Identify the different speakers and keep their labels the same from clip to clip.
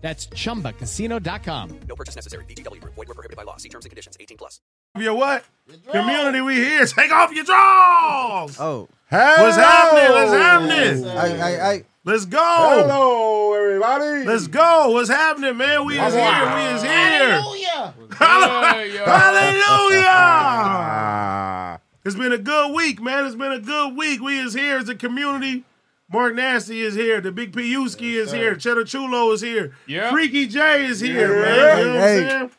Speaker 1: That's chumbacasino.com.
Speaker 2: No purchase necessary. VGW Group. Void were prohibited by law. See terms and conditions. 18 plus.
Speaker 3: Your what? Community, we here. Take off your drawers.
Speaker 4: Oh.
Speaker 3: What's happening? What's happening?
Speaker 4: I, I, I,
Speaker 3: Let's go.
Speaker 5: Hello, everybody.
Speaker 3: Let's go. What's happening, man? We is here. We is here.
Speaker 6: Hallelujah.
Speaker 3: Hallelujah.
Speaker 5: Ah,
Speaker 3: It's been a good week, man. It's been a good week. We is here as a community. Mark Nasty is here. The Big P Yuski is here. Cheddar Chulo is here.
Speaker 6: Yeah.
Speaker 3: Freaky J is here,
Speaker 5: Yeah.
Speaker 3: man. You know what I'm
Speaker 4: Hey.
Speaker 3: saying?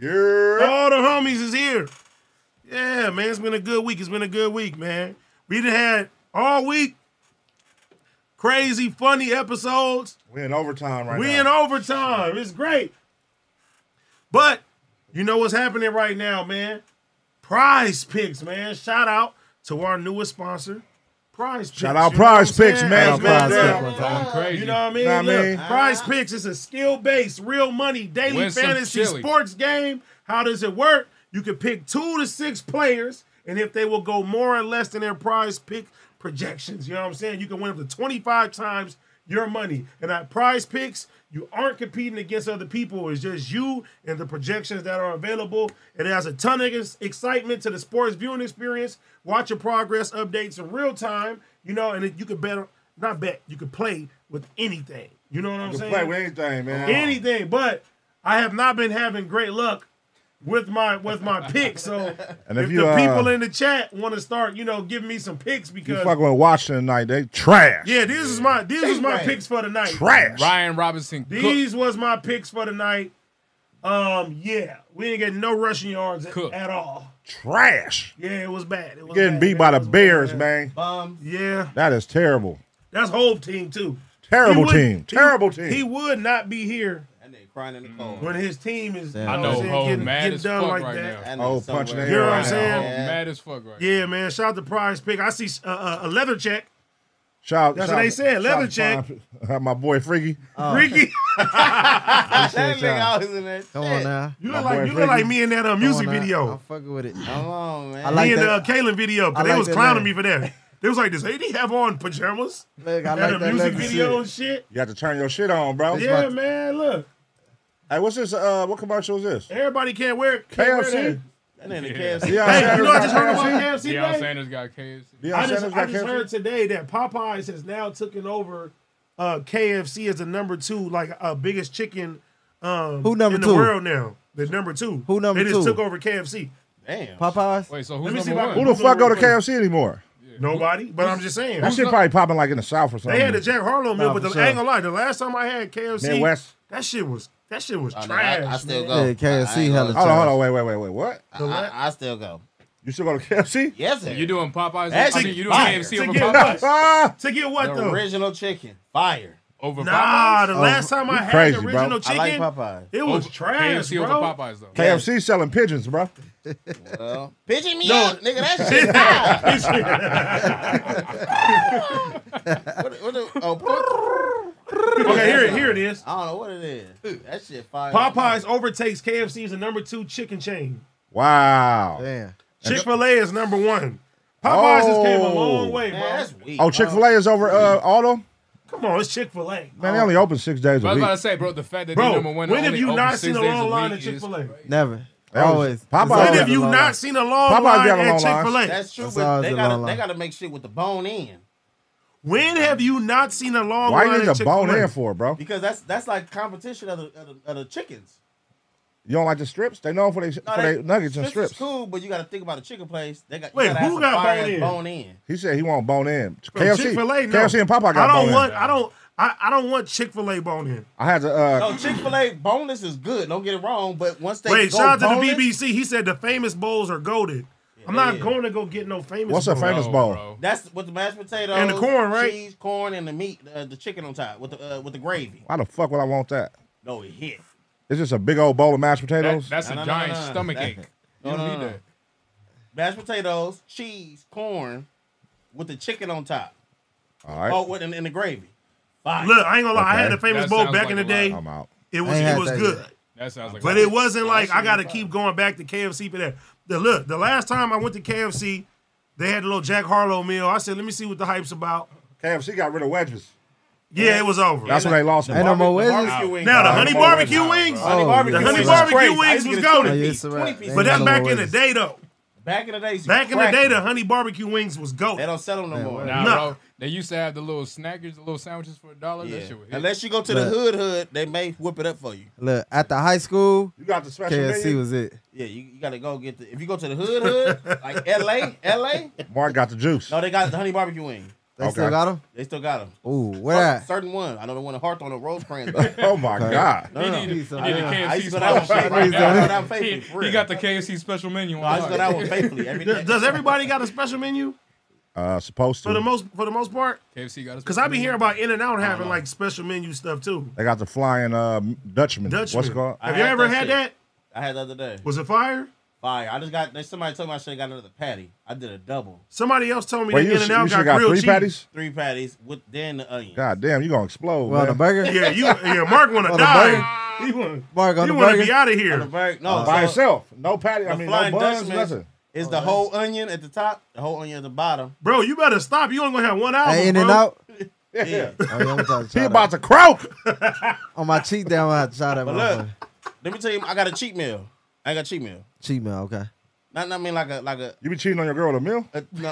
Speaker 5: yeah.
Speaker 3: All the homies is here. Yeah, man, it's been a good week. It's been a good week, man. We done had all week crazy, funny episodes.
Speaker 5: We in overtime right
Speaker 3: We
Speaker 5: now.
Speaker 3: in overtime. It's great. But you know what's happening right now, man? Prize Picks, man. Shout out to our newest sponsor, Prize Picks.
Speaker 5: Shout out
Speaker 3: You know what
Speaker 5: Prize
Speaker 3: I'm
Speaker 5: Picks,
Speaker 3: saying? Yes,
Speaker 5: man. Shout out Prize
Speaker 3: yeah.
Speaker 5: Picks,
Speaker 6: Crazy.
Speaker 3: You know what I mean?
Speaker 5: Know what I
Speaker 3: Look,
Speaker 5: mean?
Speaker 3: Prize Picks is a skill based, real money, daily
Speaker 6: Win some
Speaker 3: fantasy
Speaker 6: chili.
Speaker 3: sports game. How does it work? You can pick two to six players, and if they will go more or less than their prize pick projections, you know what I'm saying? You can win up to 25 times your money. And at prize picks, you aren't competing against other people. It's just you and the projections that are available. It has a ton of ex- excitement to the sports viewing experience. Watch your progress updates in real time, you know, and you can bet, not bet, you can play with anything. You know what I'm
Speaker 5: You can
Speaker 3: saying?
Speaker 5: play with anything, man.
Speaker 3: anything. But I have not been having great luck with my with my picks. So
Speaker 5: And
Speaker 3: if,
Speaker 5: if you,
Speaker 3: the
Speaker 5: uh,
Speaker 3: people in the chat want to start, you know, giving me some picks
Speaker 5: You
Speaker 3: because
Speaker 5: fucking with Washington tonight. They trash.
Speaker 3: yeah, this is my these is my
Speaker 6: Right.
Speaker 3: picks for tonight.
Speaker 5: Trash.
Speaker 6: Ryan Robinson. Cook.
Speaker 3: These was my picks for tonight. Um, yeah, we ain't getting no rushing yards at,
Speaker 6: Cook.
Speaker 3: at all.
Speaker 5: Trash.
Speaker 3: Yeah, it was bad. It was
Speaker 5: Getting
Speaker 3: bad, man.
Speaker 5: beat by
Speaker 3: It
Speaker 5: the
Speaker 3: was
Speaker 5: Bears,
Speaker 3: bad.
Speaker 5: man.
Speaker 3: Yeah,
Speaker 5: That is terrible.
Speaker 3: that's whole team too.
Speaker 5: Terrible
Speaker 3: He would-
Speaker 5: team.
Speaker 3: he-
Speaker 5: terrible team.
Speaker 3: He would not be here
Speaker 4: That nigga crying in the cold.
Speaker 3: when his team is.
Speaker 4: I
Speaker 3: you
Speaker 6: know,
Speaker 3: what I'm saying,
Speaker 6: Ho,
Speaker 3: getting,
Speaker 6: mad
Speaker 3: getting
Speaker 6: as
Speaker 3: done
Speaker 6: fuck
Speaker 3: like
Speaker 6: right
Speaker 3: that.
Speaker 6: now.
Speaker 4: That nigga
Speaker 5: Oh, punching
Speaker 4: somewhere.
Speaker 5: the air
Speaker 3: You know what I'm
Speaker 6: Ryan,
Speaker 3: saying?
Speaker 6: oh,
Speaker 4: Yeah.
Speaker 6: Mad as fuck right
Speaker 3: Yeah, man. Shout out to Prize Pick. I see uh, uh, a leather check.
Speaker 5: Shout,
Speaker 3: That's
Speaker 5: shout-
Speaker 3: what they said, leather
Speaker 5: shout- My boy Freaky.
Speaker 3: Uh,
Speaker 7: Oh,
Speaker 3: Ricky,
Speaker 4: That
Speaker 5: Shit,
Speaker 4: nigga
Speaker 5: y'all.
Speaker 4: always in there.
Speaker 7: Come on now.
Speaker 3: you
Speaker 5: My
Speaker 3: look like
Speaker 5: boy
Speaker 3: you look like
Speaker 5: Freaky.
Speaker 3: me in that uh,
Speaker 7: Come
Speaker 3: music
Speaker 7: on now. I'm
Speaker 3: video.
Speaker 7: fucking with it.
Speaker 4: Come on, man.
Speaker 7: I like
Speaker 3: me and
Speaker 7: that.
Speaker 3: uh, Kalen video.
Speaker 7: I
Speaker 3: Cause they
Speaker 7: like
Speaker 3: was
Speaker 7: that
Speaker 3: clowning
Speaker 7: name.
Speaker 3: me for that. They was like, "Does AD have on pajamas?"
Speaker 7: Look,
Speaker 3: That
Speaker 7: I like
Speaker 3: a
Speaker 7: that
Speaker 3: music
Speaker 7: leather
Speaker 3: video
Speaker 7: shit.
Speaker 3: and shit.
Speaker 5: You got to turn your shit on, bro.
Speaker 3: Yeah, man. Look,
Speaker 5: Hey, what's this? Uh, what commercial is this?
Speaker 3: everybody can't wear can't wear that.
Speaker 5: KFC?
Speaker 4: That nigga KFC.
Speaker 5: Yeah,
Speaker 3: Hey, you know, I just heard about KFC.
Speaker 6: now.
Speaker 3: today?
Speaker 6: Deion Sanders got KFC.
Speaker 3: I just, I just heard today that Popeyes has now taken over uh, KFC as the number two, like uh, biggest chicken um,
Speaker 7: Who number
Speaker 3: in the
Speaker 7: two?
Speaker 3: world now. The number two.
Speaker 7: Who number
Speaker 3: they They just
Speaker 7: two?
Speaker 3: took over KFC.
Speaker 4: Damn.
Speaker 7: Popeyes?
Speaker 6: Wait, so
Speaker 3: Let me
Speaker 6: who's
Speaker 3: see
Speaker 6: number
Speaker 3: if I-
Speaker 5: Who
Speaker 6: one?
Speaker 5: the fuck go to KFC anymore?
Speaker 3: Nobody, but I'm just saying.
Speaker 5: That shit probably popping like in the South or something.
Speaker 3: They had the Jack Harlow meal,
Speaker 7: Nah,
Speaker 3: but the,
Speaker 7: for
Speaker 3: I
Speaker 7: sure.
Speaker 3: ain't gonna lie, the last time I had KFC,
Speaker 5: Midwest.
Speaker 3: that shit was that shit was
Speaker 4: Oh, no,
Speaker 3: trash.
Speaker 4: I, I still
Speaker 3: man.
Speaker 4: go.
Speaker 7: Yeah, KFC
Speaker 4: I ain't
Speaker 7: hella
Speaker 4: gonna-
Speaker 5: Hold on, hold on, wait, wait, wait, wait. What?
Speaker 4: I, I still go.
Speaker 5: You still go to KFC?
Speaker 4: Yes, sir.
Speaker 6: You doing Popeyes?
Speaker 4: That's
Speaker 6: I mean, you doing
Speaker 4: fire.
Speaker 6: KFC
Speaker 3: To
Speaker 6: over
Speaker 3: get
Speaker 6: Popeyes?
Speaker 3: what?
Speaker 5: Ah!
Speaker 3: To get what
Speaker 4: the
Speaker 3: though?
Speaker 4: original chicken. Fire.
Speaker 6: Over
Speaker 3: Nah,
Speaker 6: Popeyes?
Speaker 3: the last time I
Speaker 5: you
Speaker 3: had
Speaker 5: crazy,
Speaker 3: the
Speaker 5: bro.
Speaker 3: original
Speaker 5: I
Speaker 3: chicken,
Speaker 4: I like Popeye.
Speaker 6: Oh,
Speaker 3: it was trash,
Speaker 6: KFC
Speaker 3: bro.
Speaker 6: over Popeyes though.
Speaker 5: KFC selling pigeons, bro.
Speaker 4: Well, pigeon me
Speaker 3: No.
Speaker 4: up, nigga. That shit. fire. what, what the, oh,
Speaker 3: okay, here it here it is.
Speaker 4: I don't know what it is. That shit fire.
Speaker 3: Popeyes overtakes KFC as the number two chicken chain.
Speaker 5: Wow.
Speaker 7: Damn.
Speaker 3: Chick Fil A is number one. Popeyes just came a long way, bro.
Speaker 4: Man, that's weak.
Speaker 5: Oh, Chick Fil A is over uh, Auto.
Speaker 3: Come on, it's Chick Fil A.
Speaker 5: Man, they only open six days
Speaker 6: I
Speaker 5: a
Speaker 6: was
Speaker 5: week.
Speaker 6: about to say, bro, the fact that they
Speaker 3: Bro,
Speaker 6: number one.
Speaker 3: when
Speaker 6: and
Speaker 3: have
Speaker 6: only
Speaker 3: you
Speaker 6: open
Speaker 3: not
Speaker 6: six
Speaker 3: seen a
Speaker 6: days
Speaker 3: long line
Speaker 6: week
Speaker 3: at Chick Fil A?
Speaker 6: is-
Speaker 7: Never.
Speaker 5: That was-
Speaker 7: Always.
Speaker 5: Popeyes-
Speaker 7: It's
Speaker 3: When
Speaker 7: always
Speaker 3: have you
Speaker 7: a long line.
Speaker 3: not seen a long
Speaker 5: Popeyes
Speaker 3: line
Speaker 5: got a
Speaker 3: at
Speaker 5: long
Speaker 3: Chick
Speaker 5: line.
Speaker 3: Fil A?
Speaker 4: That's true,
Speaker 7: That's
Speaker 4: but
Speaker 7: ours
Speaker 4: they
Speaker 7: in
Speaker 4: gotta,
Speaker 7: Long
Speaker 4: they
Speaker 7: Island.
Speaker 4: gotta make shit with the bone in
Speaker 3: When have you not seen a long
Speaker 5: Why
Speaker 3: line
Speaker 5: you
Speaker 3: at
Speaker 5: need a
Speaker 3: Chick-fil-A?
Speaker 5: bone in for, bro?
Speaker 4: because that's that's like competition of the of the, of the chickens.
Speaker 5: You don't like the strips? They know for they, for
Speaker 4: they-
Speaker 5: they nuggets and
Speaker 4: is
Speaker 5: strips.
Speaker 4: cool, but you gotta think about the chicken place. They got you
Speaker 3: Wait,
Speaker 4: gotta
Speaker 3: who
Speaker 4: have
Speaker 3: got
Speaker 4: some fire
Speaker 3: bone
Speaker 4: ass
Speaker 3: in?
Speaker 4: bone in.
Speaker 5: He said he want bone in.
Speaker 3: Bro,
Speaker 5: KFC,
Speaker 3: Chick-fil-A, no.
Speaker 5: KFC and Popeye got
Speaker 3: I don't
Speaker 5: bone
Speaker 3: want.
Speaker 5: in.
Speaker 3: I don't. I, I don't want Chick Fil A bone in.
Speaker 5: I had to. Uh,
Speaker 4: No, Chick Fil A boneless is good. Don't get it wrong, but once they
Speaker 3: Wait,
Speaker 4: go
Speaker 3: shout out to the
Speaker 4: boneless,
Speaker 3: BBC. He said the famous bowls are goaded. I'm not
Speaker 4: yeah.
Speaker 3: going to go get no famous.
Speaker 5: What's a
Speaker 3: bowl.
Speaker 5: famous
Speaker 6: Bro,
Speaker 5: bowl?
Speaker 6: bro.
Speaker 4: That's with the mashed potatoes
Speaker 3: And the corn, right?
Speaker 4: Cheese, corn, and the meat, uh, the chicken on top with the uh, with the gravy.
Speaker 5: Why the fuck would I want that?
Speaker 4: No, it hit.
Speaker 5: It's just a big old bowl of mashed
Speaker 6: That-
Speaker 5: potatoes.
Speaker 6: That's a
Speaker 4: No, no, no,
Speaker 6: giant
Speaker 4: no, no.
Speaker 6: stomach
Speaker 4: That-
Speaker 6: ache. You don't
Speaker 4: no,
Speaker 6: need
Speaker 4: no.
Speaker 6: that.
Speaker 4: mashed potatoes, cheese, corn, with the chicken on top.
Speaker 5: All right.
Speaker 4: Oh, with and, and the gravy. Fire.
Speaker 3: Look, I ain't gonna lie. I had
Speaker 5: Okay.
Speaker 3: the famous
Speaker 6: That
Speaker 3: bowl
Speaker 6: sounds
Speaker 3: back
Speaker 6: like
Speaker 3: in the
Speaker 6: a
Speaker 3: day.
Speaker 6: lot.
Speaker 5: I'm out.
Speaker 3: It
Speaker 7: I
Speaker 3: was
Speaker 7: ain't
Speaker 3: it
Speaker 7: had
Speaker 3: was
Speaker 7: that
Speaker 3: good.
Speaker 7: yet.
Speaker 6: That sounds like.
Speaker 3: But
Speaker 6: a-
Speaker 3: it wasn't like I
Speaker 4: should've
Speaker 3: got to
Speaker 4: been
Speaker 3: keep going back to KFC for that. The look, the last time I went to KFC, they had a little Jack Harlow meal. I said, let me see what the hype's about.
Speaker 5: KFC got rid of wedges.
Speaker 3: Yeah, it was over.
Speaker 5: That's when they lost.
Speaker 7: Ain't no
Speaker 5: them.
Speaker 7: more
Speaker 4: The
Speaker 7: wedges.
Speaker 4: barbecue wings.
Speaker 3: now the
Speaker 5: Oh,
Speaker 3: honey
Speaker 5: come on,
Speaker 3: barbecue
Speaker 5: bro.
Speaker 3: wings,
Speaker 7: Oh,
Speaker 4: barbecue
Speaker 7: the
Speaker 4: wings
Speaker 3: honey
Speaker 4: was
Speaker 3: barbecue
Speaker 4: crazy.
Speaker 3: wings
Speaker 4: I used to
Speaker 3: was
Speaker 4: get a 20
Speaker 3: golden.
Speaker 4: piece,
Speaker 7: Yeah, it's a wrap.
Speaker 4: 20 piece.
Speaker 7: They
Speaker 3: but
Speaker 7: ain't
Speaker 3: that's
Speaker 7: got no
Speaker 3: back in the
Speaker 7: wedges.
Speaker 3: day though.
Speaker 4: back in the day,
Speaker 3: Back in the day, the
Speaker 4: cracking.
Speaker 3: honey barbecue wings was
Speaker 4: they
Speaker 3: goat.
Speaker 4: don't sell them no more.
Speaker 6: Nah,
Speaker 3: Nah.
Speaker 6: bro. They used to have the little snackers, the little sandwiches for a dollar.
Speaker 4: Yeah.
Speaker 6: That shit was hit.
Speaker 4: Unless you go to the
Speaker 7: But-
Speaker 4: hood, hood, they may whip it up for you.
Speaker 7: Look, at the high school,
Speaker 5: You got the special
Speaker 7: KFC
Speaker 5: menu?
Speaker 7: was it.
Speaker 4: Yeah, you, you gotta go get the. If you go to the hood, hood, like L.A., L.A.
Speaker 5: Mark got the juice.
Speaker 4: No, they got the honey barbecue wing.
Speaker 7: They
Speaker 5: Okay.
Speaker 7: still got them.
Speaker 4: They still got them.
Speaker 7: Ooh, where that?
Speaker 4: Certain one. I know the one in Hawthorne on Rosecrans. no,
Speaker 5: oh my God.
Speaker 4: no, no.
Speaker 6: He need
Speaker 7: He's
Speaker 6: to-
Speaker 7: a-
Speaker 6: he need the
Speaker 7: I-
Speaker 4: I
Speaker 6: KFC
Speaker 4: used to go down
Speaker 6: special shit right
Speaker 4: faithfully.
Speaker 6: now.
Speaker 4: I used to go down faithfully.
Speaker 6: He,
Speaker 4: for
Speaker 6: he
Speaker 4: real.
Speaker 6: got the KFC special menu.
Speaker 4: No, I used to go down
Speaker 6: on
Speaker 4: with faithfully every day.
Speaker 3: Does, does everybody got a special menu
Speaker 5: Uh, supposed
Speaker 3: for the
Speaker 5: to.
Speaker 3: most for the most part?
Speaker 6: KFC got
Speaker 3: Because I be hearing about In and Out having like special menu stuff too.
Speaker 5: They got the flying uh, Dutchman.
Speaker 3: Dutchman.
Speaker 5: What's it called?
Speaker 4: I
Speaker 3: Have you
Speaker 4: had
Speaker 3: ever
Speaker 4: that
Speaker 3: had
Speaker 4: shit.
Speaker 3: that?
Speaker 4: I had the other day.
Speaker 3: Was it fire?
Speaker 4: Fire. I just got. Somebody told me I should have got another patty. I did a double,
Speaker 3: Somebody else told me
Speaker 5: Wait,
Speaker 3: that
Speaker 5: you,
Speaker 3: In and Out
Speaker 5: should
Speaker 3: got
Speaker 5: have got
Speaker 3: grilled
Speaker 5: three
Speaker 3: cheese.
Speaker 5: patties?
Speaker 4: three patties with then the onion.
Speaker 5: God damn, you going to explode.
Speaker 7: Well, the
Speaker 5: man.
Speaker 7: burger.
Speaker 3: Yeah, you. Yeah, Mark want to
Speaker 7: On the
Speaker 3: die. He want.
Speaker 7: Mark on
Speaker 3: He
Speaker 7: the
Speaker 3: want to
Speaker 7: burger.
Speaker 3: be out of
Speaker 4: On the
Speaker 3: here.
Speaker 4: burger. No,
Speaker 5: By
Speaker 4: Oh, so
Speaker 5: itself. No patty.
Speaker 4: The
Speaker 5: I mean, no
Speaker 4: flying
Speaker 5: buns,
Speaker 4: Dutchman
Speaker 5: nothing.
Speaker 4: is
Speaker 6: Oh,
Speaker 4: the whole onion at the top, the whole onion at the bottom.
Speaker 3: Bro, you better stop. You only gonna have one album.
Speaker 7: Hey, in
Speaker 3: bro.
Speaker 7: and out.
Speaker 5: Yeah.
Speaker 7: Oh, yeah, I'm gonna try to
Speaker 5: He
Speaker 7: try
Speaker 5: about
Speaker 7: that.
Speaker 5: to croak.
Speaker 7: On my cheat down, I had to try that.
Speaker 4: But look,
Speaker 7: motherfucker.
Speaker 4: let me tell you, I got a cheat meal. I got a cheat meal.
Speaker 7: Cheat meal, okay.
Speaker 4: Not, not I mean like a like a,
Speaker 5: You be cheating on your girl with a meal?
Speaker 4: a, no,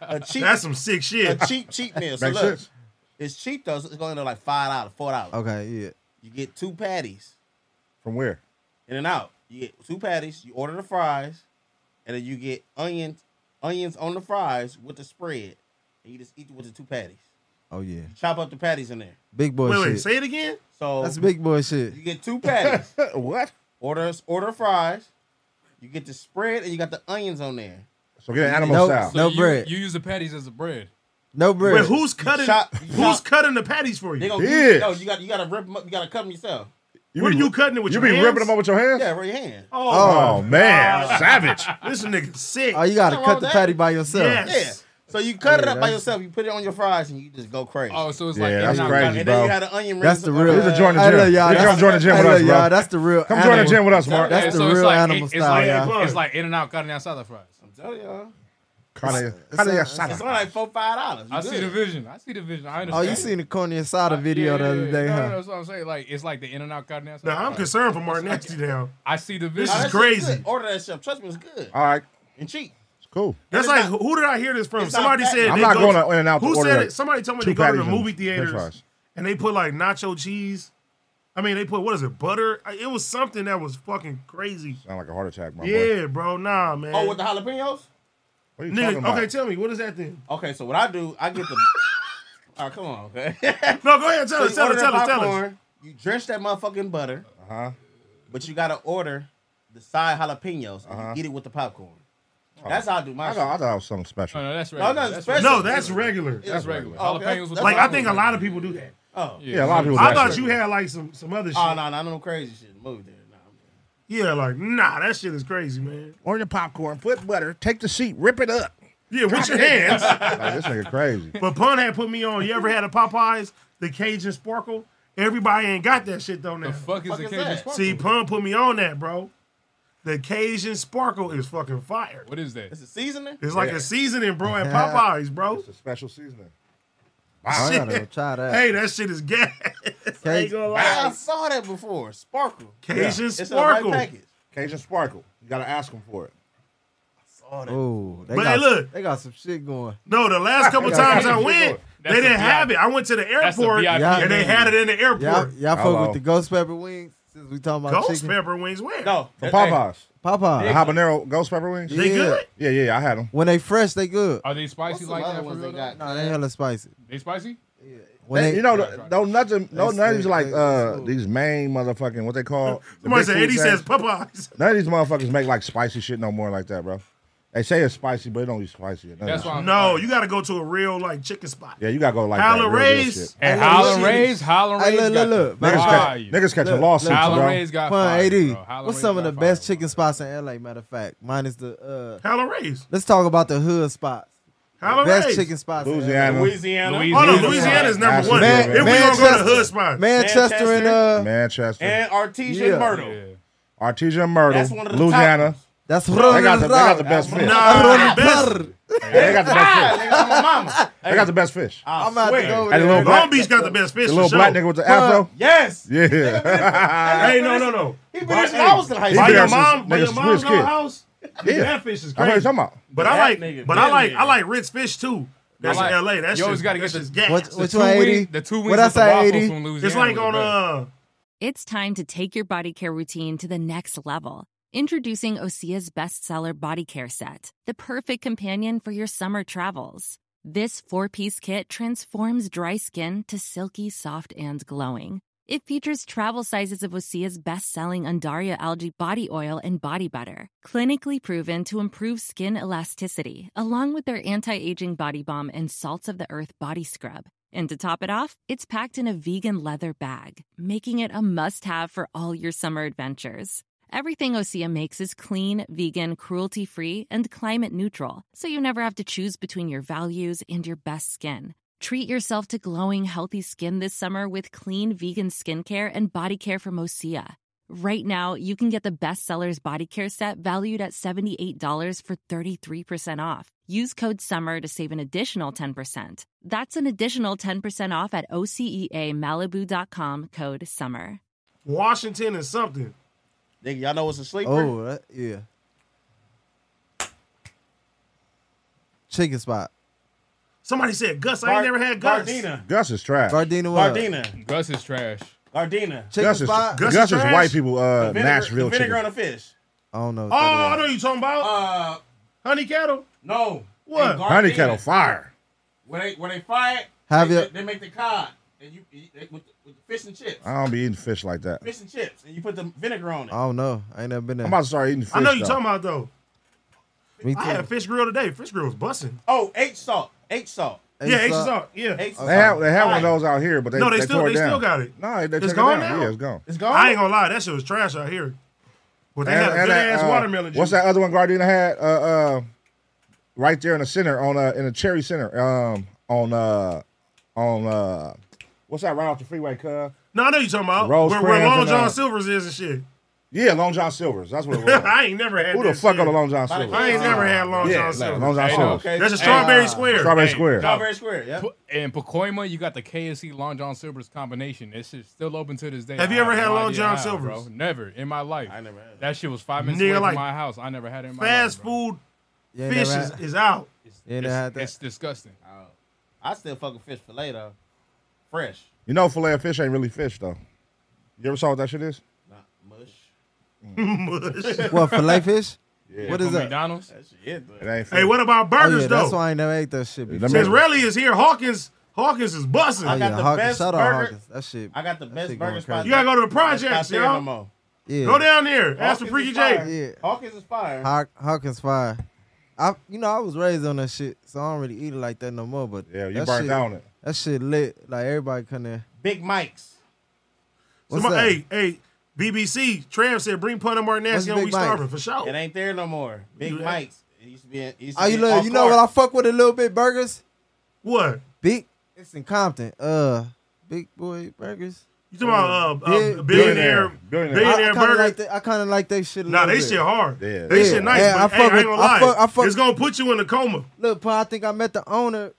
Speaker 4: a cheap
Speaker 3: That's some sick shit.
Speaker 4: a cheap cheat meal. So
Speaker 5: Makes
Speaker 4: look,
Speaker 5: sense.
Speaker 4: it's cheap though. So it's going to like five dollars, four dollars.
Speaker 7: Okay, yeah.
Speaker 4: You get two patties
Speaker 5: From where?
Speaker 4: in and out. You get two patties. You order the fries, and then you get onions onions on the fries with the spread, and you just eat it with the two patties.
Speaker 7: Oh yeah.
Speaker 4: Chop up the patties in there.
Speaker 7: Big boy
Speaker 3: Wait,
Speaker 7: shit.
Speaker 3: wait. Say it again.
Speaker 4: So
Speaker 7: That's big boy shit.
Speaker 4: you get two patties.
Speaker 5: what?
Speaker 4: Order order fries. You get the spread and you got the onions on there.
Speaker 5: So get an animal
Speaker 7: Nope.
Speaker 5: style.
Speaker 7: No
Speaker 6: you,
Speaker 7: bread.
Speaker 6: You use the patties as a bread.
Speaker 7: No bread.
Speaker 3: Wait, who's cutting?
Speaker 4: Chop-
Speaker 3: who's
Speaker 4: chop-
Speaker 3: cutting the patties for
Speaker 4: They
Speaker 3: you?
Speaker 4: gonna
Speaker 5: Yes.
Speaker 4: no, you got you gotta rip them up. You gotta cut them yourself.
Speaker 5: You
Speaker 3: What
Speaker 5: be-
Speaker 3: are you cutting it with
Speaker 5: You
Speaker 3: your
Speaker 5: be
Speaker 3: hands?
Speaker 5: ripping them up with your hands?
Speaker 4: Yeah, right hand.
Speaker 5: Oh,
Speaker 3: Oh,
Speaker 5: man. Savage.
Speaker 3: this nigga sick.
Speaker 7: Oh, you gotta
Speaker 4: Nothing wrong
Speaker 7: cut the
Speaker 4: with
Speaker 7: patty
Speaker 4: that.
Speaker 7: by yourself.
Speaker 3: Yes.
Speaker 4: Yeah. So you cut it
Speaker 7: Yeah,
Speaker 4: up by
Speaker 7: that's-
Speaker 4: yourself. You put it on your fries and you just go crazy.
Speaker 6: Oh, so it's
Speaker 5: Yeah,
Speaker 6: like
Speaker 5: that's
Speaker 6: In-N-Out
Speaker 5: crazy,
Speaker 6: got-
Speaker 4: and
Speaker 5: bro.
Speaker 4: then you had the onion rings.
Speaker 7: That's the real.
Speaker 5: He's a joint- join the
Speaker 7: Hey,
Speaker 5: gym.
Speaker 7: look, y'all,
Speaker 5: You
Speaker 7: that's-
Speaker 5: come join the gym with
Speaker 7: hey,
Speaker 5: us,
Speaker 7: look,
Speaker 5: bro.
Speaker 7: y'all, that's the real.
Speaker 5: Come join the
Speaker 7: animal.
Speaker 5: gym with us, Mark.
Speaker 7: That's
Speaker 6: Yeah,
Speaker 7: the
Speaker 6: so it's
Speaker 7: real
Speaker 6: like,
Speaker 7: animal
Speaker 6: it's
Speaker 7: style,
Speaker 6: Like,
Speaker 7: yeah.
Speaker 6: It's like In-N-Out cutting out salad fries.
Speaker 4: I'm telling y'all.
Speaker 5: Carne,
Speaker 7: it's
Speaker 5: carne
Speaker 7: a-
Speaker 4: It's
Speaker 5: asada.
Speaker 4: only like four, five dollars. You
Speaker 6: I see
Speaker 4: good.
Speaker 6: the vision. I see the vision. I
Speaker 7: Oh,
Speaker 6: understand.
Speaker 7: you seen the corny asada video
Speaker 6: Yeah,
Speaker 7: the other
Speaker 6: yeah,
Speaker 7: day,
Speaker 6: no,
Speaker 7: huh?
Speaker 6: no, that's what I'm saying. Like it's like the In-N-Out cutting out
Speaker 3: Now
Speaker 6: salad
Speaker 3: I'm
Speaker 6: fries.
Speaker 3: concerned for Martin Nasty now.
Speaker 6: I see the
Speaker 3: This
Speaker 6: vision.
Speaker 4: Nah,
Speaker 3: is
Speaker 4: that shit
Speaker 3: crazy.
Speaker 4: good. Order that stuff. Trust me, it's good
Speaker 5: All right.
Speaker 4: and cheap.
Speaker 5: It's cool.
Speaker 3: That's
Speaker 4: It's
Speaker 3: like
Speaker 4: not-
Speaker 3: who did I hear this from?
Speaker 4: it's not
Speaker 3: Somebody
Speaker 4: that-
Speaker 3: said
Speaker 5: I'm
Speaker 3: they
Speaker 5: not
Speaker 3: go
Speaker 5: going
Speaker 3: to-
Speaker 5: to In-N-Out to
Speaker 3: Who
Speaker 5: order
Speaker 3: said
Speaker 5: like
Speaker 3: it? Somebody told me
Speaker 5: two
Speaker 3: they go to the
Speaker 5: patties and
Speaker 3: movie
Speaker 5: french
Speaker 3: theaters
Speaker 5: fries.
Speaker 3: and they put like nacho cheese. I mean, they put what is it? Butter. I- It was something that was fucking crazy.
Speaker 5: Sound like a heart attack, my boy.
Speaker 3: Yeah, bro. Nah, man.
Speaker 4: Oh, with the jalapenos?
Speaker 5: What are you talking
Speaker 3: Nigga,
Speaker 5: about?
Speaker 3: okay, tell me what is that then?
Speaker 4: Okay, so what I do, I get the All right, come on, okay.
Speaker 3: No, go ahead. Tell
Speaker 4: So
Speaker 3: us.
Speaker 4: you
Speaker 3: Tell
Speaker 4: order
Speaker 3: us.
Speaker 4: the
Speaker 3: Tell us. Tell us.
Speaker 4: popcorn, You drench that motherfucking butter,
Speaker 5: Uh-huh.
Speaker 4: but you gotta order the side jalapenos and you eat it with the popcorn. That's how I do my
Speaker 5: Uh-huh. Oh. I
Speaker 4: shit.
Speaker 5: thought, I thought that was something special.
Speaker 6: No, no, that's
Speaker 4: no,
Speaker 6: regular.
Speaker 4: that's
Speaker 6: regular.
Speaker 4: special.
Speaker 3: No, that's regular.
Speaker 6: That's regular.
Speaker 4: Oh, okay.
Speaker 6: Jalapenos with
Speaker 4: That's
Speaker 3: Like
Speaker 4: what
Speaker 3: I
Speaker 4: I'm
Speaker 3: think a lot of people do that.
Speaker 4: Oh,
Speaker 5: Yeah, a lot of people
Speaker 3: I
Speaker 5: do
Speaker 3: thought
Speaker 5: that.
Speaker 3: you had like some some other shit.
Speaker 4: oh no, no, I don't know crazy shit. Move there. Nah, I'm good.
Speaker 3: Yeah, like nah, that shit is crazy, man.
Speaker 5: Order your popcorn, put butter, take the seat, rip it up.
Speaker 3: Yeah, with your hands.
Speaker 5: Like, this nigga crazy.
Speaker 3: But Pun had put me on. You ever had a Popeyes, the Cajun Sparkle? Everybody ain't got that shit though now.
Speaker 6: The fuck is
Speaker 4: Fuck
Speaker 6: the
Speaker 4: is
Speaker 6: Cajun
Speaker 4: that?
Speaker 6: sparkle?
Speaker 3: See, Pun put me on that, bro. The Cajun Sparkle is fucking fire.
Speaker 6: what is that?
Speaker 4: It's a seasoning.
Speaker 3: It's like
Speaker 5: Yeah.
Speaker 3: a seasoning, bro, at Popeyes, bro.
Speaker 5: It's a special seasoning.
Speaker 7: I gotta go try that.
Speaker 3: Hey, that shit is gas. I ain't gonna
Speaker 4: I
Speaker 3: lie.
Speaker 4: saw that before. Sparkle.
Speaker 3: Cajun
Speaker 4: It's in a white
Speaker 3: Sparkle.
Speaker 4: package.
Speaker 5: Cajun sparkle. You gotta ask him for it.
Speaker 7: Oh, they
Speaker 3: But,
Speaker 7: got,
Speaker 3: hey, look.
Speaker 7: they got some shit going.
Speaker 3: No, the last couple
Speaker 5: Yeah,
Speaker 3: times
Speaker 5: that's
Speaker 3: I
Speaker 5: the
Speaker 3: went,
Speaker 5: VIP.
Speaker 3: they didn't have it. I went to the
Speaker 6: That's the
Speaker 3: airport
Speaker 6: VIP
Speaker 3: and they
Speaker 6: menu.
Speaker 3: had it in the
Speaker 7: Y'all,
Speaker 3: airport.
Speaker 7: y'all fuck
Speaker 5: Hello.
Speaker 7: with the ghost pepper wings since we talking about
Speaker 3: Ghost
Speaker 7: chicken.
Speaker 3: pepper wings where?
Speaker 4: No,
Speaker 5: From
Speaker 4: that- hey,
Speaker 5: Popeyes. The
Speaker 7: Popeye.
Speaker 5: habanero ghost pepper wings?
Speaker 3: They
Speaker 7: Yeah.
Speaker 3: good?
Speaker 5: Yeah, yeah, I had them.
Speaker 7: When they fresh, they good.
Speaker 3: Oh,
Speaker 6: Are they
Speaker 4: what's
Speaker 6: spicy
Speaker 4: some
Speaker 6: like
Speaker 4: other
Speaker 6: that? For
Speaker 4: ones
Speaker 6: real
Speaker 4: they got?
Speaker 6: though?
Speaker 7: Nah, they hella spicy.
Speaker 6: They spicy?
Speaker 7: When they,
Speaker 5: you know, th- no nothing, no
Speaker 7: That's
Speaker 5: none of these
Speaker 7: the-
Speaker 5: like
Speaker 7: that's
Speaker 5: uh
Speaker 7: cool.
Speaker 5: these main motherfucking what they call. the
Speaker 3: Somebody
Speaker 5: big
Speaker 3: said
Speaker 5: food
Speaker 3: Eddie says
Speaker 5: chains.
Speaker 3: Popeyes.
Speaker 5: None of these motherfuckers make like spicy shit no more like that, bro. They say it's spicy, but it don't be spicy.
Speaker 6: That's why I'm
Speaker 3: No,
Speaker 6: like-
Speaker 3: you got to go to a real like chicken spot.
Speaker 5: Yeah, you gotta go like that.
Speaker 3: Holla
Speaker 5: real good
Speaker 3: Ray's.
Speaker 5: shit.
Speaker 6: And
Speaker 3: I love
Speaker 6: Holland
Speaker 3: shit.
Speaker 6: Rays, Holland
Speaker 7: Hey,
Speaker 6: Rays.
Speaker 7: look,
Speaker 6: got
Speaker 7: look,
Speaker 6: the
Speaker 7: look.
Speaker 5: Niggas catch,
Speaker 6: fire.
Speaker 5: niggas catch a
Speaker 7: Look,
Speaker 5: lawsuit,
Speaker 7: look.
Speaker 6: Holland
Speaker 5: bro.
Speaker 6: Rays got
Speaker 7: Fun
Speaker 6: fire,
Speaker 7: AD.
Speaker 6: bro. Holland
Speaker 7: What's
Speaker 6: Rays
Speaker 7: some of
Speaker 6: got
Speaker 7: the
Speaker 6: fire,
Speaker 7: best
Speaker 6: bro.
Speaker 7: chicken spots in LA? Matter of fact, minus the. uh
Speaker 3: Hella Rays.
Speaker 7: Let's talk about the hood spots.
Speaker 3: Hella
Speaker 7: best
Speaker 3: Rays.
Speaker 7: chicken spots. in LA.
Speaker 5: Louisiana,
Speaker 4: Louisiana,
Speaker 3: Oh, no,
Speaker 6: Louisiana.
Speaker 3: Louisiana is number one.
Speaker 5: Absolutely. Man-
Speaker 3: if we going to go to
Speaker 7: Manchester.
Speaker 3: hood spots.
Speaker 7: Manchester, and uh,
Speaker 5: Manchester,
Speaker 4: and Artesian
Speaker 7: Yeah.
Speaker 4: Myrtle.
Speaker 6: Yeah.
Speaker 5: Artesian Myrtle,
Speaker 4: That's one of the
Speaker 5: Louisiana.
Speaker 4: top
Speaker 7: that's
Speaker 5: They got, the, they got the
Speaker 7: Ronald
Speaker 5: best fish.
Speaker 3: Nah, Ah, best,
Speaker 5: They got the best fish.
Speaker 4: Nigga, I'm my mama.
Speaker 5: They got the best fish.
Speaker 4: I
Speaker 7: I'm about to
Speaker 4: swear.
Speaker 7: go
Speaker 5: Hey,
Speaker 7: there.
Speaker 5: little
Speaker 3: Long Beach got the best fish.
Speaker 5: The little
Speaker 3: for
Speaker 5: black
Speaker 3: sure.
Speaker 5: nigga with the afro.
Speaker 4: Yes.
Speaker 5: Yeah,
Speaker 3: Hey, no, no, no.
Speaker 4: He been
Speaker 3: Buy-
Speaker 4: in I was in high
Speaker 5: He
Speaker 3: Buy
Speaker 5: been
Speaker 3: your
Speaker 5: out
Speaker 4: school.
Speaker 5: since-
Speaker 3: mom, buy
Speaker 5: nigga,
Speaker 3: your
Speaker 5: since we
Speaker 3: mom's
Speaker 5: was
Speaker 3: old
Speaker 5: kids.
Speaker 3: house.
Speaker 5: Yeah.
Speaker 3: That fish is
Speaker 5: I know what you
Speaker 3: crazy.
Speaker 5: talking about.
Speaker 3: But I
Speaker 4: That
Speaker 3: like,
Speaker 4: nigga
Speaker 3: but I like,
Speaker 4: dead.
Speaker 3: I like Ritz fish too. That's
Speaker 6: I like-
Speaker 3: in LA. That's
Speaker 6: you always
Speaker 3: just,
Speaker 6: gotta
Speaker 3: that's
Speaker 6: get
Speaker 3: just
Speaker 6: the-
Speaker 3: gas.
Speaker 7: What-
Speaker 6: The
Speaker 7: Which
Speaker 6: two
Speaker 7: one,
Speaker 6: wings,
Speaker 7: 80?
Speaker 6: the two
Speaker 7: What
Speaker 6: wings
Speaker 7: I
Speaker 6: with the
Speaker 7: say,
Speaker 6: waffle
Speaker 7: 80?
Speaker 6: from Louisiana.
Speaker 3: it's like
Speaker 6: was the
Speaker 3: on
Speaker 6: best.
Speaker 3: uh,
Speaker 8: It's time to take your body care routine to the next level. Introducing Osea's bestseller body care set, the perfect companion for your summer travels. This four piece kit transforms dry skin to silky, soft, and glowing. It features travel sizes of Osea's best selling Undaria algae body oil and body butter, clinically proven to improve skin elasticity, along with their anti aging body balm and salts of the earth body scrub. And to top it off, it's packed in a vegan leather bag, making it a must have for all your summer adventures. Everything Osea makes is clean, vegan, cruelty free, and climate neutral, so you never have to choose between your values and your best skin. Treat yourself to glowing, healthy skin this summer with clean vegan skincare and body care from Osea. Right now, you can get the best sellers body care set valued at $78 for 33% off. Use code SUMMER to save an additional 10%. That's an additional 10% off at E OCEAMalibu.com code SUMMER.
Speaker 3: Washington and something.
Speaker 4: Nigga, y'all know it's a sleeper.
Speaker 7: Oh, that, yeah. Chicken spot.
Speaker 3: Somebody said Gus. I
Speaker 4: Gar-
Speaker 3: ain't never had Gus.
Speaker 4: Gardena.
Speaker 5: Gus is trash.
Speaker 7: Gardena. what?
Speaker 4: Gardena.
Speaker 6: Gus is trash.
Speaker 4: Gardena.
Speaker 7: Chicken
Speaker 5: Gus is
Speaker 7: spot.
Speaker 5: Gus,
Speaker 3: Gus is
Speaker 5: is
Speaker 3: trash?
Speaker 5: white people. Uh,
Speaker 4: The vinegar-
Speaker 5: Nashville
Speaker 4: the vinegar
Speaker 5: chicken.
Speaker 4: on the fish.
Speaker 7: I don't know.
Speaker 3: Oh, I know you talking about
Speaker 4: Uh,
Speaker 3: honey cattle.
Speaker 4: no.
Speaker 3: What?
Speaker 4: And Gardena.
Speaker 5: Honey cattle fire.
Speaker 4: When they when they fry it,
Speaker 7: Have
Speaker 4: they,
Speaker 7: ya-
Speaker 4: they make the cod and you you- they, with, the, with the fish and chips,
Speaker 5: I don't be eating fish like that.
Speaker 4: fish and chips, and you put the vinegar on it.
Speaker 7: I don't know. I ain't never been there.
Speaker 5: I'm about to start eating fish.
Speaker 3: I know you
Speaker 5: though.
Speaker 3: talking about though.
Speaker 7: Me
Speaker 3: I had fish grill today. Fish grill was busting.
Speaker 4: oh, H salt, H salt,
Speaker 7: Hey,
Speaker 3: yeah, H
Speaker 7: so-
Speaker 3: salt. Yeah.
Speaker 4: H salt.
Speaker 5: They have they have one of
Speaker 4: Fire.
Speaker 5: those out here, but they
Speaker 3: No, they still-
Speaker 5: tore it
Speaker 3: they still
Speaker 5: down.
Speaker 3: got it.
Speaker 5: No, they
Speaker 3: It's
Speaker 5: took it
Speaker 3: gone
Speaker 5: down.
Speaker 3: now?
Speaker 5: Yeah, it's gone.
Speaker 4: It's gone.
Speaker 3: I ain't gonna lie, that shit was trash out here. But they had a good ass
Speaker 5: uh,
Speaker 3: watermelon juice.
Speaker 5: What's that other one Gardena had? Uh, uh, right there in the center on uh in the cherry center. Um, on uh, on uh, what's that right off the freeway? Cuz
Speaker 3: No, I know you talking about
Speaker 5: Rose
Speaker 3: where, where
Speaker 5: Crayons
Speaker 3: Long
Speaker 5: and,
Speaker 3: John
Speaker 5: uh,
Speaker 3: Silver's is and shit.
Speaker 5: yeah, Long John Silver's. That's what it was.
Speaker 3: I ain't never had.
Speaker 5: Who the
Speaker 3: that
Speaker 5: fuck
Speaker 3: shit.
Speaker 5: on the Long John Silver's?
Speaker 3: I ain't never had Long
Speaker 5: yeah,
Speaker 3: John
Speaker 5: like,
Speaker 3: Silver's.
Speaker 5: Long John
Speaker 6: Hey,
Speaker 5: Silver's.
Speaker 4: okay.
Speaker 3: That's a strawberry
Speaker 6: Uh,
Speaker 3: square.
Speaker 5: Strawberry Square.
Speaker 4: Strawberry square. Yeah.
Speaker 6: Pu- In Pacoima, you got the KFC Long John Silver's combination. This shit's still open to this day.
Speaker 3: Have you
Speaker 6: I
Speaker 3: ever had
Speaker 6: no
Speaker 3: Long
Speaker 6: idea
Speaker 3: John
Speaker 6: how,
Speaker 3: Silver's?
Speaker 6: Bro. Never in my life.
Speaker 4: I never had it.
Speaker 6: That shit was five minutes
Speaker 3: Nigga,
Speaker 6: away
Speaker 3: like,
Speaker 6: from my house. I never had it in my
Speaker 3: Fast
Speaker 6: life.
Speaker 3: food
Speaker 7: Yeah,
Speaker 3: fish
Speaker 7: never
Speaker 3: is,
Speaker 7: had-
Speaker 3: is out.
Speaker 7: Yeah,
Speaker 6: It's,
Speaker 7: never had
Speaker 6: it's
Speaker 7: that.
Speaker 6: disgusting.
Speaker 4: I still fucking fish fillet though, fresh,
Speaker 5: You know, fillet of fish ain't really fish though. You ever saw what that shit is?
Speaker 4: not mush.
Speaker 7: What filet fish? What is
Speaker 6: From
Speaker 7: that?
Speaker 6: McDonald's.
Speaker 4: That shit it,
Speaker 5: It
Speaker 4: though.
Speaker 5: ain't fish.
Speaker 3: hey, what about
Speaker 7: Oh
Speaker 3: burgers
Speaker 7: yeah, that's
Speaker 3: though?
Speaker 7: why I ain't never ate that shit before.
Speaker 5: Let me-
Speaker 3: Since Relly is here, Hawkins Hawkins is busting.
Speaker 4: got
Speaker 7: Oh, yeah,
Speaker 4: the
Speaker 7: Hawkins.
Speaker 4: best
Speaker 7: Shout out
Speaker 4: burger-
Speaker 7: Hawkins. That shit.
Speaker 4: I got the
Speaker 7: that
Speaker 4: best
Speaker 7: shit
Speaker 4: burger
Speaker 7: going
Speaker 4: spot.
Speaker 7: crazy.
Speaker 3: You gotta go to the projects,
Speaker 4: That's not there
Speaker 3: y'all.
Speaker 4: no more.
Speaker 7: Yeah.
Speaker 3: Go down there. Ask for
Speaker 4: Hawkins
Speaker 3: Freaky
Speaker 4: is fire.
Speaker 3: J.
Speaker 7: Yeah.
Speaker 4: Hawkins is fire.
Speaker 7: Haw- Hawkins fire. I, you know, I was raised on that shit, so I don't really eat it like that no more. But
Speaker 5: Yeah, you
Speaker 7: that
Speaker 5: burnt
Speaker 7: shit,
Speaker 5: down it.
Speaker 7: That shit lit. Like everybody come there.
Speaker 4: Big Mike's.
Speaker 7: What's
Speaker 3: Somebody-
Speaker 7: that?
Speaker 3: Hey, hey, BBC. Trav said bring Punter
Speaker 7: What's
Speaker 3: Martinez on.
Speaker 7: Big
Speaker 3: We
Speaker 7: Mike's?
Speaker 3: starving for sure.
Speaker 4: It ain't there no more. Big
Speaker 3: Yeah.
Speaker 4: Mike's. It used to be. In, it used to
Speaker 7: Oh,
Speaker 4: be
Speaker 7: you
Speaker 4: in-
Speaker 7: look,
Speaker 4: on
Speaker 7: you know what I
Speaker 4: Clark.
Speaker 7: fuck with a little bit burgers?
Speaker 3: What?
Speaker 7: Big, it's in Compton. Uh, Big Boy Burgers.
Speaker 3: You talking
Speaker 7: Oh,
Speaker 3: about uh, uh,
Speaker 7: Bill-
Speaker 3: billionaire
Speaker 5: Billionaire.
Speaker 3: billionaire,
Speaker 5: Billionaire.
Speaker 7: I,
Speaker 3: burger?
Speaker 7: I kind of like that. I kind of like they shit. A
Speaker 3: nah,
Speaker 7: little
Speaker 3: they
Speaker 7: bit.
Speaker 3: shit hard.
Speaker 5: Yeah.
Speaker 3: They
Speaker 5: Yeah.
Speaker 3: shit nice,
Speaker 7: Yeah,
Speaker 3: but
Speaker 7: I
Speaker 3: hey, I,
Speaker 7: fuck
Speaker 3: ain't
Speaker 7: with-
Speaker 3: gonna lie.
Speaker 7: I fuck- I fuck-
Speaker 3: it's gonna put you in a coma.
Speaker 7: Look, Pa, I think I met the owner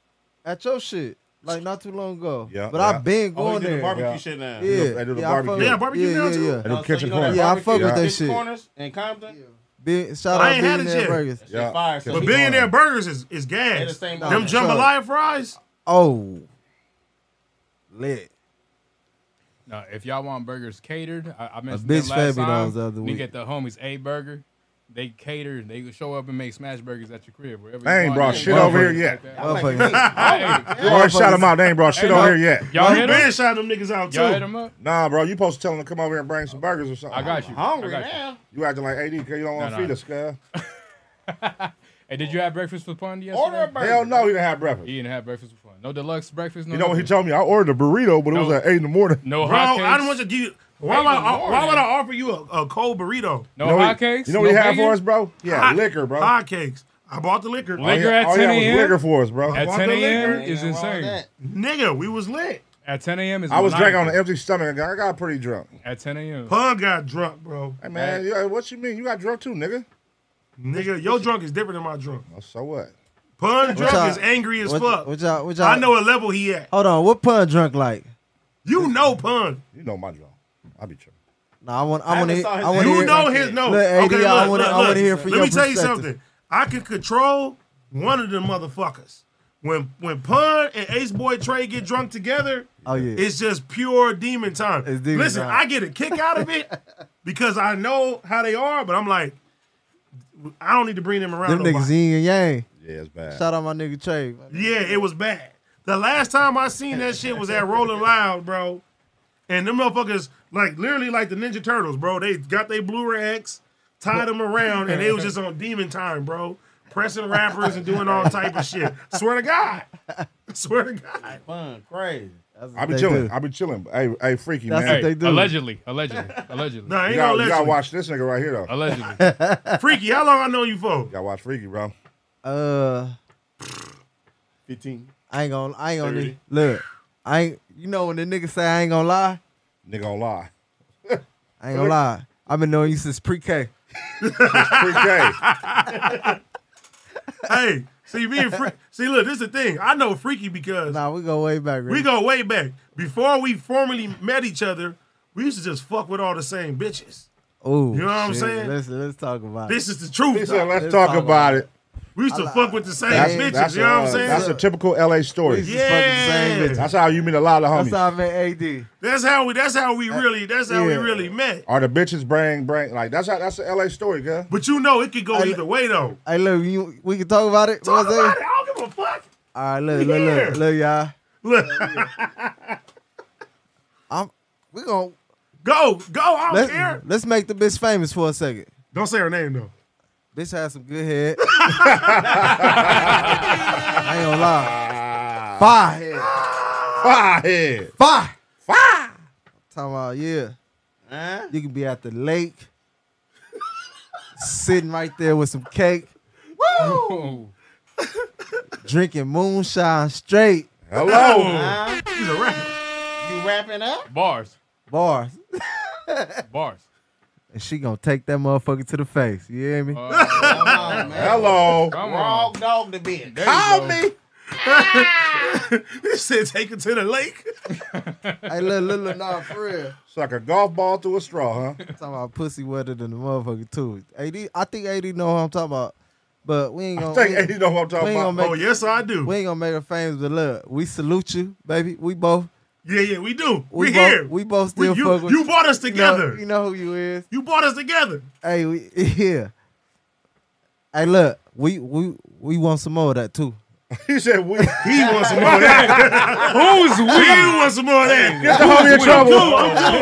Speaker 7: at your shit like not too long ago.
Speaker 5: Yeah,
Speaker 7: but
Speaker 5: yeah.
Speaker 7: I've been
Speaker 4: Oh,
Speaker 7: going
Speaker 4: we do
Speaker 7: there.
Speaker 4: the barbecue
Speaker 5: Yeah.
Speaker 4: shit now.
Speaker 7: Yeah,
Speaker 5: They do the
Speaker 7: yeah, I fuck
Speaker 5: barbecue.
Speaker 7: with-
Speaker 3: Yeah, barbecue
Speaker 7: yeah,
Speaker 3: now,
Speaker 7: yeah,
Speaker 3: too?
Speaker 7: yeah.
Speaker 5: They do
Speaker 4: Uh, so
Speaker 5: kitchen
Speaker 4: you know
Speaker 5: corner.
Speaker 7: Yeah, I fuck with
Speaker 5: Yeah.
Speaker 7: that
Speaker 4: Kitchen
Speaker 7: shit.
Speaker 4: corners in Compton.
Speaker 7: Big, shout
Speaker 3: I
Speaker 7: out
Speaker 3: ain't had it
Speaker 7: Billionaire
Speaker 3: yet.
Speaker 7: Burgers.
Speaker 5: Yeah.
Speaker 4: Shit fire. So
Speaker 5: But
Speaker 3: But
Speaker 4: he-
Speaker 5: being-
Speaker 3: billionaire burgers is, is
Speaker 4: They the
Speaker 3: gas.
Speaker 4: same
Speaker 3: Them
Speaker 4: burger.
Speaker 3: jambalaya fries.
Speaker 7: Oh, lit.
Speaker 6: No, Uh, if y'all want burgers catered, I, I mentioned
Speaker 7: bitch
Speaker 6: that last
Speaker 7: fed me
Speaker 6: time.
Speaker 7: those the other
Speaker 6: You
Speaker 7: week.
Speaker 6: get the homies a burger. They cater. They can show up and make smash burgers at your crib. Wherever
Speaker 5: They
Speaker 6: you
Speaker 5: ain't
Speaker 6: are.
Speaker 5: brought
Speaker 6: They
Speaker 5: shit
Speaker 6: ain't
Speaker 5: over here
Speaker 6: burgers
Speaker 5: yet.
Speaker 6: like that.
Speaker 7: Motherfuckers.
Speaker 6: Hey,
Speaker 5: You already shot them out. They ain't brought shit
Speaker 6: Hey,
Speaker 5: over
Speaker 6: no.
Speaker 5: here yet.
Speaker 6: Y'all
Speaker 3: You
Speaker 6: hit
Speaker 3: been
Speaker 6: them.
Speaker 3: shot them niggas out
Speaker 6: Y'all hit
Speaker 3: too.
Speaker 6: them up.
Speaker 5: Nah, bro, you supposed to tell them to come over here and bring some burgers or something.
Speaker 6: I got you.
Speaker 4: Hungry
Speaker 6: I got you.
Speaker 4: now.
Speaker 5: You acting like AD because you don't want to
Speaker 6: No, no.
Speaker 5: feed us, cuz.
Speaker 6: Hey, did you have breakfast with Pun yesterday?
Speaker 4: Order a burger.
Speaker 5: Hell no, he didn't have breakfast.
Speaker 6: He didn't have breakfast with Pun. No deluxe breakfast. No
Speaker 5: You know what he
Speaker 6: nothing.
Speaker 5: told me? I ordered a burrito, but it was
Speaker 6: No.
Speaker 5: at eight in the morning.
Speaker 6: No
Speaker 3: Bro,
Speaker 6: hotcakes.
Speaker 3: I don't want to give you. Why would, I, why would I offer you a, a cold burrito?
Speaker 6: No
Speaker 5: You know what-
Speaker 6: hotcakes.
Speaker 5: You know what he
Speaker 6: no
Speaker 5: had
Speaker 6: bacon?
Speaker 5: for us, bro? Yeah,
Speaker 3: Hot-
Speaker 5: liquor, bro. Oh,
Speaker 3: Hot cakes. I bought the liquor.
Speaker 5: All he-
Speaker 6: Liquor at
Speaker 5: all he had
Speaker 6: 10
Speaker 5: was
Speaker 6: a.m.?
Speaker 5: liquor for us, bro.
Speaker 6: At
Speaker 3: want
Speaker 6: 10
Speaker 3: the
Speaker 6: a.m.
Speaker 3: liquor.
Speaker 6: is
Speaker 4: Ain't nothing wrong with
Speaker 6: insane.
Speaker 4: that.
Speaker 3: Nigga, we was lit.
Speaker 6: At 10 a.m. is
Speaker 5: I was drinking on an
Speaker 6: maniacal.
Speaker 5: empty stomach. I got pretty drunk.
Speaker 6: At 10 a.m.
Speaker 3: Pun got drunk, bro.
Speaker 5: Hey man, yeah, what you mean? You got drunk too, nigga.
Speaker 3: Nigga, your drunk is different than my drunk.
Speaker 5: Well, so what?
Speaker 3: Pun
Speaker 7: y'all-
Speaker 3: drunk is angry as
Speaker 7: what,
Speaker 3: fuck.
Speaker 7: What y'all, what y'all,
Speaker 3: I know what level he at.
Speaker 7: Hold on, what pun drunk like?
Speaker 3: You know Pun.
Speaker 5: You know my drunk. I be tripping.
Speaker 7: Nah, I want, I want
Speaker 4: haven't
Speaker 7: to hear.
Speaker 4: saw his
Speaker 7: I want to
Speaker 4: video.
Speaker 3: You
Speaker 7: hear.
Speaker 3: know his no.
Speaker 7: Look, AD,
Speaker 3: okay, look,
Speaker 7: I wanna-
Speaker 3: look,
Speaker 7: I wanna
Speaker 3: look.
Speaker 7: hear from
Speaker 3: Let
Speaker 7: your
Speaker 3: me tell you
Speaker 7: perspective.
Speaker 3: something. I can control one of them motherfuckers. When when Pun and Ace Boy Trey get drunk together,
Speaker 7: Oh, yeah.
Speaker 3: it's just pure demon time.
Speaker 7: It's demon
Speaker 3: Listen,
Speaker 7: time.
Speaker 3: I get a kick out of it because I know how they are, but I'm like, I don't need to bring them around.
Speaker 7: Them niggas
Speaker 3: nobody.
Speaker 7: yin and yang.
Speaker 5: Yeah, it's bad.
Speaker 7: Shout out my nigga Trey.
Speaker 3: Yeah, it was bad. The last time I seen that shit was at Rolling Loud, bro. And them motherfuckers, like literally like the Ninja Turtles, bro. They got their Blu-ray X, tied them around, and they was just on demon time, bro. Pressing rappers and doing all type of shit. Swear to God. Swear to God.
Speaker 4: Fun, crazy.
Speaker 7: That's
Speaker 5: I
Speaker 7: what
Speaker 5: be
Speaker 7: they
Speaker 5: chilling.
Speaker 7: do.
Speaker 5: I be chilling. Hey, hey, freaky
Speaker 7: That's
Speaker 5: man.
Speaker 7: what they
Speaker 6: Hey,
Speaker 7: do.
Speaker 6: allegedly, allegedly, allegedly,
Speaker 3: Nah,
Speaker 5: You
Speaker 3: ain't
Speaker 5: gotta,
Speaker 3: gonna
Speaker 5: you gotta
Speaker 3: let
Speaker 5: watch this nigga right here though. You
Speaker 6: allegedly.
Speaker 3: you. Freaky, how long I know you for?
Speaker 5: gotta watch freaky, bro.
Speaker 7: Uh,
Speaker 4: 15.
Speaker 7: I ain't gonna, I ain't gonna
Speaker 4: Thirty.
Speaker 7: look. I ain't, you know when the nigga say I ain't gonna lie,
Speaker 5: Nigga gonna lie.
Speaker 7: I ain't gonna lie. I've been knowing you since pre-K.
Speaker 5: Pre-K.
Speaker 3: Hey, see me and Fre- see, look, this is the thing. I know Freaky because
Speaker 7: Nah, we go way back.
Speaker 3: we go way back. Before we formally met each other, we used to just fuck with all the same bitches.
Speaker 7: Ooh,
Speaker 3: You know what I'm
Speaker 7: shit.
Speaker 3: saying?
Speaker 7: Let's let's talk about
Speaker 3: This
Speaker 7: it.
Speaker 3: is the truth.
Speaker 5: he
Speaker 3: though.
Speaker 5: said, "Let's
Speaker 7: Let's
Speaker 5: talk
Speaker 7: talk
Speaker 5: about it."
Speaker 3: We used to fuck with the same
Speaker 5: That's,
Speaker 3: bitches.
Speaker 5: that's
Speaker 3: you know
Speaker 5: a,
Speaker 3: what I'm saying?
Speaker 5: That's a typical LA story.
Speaker 7: We just
Speaker 3: Yeah.
Speaker 7: fucking the same bitch.
Speaker 5: That's how you meet a lot of
Speaker 7: That's
Speaker 5: homies.
Speaker 7: how I met AD.
Speaker 3: That's how we. That's how we really. That's how we
Speaker 7: yeah.
Speaker 3: really met.
Speaker 5: Are the bitches bring bring like that's how that's a LA story, girl.
Speaker 3: But you know, it could go
Speaker 7: I-
Speaker 3: either way though.
Speaker 7: Hey, look, you, we can talk about it.
Speaker 3: Talk
Speaker 7: One
Speaker 3: about
Speaker 7: second.
Speaker 3: it. I don't give a fuck.
Speaker 7: All right, look, look, look,
Speaker 3: Yeah.
Speaker 7: look, y'all.
Speaker 3: Look,
Speaker 7: I'm. We gonna
Speaker 3: go, go. I don't care.
Speaker 7: let's, let's make the bitch famous for a second.
Speaker 3: Don't say her name though.
Speaker 7: Bitch has some good head. I ain't gonna lie. Fire head.
Speaker 5: Firehead.
Speaker 7: Fire. Fire. Talking about yeah.
Speaker 4: Huh?
Speaker 7: You can be at the lake, sitting right there with some cake,
Speaker 6: Ooh.
Speaker 7: drinking moonshine straight
Speaker 5: Hello.
Speaker 4: Huh?
Speaker 3: She's a rapper.
Speaker 4: You wrapping up?
Speaker 6: Bars,
Speaker 7: bars,
Speaker 6: bars.
Speaker 7: and she gonna take that motherfucker to the face. You hear me?
Speaker 4: Come on, man.
Speaker 5: Hello.
Speaker 6: Come
Speaker 4: Raw
Speaker 6: on.
Speaker 4: dog the bitch.
Speaker 5: Call me.
Speaker 3: She said, "Take her to the lake."
Speaker 7: hey, look, look, look, nah, for real.
Speaker 5: Suck a golf ball through a straw, huh?
Speaker 7: Talking about pussy wetter than the motherfucker too. AD, I think AD know what I'm talking about, but we ain't
Speaker 5: I
Speaker 7: gonna.
Speaker 5: think
Speaker 7: we-
Speaker 5: hey, you know what I'm
Speaker 7: we
Speaker 5: talking
Speaker 7: ain't
Speaker 5: about.
Speaker 7: gonna make-
Speaker 3: Oh yes, I do.
Speaker 7: We ain't gonna make her famous, but look, we salute you, baby. We both,
Speaker 3: Yeah, yeah, we do.
Speaker 7: we
Speaker 3: We
Speaker 7: both,
Speaker 3: here.
Speaker 7: we both
Speaker 3: We-
Speaker 7: still fuck
Speaker 3: you,
Speaker 7: with
Speaker 3: you brought us
Speaker 7: You know-
Speaker 3: together.
Speaker 7: You know who you is.
Speaker 3: You brought us together.
Speaker 7: Hey, we yeah. Hey, look, we we we want some more of that too.
Speaker 5: he said we
Speaker 3: He wants some more of that.
Speaker 6: Who's
Speaker 3: He
Speaker 6: we?
Speaker 3: wants some more of
Speaker 5: get
Speaker 3: that.
Speaker 5: the homie in trouble.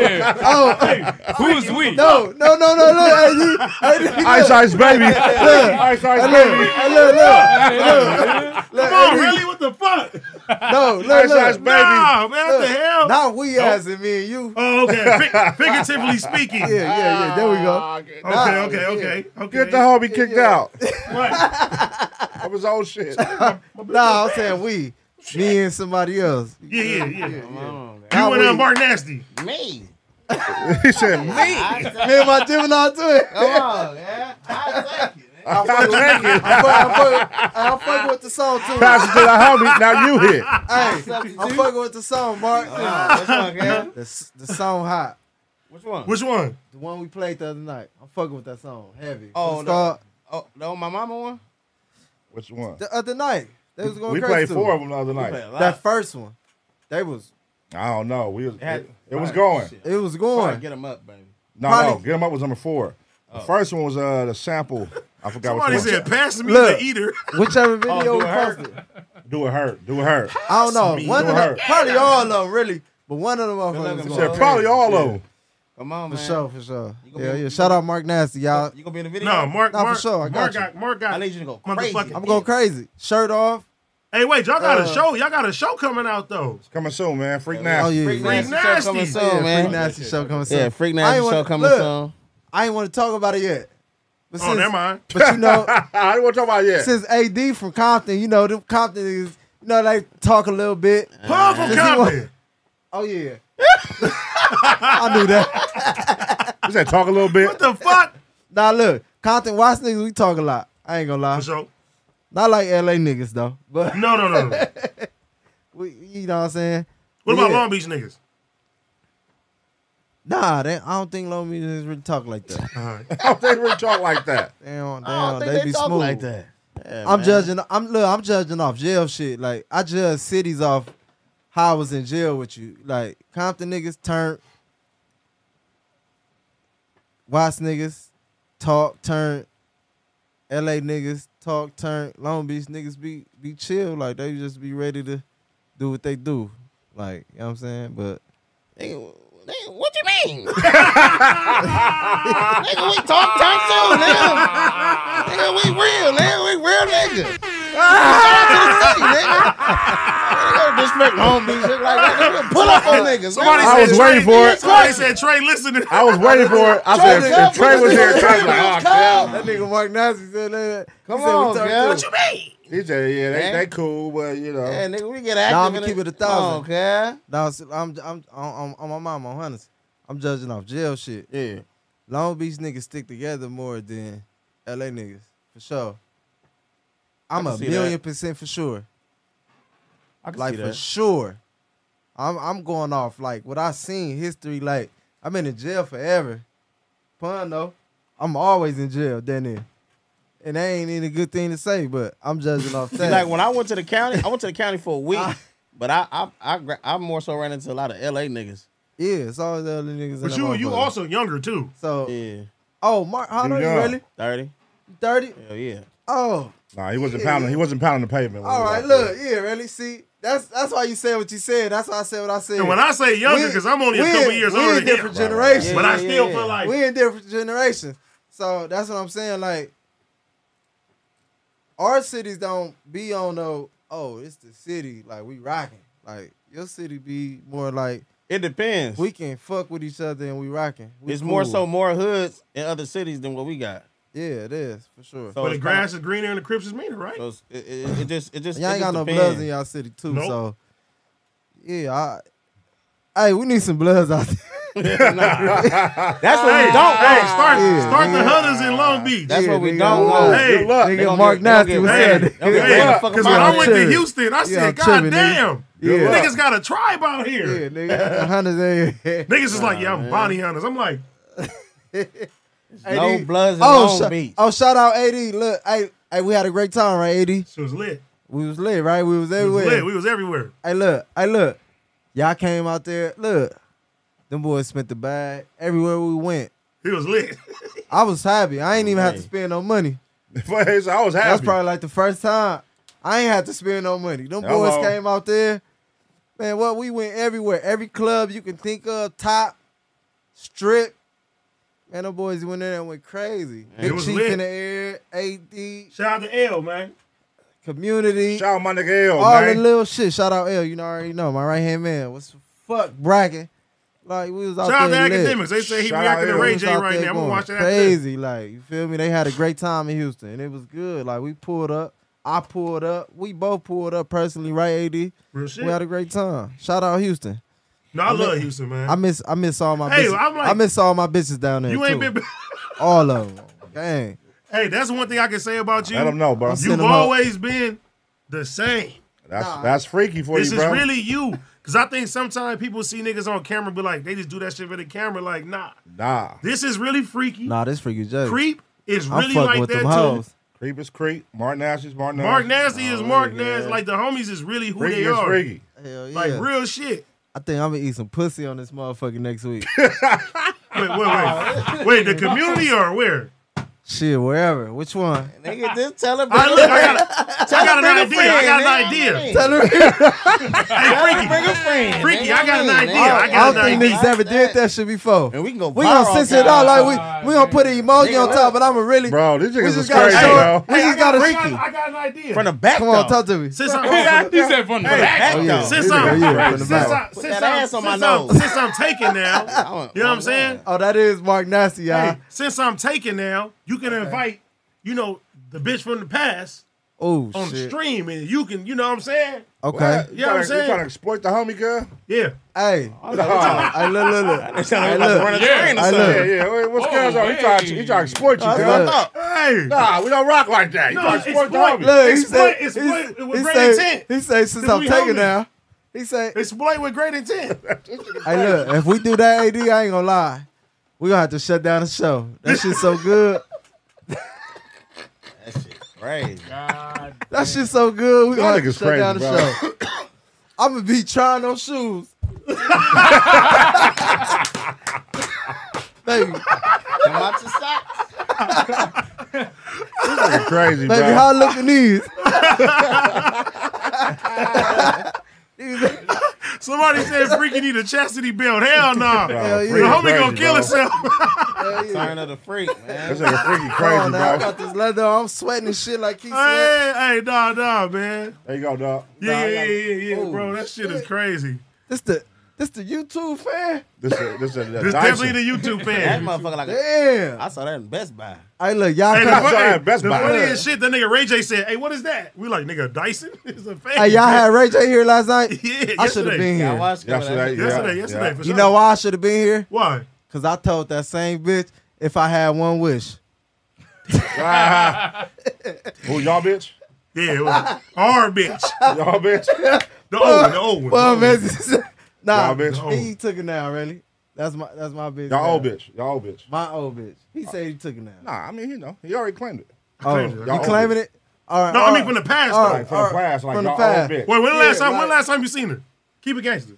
Speaker 6: Yeah. Who's we?
Speaker 7: Oh, No, no, no, no, look, hey, you- hey, you-
Speaker 5: Ice ice baby. ice ice baby.
Speaker 7: hey, look, look,
Speaker 3: Come on, really? What the fuck?
Speaker 7: no,
Speaker 5: Ice
Speaker 7: look,
Speaker 5: ice
Speaker 7: look.
Speaker 5: baby.
Speaker 3: Nah, man, what the hell?
Speaker 7: Not we as in me and you.
Speaker 3: Oh, okay. Fi- figuratively speaking.
Speaker 7: Yeah, yeah, yeah. There we go.
Speaker 5: Okay,
Speaker 3: Okay,
Speaker 7: Nah,
Speaker 3: okay,
Speaker 7: yeah.
Speaker 3: okay, okay.
Speaker 5: Get the homie kicked out.
Speaker 3: Right.
Speaker 5: That was old shit.
Speaker 7: Nah, I'm saying we, me and somebody else.
Speaker 3: Yeah, yeah, yeah.
Speaker 4: Come
Speaker 7: Nah,
Speaker 3: You and
Speaker 7: we-
Speaker 3: uh, Mark Nasty.
Speaker 4: on, me.
Speaker 5: he said me.
Speaker 4: I say,
Speaker 7: Me and my Gemini twin.
Speaker 4: come on, yeah. I take it. man.
Speaker 5: I thank you.
Speaker 7: I fuck, I fuck, I fuck with the song too.
Speaker 5: Pass it to the homie. Now you hit.
Speaker 7: Hey, I'm fucking with the song, Mark.
Speaker 4: Oh, which one, Cam?
Speaker 7: The, s- the song hot.
Speaker 4: Which one?
Speaker 3: Which one?
Speaker 7: The one we played the other night. I'm fucking with that song. Heavy.
Speaker 4: Oh,
Speaker 7: Let's
Speaker 4: no.
Speaker 7: start
Speaker 4: Oh, no, my mama one?
Speaker 5: Which one?
Speaker 7: the other night. They was going
Speaker 5: We
Speaker 7: crazy.
Speaker 5: played
Speaker 7: to
Speaker 5: four
Speaker 7: it.
Speaker 5: of them the other
Speaker 4: You play
Speaker 5: night.
Speaker 4: a lot.
Speaker 7: That first one. They was
Speaker 5: I don't know. We was,
Speaker 4: had-
Speaker 5: it, it was
Speaker 4: Alright,
Speaker 5: going.
Speaker 4: shit.
Speaker 7: it was
Speaker 4: All right,
Speaker 7: going.
Speaker 4: Get him up, baby.
Speaker 5: No, no.
Speaker 7: Probably-
Speaker 5: Get 'em up was number four. The first one was uh the sample. I forgot
Speaker 3: Somebody
Speaker 5: which one.
Speaker 3: said, pass me
Speaker 7: Look.
Speaker 3: the eater.
Speaker 7: Whichever video
Speaker 4: Oh, do
Speaker 7: we
Speaker 4: it hurt?
Speaker 7: posted.
Speaker 5: Do it hurt. Do it hurt.
Speaker 7: I don't know. One
Speaker 5: Do
Speaker 7: of
Speaker 5: it
Speaker 7: them,
Speaker 5: hurt.
Speaker 7: probably all of them, really. But one of them motherfuckers was
Speaker 4: looking
Speaker 7: going
Speaker 5: said
Speaker 4: Oh,
Speaker 7: crazy.
Speaker 5: probably all of them.
Speaker 4: Come Come on,
Speaker 7: For
Speaker 4: man.
Speaker 7: sure, for sure.
Speaker 4: You gonna
Speaker 7: Yeah,
Speaker 4: be-
Speaker 7: yeah.
Speaker 4: you
Speaker 7: Shout
Speaker 4: gonna-
Speaker 7: out Mark Nasty, y'all.
Speaker 4: You gonna be in the video?
Speaker 3: No, Mark.
Speaker 7: Nah, for
Speaker 3: Mark,
Speaker 7: sure, I got
Speaker 3: Mark
Speaker 7: you.
Speaker 3: got. Mark got.
Speaker 4: I need you to go
Speaker 3: Motherfucking-
Speaker 4: crazy.
Speaker 7: I'm going crazy. Shirt off.
Speaker 3: Hey, wait, y'all got a
Speaker 7: Uh,
Speaker 3: show. Y'all got a show coming out though. Oh,
Speaker 5: Coming soon, man. Freak now.
Speaker 7: Oh yeah.
Speaker 4: Freak
Speaker 7: yeah.
Speaker 4: nasty, show coming
Speaker 3: Nasty.
Speaker 4: soon,
Speaker 7: Yeah,
Speaker 4: man.
Speaker 7: Freak Nasty show coming soon.
Speaker 4: Yeah, freak
Speaker 7: I ain't
Speaker 4: nasty show
Speaker 7: wanna-
Speaker 4: coming
Speaker 7: look,
Speaker 4: soon.
Speaker 7: I ain't want to talk about it yet. But
Speaker 3: Oh, never mind.
Speaker 7: But you know,
Speaker 5: I didn't want to talk about it yet.
Speaker 7: since AD from Compton, you know, them Compton is, you know, they talk a little bit.
Speaker 3: Paul from
Speaker 7: Does he want-
Speaker 3: Compton.
Speaker 7: Oh yeah. I knew that.
Speaker 5: We said talk a little bit.
Speaker 3: What the fuck?
Speaker 7: Now look, Compton Watts niggas, we talk a lot. I ain't gonna lie.
Speaker 3: For sure.
Speaker 7: Not like LA niggas though. But
Speaker 3: No, no, no, no.
Speaker 7: we, you know what I'm saying?
Speaker 3: What about
Speaker 7: Yeah.
Speaker 3: Long Beach niggas?
Speaker 7: Nah, they, I don't think Long Beach niggas really talk like that.
Speaker 5: How they really talk like that?
Speaker 7: They don't, they,
Speaker 4: I
Speaker 7: don't,
Speaker 4: don't think Oh,
Speaker 7: they,
Speaker 4: they,
Speaker 7: be
Speaker 4: talk
Speaker 7: smooth
Speaker 4: like that. Yeah,
Speaker 7: I'm
Speaker 4: man.
Speaker 7: judging. I'm look. I'm judging off jail shit. Like I judge cities off how I was in jail with you. Like Compton niggas turn, Watts niggas talk turn, L.A. niggas talk turn, Long Beach niggas be be chill. Like they just be ready to do what they do. Like you know what I'm saying. But
Speaker 4: Nigga, nigga, what you mean?
Speaker 7: Uh-huh.
Speaker 4: nigga, we talk time too, nigga. nigga, we real, nigga. We real nigga. Shout out to the city, nigga. Nigga, Disrespect Long Beach, nigga, like that. Nigga, Pull up on niggas.
Speaker 3: Somebody
Speaker 5: I
Speaker 4: nigga.
Speaker 3: said
Speaker 5: was
Speaker 3: Trey,
Speaker 5: waiting for it.
Speaker 3: Somebody said Trey, listen. to-
Speaker 5: I was waiting for it. I
Speaker 4: Trey,
Speaker 5: said if Trey was here, Trey was like, oh,
Speaker 7: that nigga Mark Nasty said that.
Speaker 4: Come on, girl. What you
Speaker 3: Hey,
Speaker 5: damn. He said, yeah, they,
Speaker 4: Man.
Speaker 5: they cool, but you know.
Speaker 4: Yeah, nigga, we get active.
Speaker 7: Nah, I'ma
Speaker 4: in
Speaker 7: keep it a
Speaker 4: Come on,
Speaker 7: thousand.
Speaker 4: cuz.
Speaker 7: No, I'm I'm I'm on- on my mom on honest. I'm judging off jail shit.
Speaker 4: Yeah.
Speaker 7: Long Beach niggas stick together more than LA niggas, for sure. I'm
Speaker 4: can
Speaker 7: a
Speaker 4: see
Speaker 7: million
Speaker 4: that.
Speaker 7: percent for sure.
Speaker 4: I can
Speaker 7: Like
Speaker 4: see
Speaker 7: for
Speaker 4: that.
Speaker 7: sure. I'm I'm going off like what I seen history, like I've been in jail forever. Pun though. I'm always in jail, then it. And that ain't even a good thing to say, but I'm judging off
Speaker 4: See,
Speaker 7: that.
Speaker 4: like when I went to the county, I went to the county for a week,
Speaker 7: I-
Speaker 4: but I I, I gra- I more so ran into a lot of LA niggas.
Speaker 7: yeah, it's always the other niggas. in
Speaker 3: But
Speaker 7: that
Speaker 3: you, you
Speaker 7: motherfucker.
Speaker 3: also younger too.
Speaker 7: so
Speaker 4: Yeah,
Speaker 7: oh Mark, how old
Speaker 5: You
Speaker 7: are you
Speaker 5: young.
Speaker 7: really?
Speaker 4: 30.
Speaker 7: Thirty?
Speaker 4: Hell yeah.
Speaker 7: Oh,
Speaker 5: Nah, he wasn't pounding. He wasn't pounding the pavement. when
Speaker 7: All
Speaker 5: we
Speaker 7: right,
Speaker 5: walked
Speaker 7: look,
Speaker 5: in.
Speaker 7: yeah, really. See, that's that's why you said what you said. That's why I said what I said.
Speaker 3: And when I say younger,
Speaker 7: We-
Speaker 3: because I'm only a
Speaker 7: we
Speaker 3: couple
Speaker 7: in-
Speaker 3: years
Speaker 7: we
Speaker 3: older
Speaker 7: in
Speaker 3: than him,
Speaker 7: different generations.
Speaker 3: but I
Speaker 4: Yeah, yeah,
Speaker 3: still
Speaker 4: yeah.
Speaker 3: feel like
Speaker 7: we in different generations, so that's what I'm saying. Like, our cities don't be on no. Oh, it's the city. Like we rocking. Like your city be more like
Speaker 4: It depends.
Speaker 7: we can fuck with each other and we rocking. We
Speaker 4: it's more
Speaker 7: cool.
Speaker 4: so more hoods in other cities than what we got.
Speaker 7: Yeah, it is for sure.
Speaker 4: So
Speaker 3: but the
Speaker 4: it's
Speaker 3: grass
Speaker 4: kinda-
Speaker 3: is greener and the Crips is meaner, right?
Speaker 4: so it's- it, it, it just it just
Speaker 7: Y'all
Speaker 4: it
Speaker 7: ain't
Speaker 4: just
Speaker 7: got no
Speaker 4: depends.
Speaker 7: bloods in y'all city too.
Speaker 3: Nope.
Speaker 7: So yeah, I. Hey, we need some bloods out there.
Speaker 4: That's what
Speaker 3: Hey,
Speaker 4: we don't
Speaker 3: hey,
Speaker 4: want.
Speaker 3: start,
Speaker 7: Yeah,
Speaker 3: start the
Speaker 7: nigga.
Speaker 3: hunters in Long Beach.
Speaker 4: That's
Speaker 7: Yeah,
Speaker 4: what we
Speaker 7: nigga,
Speaker 4: don't
Speaker 7: I'm
Speaker 4: want.
Speaker 7: not.
Speaker 3: Hey,
Speaker 4: Look,
Speaker 7: Nigga,
Speaker 4: they gonna
Speaker 7: Mark
Speaker 4: get- they gonna
Speaker 7: Nasty
Speaker 4: get
Speaker 7: was
Speaker 3: Hey,
Speaker 7: saying
Speaker 4: ran.
Speaker 7: that.
Speaker 4: They gonna get
Speaker 3: hey,
Speaker 4: ran the fuck
Speaker 3: because
Speaker 4: up
Speaker 3: when
Speaker 4: out
Speaker 3: I
Speaker 4: of
Speaker 3: went
Speaker 4: there.
Speaker 3: to
Speaker 7: tripping.
Speaker 3: Houston, I
Speaker 7: Yeah,
Speaker 3: said,
Speaker 7: I'm
Speaker 3: God
Speaker 7: tripping, nigga.
Speaker 3: damn,
Speaker 7: Yeah.
Speaker 3: niggas got a tribe out here.
Speaker 7: Yeah, nigga, the hunters there.
Speaker 3: Niggas is like, yeah, I'm Bonnie hunters. I'm like,
Speaker 4: No
Speaker 7: AD.
Speaker 4: bloods in
Speaker 7: Oh,
Speaker 4: Long
Speaker 7: sh-
Speaker 4: Beach.
Speaker 7: oh, shout out AD. Look, hey, hey, we had a great time, right, AD?
Speaker 3: she was lit.
Speaker 7: We was lit, right? We was
Speaker 3: She was
Speaker 7: everywhere.
Speaker 3: lit. We was everywhere.
Speaker 7: hey, look, hey, look. Y'all came out there. Look, them boys spent the bag everywhere we went.
Speaker 3: He was lit.
Speaker 7: I was happy. I ain't even have to
Speaker 4: Hey.
Speaker 7: spend no money.
Speaker 5: But I was happy.
Speaker 7: That's probably like the first time I ain't had to spend no money. Them
Speaker 5: Hello.
Speaker 7: boys came out there. Man, what we went everywhere. Every club you can think of, top, strip. Man, them boys went in there and went crazy. Big
Speaker 3: was
Speaker 7: Chief
Speaker 3: lit.
Speaker 7: in the air, AD,
Speaker 3: Shout out to L, man.
Speaker 7: community,
Speaker 5: Shout out my nigga L,
Speaker 7: all
Speaker 5: man.
Speaker 7: that little shit. Shout out L, you know, I already know. My right hand man was fuck bragging. Like, we was out
Speaker 3: Shout out to
Speaker 7: there. lit.
Speaker 3: academics. They say he
Speaker 5: Shout out
Speaker 3: reacting to
Speaker 5: L.
Speaker 3: Ray
Speaker 7: was
Speaker 3: J
Speaker 7: out
Speaker 3: right
Speaker 7: there
Speaker 3: now. I'm gonna
Speaker 7: going
Speaker 3: watch that. after.
Speaker 7: Crazy, like you feel me? They had a great time in Houston, and it was good. Like we pulled up, I pulled up, we both pulled up personally, right? Ad,
Speaker 3: Real shit.
Speaker 7: we had a great time. Shout out Houston.
Speaker 3: No, I love Houston, man.
Speaker 7: I miss, I miss all my,
Speaker 3: Hey,
Speaker 7: bitches.
Speaker 3: I'm like-
Speaker 7: I miss all my bitches down there.
Speaker 3: you ain't
Speaker 7: too.
Speaker 3: been.
Speaker 7: all of them. Dang,
Speaker 3: hey, that's one thing I can say about you.
Speaker 5: Let him know, bro.
Speaker 7: I'm
Speaker 3: You've
Speaker 7: Send 'em out.
Speaker 3: always been the same.
Speaker 5: That's that's freaky for
Speaker 3: This
Speaker 5: you,
Speaker 3: is
Speaker 5: bro.
Speaker 3: really you. Cause I think sometimes people see niggas on camera and be like, they just do that shit for the camera. Like, nah,
Speaker 5: nah,
Speaker 3: this is really freaky.
Speaker 7: nah, this freaking judge.
Speaker 3: Creep is
Speaker 7: I'm
Speaker 3: really
Speaker 7: fucking
Speaker 3: like
Speaker 7: with
Speaker 3: that
Speaker 7: them
Speaker 3: too.
Speaker 7: hoes.
Speaker 5: creep is creep. Martin Ash is Martin.
Speaker 3: Mark
Speaker 5: Ash.
Speaker 3: Nasty is Mark Nasty. Like the homies is really who
Speaker 5: Freaky
Speaker 3: they
Speaker 5: is
Speaker 3: are.
Speaker 5: freaky.
Speaker 7: Hell yeah!
Speaker 3: Like real shit.
Speaker 7: I think I'm gonna eat some pussy on this motherfucker next week.
Speaker 3: Wait, wait, wait. wait, the community or where?
Speaker 7: Shit, wherever. Which one?
Speaker 4: Nigga, just tell her.
Speaker 3: All right, look, I got, a, I got an
Speaker 4: bring a
Speaker 3: idea. I got an
Speaker 4: friend,
Speaker 3: idea.
Speaker 7: Tell her.
Speaker 3: Hey,
Speaker 4: Bring
Speaker 3: Freaky.
Speaker 4: a friend.
Speaker 3: Freaky,
Speaker 4: nigga.
Speaker 3: I got an
Speaker 4: mean,
Speaker 3: idea.
Speaker 4: nigga.
Speaker 3: I
Speaker 7: I
Speaker 3: got
Speaker 7: don't think
Speaker 3: an
Speaker 7: niggas
Speaker 3: idea.
Speaker 7: ever did that shit before.
Speaker 4: And we can go
Speaker 7: We gonna
Speaker 4: viral,
Speaker 7: censor it
Speaker 4: guys.
Speaker 7: out like we we gonna put an emoji on top, but I'ma really
Speaker 5: Bro, this
Speaker 7: we
Speaker 5: nigga's
Speaker 7: just
Speaker 5: is
Speaker 7: gotta
Speaker 5: crazy,
Speaker 7: show
Speaker 5: bro.
Speaker 7: it. We just gotta
Speaker 3: I got, I got an idea.
Speaker 4: From the back.
Speaker 7: come on,
Speaker 4: though.
Speaker 7: talk to me.
Speaker 3: Since I'm
Speaker 6: He said from the back.
Speaker 4: Back
Speaker 7: Oh, yeah.
Speaker 4: though.
Speaker 3: since
Speaker 7: Here we
Speaker 3: I'm
Speaker 7: go, yeah, from the
Speaker 3: since
Speaker 7: back.
Speaker 3: I'm
Speaker 4: Put
Speaker 3: since
Speaker 4: that
Speaker 3: I'm
Speaker 4: ass on my
Speaker 3: since I'm-
Speaker 4: nose.
Speaker 3: since I'm taking now, you know what I'm saying?
Speaker 7: Oh, that is Mark Nasty, y'all.
Speaker 3: Hey, since I'm taking now, you can invite, you know, the bitch from the past
Speaker 7: Oh
Speaker 3: on the
Speaker 7: shit.
Speaker 3: stream, and you can, you know what I'm saying?
Speaker 7: Okay.
Speaker 5: You
Speaker 3: Yeah, I'm
Speaker 5: tryna-
Speaker 3: saying.
Speaker 5: You trying to exploit the homie, girl?
Speaker 3: Yeah.
Speaker 7: Hey. Hey, look, look, look. Hey,
Speaker 4: Run a
Speaker 7: look.
Speaker 4: train or
Speaker 7: I
Speaker 4: something.
Speaker 5: Yeah, yeah. Wait,
Speaker 3: Oh,
Speaker 5: What's girls on? He trying to he trying to exploit you,
Speaker 7: That's what I
Speaker 5: girl.
Speaker 7: thought.
Speaker 3: Hey.
Speaker 5: Nah, we don't rock like that. You
Speaker 3: No,
Speaker 5: trying to exploit the
Speaker 3: exploit.
Speaker 5: homie.
Speaker 7: Look, he
Speaker 3: Exploit-
Speaker 7: said,
Speaker 3: exploit it with
Speaker 7: he
Speaker 3: great
Speaker 7: said,
Speaker 3: intent.
Speaker 7: he said, since
Speaker 3: Since
Speaker 7: I'm
Speaker 3: we
Speaker 7: taking
Speaker 3: homies.
Speaker 7: now, he said,
Speaker 3: It's Blake with great intent.
Speaker 7: hey, look, if we do that AD, I ain't gonna lie. We gonna have to shut down the show. That shit's so good.
Speaker 4: Crazy.
Speaker 7: That shit's so good. We gonna have to
Speaker 5: niggas
Speaker 7: shut down the
Speaker 5: crazy, bro.
Speaker 7: show. I'm gonna be trying those shoes. baby,
Speaker 4: Come out your socks.
Speaker 5: That's crazy,
Speaker 7: baby,
Speaker 5: bro.
Speaker 7: how look in these?
Speaker 3: Somebody said Freaky need a chastity belt. Hell no.
Speaker 5: Bro,
Speaker 7: yeah.
Speaker 3: The
Speaker 5: freaky
Speaker 3: homie
Speaker 5: crazy,
Speaker 3: gonna kill
Speaker 5: bro.
Speaker 3: himself.
Speaker 7: Hell yeah.
Speaker 4: Turn of the freak, man.
Speaker 5: This nigga freaky
Speaker 7: Come
Speaker 5: crazy,
Speaker 7: on now, I
Speaker 5: bro.
Speaker 7: got this leather. on, I'm sweating and shit like he said.
Speaker 3: hey, hey, nah, nah, man.
Speaker 5: There you go, dog.
Speaker 3: Yeah, yeah, yeah, yeah, yeah,
Speaker 7: Oh,
Speaker 3: bro. That shit is crazy.
Speaker 7: This the this the YouTube fan.
Speaker 5: This is this is
Speaker 3: This definitely the YouTube
Speaker 4: That
Speaker 3: fan.
Speaker 4: motherfucker like a,
Speaker 7: Damn.
Speaker 4: I saw that in Best Buy.
Speaker 7: Hey, look, y'all.
Speaker 3: Hey, the
Speaker 7: kinda-
Speaker 5: what-
Speaker 3: funny-
Speaker 5: Best
Speaker 3: the
Speaker 5: Buy.
Speaker 3: funniest shit, that nigga Ray J said, hey, what is that? We like, nigga, Dyson? It's a fan.
Speaker 7: hey, y'all had Ray J here last night.
Speaker 3: Yeah,
Speaker 7: I should
Speaker 3: yesterday.
Speaker 7: have been
Speaker 4: I
Speaker 7: here.
Speaker 4: watched
Speaker 5: Yesterday,
Speaker 4: that.
Speaker 5: yeah,
Speaker 3: Yesterday,
Speaker 5: yeah.
Speaker 3: yesterday. For
Speaker 7: You
Speaker 3: sure.
Speaker 7: know why I should have been here?
Speaker 3: Why?
Speaker 7: Cause I told that same bitch if I had one wish.
Speaker 5: Who y'all bitch?
Speaker 3: Yeah, it was our bitch.
Speaker 5: Y'all bitch?
Speaker 3: The old one, the old one.
Speaker 7: Well,
Speaker 3: the old
Speaker 7: man, nah,
Speaker 5: Y'all bitch.
Speaker 7: he took it now, really. That's my that's my bitch.
Speaker 5: Y'all old
Speaker 7: now.
Speaker 5: bitch. Y'all old bitch.
Speaker 7: My old bitch. He said he took it now.
Speaker 5: Nah, I mean, you know, he already claimed it.
Speaker 7: oh,
Speaker 3: claimed it.
Speaker 7: you
Speaker 5: Y'all old
Speaker 7: claiming
Speaker 5: bitch.
Speaker 7: it? All right.
Speaker 3: No,
Speaker 7: all
Speaker 3: I mean
Speaker 7: right.
Speaker 3: from the past,
Speaker 7: All
Speaker 3: though.
Speaker 5: Like, from the
Speaker 7: Alright,
Speaker 5: past, like,
Speaker 7: from the
Speaker 5: y'all
Speaker 7: past.
Speaker 5: old bitch.
Speaker 3: Wait, when the
Speaker 7: Yeah,
Speaker 3: last time? When the
Speaker 7: like-
Speaker 3: last time you seen her? Keep it gangster.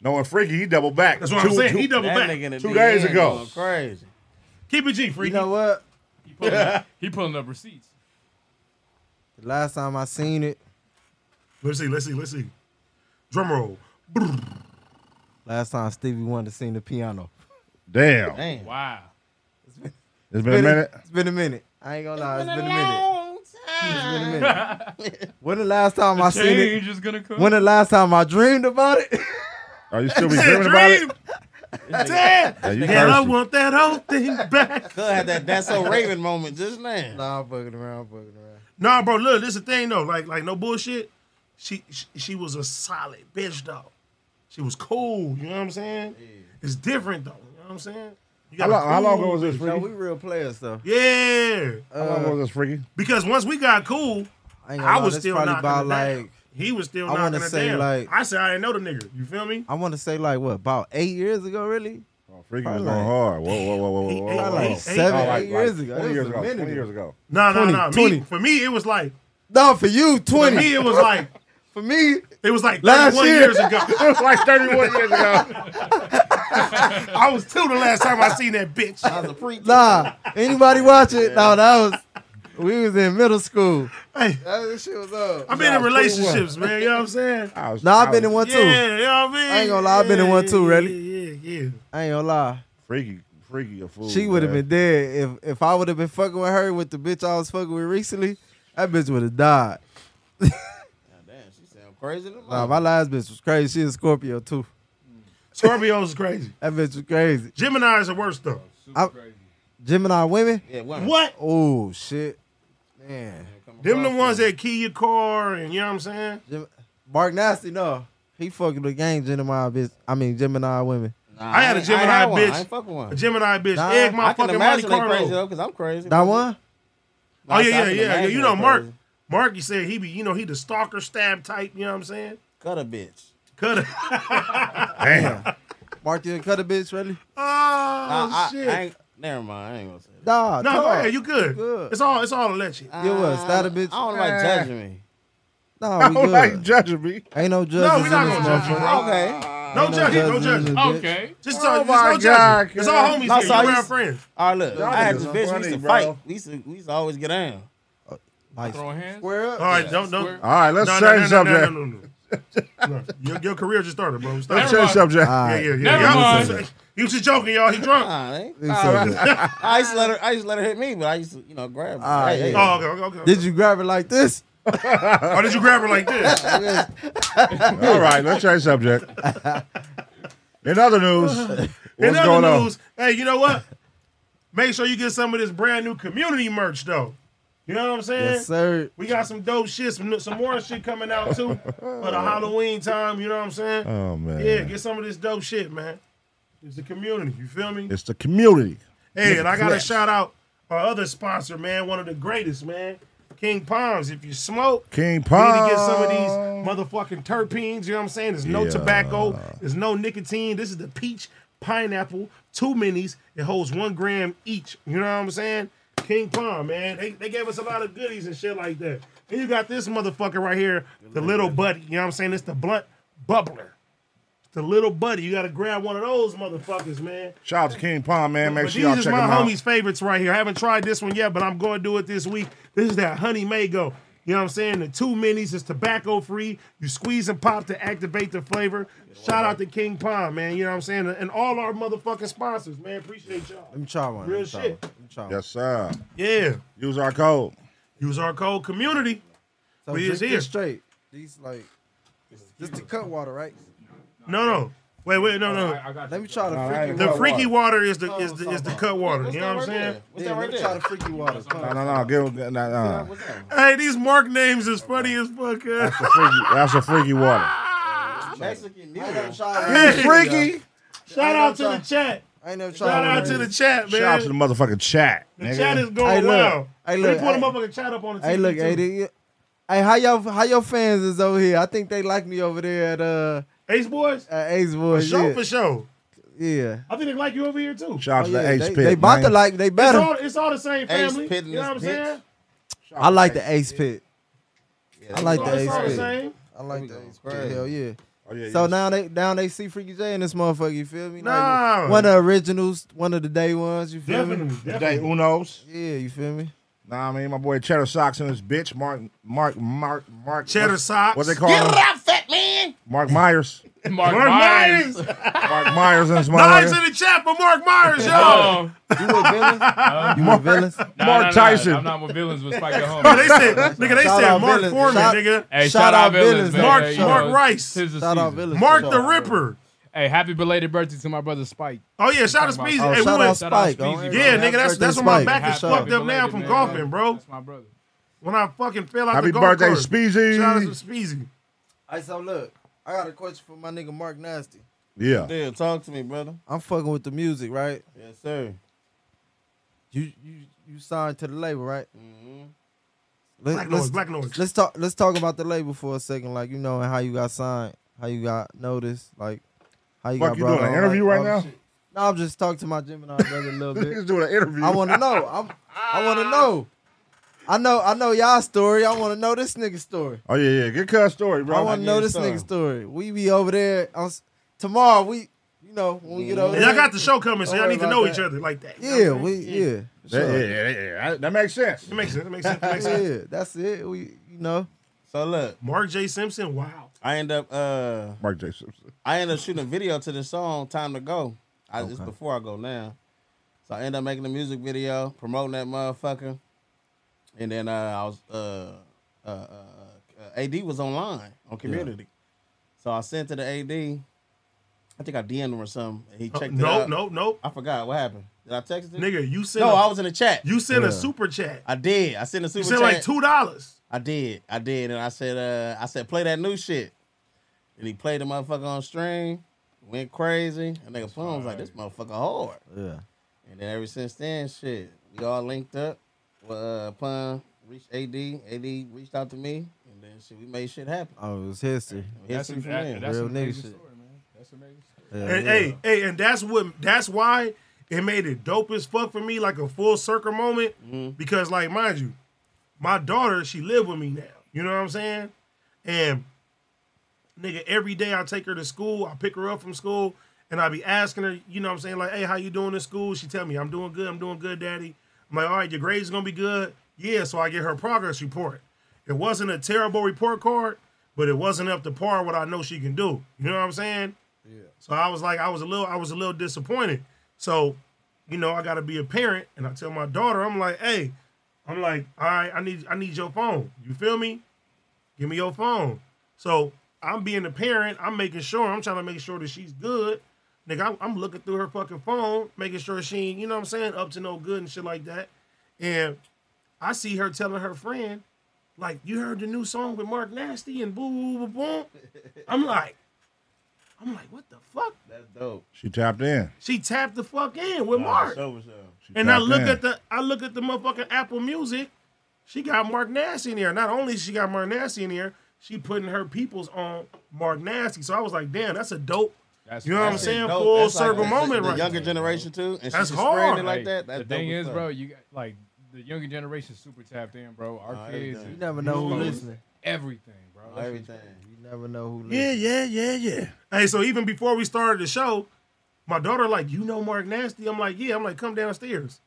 Speaker 5: Knowing Freaky, he double back.
Speaker 3: That's what I'm saying. He
Speaker 5: Two,
Speaker 3: double
Speaker 4: That
Speaker 3: back.
Speaker 4: nigga in the
Speaker 5: Two days
Speaker 4: DN
Speaker 5: ago.
Speaker 4: going Crazy.
Speaker 3: Keep it G, freaky.
Speaker 7: You know what?
Speaker 6: He pulling, up, he pulling up receipts.
Speaker 7: The last time I seen it,
Speaker 3: Let's see. Let's see. Let's see. Drum roll.
Speaker 7: last time Stevie Wonder seen the piano.
Speaker 5: Damn.
Speaker 4: Damn.
Speaker 6: Wow.
Speaker 5: It's been a minute.
Speaker 7: It's been a minute. I ain't gonna lie, it's been a minute. It's been a minute. when the last time I seen it?
Speaker 6: Change is gonna come.
Speaker 7: When the last time I dreamed about it?
Speaker 5: Are you still be dreaming about it?
Speaker 3: Damn.
Speaker 5: Yeah, you
Speaker 3: And I
Speaker 5: thirsty.
Speaker 3: want that whole thing back.
Speaker 4: Could have that that's so Raven moment just now.
Speaker 7: nah, I'm fucking around, I'm fucking around.
Speaker 3: nah, bro. Look, this is the thing though. Like, like no bullshit. She, she, she was a solid bitch though. She was cool. You know what I'm saying? It's different though. You know what I'm saying? You
Speaker 5: How
Speaker 3: got a
Speaker 5: long, how long ago
Speaker 3: cool-
Speaker 5: was this,
Speaker 7: No, we
Speaker 5: Freaky?
Speaker 7: real players though.
Speaker 3: Yeah.
Speaker 5: How long ago was this, Freaky?
Speaker 3: Because once we got cool,
Speaker 7: I, ain't gonna
Speaker 3: I
Speaker 7: lie,
Speaker 3: was
Speaker 7: that's
Speaker 3: still
Speaker 7: probably
Speaker 3: knocking
Speaker 7: about
Speaker 3: it down.
Speaker 7: like
Speaker 3: He was still
Speaker 7: I wanna
Speaker 3: knocking it
Speaker 7: say,
Speaker 3: down.
Speaker 7: like-
Speaker 3: I said I didn't know the nigga. You feel me?
Speaker 7: I want to say like what about eight years ago, really?
Speaker 5: Oh, Freaky was
Speaker 7: Probably
Speaker 5: going
Speaker 7: like-
Speaker 5: hard. Whoa, whoa, whoa, whoa, whoa,
Speaker 3: He-
Speaker 5: whoa.
Speaker 3: he-
Speaker 5: whoa.
Speaker 7: Like
Speaker 3: Eight,
Speaker 7: seven,
Speaker 5: Oh,
Speaker 7: eight
Speaker 5: like-
Speaker 7: years
Speaker 5: like
Speaker 7: ago.
Speaker 5: 20
Speaker 7: It
Speaker 5: years
Speaker 7: was a
Speaker 5: ago. 20
Speaker 7: minute
Speaker 5: years
Speaker 7: ago.
Speaker 5: ago.
Speaker 3: No, no,
Speaker 7: 20,
Speaker 3: no.
Speaker 7: 20.
Speaker 3: Me, for me, it was like
Speaker 7: No, for you,
Speaker 3: for
Speaker 7: twenty.
Speaker 3: me, it was like
Speaker 7: For me,
Speaker 3: it was like
Speaker 7: Last
Speaker 3: 31
Speaker 7: year.
Speaker 3: years ago.
Speaker 5: It was like 31 years ago.
Speaker 3: I was two the last time I seen that bitch.
Speaker 4: I was a freak.
Speaker 7: nah. Anybody watch it? No, that was we was in middle school.
Speaker 3: Hey,
Speaker 7: That shit was uh, up.
Speaker 3: I've been in relationships, man. You know what I'm saying?
Speaker 5: I was-
Speaker 7: Nah,
Speaker 5: I
Speaker 7: I've
Speaker 5: was-
Speaker 7: been in one
Speaker 3: Yeah,
Speaker 7: too.
Speaker 3: you know what I mean?
Speaker 7: I ain't gonna lie, I've been in one too,
Speaker 3: Yeah,
Speaker 7: really.
Speaker 3: Yeah, yeah.
Speaker 7: I ain't gonna lie.
Speaker 5: Freaky, Freaky a fool.
Speaker 7: She would have
Speaker 5: man.
Speaker 7: been dead if if I would have been fucking with her with the bitch I was fucking with recently. That bitch would have died.
Speaker 4: Damn, she sound crazy to me.
Speaker 7: Nah, my last bitch was crazy. She was Scorpio too.
Speaker 3: Scorpios is crazy.
Speaker 7: That bitch was crazy.
Speaker 3: Gemini is the worst though.
Speaker 7: I, Gemini women.
Speaker 4: yeah, women.
Speaker 3: What?
Speaker 7: Oh shit, man.
Speaker 3: Them the ones that key your car and you know what I'm saying?
Speaker 7: Gem- Mark Nasty, no, he fucking the gang Gemini bitch. I mean Gemini women.
Speaker 4: Nah,
Speaker 3: I had a
Speaker 4: ain't-
Speaker 3: Gemini
Speaker 4: I ain't one.
Speaker 3: bitch.
Speaker 4: I ain't fucking one.
Speaker 3: A Gemini bitch.
Speaker 7: Nah,
Speaker 3: Egg my
Speaker 4: I
Speaker 3: fucking
Speaker 4: can
Speaker 3: Monte
Speaker 4: imagine they crazy
Speaker 3: Carlo.
Speaker 4: though, because I'm crazy.
Speaker 7: That one,
Speaker 3: Oh yeah, yeah,
Speaker 4: I can
Speaker 3: yeah, yeah.
Speaker 4: imagine
Speaker 3: You know
Speaker 4: they
Speaker 3: Mark.
Speaker 4: crazy.
Speaker 3: Mark, you said he be, you know, he the stalker stab type. You know what I'm saying?
Speaker 4: Cut a bitch.
Speaker 3: Cut it.
Speaker 5: Damn.
Speaker 7: Mark you cut a bitch, really?
Speaker 3: Oh
Speaker 4: Nah, I,
Speaker 3: shit.
Speaker 4: I ain't, never mind. I ain't gonna say that.
Speaker 7: Nah,
Speaker 3: no,
Speaker 7: come
Speaker 3: go
Speaker 7: on.
Speaker 3: ahead. You good.
Speaker 7: Good. Uh,
Speaker 3: It's all. It's all electric.
Speaker 7: You was that a bitch?
Speaker 4: I don't like judging me.
Speaker 7: Nah,
Speaker 5: I
Speaker 7: we
Speaker 5: don't
Speaker 7: good.
Speaker 5: like judging me.
Speaker 7: Ain't no judges
Speaker 3: No, we
Speaker 7: in
Speaker 3: not
Speaker 7: this
Speaker 3: gonna judge you,
Speaker 7: motherfucker.
Speaker 3: bro.
Speaker 4: Okay.
Speaker 3: No judging, no
Speaker 7: judging, no
Speaker 3: judging.
Speaker 7: judging.
Speaker 6: Okay.
Speaker 3: Just
Speaker 5: Oh
Speaker 3: talk,
Speaker 5: my
Speaker 3: just no
Speaker 5: God,
Speaker 3: judging. It's all
Speaker 5: kid.
Speaker 3: homies
Speaker 4: No,
Speaker 3: here.
Speaker 4: so
Speaker 3: You're
Speaker 4: you-
Speaker 3: around friends.
Speaker 4: All right, look,
Speaker 5: Y'all
Speaker 4: I had
Speaker 5: niggas
Speaker 4: this
Speaker 5: are
Speaker 4: bitch. We
Speaker 5: funny,
Speaker 4: used to
Speaker 5: bro.
Speaker 4: fight. We used to, we used to always get down.
Speaker 7: Like,
Speaker 6: Throwing hands.
Speaker 7: square
Speaker 3: All
Speaker 7: up.
Speaker 3: right, don't
Speaker 6: Square.
Speaker 3: don't.
Speaker 5: All right, Ah, let's
Speaker 3: No, no,
Speaker 5: change
Speaker 3: no, no,
Speaker 5: subject.
Speaker 3: no, no, no, no. No, Your your career just started, bro. Stop.
Speaker 5: Let's
Speaker 6: Never
Speaker 5: change
Speaker 6: mind.
Speaker 5: subject.
Speaker 7: All
Speaker 3: Yeah,
Speaker 7: right.
Speaker 3: yeah, yeah.
Speaker 6: Never
Speaker 3: Y'all
Speaker 6: mind.
Speaker 3: was just- He was just joking, y'all. He drunk.
Speaker 4: Nah, they-
Speaker 7: It's over.
Speaker 4: I used to let her. I used to let her hit me, but I used to, you know, grab her.
Speaker 7: Ah,
Speaker 4: Hey, hey.
Speaker 7: yeah.
Speaker 3: Oh, okay, okay, okay.
Speaker 7: Did you grab it like this?
Speaker 3: Or did you grab her like this?
Speaker 5: All right, let's change subject. In other news, what's
Speaker 3: In
Speaker 5: going
Speaker 3: other
Speaker 5: on?
Speaker 3: news, hey, you know what? Make sure you get some of this brand new community merch, though. You know what I'm saying?
Speaker 7: Yes, sir.
Speaker 3: We got some dope shit, some, some more shit coming out too for the Halloween time. You know what I'm saying?
Speaker 5: Oh man,
Speaker 3: yeah, get some of this dope shit, man. It's the community. You feel me?
Speaker 5: it's the community.
Speaker 3: Hey, and I got to
Speaker 5: Correct.
Speaker 3: shout out our other sponsor, man. One of the greatest, man. King Palms. If you smoke,
Speaker 5: King
Speaker 3: you
Speaker 5: Pong.
Speaker 3: need to get some of these motherfucking terpenes. You know what I'm saying? There's no
Speaker 5: Yeah.
Speaker 3: tobacco. There's no nicotine. This is the peach pineapple two minis. It holds one gram each. You know what I'm saying? King Palm, man. They, they gave us a lot of goodies and shit like that. And you got this motherfucker right here, the little buddy. You know what I'm saying? It's the blunt bubbler. It's the little buddy. You got to grab one of those motherfuckers, man.
Speaker 5: Shout out to King Pong, man. Make
Speaker 3: But
Speaker 5: sure y'all
Speaker 3: these
Speaker 5: check
Speaker 3: is my
Speaker 5: him out.
Speaker 3: homies' favorites right here. I haven't tried this one yet, but I'm going to do it this week. This is that honey mango. You know what I'm saying? The two minis is tobacco free. You squeeze and pop to activate the flavor. Shout out to King Pond, man. You know what I'm saying? And all our motherfucking sponsors, man. Appreciate y'all.
Speaker 7: Let me try one.
Speaker 3: Real
Speaker 7: Let me try
Speaker 3: shit.
Speaker 7: one. Let me try one.
Speaker 5: Yes, sir.
Speaker 3: Yeah.
Speaker 5: Use our code.
Speaker 3: Use our code community.
Speaker 7: So
Speaker 3: We is
Speaker 7: drink
Speaker 3: here.
Speaker 7: this straight. These like, this the cut water, right?
Speaker 3: No, no. Wait, wait, no, no.
Speaker 6: I, I got
Speaker 7: Let
Speaker 6: you.
Speaker 7: me try the
Speaker 5: All
Speaker 7: freaky
Speaker 5: right.
Speaker 3: The
Speaker 7: water.
Speaker 3: freaky water is the is the is the cut water. You know what I'm saying?
Speaker 4: What's that
Speaker 7: Yeah, let
Speaker 4: right
Speaker 7: me
Speaker 4: there?
Speaker 7: try the freaky water.
Speaker 5: No, no, no. Give him. Nah, nah.
Speaker 4: What's that?
Speaker 3: Hey, these mark names is funny as fuck. uh.
Speaker 5: That's a freaky, that's a freaky water.
Speaker 4: Mexican
Speaker 7: I ain't
Speaker 4: music.
Speaker 7: never tried it.
Speaker 3: Hey,
Speaker 5: Freaky.
Speaker 3: Shout out to the chat.
Speaker 7: I ain't never tried
Speaker 3: Shout
Speaker 7: one
Speaker 3: out
Speaker 7: of
Speaker 3: to the
Speaker 7: these.
Speaker 3: chat, man.
Speaker 5: Shout out to the motherfucking chat.
Speaker 3: The
Speaker 5: nigga.
Speaker 3: chat is going
Speaker 7: Hey, look.
Speaker 3: well.
Speaker 7: Hey,
Speaker 3: Let
Speaker 7: look.
Speaker 3: me put
Speaker 7: Hey.
Speaker 3: the motherfucking chat up on the TV.
Speaker 7: Hey, look,
Speaker 3: too.
Speaker 7: hey, they- hey, how y'all, how your fans is over here? I think they like me over there at uh
Speaker 3: Ace Boys?
Speaker 7: at Ace Boy.
Speaker 3: For sure,
Speaker 7: yeah.
Speaker 3: for sure.
Speaker 7: yeah.
Speaker 3: I think they like you over here too.
Speaker 5: Shout out
Speaker 7: Oh,
Speaker 5: to
Speaker 7: yeah,
Speaker 5: the H
Speaker 7: they,
Speaker 5: Pit.
Speaker 7: they about to
Speaker 5: man.
Speaker 7: like they
Speaker 3: It's
Speaker 7: better.
Speaker 3: all, it's all the same
Speaker 4: Ace
Speaker 3: family.
Speaker 4: Pitt in
Speaker 3: you know
Speaker 4: this
Speaker 3: what I'm
Speaker 4: bitch.
Speaker 3: saying?
Speaker 7: I like the Ace Pit. I like
Speaker 3: It's
Speaker 7: the
Speaker 3: all,
Speaker 7: Ace
Speaker 3: it's all the
Speaker 7: Pit.
Speaker 3: same.
Speaker 7: I like the
Speaker 4: go.
Speaker 7: Ace Pit.
Speaker 4: Crazy.
Speaker 7: Hell yeah.
Speaker 5: Oh, yeah,
Speaker 7: So
Speaker 5: yeah.
Speaker 7: now they now they see Freaky J in this motherfucker. You feel me? Like,
Speaker 3: Nah.
Speaker 7: one of the originals, one of the day ones. You feel
Speaker 3: Definitely.
Speaker 7: me?
Speaker 5: Today,
Speaker 3: definitely.
Speaker 5: Unos.
Speaker 7: Yeah, you feel me?
Speaker 5: Nah, I mean, my boy Cheddar Socks and his bitch, Mark, Mark, Mark, Mark.
Speaker 3: Cheddar
Speaker 5: what-
Speaker 3: Socks.
Speaker 5: What they call him?
Speaker 4: up, fat man.
Speaker 5: Mark Myers.
Speaker 6: Mark,
Speaker 3: Mark Myers.
Speaker 6: Myers.
Speaker 5: Mark Myers and his
Speaker 3: Knives
Speaker 5: mother.
Speaker 3: in the chat for Mark Myers, yo.
Speaker 6: Oh,
Speaker 7: You with villains? you with villains?
Speaker 6: nah,
Speaker 5: Mark
Speaker 6: nah, nah,
Speaker 5: Tyson.
Speaker 6: I'm not with villains with Spike at
Speaker 3: Bro,
Speaker 6: home.
Speaker 3: they said, nigga, they
Speaker 7: Shout
Speaker 3: said
Speaker 7: out
Speaker 3: Mark
Speaker 7: Villains.
Speaker 3: Foreman,
Speaker 7: Shout-
Speaker 3: nigga.
Speaker 6: Hey,
Speaker 7: Shout
Speaker 6: shout
Speaker 7: out
Speaker 6: out villains,
Speaker 7: villains,
Speaker 6: man.
Speaker 3: Mark-
Speaker 6: Hey, you
Speaker 3: Mark
Speaker 6: know,
Speaker 3: Rice.
Speaker 6: tis the
Speaker 7: Shout out
Speaker 6: season.
Speaker 7: villains.
Speaker 3: Mark
Speaker 7: Shout
Speaker 3: the
Speaker 7: out villains.
Speaker 3: Ripper.
Speaker 6: Hey, happy belated birthday to my brother Spike.
Speaker 3: Oh, yeah, shout out to
Speaker 6: Oh,
Speaker 3: Speezy.
Speaker 7: Oh,
Speaker 3: Hey, we
Speaker 7: shout out
Speaker 3: went.
Speaker 6: Shout out
Speaker 7: Spike.
Speaker 6: Speezy.
Speaker 7: All right,
Speaker 3: Yeah,
Speaker 7: man.
Speaker 3: nigga, that's
Speaker 7: Happy
Speaker 3: that's when my
Speaker 7: Spike.
Speaker 3: back is
Speaker 6: Happy
Speaker 3: fucked up
Speaker 6: belated,
Speaker 3: now from
Speaker 6: man.
Speaker 3: golfing, bro.
Speaker 6: That's my brother.
Speaker 3: When I fucking fell out
Speaker 5: Happy
Speaker 3: the golf
Speaker 5: birthday,
Speaker 3: course.
Speaker 5: Speezy.
Speaker 3: Shout out to Speezy.
Speaker 7: Hey, so look, I got a question for my nigga Mark Nasty.
Speaker 5: Yeah.
Speaker 4: Yeah, talk to me, brother.
Speaker 7: I'm fucking with the music, right?
Speaker 4: Yes, sir.
Speaker 7: You you you signed to the label, right?
Speaker 5: Mm-hmm.
Speaker 3: Black
Speaker 7: Let,
Speaker 3: noise,
Speaker 7: us
Speaker 3: black noise.
Speaker 7: let's talk let's talk about the label for a second, like you know, and how you got signed, how you got noticed, like how you
Speaker 5: Fuck,
Speaker 7: got
Speaker 5: you
Speaker 7: brought
Speaker 5: doing an
Speaker 7: on,
Speaker 5: interview
Speaker 7: like,
Speaker 5: right
Speaker 7: all
Speaker 5: now?
Speaker 7: the shit. No, I'm just talking to my Gemini brother a little
Speaker 5: He's
Speaker 7: bit.
Speaker 5: doing an interview.
Speaker 7: I want to know. I'm, I want to know. I know I know y'all story. I want to know this nigga story.
Speaker 5: Oh yeah, yeah. Good cut story,
Speaker 7: I
Speaker 5: bro.
Speaker 7: want to know this nigga story. We be over there on s- tomorrow. We you know when we get
Speaker 5: Mm-hmm.
Speaker 7: over
Speaker 3: And
Speaker 7: there.
Speaker 3: y'all got the show coming, so
Speaker 7: Don't
Speaker 3: y'all
Speaker 7: worry
Speaker 3: need to
Speaker 7: about
Speaker 3: know
Speaker 7: that.
Speaker 3: each other like that.
Speaker 7: yeah, we yeah.
Speaker 5: That, yeah, yeah, yeah, yeah. That- That makes sense.
Speaker 3: It makes sense. It makes sense. It makes sense.
Speaker 7: Yeah, that's it. We, you know,
Speaker 4: So look,
Speaker 3: Mark J. Simpson. Wow.
Speaker 4: I end up uh
Speaker 5: Mark J. Simpson.
Speaker 4: I end up shooting a video to this song "Time to Go." I, It's before I go now, so I end up making a music video promoting that motherfucker, and then uh, I was uh, uh, uh, uh, AD was online on Community, so I sent to the AD. I think I DM'd him or something. And he checked it
Speaker 3: No,
Speaker 4: out.
Speaker 3: no, no.
Speaker 4: I forgot what happened. Did I text it?
Speaker 3: Oh, Nigga, you sent
Speaker 4: no,
Speaker 3: a,
Speaker 4: I was in the chat.
Speaker 3: you sent a super chat.
Speaker 4: I did. I sent a super
Speaker 3: You sent
Speaker 4: chat.
Speaker 3: like two dollars.
Speaker 4: I did. I did. And I said, uh, I said, play that new shit. And he played the motherfucker on stream, went crazy. And nigga Plum was like, this motherfucker hard.
Speaker 7: yeah.
Speaker 4: And then ever since then, shit, we all linked up. Well, uh, Plum reached AD. AD reached out to me. And then shit, we made shit happen.
Speaker 7: Oh, it was history.
Speaker 6: That's,
Speaker 4: History
Speaker 6: an,
Speaker 4: from
Speaker 6: that,
Speaker 4: there.
Speaker 6: that's
Speaker 7: Real
Speaker 6: an amazing
Speaker 7: nigga shit.
Speaker 6: story, man. That's amazing.
Speaker 7: Hell
Speaker 3: And
Speaker 7: yeah.
Speaker 3: hey, hey, and that's what that's why it made it dope as fuck for me, like a full circle moment.
Speaker 7: Mm-hmm.
Speaker 3: Because like, mind you, my daughter, she live with me now. You know what I'm saying? And Nigga, every day I take her to school, I pick her up from school, and I be asking her, you know what I'm saying, like, hey, how you doing in school? She tell me, I'm doing good, I'm doing good, daddy. I'm like, all right, your grades gonna be good. Yeah, so I get her progress report. It wasn't a terrible report card, but it wasn't up to par what I know she can do. You know what I'm saying? So I was like, I was a little, I was a little disappointed. So, you know, I gotta be a parent, and I tell my daughter, I'm like, hey, I'm like, all right, I need, I need your phone. You feel me? Give me your phone. So I'm being a parent. I'm making sure. I'm trying to make sure that she's good. Nigga, I'm, I'm looking through her fucking phone, making sure she, ain't, you know what I'm saying, up to no good and shit like that. And I see her telling her friend, like, you heard the new song with Mark Nasty and boo boo boo boom. I'm like, I'm like, what the fuck?
Speaker 4: That's dope.
Speaker 5: She tapped in.
Speaker 3: She tapped the fuck in with Mark.
Speaker 4: So for sure.
Speaker 5: She
Speaker 3: And I
Speaker 5: tapped
Speaker 3: look
Speaker 5: in.
Speaker 3: at the I look at the motherfucking Apple Music. She got Mark Nasty in there. Not only she got Mark Nasty in there, she putting her peoples on Mark Nasty. So I was like, damn, that's a dope.
Speaker 6: That's
Speaker 3: You know what I'm
Speaker 6: that's-
Speaker 3: saying?
Speaker 4: Dope.
Speaker 3: Full
Speaker 4: That's like
Speaker 3: circle
Speaker 4: the-
Speaker 3: moment,
Speaker 4: the
Speaker 3: right?
Speaker 4: Younger
Speaker 3: there.
Speaker 4: generation too, and
Speaker 3: That's
Speaker 4: she's spreading
Speaker 3: hard.
Speaker 4: it like that. That's
Speaker 6: the thing
Speaker 4: dope
Speaker 6: is,
Speaker 4: as
Speaker 6: bro,
Speaker 4: fuck.
Speaker 6: you got like the younger generation super tapped in, bro. Our
Speaker 4: Nah,
Speaker 6: kids,
Speaker 4: everything.
Speaker 7: You never know who
Speaker 6: Phones,
Speaker 7: listening.
Speaker 6: everything, bro. That shit's
Speaker 4: Everything.
Speaker 7: You never know who
Speaker 3: Yeah,
Speaker 7: listening.
Speaker 3: yeah, yeah, yeah. Hey, so even before we started the show, my daughter like, you know Mark Nasty? I'm like, yeah. I'm like, come downstairs.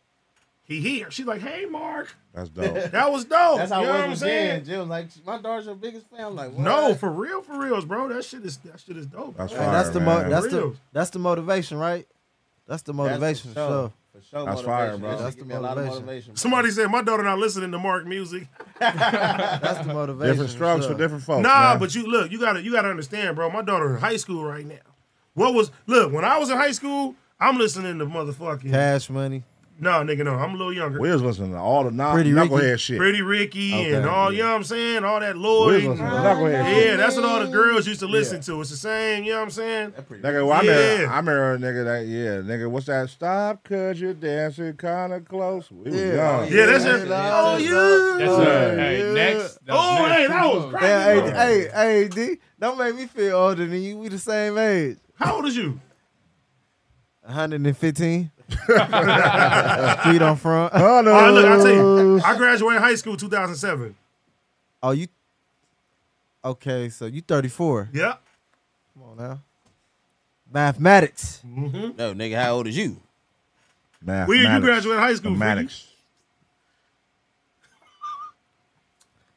Speaker 3: He here. She's like, hey, Mark.
Speaker 5: That's dope.
Speaker 3: That was dope.
Speaker 4: That's how
Speaker 3: you
Speaker 4: it
Speaker 3: know
Speaker 4: was
Speaker 3: what I'm
Speaker 4: with
Speaker 3: saying?
Speaker 4: Jen. Jen was like, my daughter's your biggest fan. I'm like, what?
Speaker 3: No, for real, for reals, bro. That shit is that shit is dope.
Speaker 5: That's
Speaker 3: bro.
Speaker 7: Hey, that's
Speaker 5: Fire,
Speaker 7: the mo-
Speaker 5: man.
Speaker 7: that's the
Speaker 3: Real.
Speaker 7: that's the motivation, right? That's the motivation.
Speaker 4: That's for
Speaker 7: so
Speaker 4: For sure
Speaker 5: That's
Speaker 4: motivation.
Speaker 5: fire, bro.
Speaker 4: That shit
Speaker 7: That's
Speaker 4: give
Speaker 7: the
Speaker 4: me a lot of
Speaker 7: motivation.
Speaker 4: motivation. bro.
Speaker 3: Somebody said my daughter not listening to Mark music.
Speaker 7: that's the motivation.
Speaker 5: different strokes
Speaker 7: sure.
Speaker 5: for different folks.
Speaker 3: Nah,
Speaker 5: Oh, man.
Speaker 3: but you look, you gotta you gotta understand, bro. My daughter in high school right now. What was look when I was in high school? I'm listening to motherfucking
Speaker 7: cash money.
Speaker 3: no nigga no. I'm a little younger.
Speaker 5: we was listening to all the non-
Speaker 7: Pretty Ricky.
Speaker 5: knucklehead shit.
Speaker 3: Pretty Ricky and
Speaker 5: Okay,
Speaker 3: all you know what I'm saying. All that
Speaker 5: we was
Speaker 3: Lloyd.
Speaker 5: listening to
Speaker 3: Yeah,
Speaker 5: knucklehead shit.
Speaker 3: that's what all the girls used to listen to. It's the same. You know what I'm saying?
Speaker 4: That pretty
Speaker 5: Nigga, well, I remember,
Speaker 3: Yeah.
Speaker 5: I remember a nigga that, yeah, nigga, what's that? Stop, cause you're dancing kind of close. We was
Speaker 7: Yeah.
Speaker 5: young.
Speaker 3: Yeah, that's it.
Speaker 4: Yeah.
Speaker 3: Oh yeah.
Speaker 6: That's uh, hey, next. that was
Speaker 3: Oh,
Speaker 6: next.
Speaker 3: hey, that was great.
Speaker 7: Yeah, hey, hey, hey, D, don't make me feel older than you. We the same age.
Speaker 3: How old is you?
Speaker 7: 115. Street on front.
Speaker 5: Hello.
Speaker 3: All right, look, I tell you, I graduated high school 2007.
Speaker 7: Oh, you. Okay, so you 34.
Speaker 3: Yeah.
Speaker 7: Come on now. Mathematics.
Speaker 4: No, nigga, how old is you?
Speaker 3: Well, you- you
Speaker 5: Mathematics.
Speaker 3: graduated high school.
Speaker 5: Mathematics.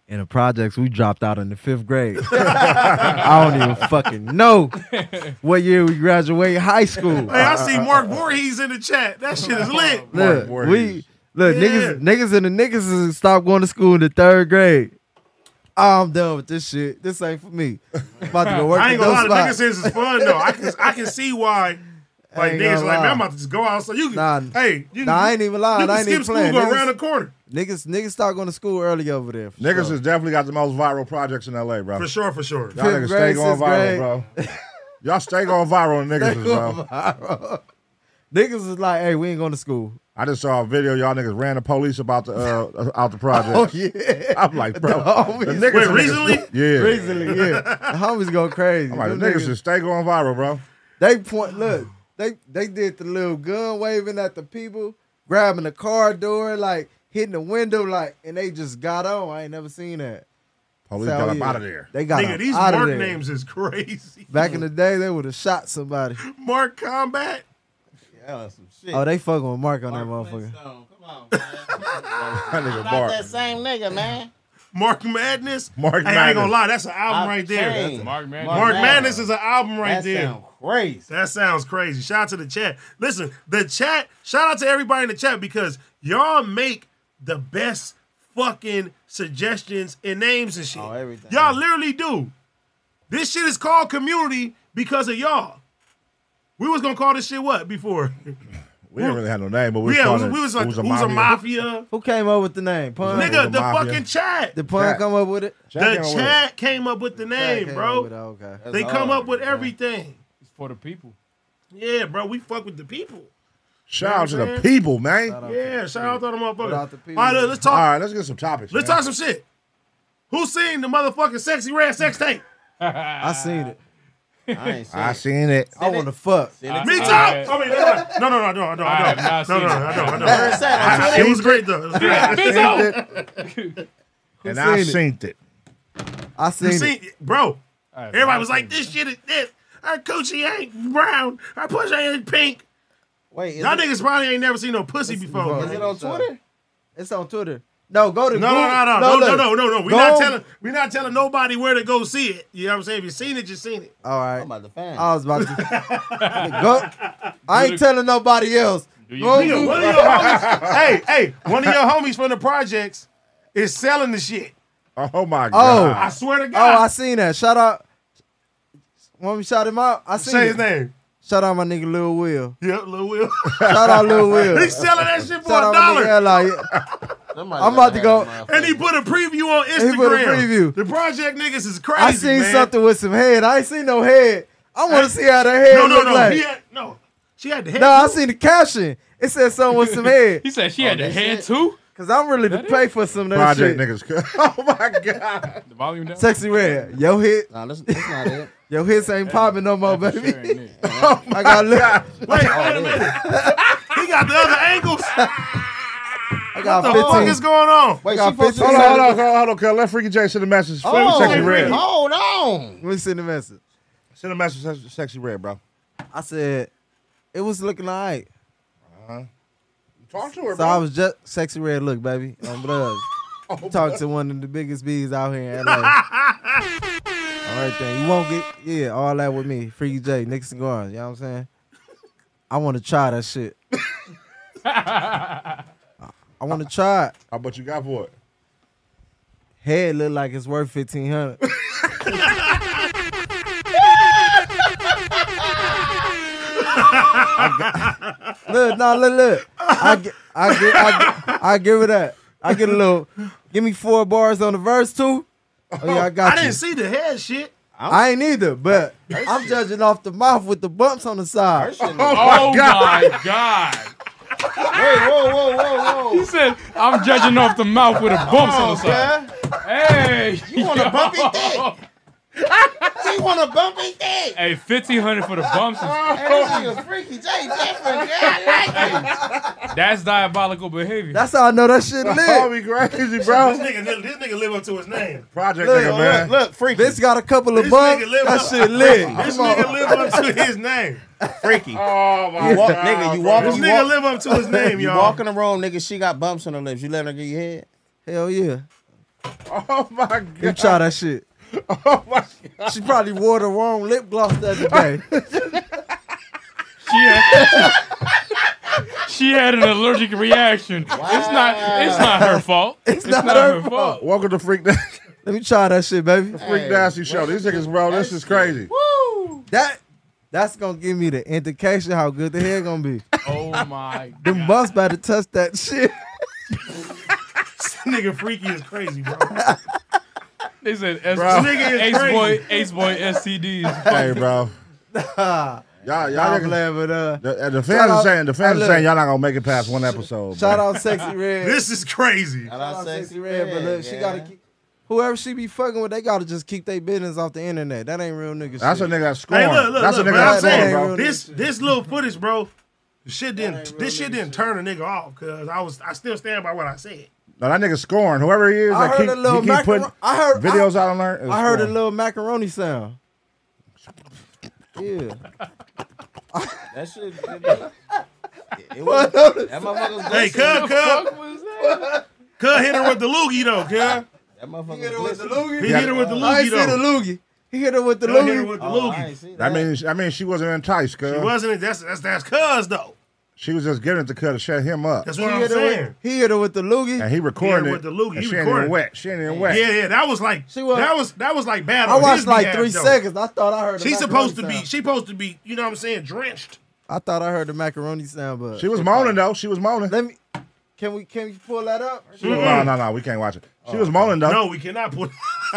Speaker 7: In the projects, we dropped out in the fifth grade. I don't even fucking know what year we graduated high school.
Speaker 3: Hey,
Speaker 5: Uh,
Speaker 3: I see Mark Voorhees in the chat. That shit is lit.
Speaker 7: Look,
Speaker 5: Mark
Speaker 7: we
Speaker 5: Voorhees.
Speaker 7: look
Speaker 3: Yeah.
Speaker 7: niggas, niggas and the niggas is stopped going to school in the third grade. I'm done with this shit. This ain't for me. About to go work
Speaker 3: I
Speaker 7: at
Speaker 3: ain't gonna
Speaker 7: those
Speaker 3: lie, the niggas
Speaker 7: spots.
Speaker 3: is is fun though. I can I can see why. Like
Speaker 7: ain't
Speaker 3: niggas
Speaker 7: gonna
Speaker 3: like,
Speaker 7: lie.
Speaker 3: man, I'm about to just go out. So you can,
Speaker 7: Nah,
Speaker 3: hey, you,
Speaker 7: nah, I ain't even lying.
Speaker 3: You can
Speaker 7: I ain't
Speaker 3: skip
Speaker 7: even
Speaker 3: school,
Speaker 7: playing.
Speaker 3: go
Speaker 7: Niggas-
Speaker 3: around the corner
Speaker 7: Niggas, niggas start going to school early over there. for
Speaker 5: Niggas
Speaker 7: sure.
Speaker 5: has definitely got the most viral projects in L.A., bro.
Speaker 3: for sure, for sure.
Speaker 5: Y'all
Speaker 7: Fifth
Speaker 5: niggas stay
Speaker 7: grade,
Speaker 5: going
Speaker 7: sixth
Speaker 5: viral,
Speaker 7: grade.
Speaker 5: bro. Y'all stay going viral on niggas, is, bro.
Speaker 7: niggas is like, hey, we ain't going to school.
Speaker 5: I just saw a video. Y'all niggas ran the police about the uh, out the project.
Speaker 7: Oh yeah,
Speaker 5: I'm like, bro,
Speaker 7: The homies.
Speaker 5: the niggas
Speaker 3: Wait,
Speaker 5: niggas-
Speaker 3: recently?
Speaker 5: yeah.
Speaker 7: recently, yeah, the homies go crazy.
Speaker 5: I'm like, the
Speaker 7: Them
Speaker 5: niggas just stay going viral, bro.
Speaker 7: They point look, they they did the little gun waving at the people, grabbing the car door, like hitting the window, like, and they just got on. I ain't never seen that.
Speaker 5: Police
Speaker 7: So,
Speaker 5: got up
Speaker 7: yeah,
Speaker 5: out of there.
Speaker 7: They got
Speaker 3: Nigga, these
Speaker 7: out
Speaker 3: Mark
Speaker 7: of there.
Speaker 3: names is crazy.
Speaker 7: Back in the day, they would have shot somebody.
Speaker 3: Mark Combat.
Speaker 4: Yeah, that's some shit.
Speaker 7: Oh, they fucking with Mark on
Speaker 4: Mark
Speaker 7: that motherfucker.
Speaker 4: Flintstone. Come on, man.
Speaker 5: That nigga
Speaker 4: Not
Speaker 5: Mark.
Speaker 4: that same nigga, man.
Speaker 3: Mark Madness.
Speaker 5: Mark
Speaker 3: hey, I ain't
Speaker 5: Madness.
Speaker 3: gonna lie, that's an album
Speaker 4: I've
Speaker 3: right there.
Speaker 4: changed.
Speaker 6: Mark Madness.
Speaker 3: Mark
Speaker 4: Madness.
Speaker 3: Madness is an album right
Speaker 4: that
Speaker 3: there.
Speaker 4: sound crazy.
Speaker 3: That sounds crazy. Shout out to the chat. Listen, the chat, shout out to everybody in the chat because y'all make the best fucking suggestions and names and shit.
Speaker 4: Oh, everything.
Speaker 3: Y'all literally do. This shit is called community because of y'all. We was gonna call this shit what before?
Speaker 5: We didn't really have no name, but we
Speaker 3: yeah,
Speaker 5: was
Speaker 3: we,
Speaker 5: calling
Speaker 3: we
Speaker 5: it
Speaker 3: was like,
Speaker 5: Who's
Speaker 3: who's a mafia?
Speaker 7: Who came up with the name? Pun.
Speaker 5: Who's a
Speaker 3: Nigga, the
Speaker 5: Mafia?
Speaker 3: fucking chat.
Speaker 7: Did Pun
Speaker 5: Jack.
Speaker 7: come up with it?
Speaker 3: The
Speaker 5: Jack came up with it.
Speaker 3: chat came up with the name,
Speaker 7: Came up
Speaker 3: bro.
Speaker 7: with it, okay.
Speaker 4: That's
Speaker 3: They come
Speaker 4: hard.
Speaker 3: up with everything.
Speaker 6: It's for the people.
Speaker 3: Yeah, bro, we fuck with the people.
Speaker 5: Shout out to
Speaker 3: Yeah.
Speaker 5: the people, man.
Speaker 3: Yeah, shout out to the motherfuckers.
Speaker 7: out the
Speaker 3: All
Speaker 7: people.
Speaker 3: right, look, let's talk.
Speaker 5: All right, let's get some topics.
Speaker 3: Let's
Speaker 5: man.
Speaker 3: talk some shit. Who seen the motherfucking sexy red sex tape?
Speaker 7: I seen it.
Speaker 4: I ain't seen
Speaker 5: I
Speaker 4: it.
Speaker 5: seen it.
Speaker 7: I want to fuck.
Speaker 4: Seen it.
Speaker 3: Me too.
Speaker 6: I-
Speaker 3: I mean, no, no, no, no, no, no,
Speaker 6: I
Speaker 3: no,
Speaker 6: have
Speaker 3: no,
Speaker 6: not
Speaker 3: no,
Speaker 6: seen
Speaker 3: no,
Speaker 6: it.
Speaker 3: no, no, no.
Speaker 4: Where it's at?
Speaker 3: I- It was great though. It was great.
Speaker 6: Bizzo!
Speaker 5: And I
Speaker 7: seen it?
Speaker 5: seen it.
Speaker 7: I
Speaker 3: You
Speaker 7: seen it.
Speaker 3: seen, bro?
Speaker 6: All right,
Speaker 3: Everybody
Speaker 6: well,
Speaker 3: was like, this shit is this. Our coochie ain't brown. Our pussy ain't pink.
Speaker 4: Wait, is
Speaker 3: Y'all
Speaker 4: it-
Speaker 3: niggas probably ain't never seen no pussy before.
Speaker 7: before.
Speaker 3: man.
Speaker 4: is it on
Speaker 7: So-
Speaker 4: Twitter?
Speaker 7: It's on Twitter. No, go to
Speaker 3: No,
Speaker 7: Google.
Speaker 3: no, no, no, no,
Speaker 7: look.
Speaker 3: no, no, no. We're
Speaker 7: Go
Speaker 3: not
Speaker 7: on-
Speaker 3: telling. We're not telling nobody where to go see it. You know what I'm saying? If you seen it, you seen it.
Speaker 7: All right.
Speaker 5: Oh
Speaker 4: I'm about to find.
Speaker 7: I
Speaker 4: it.
Speaker 7: was about to go. I ain't telling nobody else.
Speaker 6: Do you-
Speaker 7: Go
Speaker 6: Do you-
Speaker 7: Google.
Speaker 3: One of your homies, hey, hey, one of your homies from the projects is selling the shit.
Speaker 5: Oh my
Speaker 3: I
Speaker 5: god.
Speaker 3: swear to God.
Speaker 7: Oh, I seen that. Shout out. Want me to shout him out? I seen
Speaker 3: say
Speaker 7: it.
Speaker 3: his name.
Speaker 7: Shout out my nigga Lil Will.
Speaker 3: Yeah, Lil Will.
Speaker 7: Shout out Lil Will.
Speaker 3: He's selling that shit for
Speaker 7: Shout
Speaker 3: a
Speaker 7: out my nigga
Speaker 3: dollar.
Speaker 7: Ally.
Speaker 4: Somebody gotta
Speaker 7: I'm about to
Speaker 4: have
Speaker 7: go-
Speaker 4: that motherfucker.
Speaker 3: And he put a preview on Instagram.
Speaker 7: He put a preview.
Speaker 3: The project niggas is crazy.
Speaker 7: I seen
Speaker 3: man.
Speaker 7: something with some head. I ain't seen no head. I want to see how the head
Speaker 3: No, no,
Speaker 7: look
Speaker 3: no.
Speaker 7: like.
Speaker 3: He had, no. She had the head.
Speaker 7: no, I seen the caption. It said something with some head.
Speaker 6: He said she had the
Speaker 4: this
Speaker 6: head
Speaker 4: shit?
Speaker 6: too.
Speaker 7: Cause I'm really to pay for some of that
Speaker 5: Project
Speaker 7: shit.
Speaker 5: niggas. Oh my god.
Speaker 6: The volume down.
Speaker 7: Sexy red. Yo hit.
Speaker 4: Nah, that's, that's not it.
Speaker 7: Yo hits ain't popping no more,
Speaker 6: Sure ain't
Speaker 7: baby.
Speaker 6: it.
Speaker 7: I got look.
Speaker 3: Wait, wait a minute. he got the other angles.
Speaker 7: I got
Speaker 3: What the fuck
Speaker 7: 15.
Speaker 3: is going on?
Speaker 4: Wait,
Speaker 7: got
Speaker 4: she supposed to
Speaker 5: Hold
Speaker 7: fifteen
Speaker 5: on, hold
Speaker 4: be-
Speaker 5: on, hold on, hold on. Cause let Freaky J send a message.
Speaker 4: Oh,
Speaker 5: sexy red.
Speaker 4: Hold on.
Speaker 7: Let me send the message.
Speaker 5: Send a message, sexy, sexy red, bro.
Speaker 7: I said it was looking alright.
Speaker 5: Talk to her,
Speaker 7: So I was just sexy red look, baby. On blood. Talk to one of the biggest bees out here in LA. all right then. You won't get yeah, all that with me. Freaky J, Nick Cigars, you know what I'm saying? I wanna try that shit. I wanna try it.
Speaker 5: How much you got for it?
Speaker 7: Head look like it's worth fifteen hundred. look, no, look, look. I get, I get, I, get, I give it that. I get a little. Give me four bars on the verse too. Oh yeah, I got
Speaker 3: I
Speaker 7: you.
Speaker 3: didn't see the head shit.
Speaker 7: I ain't either, but I'm judging off the mouth with the bumps on the side.
Speaker 6: Oh my god!
Speaker 4: Whoa, whoa, whoa, whoa.
Speaker 6: He said, "I'm judging off the mouth with a bumps on the side." Hey, you want a bumpy dick?
Speaker 4: He want a bumpy dick.
Speaker 6: Hey, fifteen hundred for the bumps. Is,
Speaker 4: Hey, this nigga freaky J different. Yeah, I like it.
Speaker 6: that's diabolical behavior.
Speaker 7: That's how I know that shit
Speaker 5: Oh,
Speaker 7: lit.
Speaker 5: we crazy, bro.
Speaker 3: This nigga, this nigga live up to his name.
Speaker 5: Project
Speaker 7: Look,
Speaker 5: nigga,
Speaker 7: look,
Speaker 5: man.
Speaker 4: Look, freaky.
Speaker 7: Vince got a couple of
Speaker 3: This
Speaker 7: bumps.
Speaker 3: nigga live
Speaker 7: That
Speaker 3: up-
Speaker 7: shit lit.
Speaker 3: This nigga live up to his name.
Speaker 4: freaky.
Speaker 5: Oh my
Speaker 4: You walk,
Speaker 5: God,
Speaker 4: nigga, you
Speaker 5: bro.
Speaker 4: walk,
Speaker 3: This
Speaker 4: you
Speaker 3: nigga
Speaker 4: walk,
Speaker 3: live up to his name,
Speaker 4: you
Speaker 3: y'all.
Speaker 4: walk in the room, nigga. She got bumps on her lips. You let her get your head.
Speaker 7: Hell yeah.
Speaker 5: Oh my god.
Speaker 7: You try that shit.
Speaker 5: Oh my god.
Speaker 7: She probably wore the wrong lip gloss the other day.
Speaker 6: She had, she had an allergic reaction. It's not. It's not her fault. It's,
Speaker 7: not her fault.
Speaker 5: Welcome to Freak Freak
Speaker 7: Let me try that shit, baby.
Speaker 5: Nasty Show. These niggas, bro, this is crazy.
Speaker 7: That that's gonna give me the indication how good the hair gonna be.
Speaker 6: Oh my.
Speaker 7: Them bumps about to touch that shit.
Speaker 3: This nigga freaky is crazy, bro.
Speaker 6: They said S-
Speaker 5: Bro.
Speaker 3: This nigga is
Speaker 6: Ace
Speaker 3: crazy.
Speaker 6: boy, Ace boy, STDs.
Speaker 5: Hey, bro. Y'all, y'all
Speaker 7: I'm
Speaker 5: niggas,
Speaker 7: playing with uh.
Speaker 5: the, the
Speaker 7: Shout
Speaker 5: fans are
Speaker 7: out-
Speaker 5: saying the
Speaker 7: Hey,
Speaker 5: fans are
Speaker 7: look.
Speaker 5: saying y'all not gonna make it past one episode.
Speaker 7: Shout
Speaker 5: bro.
Speaker 7: out sexy red.
Speaker 3: This is crazy.
Speaker 7: shout out sexy red, but look, she gotta keep. Whoever she be fucking with, they gotta just keep their business off the internet. That ain't real nigga
Speaker 5: That's a
Speaker 7: shit.
Speaker 5: nigga that's scoring.
Speaker 3: Hey, look, look,
Speaker 5: that's
Speaker 3: look,
Speaker 5: a
Speaker 3: bro.
Speaker 5: nigga
Speaker 3: I'm
Speaker 5: that's
Speaker 7: that
Speaker 3: saying,
Speaker 5: scoring,
Speaker 7: ain't
Speaker 5: bro.
Speaker 7: real
Speaker 3: this
Speaker 7: nigga
Speaker 3: this little footage, bro. the Shit didn't
Speaker 7: ain't
Speaker 3: this
Speaker 7: real
Speaker 3: shit
Speaker 7: nigga
Speaker 3: didn't turn a nigga off because I was I still stand by what I said.
Speaker 5: No, that nigga scoring. Whoever he is,
Speaker 7: I
Speaker 5: that
Speaker 7: heard
Speaker 5: keep,
Speaker 7: a little
Speaker 5: he keep putting
Speaker 7: macaron- I heard-
Speaker 5: videos out on there. is
Speaker 7: I heard a
Speaker 5: scoring.
Speaker 7: little macaroni sound. Yeah.
Speaker 4: That shit. It, it was, that motherfucker was
Speaker 3: Hey,
Speaker 4: glistening.
Speaker 3: Cub, Cub, Cub hit her with the loogie though, Cub.
Speaker 4: that motherfucker was glistening.
Speaker 3: He
Speaker 5: Yeah.
Speaker 3: hit her with the
Speaker 7: I
Speaker 3: loogie
Speaker 7: ain't see the
Speaker 3: though.
Speaker 7: loogie. He hit her with the
Speaker 3: Cub hit her
Speaker 7: loogie.
Speaker 3: with the
Speaker 4: Oh, I ain't
Speaker 3: loogie.
Speaker 4: see
Speaker 5: That
Speaker 4: that.
Speaker 5: means I mean she wasn't enticed, cuz.
Speaker 3: It wasn't that's that's that's cuz though.
Speaker 5: She was just giving it to cuz to shut him up.
Speaker 3: That's
Speaker 7: He
Speaker 3: what I'm
Speaker 7: hit, her
Speaker 3: saying.
Speaker 7: with, he hit her with the loogie.
Speaker 5: And he recorded
Speaker 3: Yeah,
Speaker 5: it.
Speaker 3: with the loogie,
Speaker 5: and
Speaker 3: he
Speaker 5: she ain't
Speaker 3: recorded
Speaker 5: even
Speaker 3: it.
Speaker 5: wet. She ain't even wet.
Speaker 3: Yeah, yeah, that was like
Speaker 7: She was-
Speaker 3: that was that was like bad.
Speaker 7: I
Speaker 3: on his
Speaker 7: watched like
Speaker 3: behalf,
Speaker 7: three
Speaker 3: though.
Speaker 7: seconds. I thought I heard. the
Speaker 3: She's supposed to
Speaker 7: macaroni
Speaker 3: be
Speaker 7: sound.
Speaker 3: she's supposed to be, you know what I'm saying, drenched.
Speaker 7: I thought I heard the macaroni sound, but
Speaker 5: She was moaning though. She was moaning.
Speaker 7: Let me. Can we? Can we pull that up?
Speaker 5: No, no, no. We can't watch it. She was moaning though.
Speaker 3: No, we cannot put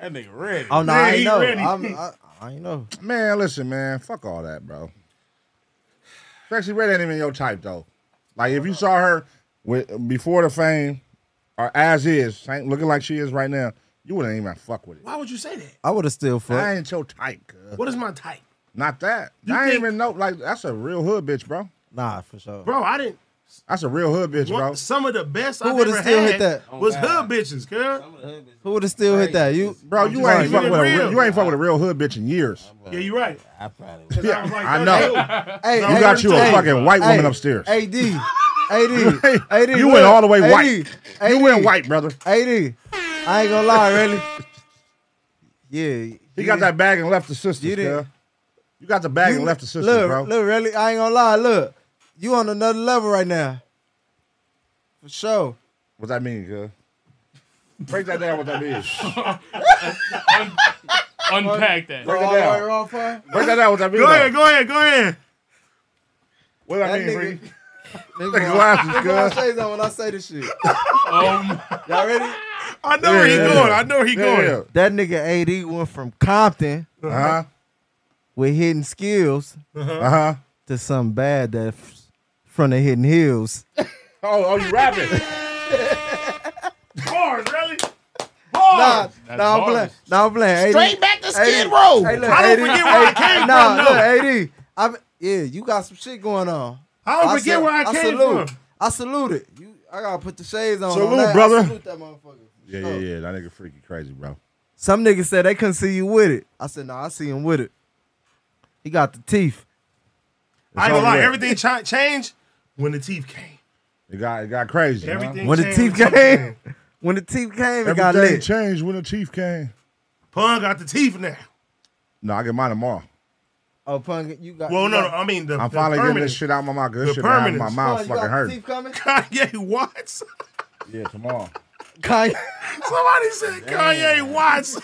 Speaker 4: That nigga ready.
Speaker 7: Oh no,
Speaker 3: Yeah,
Speaker 7: I
Speaker 3: he
Speaker 7: ain't know.
Speaker 3: ready.
Speaker 7: I'm, I, I ain't know.
Speaker 5: Man, listen, man. Fuck all that, bro. Sexy Red ain't even your type though. Like if you saw her with before the fame, or as is, same, looking like she is right now, you wouldn't even fuck with it.
Speaker 3: Why would you say that?
Speaker 7: I would have still
Speaker 5: That
Speaker 7: fucked.
Speaker 5: ain't your type, cuz.
Speaker 3: What is my type?
Speaker 5: Not that.
Speaker 3: You
Speaker 5: I ain't
Speaker 3: think-
Speaker 5: even know. Like that's a real hood bitch, bro.
Speaker 7: Nah, for sure.
Speaker 3: Bro, I didn't
Speaker 5: That's a real hood bitch,
Speaker 3: One-
Speaker 5: bro.
Speaker 3: some of the best
Speaker 7: Who
Speaker 3: I've
Speaker 7: would've
Speaker 3: ever
Speaker 7: still hit
Speaker 3: had
Speaker 7: that?
Speaker 3: was
Speaker 4: Oh,
Speaker 3: hood
Speaker 4: God.
Speaker 3: bitches, girl.
Speaker 7: Who would have still hit that? You
Speaker 5: Bro, you
Speaker 3: just saying,
Speaker 5: ain't fuck with a
Speaker 3: even
Speaker 5: real,
Speaker 3: real.
Speaker 5: you ain't fuck with a real hood bitch in years.
Speaker 3: Yeah, you're right.
Speaker 4: I probably.
Speaker 3: I, was like,
Speaker 5: I
Speaker 3: yo,
Speaker 5: know.
Speaker 3: yo,
Speaker 7: hey,
Speaker 5: You got you a
Speaker 7: hey,
Speaker 5: fucking white
Speaker 7: hey,
Speaker 5: woman upstairs.
Speaker 7: AD, AD, AD.
Speaker 5: You went
Speaker 7: look,
Speaker 5: all the way
Speaker 7: AD,
Speaker 5: white.
Speaker 7: AD,
Speaker 5: You went white, brother.
Speaker 7: AD. I ain't gonna lie, really. Yeah,
Speaker 5: He
Speaker 7: you
Speaker 5: got
Speaker 7: didn't-
Speaker 5: that bag and left the sisters,
Speaker 7: you didn't-
Speaker 5: girl. You got the bag
Speaker 7: you-
Speaker 5: and left the sisters,
Speaker 7: look,
Speaker 5: bro.
Speaker 7: Look, really, I ain't gonna lie. Look, you on another level right now, for sure.
Speaker 5: What that mean, girl? Break that down. What that means?
Speaker 6: Unpack that.
Speaker 5: Break it
Speaker 7: All the way
Speaker 5: down.
Speaker 7: around, fam.
Speaker 5: Break that down. What that means?
Speaker 3: go ahead, go ahead, go ahead.
Speaker 5: What that
Speaker 7: That
Speaker 5: mean,
Speaker 7: nigga-
Speaker 5: Reed?
Speaker 7: Nigga,
Speaker 5: Nigga
Speaker 7: gonna-
Speaker 5: glasses,
Speaker 7: nigga gonna
Speaker 5: girl.
Speaker 7: shades on when I say this shit.
Speaker 6: Um,
Speaker 7: Y'all ready?
Speaker 3: I know where he
Speaker 5: Yeah, yeah,
Speaker 3: going.
Speaker 5: yeah.
Speaker 3: I know where he
Speaker 5: Yeah,
Speaker 3: going.
Speaker 5: yeah.
Speaker 7: That nigga AD went from Compton
Speaker 5: Uh
Speaker 7: with hidden skills
Speaker 5: huh. Uh huh.
Speaker 7: to something bad that f- from the hidden hills.
Speaker 5: Oh, oh, you rapping?
Speaker 3: Bars, really?
Speaker 7: Nah,
Speaker 3: Bars.
Speaker 7: nah, I'm playing.
Speaker 6: hard.
Speaker 7: Nah, I'm playing. Straight back to Skid
Speaker 5: Row.
Speaker 7: Hey, look,
Speaker 3: I don't
Speaker 7: AD,
Speaker 3: forget where I came
Speaker 7: nah,
Speaker 3: from, though.
Speaker 7: look, AD. I'm, yeah, you got some shit going on.
Speaker 3: I don't forget
Speaker 7: sa-
Speaker 3: where I came
Speaker 7: salute.
Speaker 3: from.
Speaker 7: I salute it. You, I gotta put the shades on.
Speaker 5: Salute,
Speaker 7: on that.
Speaker 5: brother.
Speaker 7: I salute that motherfucker.
Speaker 5: Yeah, yeah, yeah. That nigga freaky crazy, bro.
Speaker 7: Some niggas said they couldn't see you with it. I said, no, I see him with it. He got the teeth.
Speaker 3: I ain't gonna
Speaker 5: all
Speaker 3: lie.
Speaker 5: good.
Speaker 3: Everything chi- changed when the teeth came.
Speaker 5: It got it got crazy.
Speaker 3: Everything
Speaker 7: When the
Speaker 3: changed
Speaker 7: teeth
Speaker 3: when
Speaker 7: came, when the teeth came,
Speaker 5: Huh?
Speaker 7: it got
Speaker 5: Everything
Speaker 7: lit.
Speaker 5: changed when the chief came.
Speaker 3: Pun got the teeth now.
Speaker 5: No, I get mine tomorrow.
Speaker 7: Oh, punk, you got.
Speaker 3: Well,
Speaker 7: you
Speaker 3: no, no,
Speaker 7: got-
Speaker 3: I mean the,
Speaker 5: I'm
Speaker 3: the
Speaker 5: finally getting
Speaker 3: permanent.
Speaker 5: this shit out my mouth. Good
Speaker 3: The
Speaker 5: shit out my
Speaker 3: permanent.
Speaker 5: mouth.
Speaker 7: Pun, you got
Speaker 5: Fucking
Speaker 7: the
Speaker 5: hurt.
Speaker 7: Teeth coming.
Speaker 3: Kanye Watts.
Speaker 5: Yeah, tomorrow.
Speaker 7: Kanye.
Speaker 3: Somebody said Kanye Watts.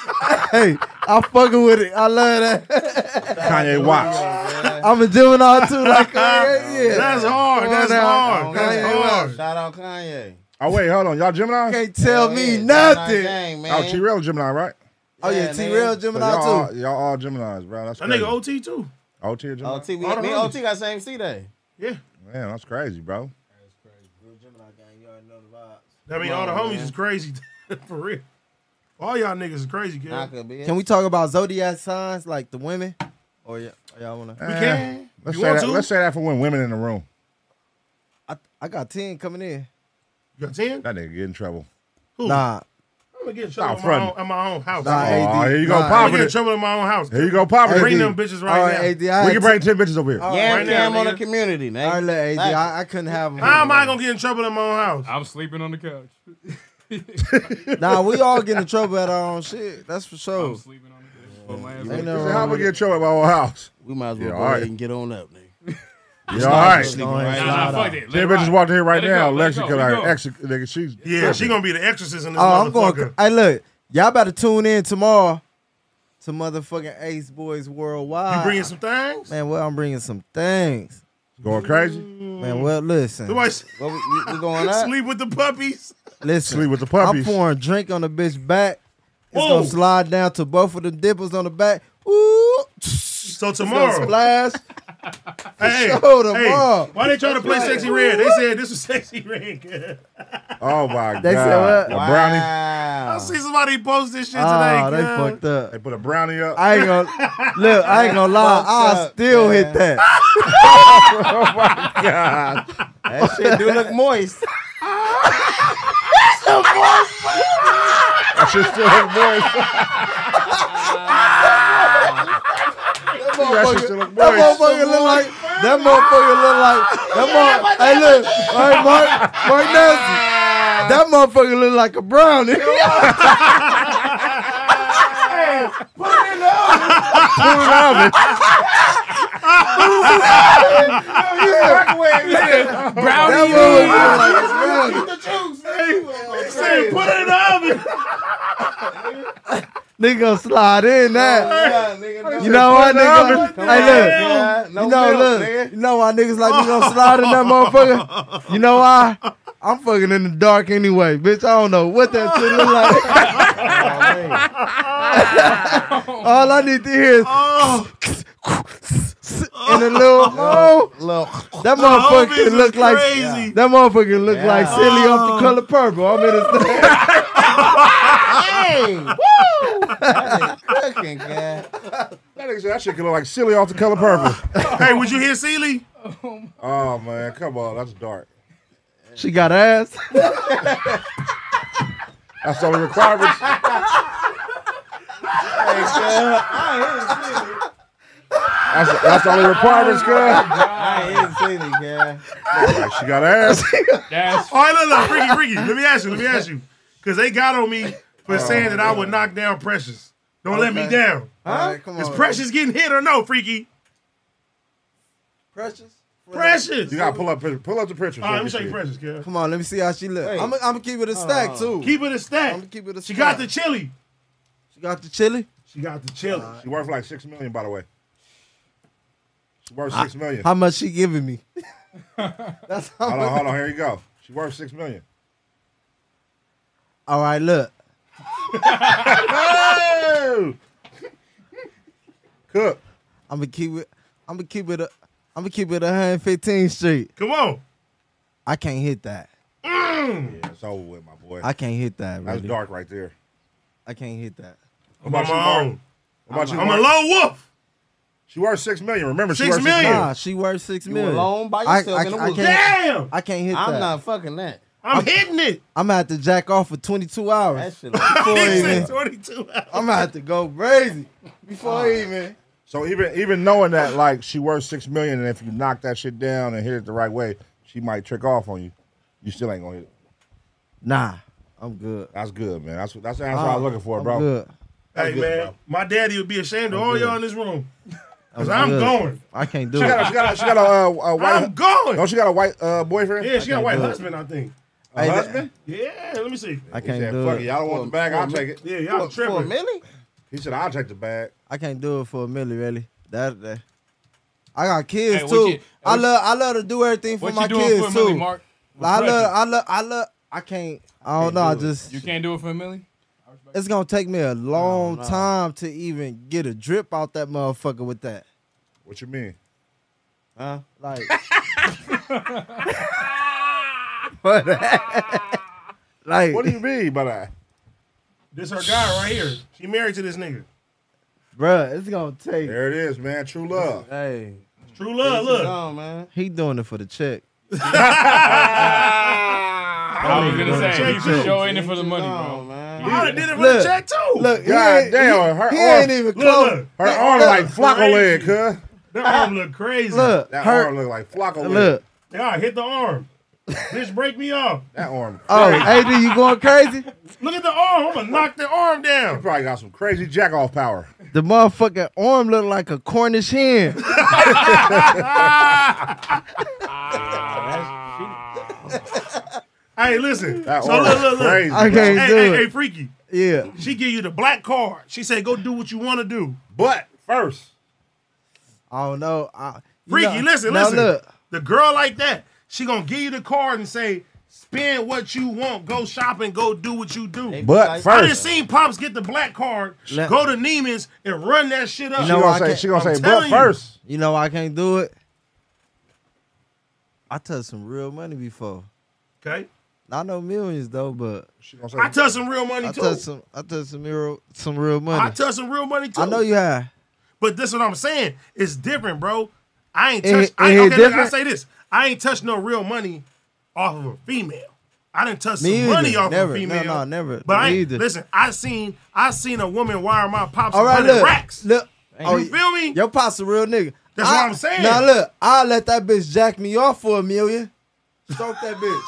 Speaker 7: hey, I'm fucking with it. I love that.
Speaker 5: Kanye Watts.
Speaker 7: I'm a juvenile too, like Kanye. Yeah.
Speaker 3: That's hard.
Speaker 7: Come
Speaker 3: That's
Speaker 7: on now.
Speaker 3: hard. That's
Speaker 7: Kanye
Speaker 3: hard.
Speaker 4: Shout out Kanye.
Speaker 5: Oh wait, hold on. Y'all Gemini?
Speaker 7: Can't tell
Speaker 4: Hell
Speaker 7: me
Speaker 4: yeah, Gemini
Speaker 7: nothing.
Speaker 4: gang, man.
Speaker 5: Oh, T Rail Gemini, right?
Speaker 7: Oh yeah,
Speaker 4: Yeah,
Speaker 7: T
Speaker 4: nigga.
Speaker 7: Real
Speaker 5: So
Speaker 7: Gemini
Speaker 5: y'all, all,
Speaker 7: too.
Speaker 5: y'all all Geminis, bro. That's
Speaker 3: That
Speaker 5: crazy.
Speaker 3: nigga OT too.
Speaker 5: OT or Gemini?
Speaker 4: OT, we,
Speaker 3: All the
Speaker 4: me and
Speaker 3: homies.
Speaker 4: OT got same C day.
Speaker 3: Yeah.
Speaker 5: Man, that's crazy, bro.
Speaker 3: I mean, all the homies is crazy. For real. All y'all niggas is crazy, kid.
Speaker 4: I could be. Oh,
Speaker 7: Can we talk about zodiac signs like the women? Or yeah, y'all wanna?
Speaker 3: We can.
Speaker 5: Let's
Speaker 3: you
Speaker 5: say
Speaker 3: want
Speaker 5: that.
Speaker 3: to?
Speaker 5: Let's say that for when women in the room.
Speaker 7: I, I got ten coming in.
Speaker 3: you got 10?
Speaker 5: That nigga get in trouble.
Speaker 3: Who?
Speaker 7: Nah,
Speaker 3: I'm going to get in
Speaker 5: Stop
Speaker 3: trouble at my,
Speaker 5: fronting.
Speaker 3: own, at my own house.
Speaker 7: Nah,
Speaker 3: I'm
Speaker 7: hey,
Speaker 5: Oh,
Speaker 7: AD,
Speaker 5: here you go,
Speaker 3: going
Speaker 7: nah.
Speaker 3: to get
Speaker 5: popping
Speaker 3: in
Speaker 5: it.
Speaker 3: trouble at my own house.
Speaker 5: Here you go, popping it.
Speaker 3: Bring them
Speaker 5: We
Speaker 3: bitches
Speaker 7: all right,
Speaker 3: right
Speaker 7: AD.
Speaker 3: now.
Speaker 7: I
Speaker 5: can
Speaker 7: had
Speaker 5: bring ten bitches over here.
Speaker 7: All
Speaker 4: Yeah,
Speaker 3: Right now,
Speaker 4: cam on
Speaker 3: nigga.
Speaker 4: the community, man.
Speaker 7: All right, look, AD,
Speaker 4: Thank
Speaker 7: I, I couldn't have him.
Speaker 3: How am I going to get in trouble at my own house?
Speaker 6: I'm sleeping on the couch.
Speaker 7: Nah, we all get in trouble at our own shit. That's for
Speaker 6: I'm
Speaker 7: sure.
Speaker 6: sleeping on the couch. Put my ass
Speaker 7: Ain't
Speaker 6: on-
Speaker 7: nothing
Speaker 5: Say, How
Speaker 7: wrong
Speaker 5: am I
Speaker 7: with
Speaker 5: get in
Speaker 7: it.
Speaker 5: trouble at my old house?
Speaker 4: We might as well
Speaker 5: Yeah,
Speaker 4: go
Speaker 5: all right.
Speaker 4: ahead and get on up, nigga.
Speaker 5: Yeah, all right.
Speaker 7: Go ahead,
Speaker 4: Right.
Speaker 7: slide
Speaker 6: Nah, nah,
Speaker 7: out.
Speaker 6: fuck it. Let
Speaker 5: Ten
Speaker 6: it
Speaker 5: bitches
Speaker 6: ride.
Speaker 5: walked here right
Speaker 6: Let it
Speaker 5: now.
Speaker 6: go, let it
Speaker 5: Lexi,
Speaker 6: go,
Speaker 5: because
Speaker 6: let it go.
Speaker 5: her ex, nigga, she's
Speaker 3: Yeah, she going to be the exorcist in this
Speaker 7: Oh, I'm
Speaker 3: motherfucker.
Speaker 7: going. Hey, look, y'all better tune in tomorrow to motherfucking Ace Boys Worldwide.
Speaker 3: You bringing some things?
Speaker 7: man? Well, I'm bringing some things,
Speaker 5: going crazy.
Speaker 7: man. Well, listen,
Speaker 3: Somebody said,
Speaker 4: Well, we, we, we going up.
Speaker 3: Mm. sleep with the puppies.
Speaker 7: listen.
Speaker 5: Sleep with the puppies.
Speaker 7: I'm pouring drink on the bitch back. It's
Speaker 3: Whoa.
Speaker 7: gonna slide down to both of them dipples on the back. Ooh,
Speaker 3: So
Speaker 7: gonna
Speaker 3: tomorrow,
Speaker 7: splash.
Speaker 3: hey,
Speaker 7: show tomorrow.
Speaker 3: hey, why they trying to play sexy red? They said this was sexy red.
Speaker 5: Oh my
Speaker 7: They said
Speaker 5: god. A
Speaker 7: what?
Speaker 5: brownie.
Speaker 4: Wow.
Speaker 3: I see somebody post this shit
Speaker 7: Oh. Ah,
Speaker 3: today.
Speaker 7: they
Speaker 3: girl.
Speaker 7: fucked up.
Speaker 5: They put a brownie up.
Speaker 7: I ain't gonna look. I ain't gonna lie.
Speaker 4: Fucked
Speaker 7: I
Speaker 4: up,
Speaker 7: still hit
Speaker 4: man.
Speaker 7: that.
Speaker 4: That shit do look moist.
Speaker 5: That shit still look moist. That shit still look
Speaker 7: That
Speaker 5: moist.
Speaker 7: motherfucker look like that motherfucker look like that mother, Hey look, hey Mark, Mark Nelson. That motherfucker look like a brownie. That
Speaker 6: Brownie.
Speaker 7: motherfucker look like a brownie.
Speaker 3: They said put it in the oven.
Speaker 7: Nigga gonna slide in that. You know what, nigga? Hey look.
Speaker 4: Yeah, no
Speaker 7: You know,
Speaker 4: milk,
Speaker 7: look,
Speaker 4: nigga.
Speaker 7: you know why niggas like me gonna slide in that motherfucker? You know why? I'm fucking in the dark anyway, bitch. I don't know what that shit look like. All I need to hear is
Speaker 3: Oh,
Speaker 7: in a little oh,
Speaker 4: Look,
Speaker 7: that
Speaker 3: homies
Speaker 7: motherfucker
Speaker 3: is
Speaker 7: look like
Speaker 3: crazy.
Speaker 7: that motherfucker look
Speaker 4: Yeah.
Speaker 7: like silly off the color purple. I mean,
Speaker 4: hey, woo!
Speaker 7: it's,
Speaker 4: That nigga cooking, man.
Speaker 5: That nigga said that shit could look like silly off the color purple.
Speaker 3: hey, would you hear Sealy?
Speaker 5: Oh man, come on, that's dark.
Speaker 7: She got ass.
Speaker 5: That's the only requirements. That's, that's the only requirements, girl.
Speaker 4: I ain't seen it, girl.
Speaker 5: Like, she got ass.
Speaker 6: That's
Speaker 3: All right, Oh, look, look, Ricky, Ricky, let me ask you, let me ask you. Because they got on me for saying that I would knock down Precious. Don't let me
Speaker 7: Oh, Okay.
Speaker 3: down.
Speaker 7: All right, come on.
Speaker 3: Is Precious getting hit or no, Freaky?
Speaker 7: Precious.
Speaker 3: Precious.
Speaker 5: You gotta pull up, pull up the pictures.
Speaker 3: All right, let me
Speaker 5: so
Speaker 3: show
Speaker 5: you
Speaker 3: you
Speaker 5: can
Speaker 3: Precious,
Speaker 5: see.
Speaker 3: kid.
Speaker 7: Come on, let me see how she look.
Speaker 4: Wait.
Speaker 7: I'm gonna keep it a stack too.
Speaker 3: Keep it a stack.
Speaker 7: I'ma keep it a
Speaker 3: She got the
Speaker 7: stack.
Speaker 3: chili.
Speaker 7: she got the chili.
Speaker 3: She got the chili.
Speaker 5: She worth like six million, by the way. She worth six million.
Speaker 7: How much she giving me? That's how
Speaker 5: Hold on,
Speaker 7: much.
Speaker 5: hold on. Here you go. She worth six million.
Speaker 7: All right, look.
Speaker 5: Oh! Cook.
Speaker 7: I'm gonna keep it. I'm gonna keep it. A, I'm gonna keep it 115 Street.
Speaker 3: Come on.
Speaker 7: I can't hit that.
Speaker 5: Yeah, it's over with, my boy.
Speaker 7: I can't hit that.
Speaker 5: That's
Speaker 7: Really.
Speaker 5: dark right there.
Speaker 7: I can't hit that.
Speaker 3: I'm
Speaker 5: about
Speaker 3: on
Speaker 5: you,
Speaker 3: my
Speaker 5: Mark?
Speaker 3: own.
Speaker 5: What about you?
Speaker 3: I'm a
Speaker 5: Mark?
Speaker 3: lone wolf.
Speaker 5: She worth six million. Remember, she
Speaker 3: Six
Speaker 5: worth
Speaker 3: million.
Speaker 5: six million.
Speaker 7: Nah, she worth six
Speaker 4: You
Speaker 7: million.
Speaker 4: alone by
Speaker 7: I-
Speaker 4: yourself
Speaker 7: I-
Speaker 4: in the
Speaker 7: I
Speaker 4: woods.
Speaker 7: can't-
Speaker 3: Damn.
Speaker 7: I can't hit
Speaker 4: I'm
Speaker 7: that.
Speaker 4: not fucking that.
Speaker 3: I'm, hitting it.
Speaker 7: I'm gonna have to jack off for 22
Speaker 4: That
Speaker 7: hours.
Speaker 4: shit. Like,
Speaker 7: Before
Speaker 3: He said
Speaker 7: even,
Speaker 3: 22 hours.
Speaker 7: I'm gonna have to go crazy before even.
Speaker 5: So even even knowing that, like, she worth six million, and if you knock that shit down and hit it the right way, she might trick off on you. You still ain't gonna hit it.
Speaker 7: Nah, I'm good.
Speaker 5: That's good, man. That's what that's, that's what I'm looking for,
Speaker 7: Ah, I'm
Speaker 5: bro.
Speaker 7: good.
Speaker 3: Hey,
Speaker 5: good,
Speaker 3: man.
Speaker 5: bro.
Speaker 3: My daddy would be ashamed of all
Speaker 5: good.
Speaker 3: y'all in this room. Because I'm,
Speaker 7: good.
Speaker 3: going.
Speaker 7: I can't do
Speaker 5: She got a,
Speaker 7: it.
Speaker 5: she got a, she got a, uh, a white.
Speaker 3: I'm going.
Speaker 5: Don't she got a white uh, boyfriend?
Speaker 3: yeah, she got a white
Speaker 7: do it.
Speaker 3: husband, I think.
Speaker 5: A
Speaker 7: Hey,
Speaker 5: husband?
Speaker 3: Yeah, let me see.
Speaker 7: I
Speaker 5: He
Speaker 7: can't
Speaker 5: said,
Speaker 7: do
Speaker 5: "Fuck
Speaker 7: it.
Speaker 5: it, y'all don't want the bag? I'll take it."
Speaker 3: Yeah, y'all
Speaker 4: for a
Speaker 3: tripping.
Speaker 4: milli?
Speaker 5: He said, "I'll take the bag."
Speaker 7: I can't do it for a milli, really. That, that. I got kids
Speaker 6: Hey, what
Speaker 7: too.
Speaker 6: you-
Speaker 7: I
Speaker 6: what-
Speaker 7: love I love to do everything for
Speaker 6: what
Speaker 7: my
Speaker 6: you doing
Speaker 7: kids
Speaker 6: for a
Speaker 7: too.
Speaker 6: milli, Mark?
Speaker 7: Like, I
Speaker 6: Precious.
Speaker 7: love I love I love I can't I don't know, I just
Speaker 6: You can't do it for a milli.
Speaker 7: it's gonna take me a long time to even get a drip out that motherfucker with that.
Speaker 5: What you mean?
Speaker 4: Huh?
Speaker 7: Like like
Speaker 5: What do you mean by that?
Speaker 3: This her guy right here. She married to this nigga.
Speaker 7: bruh, it's gonna take
Speaker 5: There it is, man. True love.
Speaker 7: Hey.
Speaker 3: True love, look.
Speaker 4: No, man.
Speaker 7: He doing it for the check.
Speaker 6: I was gonna
Speaker 3: Check
Speaker 6: say you
Speaker 3: you.
Speaker 6: should show in it for the money,
Speaker 4: No,
Speaker 6: bro.
Speaker 4: man.
Speaker 3: I done did it for
Speaker 7: Look,
Speaker 3: the check too.
Speaker 7: Look, he
Speaker 5: God
Speaker 7: ain't-
Speaker 5: damn,
Speaker 7: he-
Speaker 5: her
Speaker 7: he
Speaker 5: arm-
Speaker 7: ain't even
Speaker 3: look,
Speaker 7: close.
Speaker 3: look.
Speaker 5: Her arm like Flocka leg,
Speaker 3: crazy.
Speaker 5: huh?
Speaker 3: That arm look crazy.
Speaker 7: Look,
Speaker 5: That
Speaker 7: her,
Speaker 5: arm look like Flocka leg.
Speaker 7: look.
Speaker 3: Yeah, hit the arm. Bitch, break me off.
Speaker 5: That arm.
Speaker 7: Oh, AD, you going crazy?
Speaker 3: Look at the arm. I'm gonna knock the arm
Speaker 5: He
Speaker 3: down.
Speaker 5: probably got some crazy jack off power.
Speaker 7: The motherfucking arm look like a Cornish hen.
Speaker 3: Hey, listen.
Speaker 5: That
Speaker 3: so
Speaker 5: arm
Speaker 3: look, look, look.
Speaker 5: crazy.
Speaker 7: I
Speaker 5: bro.
Speaker 7: can't
Speaker 3: Hey,
Speaker 7: do
Speaker 3: hey,
Speaker 7: it.
Speaker 3: hey, freaky.
Speaker 7: Yeah.
Speaker 3: She give you the black card. She said, "Go do what you want to do."
Speaker 5: But first,
Speaker 7: I don't know. I, you
Speaker 3: Freaky,
Speaker 7: know-
Speaker 3: listen,
Speaker 7: now
Speaker 3: listen.
Speaker 7: Look,
Speaker 3: The girl like that, she gonna give you the card and say, "Spend what you want. Go shopping. Go do what you do."
Speaker 5: but
Speaker 4: Like-
Speaker 3: I just
Speaker 5: first,
Speaker 3: seen pops get the black card,
Speaker 7: Let-
Speaker 3: go to Neiman's and run that shit up.
Speaker 5: she
Speaker 7: No, I
Speaker 5: gonna say
Speaker 7: can't-
Speaker 5: she gonna
Speaker 3: I'm
Speaker 5: say,
Speaker 3: telling
Speaker 5: but
Speaker 3: you.
Speaker 5: first,
Speaker 7: you know I can't do it. I touched some real money before.
Speaker 3: okay,
Speaker 7: Not no millions though, but
Speaker 5: she gonna say,
Speaker 3: I touch some real money
Speaker 7: I
Speaker 3: too.
Speaker 7: touched some. I touched some real some real
Speaker 3: I
Speaker 7: money.
Speaker 3: touch some real money too.
Speaker 7: I know you have.
Speaker 3: but this is what I'm saying. It's different, bro. I ain't
Speaker 7: It-
Speaker 3: touch. I, okay,
Speaker 7: it hit
Speaker 3: look, I
Speaker 7: different?
Speaker 3: say this. I ain't touched no real money off of a female. I didn't touch
Speaker 7: Me
Speaker 3: some money
Speaker 7: either.
Speaker 3: off
Speaker 7: Never.
Speaker 3: of a
Speaker 7: No,
Speaker 3: female.
Speaker 7: no, never.
Speaker 3: But I
Speaker 7: Me
Speaker 3: ain't,
Speaker 7: either.
Speaker 3: listen. I seen. I seen a woman wire my pops
Speaker 7: All right,
Speaker 3: hundred
Speaker 7: look.
Speaker 3: racks.
Speaker 7: Look. Oh,
Speaker 3: you feel me?
Speaker 7: Your pops a real nigga.
Speaker 3: That's
Speaker 7: I-
Speaker 3: what I'm saying.
Speaker 7: Now look, I let that bitch jack me off for a million. Stroke that bitch.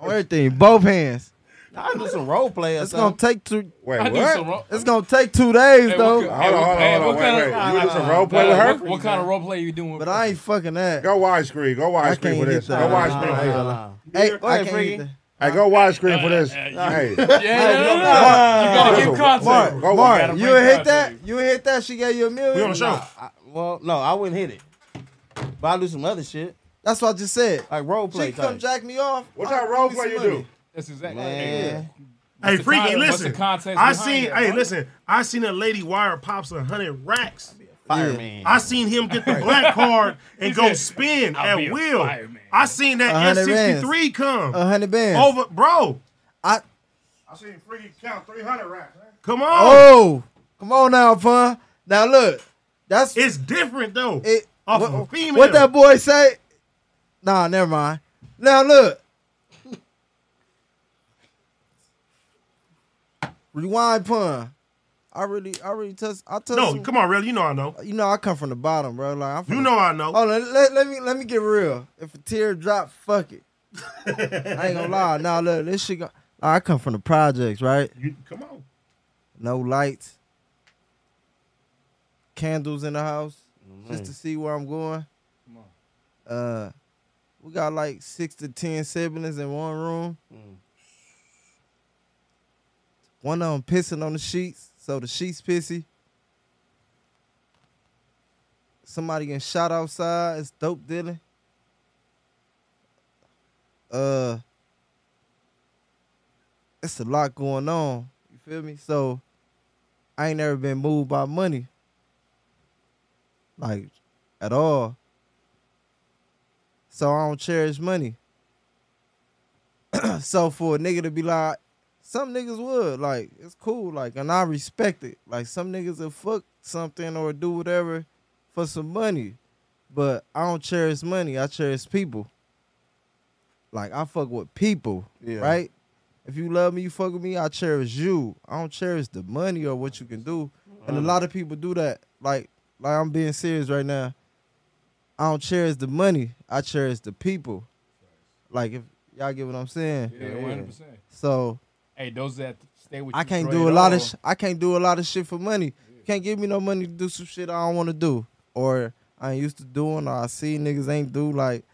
Speaker 7: On everything, both hands.
Speaker 4: I do some role play or
Speaker 7: It's gonna
Speaker 4: something.
Speaker 7: take two.
Speaker 5: wait,
Speaker 6: I
Speaker 5: what?
Speaker 6: do some ro-
Speaker 7: It's gonna take two days
Speaker 6: Hey, what
Speaker 7: though.
Speaker 5: Hold
Speaker 6: could-
Speaker 5: on, hold on,
Speaker 6: Hey,
Speaker 5: hold on,
Speaker 6: what
Speaker 5: wait,
Speaker 6: kind
Speaker 5: wait.
Speaker 6: of-
Speaker 5: You do some role play with
Speaker 6: What,
Speaker 5: her?
Speaker 6: what kind of role play you doing?
Speaker 7: But I ain't fucking that.
Speaker 5: Go widescreen. Go widescreen
Speaker 7: can't
Speaker 5: for
Speaker 7: hit
Speaker 5: this. Go
Speaker 7: that. Nah,
Speaker 5: widescreen for
Speaker 7: nah,
Speaker 5: this.
Speaker 4: Nah.
Speaker 7: Hey, I
Speaker 4: ahead,
Speaker 7: can't hit
Speaker 4: Freaky.
Speaker 7: that.
Speaker 5: Hey, go widescreen for this.
Speaker 6: Uh,
Speaker 5: Hey,
Speaker 6: Yeah, yeah, yeah, yeah.
Speaker 7: Mark,
Speaker 6: You gotta
Speaker 5: Mark,
Speaker 6: give contact.
Speaker 5: Mark,
Speaker 6: You gotta
Speaker 7: Mark, you
Speaker 6: bring
Speaker 7: hit that?
Speaker 6: contact.
Speaker 7: You hit that? She gave you a million.
Speaker 3: We on the show.
Speaker 4: I, well, no, I wouldn't hit it. But I do some other shit,
Speaker 7: That's what I just said.
Speaker 4: like role
Speaker 7: She
Speaker 4: play.
Speaker 7: come
Speaker 4: type.
Speaker 7: jack me off.
Speaker 5: what
Speaker 7: I
Speaker 5: type of
Speaker 7: give
Speaker 5: role
Speaker 7: me
Speaker 5: play
Speaker 7: some
Speaker 5: you
Speaker 7: money.
Speaker 5: do?
Speaker 6: That's exactly.
Speaker 4: Man,
Speaker 3: Hey,
Speaker 6: the
Speaker 3: freaky,
Speaker 6: con- what's
Speaker 3: listen.
Speaker 6: the context
Speaker 3: I
Speaker 6: behind
Speaker 3: seen.
Speaker 6: that,
Speaker 3: hey,
Speaker 6: right?
Speaker 3: listen. I seen a lady wire pops a hundred racks.
Speaker 4: fireman.
Speaker 3: I seen him get the black card and
Speaker 6: He
Speaker 3: go
Speaker 6: said,
Speaker 3: spin
Speaker 6: "I'll
Speaker 3: at
Speaker 6: be a
Speaker 3: will.
Speaker 6: fireman."
Speaker 3: I seen that
Speaker 7: A hundred
Speaker 3: N63 come
Speaker 7: A hundred bands.
Speaker 3: over, bro.
Speaker 7: I.
Speaker 5: I seen Freaky count 300 racks.
Speaker 3: Come on,
Speaker 7: Oh, come on now, pun. Now look, that's
Speaker 3: it's different though.
Speaker 7: it.
Speaker 3: off
Speaker 7: what,
Speaker 3: of a female.
Speaker 7: what that boy say? Nah, never mind. Now look, Rewind pun. I really, I really touched. I touched.
Speaker 3: No,
Speaker 7: some-
Speaker 3: come on, really. You know I know.
Speaker 7: You know, I come from the bottom, bro. Like I'm from
Speaker 3: You
Speaker 7: the-
Speaker 3: know I know.
Speaker 7: Hold on, let, let me let me get real. If a tear drop, fuck it. I ain't gonna lie. Now look, this shit. Go- I come from the projects, right?
Speaker 3: You, come on.
Speaker 7: No lights, candles in the house, just to see where I'm going. Uh, we got like six to ten siblings in one room. One of them pissing on the sheets, so the sheets pissy. Somebody getting shot outside. It's dope dealing. Uh, it's a lot going on. You feel me? So I ain't never been moved by money. Like at all. So I don't cherish money. so for a nigga to be like, some niggas would, like, it's cool, like, and I respect it. Like some niggas will fuck something or do whatever for some money. But I don't cherish money. I cherish people. Like I fuck with people.
Speaker 4: Yeah.
Speaker 7: Right? If you love me, you fuck with me, I cherish you. I don't cherish the money or what you can do. And a lot of people do that. Like, like I'm being serious right now. I don't cherish the money. I cherish the people. Like if y'all get what I'm saying.
Speaker 6: Yeah, 100%.
Speaker 7: So
Speaker 6: Hey, those that stay with
Speaker 7: I
Speaker 6: you
Speaker 7: can't
Speaker 6: straight
Speaker 7: do a lot of
Speaker 6: on,
Speaker 7: sh- I can't do a lot of shit for money. Can't give me no money to do some shit I don't want to do or I ain't used to doing or I see niggas ain't do like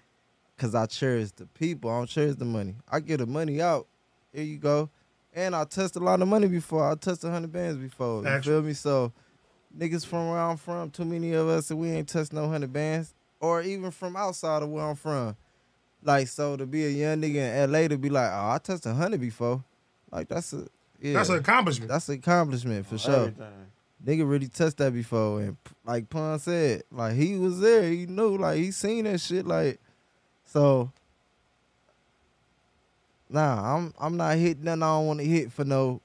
Speaker 7: cuz I cherish the people. I don't cherish the money. I get the money out. Here you go. And I touched a lot of money before. I touched a 100 bands before. You
Speaker 3: Facts.
Speaker 7: feel me? So niggas from where I'm from, too many of us and we ain't touched no 100 bands or even from outside of where I'm from. Like so to be a young nigga in LA to be like, "Oh, I touched a 100 before." Like that's a yeah.
Speaker 3: That's an accomplishment.
Speaker 7: That's an accomplishment for sure.
Speaker 4: Everything.
Speaker 7: Nigga really touched that before, and p- like Pun said, like he was there, he knew, like he seen that shit, like so. Nah, I'm I'm not hitting nothing I don't want to hit for no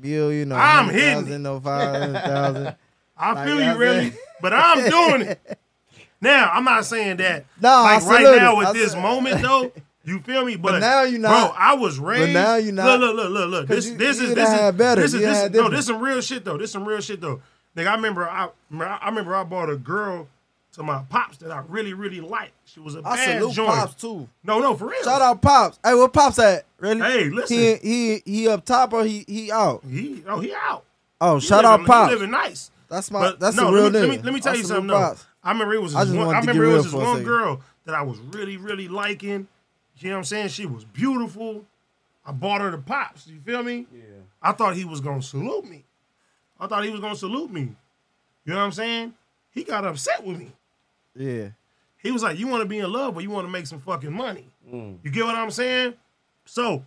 Speaker 7: billion or
Speaker 3: I'm
Speaker 7: hundred
Speaker 3: hitting it.
Speaker 7: thousand or five hundred thousand.
Speaker 3: I
Speaker 7: Like
Speaker 3: feel
Speaker 7: I
Speaker 3: you, really,
Speaker 7: said.
Speaker 3: but I'm doing it. Now, I'm not saying that.
Speaker 7: No, I
Speaker 3: like right
Speaker 7: salute
Speaker 3: now
Speaker 7: it.
Speaker 3: with
Speaker 7: I
Speaker 3: this
Speaker 7: salute-
Speaker 3: moment though, you feel me? But,
Speaker 7: now you
Speaker 3: bro.
Speaker 7: not.
Speaker 3: I was raised.
Speaker 7: now you not.
Speaker 3: Look, look, look, look, look.
Speaker 7: 'Cause
Speaker 3: This,
Speaker 7: you-
Speaker 3: this
Speaker 7: you
Speaker 3: is
Speaker 7: done
Speaker 3: this is
Speaker 7: had better.
Speaker 3: this is
Speaker 7: You
Speaker 3: this
Speaker 7: had
Speaker 3: is no.
Speaker 7: different.
Speaker 3: This some real shit though. This some real shit though. Nigga, I remember I I remember I bought a girl to my pops that I really really liked. She was a
Speaker 7: I
Speaker 3: bad
Speaker 7: salute
Speaker 3: joint.
Speaker 7: pops too.
Speaker 3: No, no, for real.
Speaker 7: Shout out pops. Hey, where pops at? Really?
Speaker 3: Hey, listen.
Speaker 7: He he he up top or he he out?
Speaker 3: He oh he out.
Speaker 7: Oh,
Speaker 3: He
Speaker 7: shout
Speaker 3: living-
Speaker 7: out pops.
Speaker 3: He living nice.
Speaker 7: That's my-
Speaker 3: But
Speaker 7: that's
Speaker 3: no,
Speaker 7: a real
Speaker 3: let me, let me,
Speaker 7: nigga.
Speaker 3: let me tell
Speaker 7: I
Speaker 3: you
Speaker 7: salute
Speaker 3: something though.
Speaker 7: Pops.
Speaker 3: I remember it was
Speaker 7: I
Speaker 3: this
Speaker 7: just
Speaker 3: one.
Speaker 7: wanted
Speaker 3: I
Speaker 7: to
Speaker 3: remember
Speaker 7: get
Speaker 3: it
Speaker 7: real
Speaker 3: was this
Speaker 7: for a
Speaker 3: one
Speaker 7: second.
Speaker 3: girl that I was really really liking. You know what I'm saying? She was beautiful. I bought her the pops. You feel me? Yeah. I thought he was gonna salute me. I thought he was gonna salute me. You know what I'm saying? He got upset with me.
Speaker 7: Yeah.
Speaker 3: He was like, "You want to be in love, but you want to make some fucking money." You get what I'm saying? So,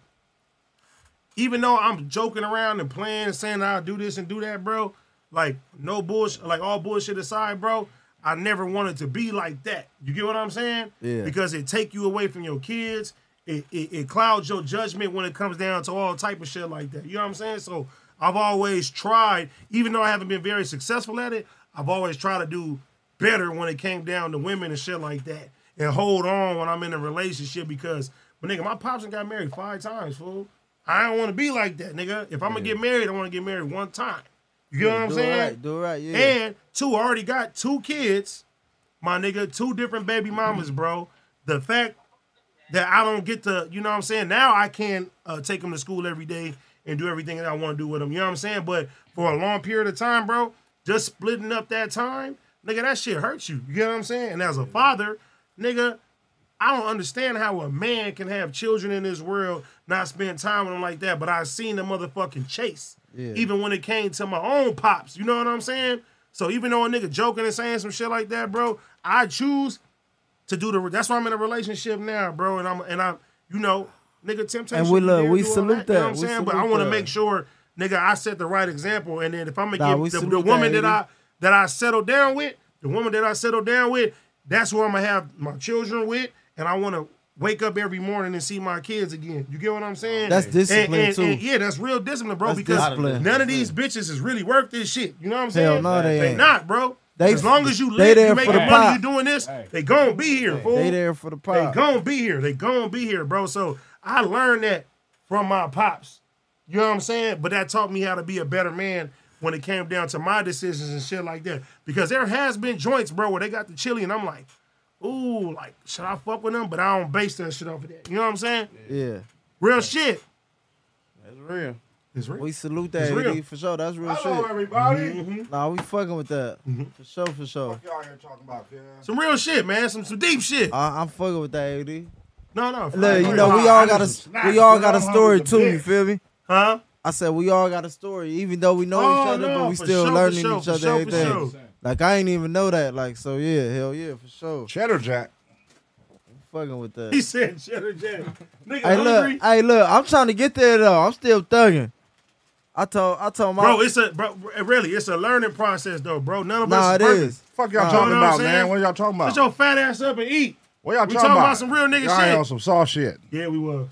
Speaker 3: even though I'm joking around and playing and saying I'll do this and do that, bro, like no bullshit, like all bullshit aside, bro, I never wanted to be like that. You get what I'm saying?
Speaker 7: Yeah.
Speaker 3: Because it take you away from your kids. It, it, it clouds your judgment when it comes down to all type of shit like that. You know what I'm saying? So I've always tried, even though I haven't been very successful at it, I've always tried to do better when it came down to women and shit like that. And hold on when I'm in a relationship because, but nigga, my pops done got married five times, fool. I don't want to be like that, nigga. If I'm gonna get married, I want to get married one time. You get what I'm
Speaker 7: do
Speaker 3: saying?
Speaker 7: it right. Do it right. Yeah.
Speaker 3: And two, I already got two kids, my nigga, two different baby mamas, bro. The fact that I don't get to, you know what I'm saying? Now I can uh, take them to school every day and do everything that I want to do with them. You know what I'm saying? But for a long period of time, bro, just splitting up that time, nigga, that shit hurts you. You get what I'm saying? And as a father, nigga, I don't understand how a man can have children in this world, not spend time with them like that. But I seen the motherfucking chase,
Speaker 7: Yeah.
Speaker 3: even when it came to my own pops. You know what I'm saying? So even though a nigga joking and saying some shit like that, bro, I choose to do the. That's why I'm in a relationship now, bro. And I'm and I'm you know, nigga, temptation.
Speaker 7: And we
Speaker 3: be
Speaker 7: love-
Speaker 3: there,
Speaker 7: we
Speaker 3: do all
Speaker 7: salute
Speaker 3: You know what
Speaker 7: that.
Speaker 3: I'm
Speaker 7: We
Speaker 3: saying, but I
Speaker 7: salute
Speaker 3: want to
Speaker 7: that.
Speaker 3: make sure, nigga, I set the right example. And then if I'm
Speaker 7: Nah,
Speaker 3: gonna
Speaker 7: we
Speaker 3: get the,
Speaker 7: salute
Speaker 3: the
Speaker 7: that,
Speaker 3: woman that
Speaker 7: Eddie.
Speaker 3: I that I settle down with, the woman that I settle down with, that's who I'm gonna have my children with, and I want to wake up every morning and see my kids again. You get what I'm saying?
Speaker 7: That's
Speaker 3: And-
Speaker 7: discipline,
Speaker 3: and- and-
Speaker 7: too.
Speaker 3: yeah, that's real discipline, bro.
Speaker 7: That's
Speaker 3: because
Speaker 7: discipline.
Speaker 3: none of these bitches is really worth this shit. You know what I'm saying?
Speaker 7: Hell no, they ain't.
Speaker 3: not, bro.
Speaker 7: They-
Speaker 3: as long as you
Speaker 7: they
Speaker 3: live,
Speaker 7: there
Speaker 3: you
Speaker 7: for
Speaker 3: making
Speaker 7: the
Speaker 3: money,
Speaker 7: pop.
Speaker 3: you doing this, they gonna be here, fool.
Speaker 7: They there for the
Speaker 3: They
Speaker 7: pop.
Speaker 3: gonna be here. They gonna be here, bro. So I learned that from my pops. You know what I'm saying? But that taught me how to be a better man when it came down to my decisions and shit like that. Because there has been joints, bro, where they got the chili and I'm like, ooh, like, should I fuck with them? But I don't base that shit off of that. You know what I'm saying?
Speaker 7: Yeah.
Speaker 3: Real shit.
Speaker 4: That's real.
Speaker 3: It's real.
Speaker 7: We salute that
Speaker 3: It's real.
Speaker 7: AD, for sure. That's real
Speaker 5: Hello,
Speaker 7: shit.
Speaker 5: everybody.
Speaker 7: Nah, we fucking with that.
Speaker 3: Mm-hmm.
Speaker 7: For sure, for sure.
Speaker 5: Y'all here talking about this.
Speaker 3: Some real shit, man. Some some deep shit.
Speaker 7: I, I'm fucking with that AD.
Speaker 3: no, no. for
Speaker 7: Uh, Look,
Speaker 3: real.
Speaker 7: you know, we all got a we all got a story too, you feel me?
Speaker 3: Huh?
Speaker 7: I said we all got a story, even though we know each
Speaker 3: Oh,
Speaker 7: other,
Speaker 3: no,
Speaker 7: but we
Speaker 3: for
Speaker 7: still
Speaker 3: sure, for
Speaker 7: learning
Speaker 3: sure,
Speaker 7: each
Speaker 3: for
Speaker 7: other
Speaker 3: sure, for
Speaker 7: everything.
Speaker 3: sure.
Speaker 7: Like I ain't even know that. Like so, yeah, hell yeah, for sure.
Speaker 5: Cheddar Jack.
Speaker 7: Fucking with
Speaker 3: He
Speaker 7: that.
Speaker 3: said cheddar jack. Nigga
Speaker 7: Hey
Speaker 3: hungry.
Speaker 7: look, hey look, I'm trying to get there though. I'm still thugging. I told I told my
Speaker 3: Bro, it's a bro. Really, it's a learning process, though, bro. None of
Speaker 7: nah,
Speaker 3: us.
Speaker 7: it
Speaker 3: perfect.
Speaker 7: is.
Speaker 5: Fuck y'all
Speaker 7: Nah.
Speaker 5: talking
Speaker 3: Uh, You know what I'm
Speaker 5: about, man?
Speaker 3: saying?
Speaker 5: What y'all talking
Speaker 3: Put
Speaker 5: about?
Speaker 3: your fat ass up and eat.
Speaker 5: What y'all
Speaker 3: We
Speaker 5: talking
Speaker 3: talking
Speaker 5: about?
Speaker 3: about some real nigga
Speaker 5: y'all ain't
Speaker 3: shit.
Speaker 5: on some soft shit.
Speaker 3: Yeah, we was.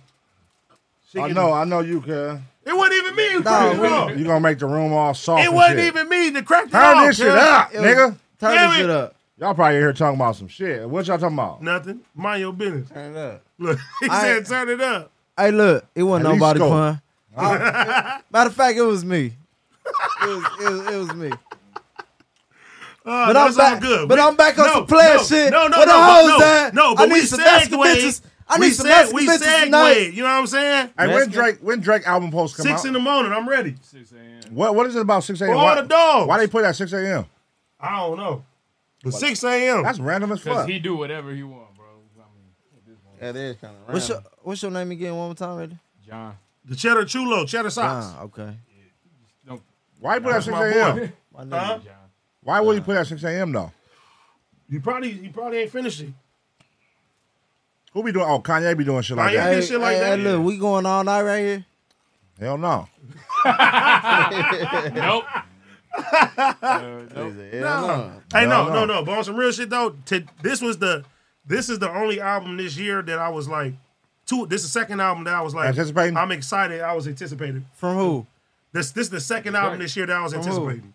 Speaker 3: She
Speaker 5: I
Speaker 3: can-
Speaker 5: know, I know you, cuz.
Speaker 3: It wasn't even me who
Speaker 7: Nah,
Speaker 3: cracked it
Speaker 7: we-
Speaker 3: off.
Speaker 5: You gonna make the room all soft.
Speaker 3: It
Speaker 5: and
Speaker 3: wasn't
Speaker 5: shit.
Speaker 3: even me that cracked it
Speaker 5: Turn
Speaker 3: off.
Speaker 5: this shit
Speaker 3: cuz.
Speaker 5: up,
Speaker 7: It was-
Speaker 5: nigga.
Speaker 7: Turn
Speaker 3: Damn
Speaker 7: this
Speaker 3: it.
Speaker 7: shit up.
Speaker 5: Y'all probably here talking about some shit. What y'all talking about?
Speaker 3: Nothing. Mind your business.
Speaker 4: Turn it up.
Speaker 3: Look, he
Speaker 7: I-
Speaker 3: said, "Turn it up."
Speaker 7: Hey, look, it wasn't
Speaker 5: At least
Speaker 7: nobody
Speaker 5: score.
Speaker 7: pun. I- matter of fact, it was me. It was, it was, it was me.
Speaker 3: Uh,
Speaker 7: But
Speaker 3: no,
Speaker 7: I'm
Speaker 3: it's all
Speaker 7: back-
Speaker 3: good.
Speaker 7: but
Speaker 3: We-
Speaker 7: I'm back on
Speaker 3: no,
Speaker 7: some player
Speaker 3: no,
Speaker 7: shit.
Speaker 3: No, no,
Speaker 7: Where the
Speaker 3: no,
Speaker 7: hoes
Speaker 3: no,
Speaker 7: at?
Speaker 3: no.
Speaker 7: I
Speaker 3: But
Speaker 7: need
Speaker 3: we
Speaker 7: some Mexican
Speaker 3: segued.
Speaker 7: bitches. I
Speaker 3: we
Speaker 7: need some
Speaker 3: seg-
Speaker 7: Mexican
Speaker 3: we
Speaker 7: bitches
Speaker 3: segued.
Speaker 7: tonight.
Speaker 3: You know what I'm saying?
Speaker 5: Hey, when
Speaker 7: Mexican-
Speaker 5: Drake when Drake album post come
Speaker 3: Six
Speaker 5: out?
Speaker 3: in the morning. I'm ready.
Speaker 5: what what is it about six a.m.?
Speaker 3: For all
Speaker 5: Why-
Speaker 3: the dogs.
Speaker 5: Why they put it at six a.m.?
Speaker 3: I don't know. But six a.m.
Speaker 5: That's random as
Speaker 6: Because
Speaker 5: fuck.
Speaker 6: he do whatever he want, bro. I mean,
Speaker 4: That is kind of
Speaker 7: What's your
Speaker 4: random.
Speaker 7: What's your name again? One more time, ready?
Speaker 6: John,
Speaker 3: the cheddar chulo, cheddar socks.
Speaker 7: Ah, okay.
Speaker 6: don't,
Speaker 5: Why they put it at
Speaker 3: That's
Speaker 5: six
Speaker 3: my
Speaker 5: a.m.?
Speaker 3: boy.
Speaker 7: My nigga.
Speaker 3: Huh?
Speaker 6: John.
Speaker 5: Why would he put it at six a.m. though?
Speaker 3: You probably you probably ain't finished it.
Speaker 5: Who be doing? Oh, Kanye be doing shit like
Speaker 3: Kanye.
Speaker 5: that.
Speaker 7: Hey,
Speaker 3: shit like
Speaker 7: hey,
Speaker 3: that.
Speaker 7: hey, look, we going all night right here.
Speaker 5: Hell no.
Speaker 6: Nope. Uh, nope.
Speaker 4: Hell no.
Speaker 3: Hey, no,
Speaker 5: no.
Speaker 3: no, no. But on some real shit though, to, this was the this is the only album this year that I was like, two. This is the second album that I was like,
Speaker 5: Anticipating?
Speaker 3: I'm excited. I was anticipating.
Speaker 7: From who?
Speaker 3: This this is the second album this year that I was anticipating.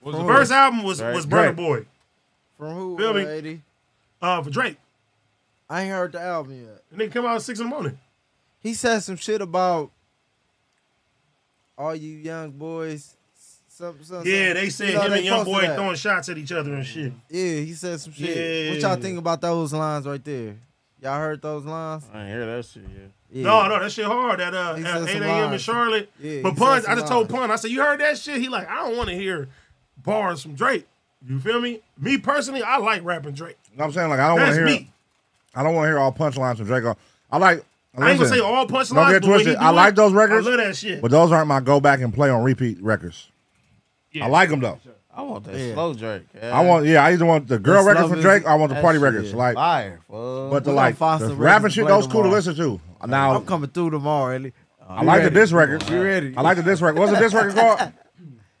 Speaker 6: What was
Speaker 3: The
Speaker 6: the
Speaker 3: first album was
Speaker 4: Drake.
Speaker 3: was Brother
Speaker 5: Drake.
Speaker 3: Boy
Speaker 7: From who?
Speaker 3: Feel me?
Speaker 7: uh, AD?
Speaker 3: uh, for Drake.
Speaker 7: I ain't heard the album yet.
Speaker 3: And they come out at six in the morning.
Speaker 7: He said some shit about all you young boys. Something, something,
Speaker 3: Yeah, they said
Speaker 7: you know,
Speaker 3: him
Speaker 7: they
Speaker 3: and Young
Speaker 7: posted
Speaker 3: Boy
Speaker 7: that.
Speaker 3: throwing shots at each other and shit.
Speaker 7: Yeah, he said some shit. What
Speaker 3: Yeah.
Speaker 7: y'all think about those lines right there? Y'all heard those lines?
Speaker 4: I ain't hear that shit yet.
Speaker 7: Yeah.
Speaker 3: No, no, that shit hard at uh
Speaker 7: He said
Speaker 3: at
Speaker 7: some
Speaker 3: eight a.m. in
Speaker 7: lies.
Speaker 3: Charlotte.
Speaker 7: Yeah, he
Speaker 3: but
Speaker 7: said
Speaker 3: Pun,
Speaker 7: some
Speaker 3: I just told
Speaker 7: lies.
Speaker 3: Pun, I said, you heard that shit? He like, I don't want to hear bars from Drake. You feel me? Me personally, I like rapping Drake.
Speaker 5: You know what I'm saying? Like I don't want
Speaker 3: That's
Speaker 5: to hear.
Speaker 3: me.
Speaker 5: I don't want to hear all punchlines from Drake. I like.
Speaker 3: I ain't gonna
Speaker 5: listen,
Speaker 3: say all punchlines.
Speaker 5: Don't get
Speaker 3: but when he
Speaker 5: twisted.
Speaker 3: do
Speaker 5: I
Speaker 3: it,
Speaker 5: like those records.
Speaker 3: I love that shit.
Speaker 5: But those aren't my go back and play on repeat records. I like them though.
Speaker 4: I want that
Speaker 7: Yeah.
Speaker 4: slow Drake. yeah.
Speaker 5: I want yeah. I either want the girl
Speaker 7: It's
Speaker 5: records
Speaker 7: love
Speaker 5: from
Speaker 7: music.
Speaker 5: Drake. Or I want the
Speaker 4: That
Speaker 5: party
Speaker 4: shit
Speaker 5: records. Like,
Speaker 4: fire. Fuck.
Speaker 5: but the
Speaker 7: gonna
Speaker 5: like
Speaker 7: find
Speaker 5: the
Speaker 7: some
Speaker 5: rapping
Speaker 7: records to
Speaker 5: shit,
Speaker 7: play
Speaker 5: those cool to
Speaker 7: tomorrow.
Speaker 5: listen to. Now
Speaker 7: I'm coming through tomorrow, Ellie.
Speaker 5: I like the diss record.
Speaker 7: You ready?
Speaker 5: I like the diss record. What's the diss record called?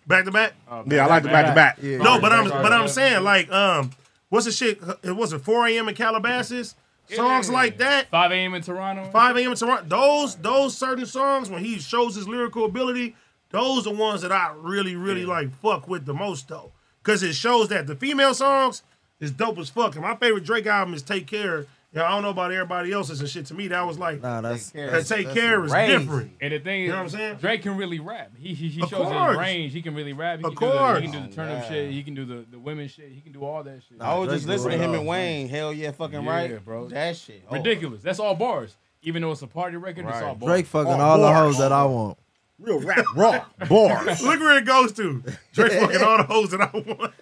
Speaker 3: back to back.
Speaker 5: Yeah, I like the back to back.
Speaker 7: Yeah.
Speaker 3: no, but I'm
Speaker 6: Oh, Sorry,
Speaker 3: but I'm
Speaker 6: sorry.
Speaker 3: saying like um, what's the shit? It was it 4 a.m. in Calabasas. Songs like that.
Speaker 6: 5 a.m. in Toronto.
Speaker 3: 5 a.m. Toronto. Those those certain songs when he shows his lyrical ability, those are ones that I really really like fuck with the most though, because it shows that the female songs is dope as fuck. And my favorite Drake album is Take Care. Yeah, I don't know about everybody else's and shit. To me, that was like
Speaker 7: Nah, that's
Speaker 4: Take care.
Speaker 3: that
Speaker 7: that's,
Speaker 3: Take Care is
Speaker 4: crazy.
Speaker 3: different.
Speaker 6: And the thing is,
Speaker 3: You know what I'm saying?
Speaker 6: Drake can really rap. He he, he
Speaker 3: Of
Speaker 6: shows
Speaker 3: course.
Speaker 6: his range. He can really rap. He
Speaker 3: Of
Speaker 6: can do the- he
Speaker 3: course.
Speaker 6: can do the turn up shit. He can do the, the women shit. He can do all that shit.
Speaker 4: I was just
Speaker 7: Drake
Speaker 4: listening to him
Speaker 6: Lord.
Speaker 4: and Wayne. Hell yeah, fucking
Speaker 6: Yeah,
Speaker 4: right,
Speaker 6: bro.
Speaker 4: That shit. Oh.
Speaker 6: Ridiculous. That's all bars. Even though it's a party record, it's
Speaker 4: Right.
Speaker 6: all bars.
Speaker 7: Drake fucking
Speaker 5: Oh,
Speaker 7: all the
Speaker 5: boy.
Speaker 7: hoes that I want.
Speaker 5: Real rap, raw bars.
Speaker 3: Look where it goes to. Drake fucking all the hoes that I want.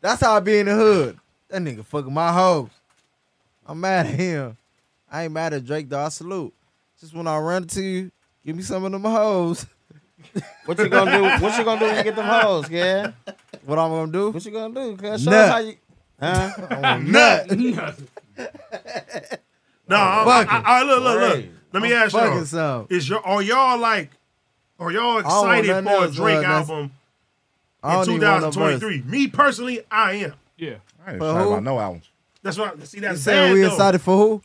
Speaker 7: That's how I be in the hood. That nigga fucking my hoes. I'm mad at him. I ain't mad at Drake though. I salute. Just when I run to you, give me some of them hoes.
Speaker 4: What you gonna do? What you gonna do when you get them hoes? Yeah.
Speaker 7: What I'm gonna do?
Speaker 4: What you gonna do? Cause show
Speaker 7: Nut.
Speaker 4: us how you. Huh?
Speaker 7: Nut.
Speaker 3: No, I'm, I, I, I- look look look.
Speaker 4: Crazy.
Speaker 3: Let me ask
Speaker 7: Fucking
Speaker 3: you.
Speaker 7: some.
Speaker 3: Is your are y'all like are y'all
Speaker 7: don't want
Speaker 3: excited
Speaker 7: nothing
Speaker 3: for a
Speaker 7: else,
Speaker 3: Drake
Speaker 7: bro. That's-
Speaker 3: album in
Speaker 7: I don't even want no verse.
Speaker 3: 2023? Me personally, I am.
Speaker 6: Yeah.
Speaker 5: I ain't
Speaker 7: For
Speaker 5: excited
Speaker 7: who?
Speaker 5: about no albums.
Speaker 3: That's what I see.
Speaker 7: You
Speaker 3: That's
Speaker 7: saying
Speaker 3: bad
Speaker 7: we
Speaker 3: though.
Speaker 7: excited for who?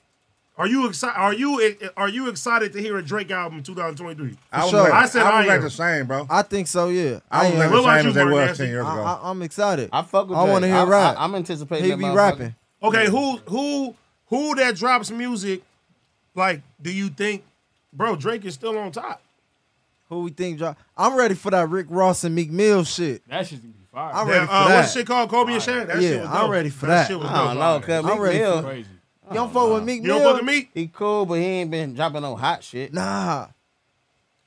Speaker 3: Are you excited? Are you are you excited to hear a Drake album in 2023?
Speaker 5: Albums
Speaker 7: sure.
Speaker 5: like,
Speaker 3: I said
Speaker 5: albums
Speaker 3: I
Speaker 5: like
Speaker 3: am.
Speaker 5: the same, bro.
Speaker 7: I think so. Yeah.
Speaker 5: I
Speaker 7: I,
Speaker 5: was
Speaker 7: am.
Speaker 5: like
Speaker 3: What
Speaker 5: the
Speaker 3: about
Speaker 5: same
Speaker 3: you,
Speaker 5: as they
Speaker 3: Mark
Speaker 5: was
Speaker 3: Nasty?
Speaker 5: ten years ago.
Speaker 7: I, I, I'm excited.
Speaker 4: I fuck with.
Speaker 7: I
Speaker 4: want
Speaker 7: wanna
Speaker 4: to
Speaker 7: hear rap.
Speaker 4: I, am anticipating.
Speaker 7: he
Speaker 4: that
Speaker 7: be
Speaker 4: motherfucker.
Speaker 7: rapping.
Speaker 3: Okay, who who who that drops music? Like, do you think, bro? Drake is still on top.
Speaker 7: Who we think drop? I'm ready for that Rick Ross and Meek Mill shit.
Speaker 6: That shit's gonna be fire.
Speaker 7: I'm
Speaker 3: That,
Speaker 7: ready for
Speaker 3: uh,
Speaker 7: that.
Speaker 3: what's the shit called? Kobe and Shaq? That
Speaker 7: Yeah,
Speaker 3: shit was
Speaker 7: I'm
Speaker 3: dope.
Speaker 7: ready for that.
Speaker 3: shit was
Speaker 4: I
Speaker 3: dope.
Speaker 4: don't know, cause
Speaker 7: I'm
Speaker 4: Meek
Speaker 7: ready
Speaker 4: Mill,
Speaker 6: Crazy.
Speaker 7: You don't fuck with Meek
Speaker 3: You
Speaker 7: Mill?
Speaker 3: don't fuck with me?
Speaker 4: he cool, but he ain't been dropping no hot shit.
Speaker 7: Nah.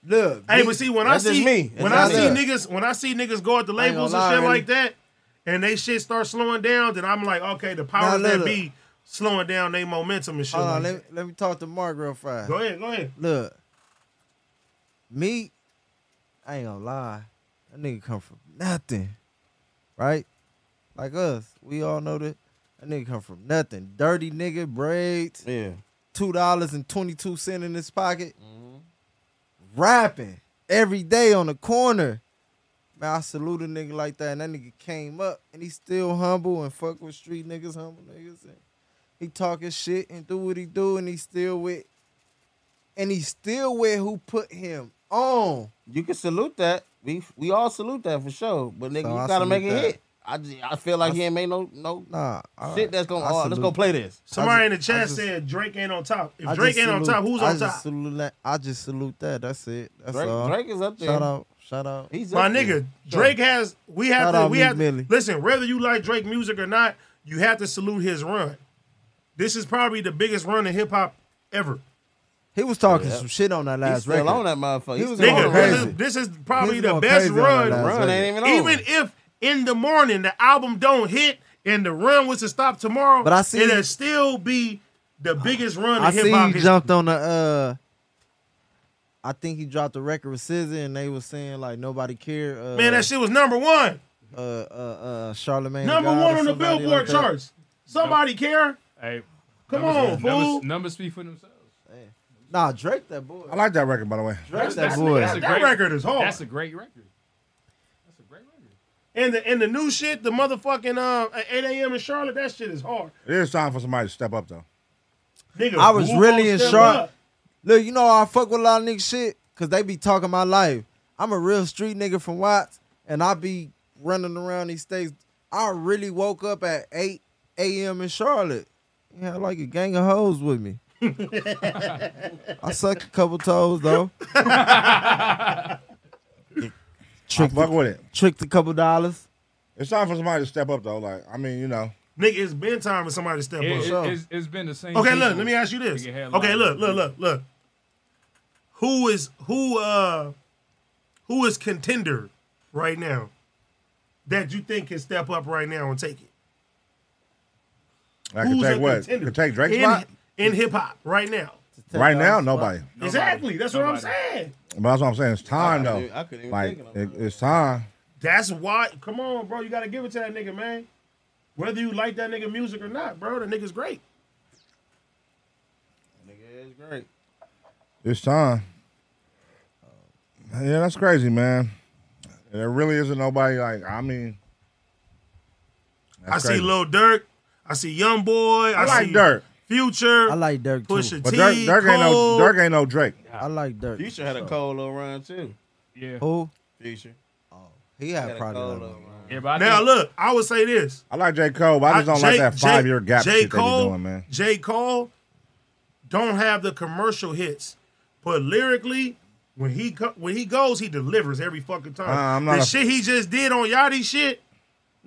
Speaker 7: Look.
Speaker 3: Hey,
Speaker 7: Meek-
Speaker 3: but see when
Speaker 4: That's
Speaker 3: I
Speaker 4: just
Speaker 3: see
Speaker 4: me.
Speaker 3: when I
Speaker 4: That's
Speaker 3: see
Speaker 4: not
Speaker 3: niggas when I see niggas go at the
Speaker 7: ain't
Speaker 3: labels and
Speaker 7: gonna lie,
Speaker 3: shit
Speaker 7: really.
Speaker 3: like that, and they shit start slowing down, then I'm like, okay, the powers
Speaker 7: Nah,
Speaker 3: that
Speaker 7: look,
Speaker 3: be slowing down their momentum and shit.
Speaker 7: Hold on,
Speaker 3: like
Speaker 7: let me,
Speaker 3: that.
Speaker 7: let me talk to Mark real fast.
Speaker 3: Go ahead, go ahead.
Speaker 7: Look, Meek, I ain't gonna lie, that nigga come from nothing, right? Like us, we all know that. That nigga come from nothing. Dirty nigga, braids,
Speaker 4: Yeah,
Speaker 7: two dollars and twenty two cent in his pocket,
Speaker 4: Mm-hmm.
Speaker 7: rapping every day on the corner. Man, I salute a nigga like that, and that nigga came up, and he still humble and fuck with street niggas, humble niggas, and he talking shit and do what he do, and he still with, and he still with who put him on.
Speaker 4: you can salute that. We we all salute that for sure. But nigga,
Speaker 7: So
Speaker 4: you
Speaker 7: I
Speaker 4: gotta
Speaker 7: salute
Speaker 4: make it
Speaker 7: that.
Speaker 4: hit. I just, I feel like he ain't made no no
Speaker 7: Nah, all
Speaker 4: shit
Speaker 7: right.
Speaker 4: that's gonna.
Speaker 7: I
Speaker 4: Oh, let's
Speaker 7: salute-
Speaker 4: go play this.
Speaker 3: Somebody in the
Speaker 7: just- I
Speaker 3: chat
Speaker 7: just-
Speaker 3: said Drake ain't on top. If
Speaker 7: I
Speaker 3: Drake
Speaker 7: just
Speaker 3: ain't on
Speaker 7: salute-
Speaker 3: top, who's
Speaker 7: I
Speaker 3: on
Speaker 7: just
Speaker 3: top?
Speaker 7: Salute that. I just salute that. That's it. That's
Speaker 4: Drake,
Speaker 7: all.
Speaker 4: Drake is up there.
Speaker 7: shout out, shout out.
Speaker 4: He's
Speaker 3: My
Speaker 4: up there.
Speaker 3: nigga, Drake has we have
Speaker 7: Shout
Speaker 3: to
Speaker 7: out
Speaker 3: we
Speaker 7: Meek
Speaker 3: have
Speaker 7: Millie.
Speaker 3: listen, whether you like Drake music or not, you have to salute his run. This is probably the biggest run in hip hop ever.
Speaker 7: He was talking some shit on that
Speaker 4: He's
Speaker 7: last
Speaker 4: still
Speaker 7: record.
Speaker 4: on that motherfucker.
Speaker 7: He
Speaker 4: He's
Speaker 7: was
Speaker 4: still
Speaker 7: going
Speaker 4: on
Speaker 3: Nigga,
Speaker 4: the
Speaker 7: crazy.
Speaker 3: this is, this is probably
Speaker 7: He's
Speaker 3: the
Speaker 7: going
Speaker 3: best
Speaker 7: crazy on that
Speaker 3: run.
Speaker 7: last
Speaker 4: Run ain't even
Speaker 3: Even
Speaker 4: over.
Speaker 3: if in the morning the album don't hit and the run was to stop tomorrow,
Speaker 7: But I see-
Speaker 3: it'll still be the biggest run
Speaker 7: I
Speaker 3: in hip hop
Speaker 7: see you
Speaker 3: history.
Speaker 7: jumped on the. uh I think he dropped the record with Scissor, and they was saying like nobody cared. Uh,
Speaker 3: Man, that shit was number one.
Speaker 7: Uh, uh, uh, Charlemagne.
Speaker 3: Number one on the Billboard charts. Somebody care?
Speaker 6: Hey,
Speaker 3: Come on,
Speaker 6: numbers,
Speaker 3: fool.
Speaker 6: Numbers, numbers speak for themselves.
Speaker 7: Nah, Drake that boy.
Speaker 5: I like that record, by the way.
Speaker 7: Drake that
Speaker 6: That's-
Speaker 7: boy.
Speaker 6: that's a
Speaker 3: That
Speaker 6: great-
Speaker 3: record is hard.
Speaker 6: That's a great record. That's a great record.
Speaker 3: And the and the new shit, the motherfucking um, 8 a.m. in Charlotte, that shit is hard.
Speaker 5: It is time for somebody to step up, though.
Speaker 3: Nigga,
Speaker 7: I was
Speaker 3: who
Speaker 7: really
Speaker 3: gonna
Speaker 7: in
Speaker 3: step
Speaker 7: Charlotte.
Speaker 3: up?
Speaker 7: Look, you know I fuck with a lot of niggas shit because they be talking my life. I'm a real street nigga from Watts, and I be running around these states. I really woke up at 8 a.m. in Charlotte. You had like a gang of hoes with me. I sucked a couple toes though.
Speaker 5: I
Speaker 7: tricked,
Speaker 5: fuck with it.
Speaker 7: tricked a couple dollars.
Speaker 5: It's time for somebody to step up, though. Like, I mean, you know,
Speaker 3: Nigga, it's been time for somebody to step
Speaker 6: It,
Speaker 3: up.
Speaker 6: it,
Speaker 7: sure.
Speaker 6: it's, it's been the same.
Speaker 3: Okay,
Speaker 6: people.
Speaker 3: look, let me ask you this.
Speaker 6: Nigga had
Speaker 3: Okay,
Speaker 6: like-
Speaker 3: look, look, look, look. Who is who uh who is contender right now that you think can step up right now and take it?
Speaker 5: I can
Speaker 3: Who's
Speaker 5: take
Speaker 3: a
Speaker 5: what?
Speaker 3: contender?
Speaker 5: Could take Drake's
Speaker 3: in,
Speaker 5: spot?
Speaker 3: in hip hop right now.
Speaker 5: Right now, nobody.
Speaker 3: Exactly. That's what I'm
Speaker 6: Nobody.
Speaker 3: saying.
Speaker 5: But that's what I'm saying. It's time,
Speaker 4: I
Speaker 5: though.
Speaker 4: couldn't- I couldn't even
Speaker 5: like,
Speaker 4: think of
Speaker 5: it,
Speaker 4: nobody.
Speaker 5: it's time.
Speaker 3: That's why. Come on, bro. You gotta give it to that nigga, man. Whether you like that nigga music or not, bro, the nigga's great.
Speaker 4: Nigga is great.
Speaker 5: It's time. Yeah, that's crazy, man. There really isn't nobody like. I mean,
Speaker 3: I
Speaker 5: that's
Speaker 3: see
Speaker 5: crazy.
Speaker 3: Lil Durk. I see Young Boy. I,
Speaker 5: I like
Speaker 3: see
Speaker 5: Dirk,
Speaker 3: Future.
Speaker 7: I like Dirk too.
Speaker 3: Pusha
Speaker 5: but
Speaker 3: T.
Speaker 5: Dirk, Dirk ain't no
Speaker 3: Cole.
Speaker 5: Dirk ain't no Drake.
Speaker 7: I like Dirk.
Speaker 4: Future had a cold little run too.
Speaker 6: Yeah.
Speaker 7: Who?
Speaker 4: Future
Speaker 7: He had,
Speaker 4: had a
Speaker 7: probably.
Speaker 4: cold
Speaker 7: like-
Speaker 4: little run.
Speaker 6: Yeah, but I
Speaker 3: Now
Speaker 6: think-
Speaker 3: look, I would say this.
Speaker 5: I like J Cole, but I just don't like that five year gap
Speaker 3: J.
Speaker 5: shit
Speaker 3: Cole,
Speaker 5: that he's doing, man.
Speaker 3: J. Cole don't have the commercial hits, but lyrically, when he co- when he goes, he delivers every fucking time.
Speaker 5: Uh, I'm not
Speaker 3: the
Speaker 5: a-
Speaker 3: shit he just did on Yachty shit,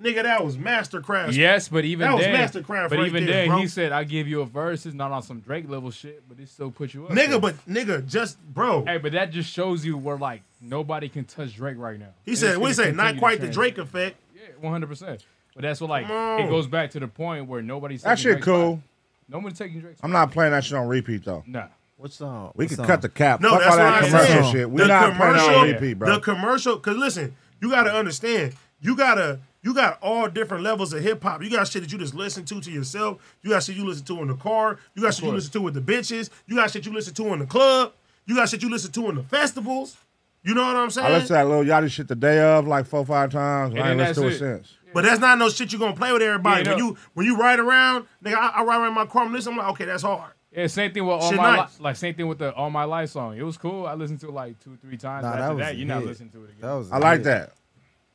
Speaker 3: nigga, that was mastercraft.
Speaker 6: Yes, but even
Speaker 3: That was
Speaker 6: then,
Speaker 3: Mastercraft
Speaker 6: but
Speaker 3: right
Speaker 6: even
Speaker 3: there,
Speaker 6: then,
Speaker 3: bro.
Speaker 6: he said, "I give you a verse. It's not on some Drake level shit, but it still put you up." there."
Speaker 3: nigga, but nigga, just bro.
Speaker 6: hey, but that just shows you where like nobody can touch Drake right now.
Speaker 3: he said, "We say not quite the Drake effect."
Speaker 6: one hundred percent." But that's what like
Speaker 3: Come on.
Speaker 6: it goes back to the point where nobody's
Speaker 5: That
Speaker 6: taking
Speaker 5: shit
Speaker 6: Drake's
Speaker 5: cool.
Speaker 6: spot. Nobody's taking Drake's.
Speaker 5: I'm
Speaker 6: spot.
Speaker 5: not playing that shit on repeat though.
Speaker 6: Nah,
Speaker 7: What song?
Speaker 5: We
Speaker 7: What
Speaker 5: could
Speaker 7: song?
Speaker 5: cut the cap.
Speaker 3: No,
Speaker 5: Fuck
Speaker 3: that's
Speaker 5: all that
Speaker 3: what I'm
Speaker 5: commercial
Speaker 3: saying.
Speaker 5: shit. We're
Speaker 3: The
Speaker 5: not playing that on
Speaker 3: commercial-
Speaker 5: repeat, bro.
Speaker 3: The commercial, cause listen, you gotta understand, you gotta you got all different levels of hip hop. You got shit that you just listen to to yourself. You got shit you listen to in the car. You got shit you
Speaker 6: course.
Speaker 3: listen to with the bitches. You got shit you listen to in the club. You got shit you listen to in the festivals. You know what I'm saying?
Speaker 5: I listened to that little Yachty shit the day of like four five times. And I
Speaker 6: then
Speaker 5: ain't listened to it
Speaker 6: that's it.
Speaker 5: since.
Speaker 3: But that's not no shit you gonna play with everybody.
Speaker 6: Yeah,
Speaker 3: when
Speaker 6: no.
Speaker 3: you when you ride around, nigga, I, I ride around in my car and listen. I'm like, okay, that's hard.
Speaker 6: yeah, same thing with all
Speaker 3: Shit
Speaker 6: my
Speaker 3: nice.
Speaker 6: Li- like same thing with the all my life song. It was cool. I listened to it like two, three times.
Speaker 7: Nah,
Speaker 6: After
Speaker 7: that
Speaker 6: that,
Speaker 7: was a
Speaker 6: you're not
Speaker 7: hit.
Speaker 6: listening to it again.
Speaker 7: That was.
Speaker 5: I like
Speaker 7: lit.
Speaker 5: that.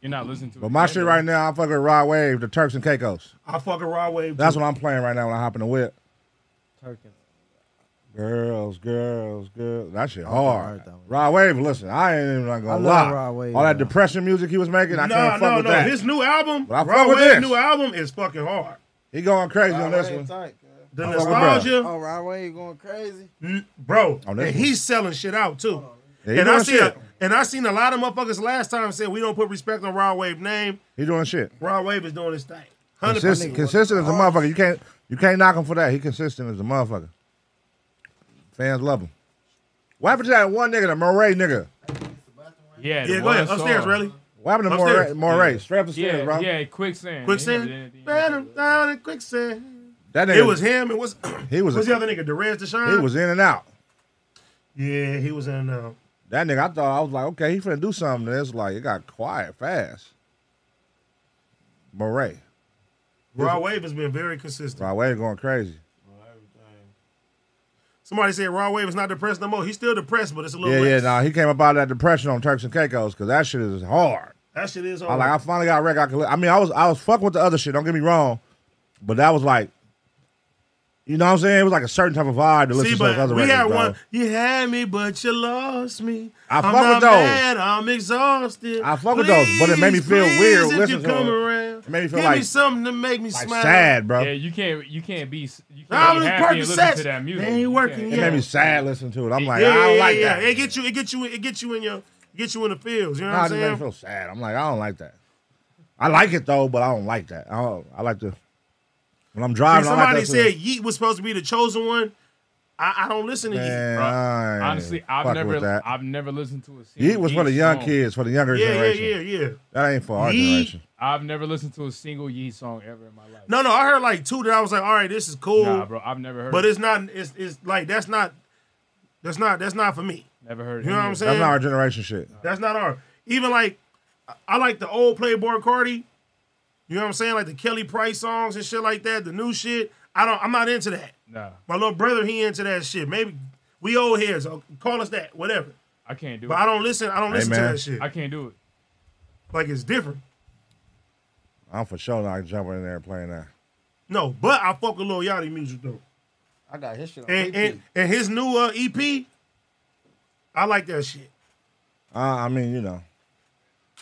Speaker 6: you're not listening to it.
Speaker 5: But my
Speaker 6: again,
Speaker 5: shit
Speaker 6: though.
Speaker 5: right now, I fuck with Rod Wave, the Turks and Caicos.
Speaker 3: I fucking ride wave.
Speaker 5: That's
Speaker 3: too.
Speaker 5: what I'm playing right now when I hop in the whip.
Speaker 7: Turkin.
Speaker 5: Girls, girls, girls. That shit
Speaker 7: I
Speaker 5: hard.
Speaker 7: heard that one.
Speaker 5: Rod Wave, listen, I ain't even not
Speaker 7: I
Speaker 5: gonna
Speaker 7: love
Speaker 5: lie.
Speaker 7: Rod Wave,
Speaker 5: All that
Speaker 7: though.
Speaker 5: depression music he was making, I
Speaker 3: No,
Speaker 5: can't fuck
Speaker 3: no,
Speaker 5: with
Speaker 3: no.
Speaker 5: that.
Speaker 3: His new album,
Speaker 5: But I fuck
Speaker 3: Rod
Speaker 5: with
Speaker 3: Wave's
Speaker 5: this.
Speaker 3: new album is fucking hard.
Speaker 5: He going crazy on
Speaker 4: Rod
Speaker 5: this
Speaker 4: Wave
Speaker 5: one.
Speaker 4: tight, girl.
Speaker 3: The
Speaker 5: fuck with Oh, Rod.
Speaker 3: nostalgia,
Speaker 7: Oh, Rod Wave going crazy.
Speaker 3: n- bro,
Speaker 5: On
Speaker 3: and
Speaker 5: this one.
Speaker 3: he's selling shit out too.
Speaker 5: Oh, Yeah, he
Speaker 3: and I
Speaker 5: doing
Speaker 3: see,
Speaker 5: shit.
Speaker 3: and I seen a lot of motherfuckers last time said we don't put respect on Rod Wave name.
Speaker 5: He doing shit.
Speaker 3: Rod Wave is doing his thing. Hundred
Speaker 5: Consistent,
Speaker 3: percent.
Speaker 5: consistent as a motherfucker. You can't you can't knock him for that. He consistent as a motherfucker. Fans love him. What happened to that one nigga, the Moray nigga?
Speaker 6: Yeah, the
Speaker 3: Yeah, go
Speaker 6: one
Speaker 3: ahead.
Speaker 6: song.
Speaker 3: Upstairs, really.
Speaker 5: What happened to
Speaker 3: Upstairs.
Speaker 5: Moray? Moray? Strap the stairs,
Speaker 6: Yeah,
Speaker 5: bro.
Speaker 6: yeah, quicksand. They never
Speaker 3: Quicksand.
Speaker 6: did anything.
Speaker 3: Ran him down in quicksand.
Speaker 5: That nigga,
Speaker 3: It was him. It was.
Speaker 5: he was
Speaker 3: What's
Speaker 5: a,
Speaker 3: the other nigga? Derez Deshawn.
Speaker 5: he was in and out.
Speaker 3: Yeah, he was in. Uh,
Speaker 5: That nigga, I thought I was like, okay, he finna do something. And it's like it got quiet fast. Moray,
Speaker 3: Rod Wave has been very consistent.
Speaker 5: Rod Wave going crazy.
Speaker 3: Somebody said Rod Wave is not depressed no more. He's still depressed, but it's a little
Speaker 5: Yeah, yeah.
Speaker 3: less.
Speaker 5: Nah, he came up out of that depression on Turks and Caicos because that shit is hard.
Speaker 3: That shit is
Speaker 5: I
Speaker 3: hard.
Speaker 5: like I finally got a record. I, could, li- I mean, I was I was fucking with the other shit. Don't get me wrong, but that was like, you know what I'm saying? It was like a certain type of vibe to
Speaker 3: See,
Speaker 5: listen to those
Speaker 3: but
Speaker 5: other
Speaker 3: we
Speaker 5: records.
Speaker 3: had
Speaker 5: bro.
Speaker 3: one. You had me, but you lost me.
Speaker 5: I
Speaker 3: am
Speaker 5: fuck
Speaker 3: not
Speaker 5: with those.
Speaker 3: Mad, I'm exhausted.
Speaker 5: I fuck with those, but it made me
Speaker 3: Please,
Speaker 5: feel
Speaker 3: please,
Speaker 5: weird
Speaker 3: If
Speaker 5: listening
Speaker 3: you
Speaker 5: to
Speaker 3: come
Speaker 5: them.
Speaker 3: around,
Speaker 5: It made me feel
Speaker 3: give me
Speaker 5: like-
Speaker 3: something to make me
Speaker 5: like
Speaker 3: smile.
Speaker 5: sad, bro.
Speaker 6: Yeah, you can't you can't be you
Speaker 3: I'm
Speaker 6: can't be
Speaker 3: the
Speaker 6: happy and
Speaker 3: perfect
Speaker 6: listen
Speaker 3: sex.
Speaker 6: to that music.
Speaker 3: They ain't
Speaker 6: You
Speaker 3: working
Speaker 6: can't.
Speaker 5: It
Speaker 3: yeah.
Speaker 5: made me sad listening to it. I'm like,
Speaker 3: Yeah,
Speaker 5: I don't
Speaker 3: yeah,
Speaker 5: like
Speaker 3: yeah.
Speaker 5: that.
Speaker 3: It get you. It get you. It get you in your. It get you in the fields. You know
Speaker 5: Nah, it
Speaker 3: what
Speaker 5: just made me
Speaker 3: I'm saying?
Speaker 5: feel sad. I'm like, I don't like that. I like it though, but I don't like that. I don't, I like to when I'm
Speaker 3: See,
Speaker 5: driving. I
Speaker 3: somebody
Speaker 5: like that
Speaker 3: said
Speaker 5: too.
Speaker 3: Yeet was supposed to be the chosen one. I, I don't listen to Yeet.
Speaker 5: Man,
Speaker 3: bro.
Speaker 5: I ain't
Speaker 6: Honestly, I've
Speaker 5: fucking with
Speaker 6: never
Speaker 5: that.
Speaker 6: I've never listened to a single
Speaker 5: Yeet was for the young
Speaker 6: song.
Speaker 5: kids, for the younger
Speaker 3: Yeah,
Speaker 5: generation.
Speaker 3: yeah, yeah, yeah.
Speaker 5: That ain't for our
Speaker 3: Yeet.
Speaker 5: generation.
Speaker 6: I've never listened to a single Yeet song ever in my life.
Speaker 3: No, no, I heard like two that I was like, all right, this is cool,
Speaker 6: Nah, bro, I've never heard.
Speaker 3: but
Speaker 6: it.
Speaker 3: it's not. It's it's like that's not. That's not. That's not for me.
Speaker 6: never heard.
Speaker 3: You know
Speaker 6: any
Speaker 3: what I'm
Speaker 6: of it.
Speaker 3: saying?
Speaker 5: That's not our generation shit.
Speaker 3: That's not our. Even like, I- I like the old Playboy Cardi. You know what I'm saying? Like the Kelly Price songs and shit like that. The new shit. I don't. I'm not into that.
Speaker 6: Nah,
Speaker 3: My little brother, he into that shit. Maybe we old heads. oh, Call us that. Whatever.
Speaker 6: I can't do
Speaker 3: But I
Speaker 6: it.
Speaker 3: don't listen. I don't listen to
Speaker 5: man.
Speaker 3: that shit.
Speaker 6: I can't do it.
Speaker 3: Like it's different.
Speaker 5: I'm for sure not jumping in there and playing that.
Speaker 3: No, but I fuck with Lil Yachty music though.
Speaker 4: I got his shit on
Speaker 3: And
Speaker 4: repeat.
Speaker 3: and, and his new uh, EP. I like that shit.
Speaker 5: Uh, I mean, you know,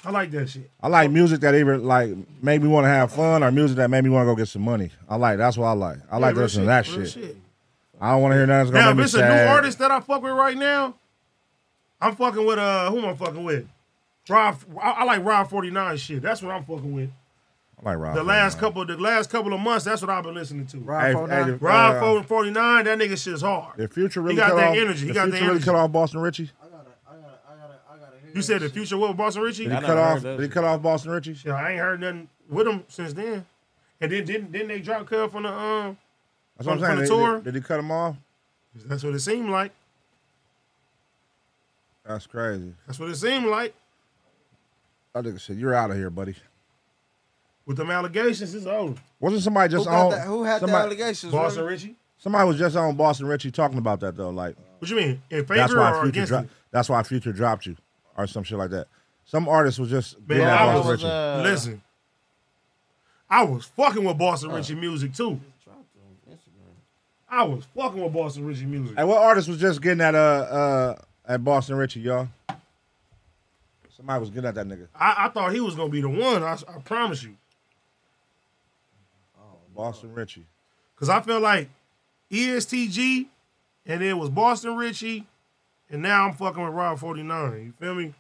Speaker 3: I like that shit.
Speaker 5: I like music that even like made me want to have fun, or music that made me want to go get some money. I like that's what I like. I
Speaker 3: Yeah,
Speaker 5: like
Speaker 3: real
Speaker 5: listening to that
Speaker 3: real
Speaker 5: shit. I don't want to hear nothing that's gonna
Speaker 3: Now,
Speaker 5: make
Speaker 3: if
Speaker 5: me
Speaker 3: it's a
Speaker 5: sad.
Speaker 3: new artist that I fuck with right now, I'm fucking with uh, who am I fucking with? Rob, I, I like Rob 49 shit. That's what I'm fucking with.
Speaker 5: I like Rob.
Speaker 3: The
Speaker 5: Van
Speaker 3: last
Speaker 5: Dam.
Speaker 3: couple, the last couple of months, that's what I've been listening to. Rob,
Speaker 7: Rod
Speaker 5: Hey,
Speaker 7: Ford
Speaker 5: hey,
Speaker 7: now?
Speaker 5: the-
Speaker 3: Rob
Speaker 5: uh,
Speaker 3: 49, that nigga shit's hard.
Speaker 5: The future really
Speaker 3: got
Speaker 5: cut
Speaker 3: that
Speaker 5: off,
Speaker 3: energy. He
Speaker 5: the
Speaker 3: got that
Speaker 5: future really
Speaker 3: energy.
Speaker 5: cut off Boston Richie.
Speaker 3: You said the future what with Boston Richie?
Speaker 5: Did he
Speaker 4: I
Speaker 5: cut
Speaker 4: never
Speaker 5: off?
Speaker 4: heard that
Speaker 5: Did he
Speaker 4: shit.
Speaker 5: cut off Boston Richie?
Speaker 3: Yeah, I ain't heard nothing with him since then. And then didn't didn't they drop Cub from the um?
Speaker 5: That's what I'm
Speaker 3: From-
Speaker 5: saying.
Speaker 3: from the
Speaker 5: Did-
Speaker 3: tour?
Speaker 5: Did, did he cut him off?
Speaker 3: That's what it seemed like.
Speaker 5: That's crazy.
Speaker 3: That's what it seemed like
Speaker 5: That nigga said, "You're out of here, buddy."
Speaker 3: with them allegations. It's over.
Speaker 5: Wasn't somebody just
Speaker 7: Who, got
Speaker 5: on?
Speaker 7: that, who had the
Speaker 5: somebody,
Speaker 7: allegations?
Speaker 3: Boston
Speaker 7: Ray?
Speaker 3: Richie.
Speaker 5: Somebody was just on Boston Richie talking about that though. Like
Speaker 3: What you mean? In favor
Speaker 5: that's why
Speaker 3: or
Speaker 5: Future.
Speaker 3: against?
Speaker 5: Dro-
Speaker 3: it?
Speaker 5: that's why Future dropped you, or some shit like that. Some artist was just
Speaker 3: Man,
Speaker 5: getting
Speaker 3: I
Speaker 5: on Boston
Speaker 3: was,
Speaker 5: Richie.
Speaker 4: uh,
Speaker 3: Listen, I was fucking with Boston Richie music too. I was fucking with Boston Richie music.
Speaker 5: Hey, what artist was just getting at uh uh at Boston Richie, y'all? Somebody was getting at that nigga.
Speaker 3: I, I thought he was gonna be the one. I, I promise you,
Speaker 5: Boston Richie.
Speaker 3: because I felt like E ESTG, and then it was Boston Richie, and now I'm fucking with Rob 49. You feel me?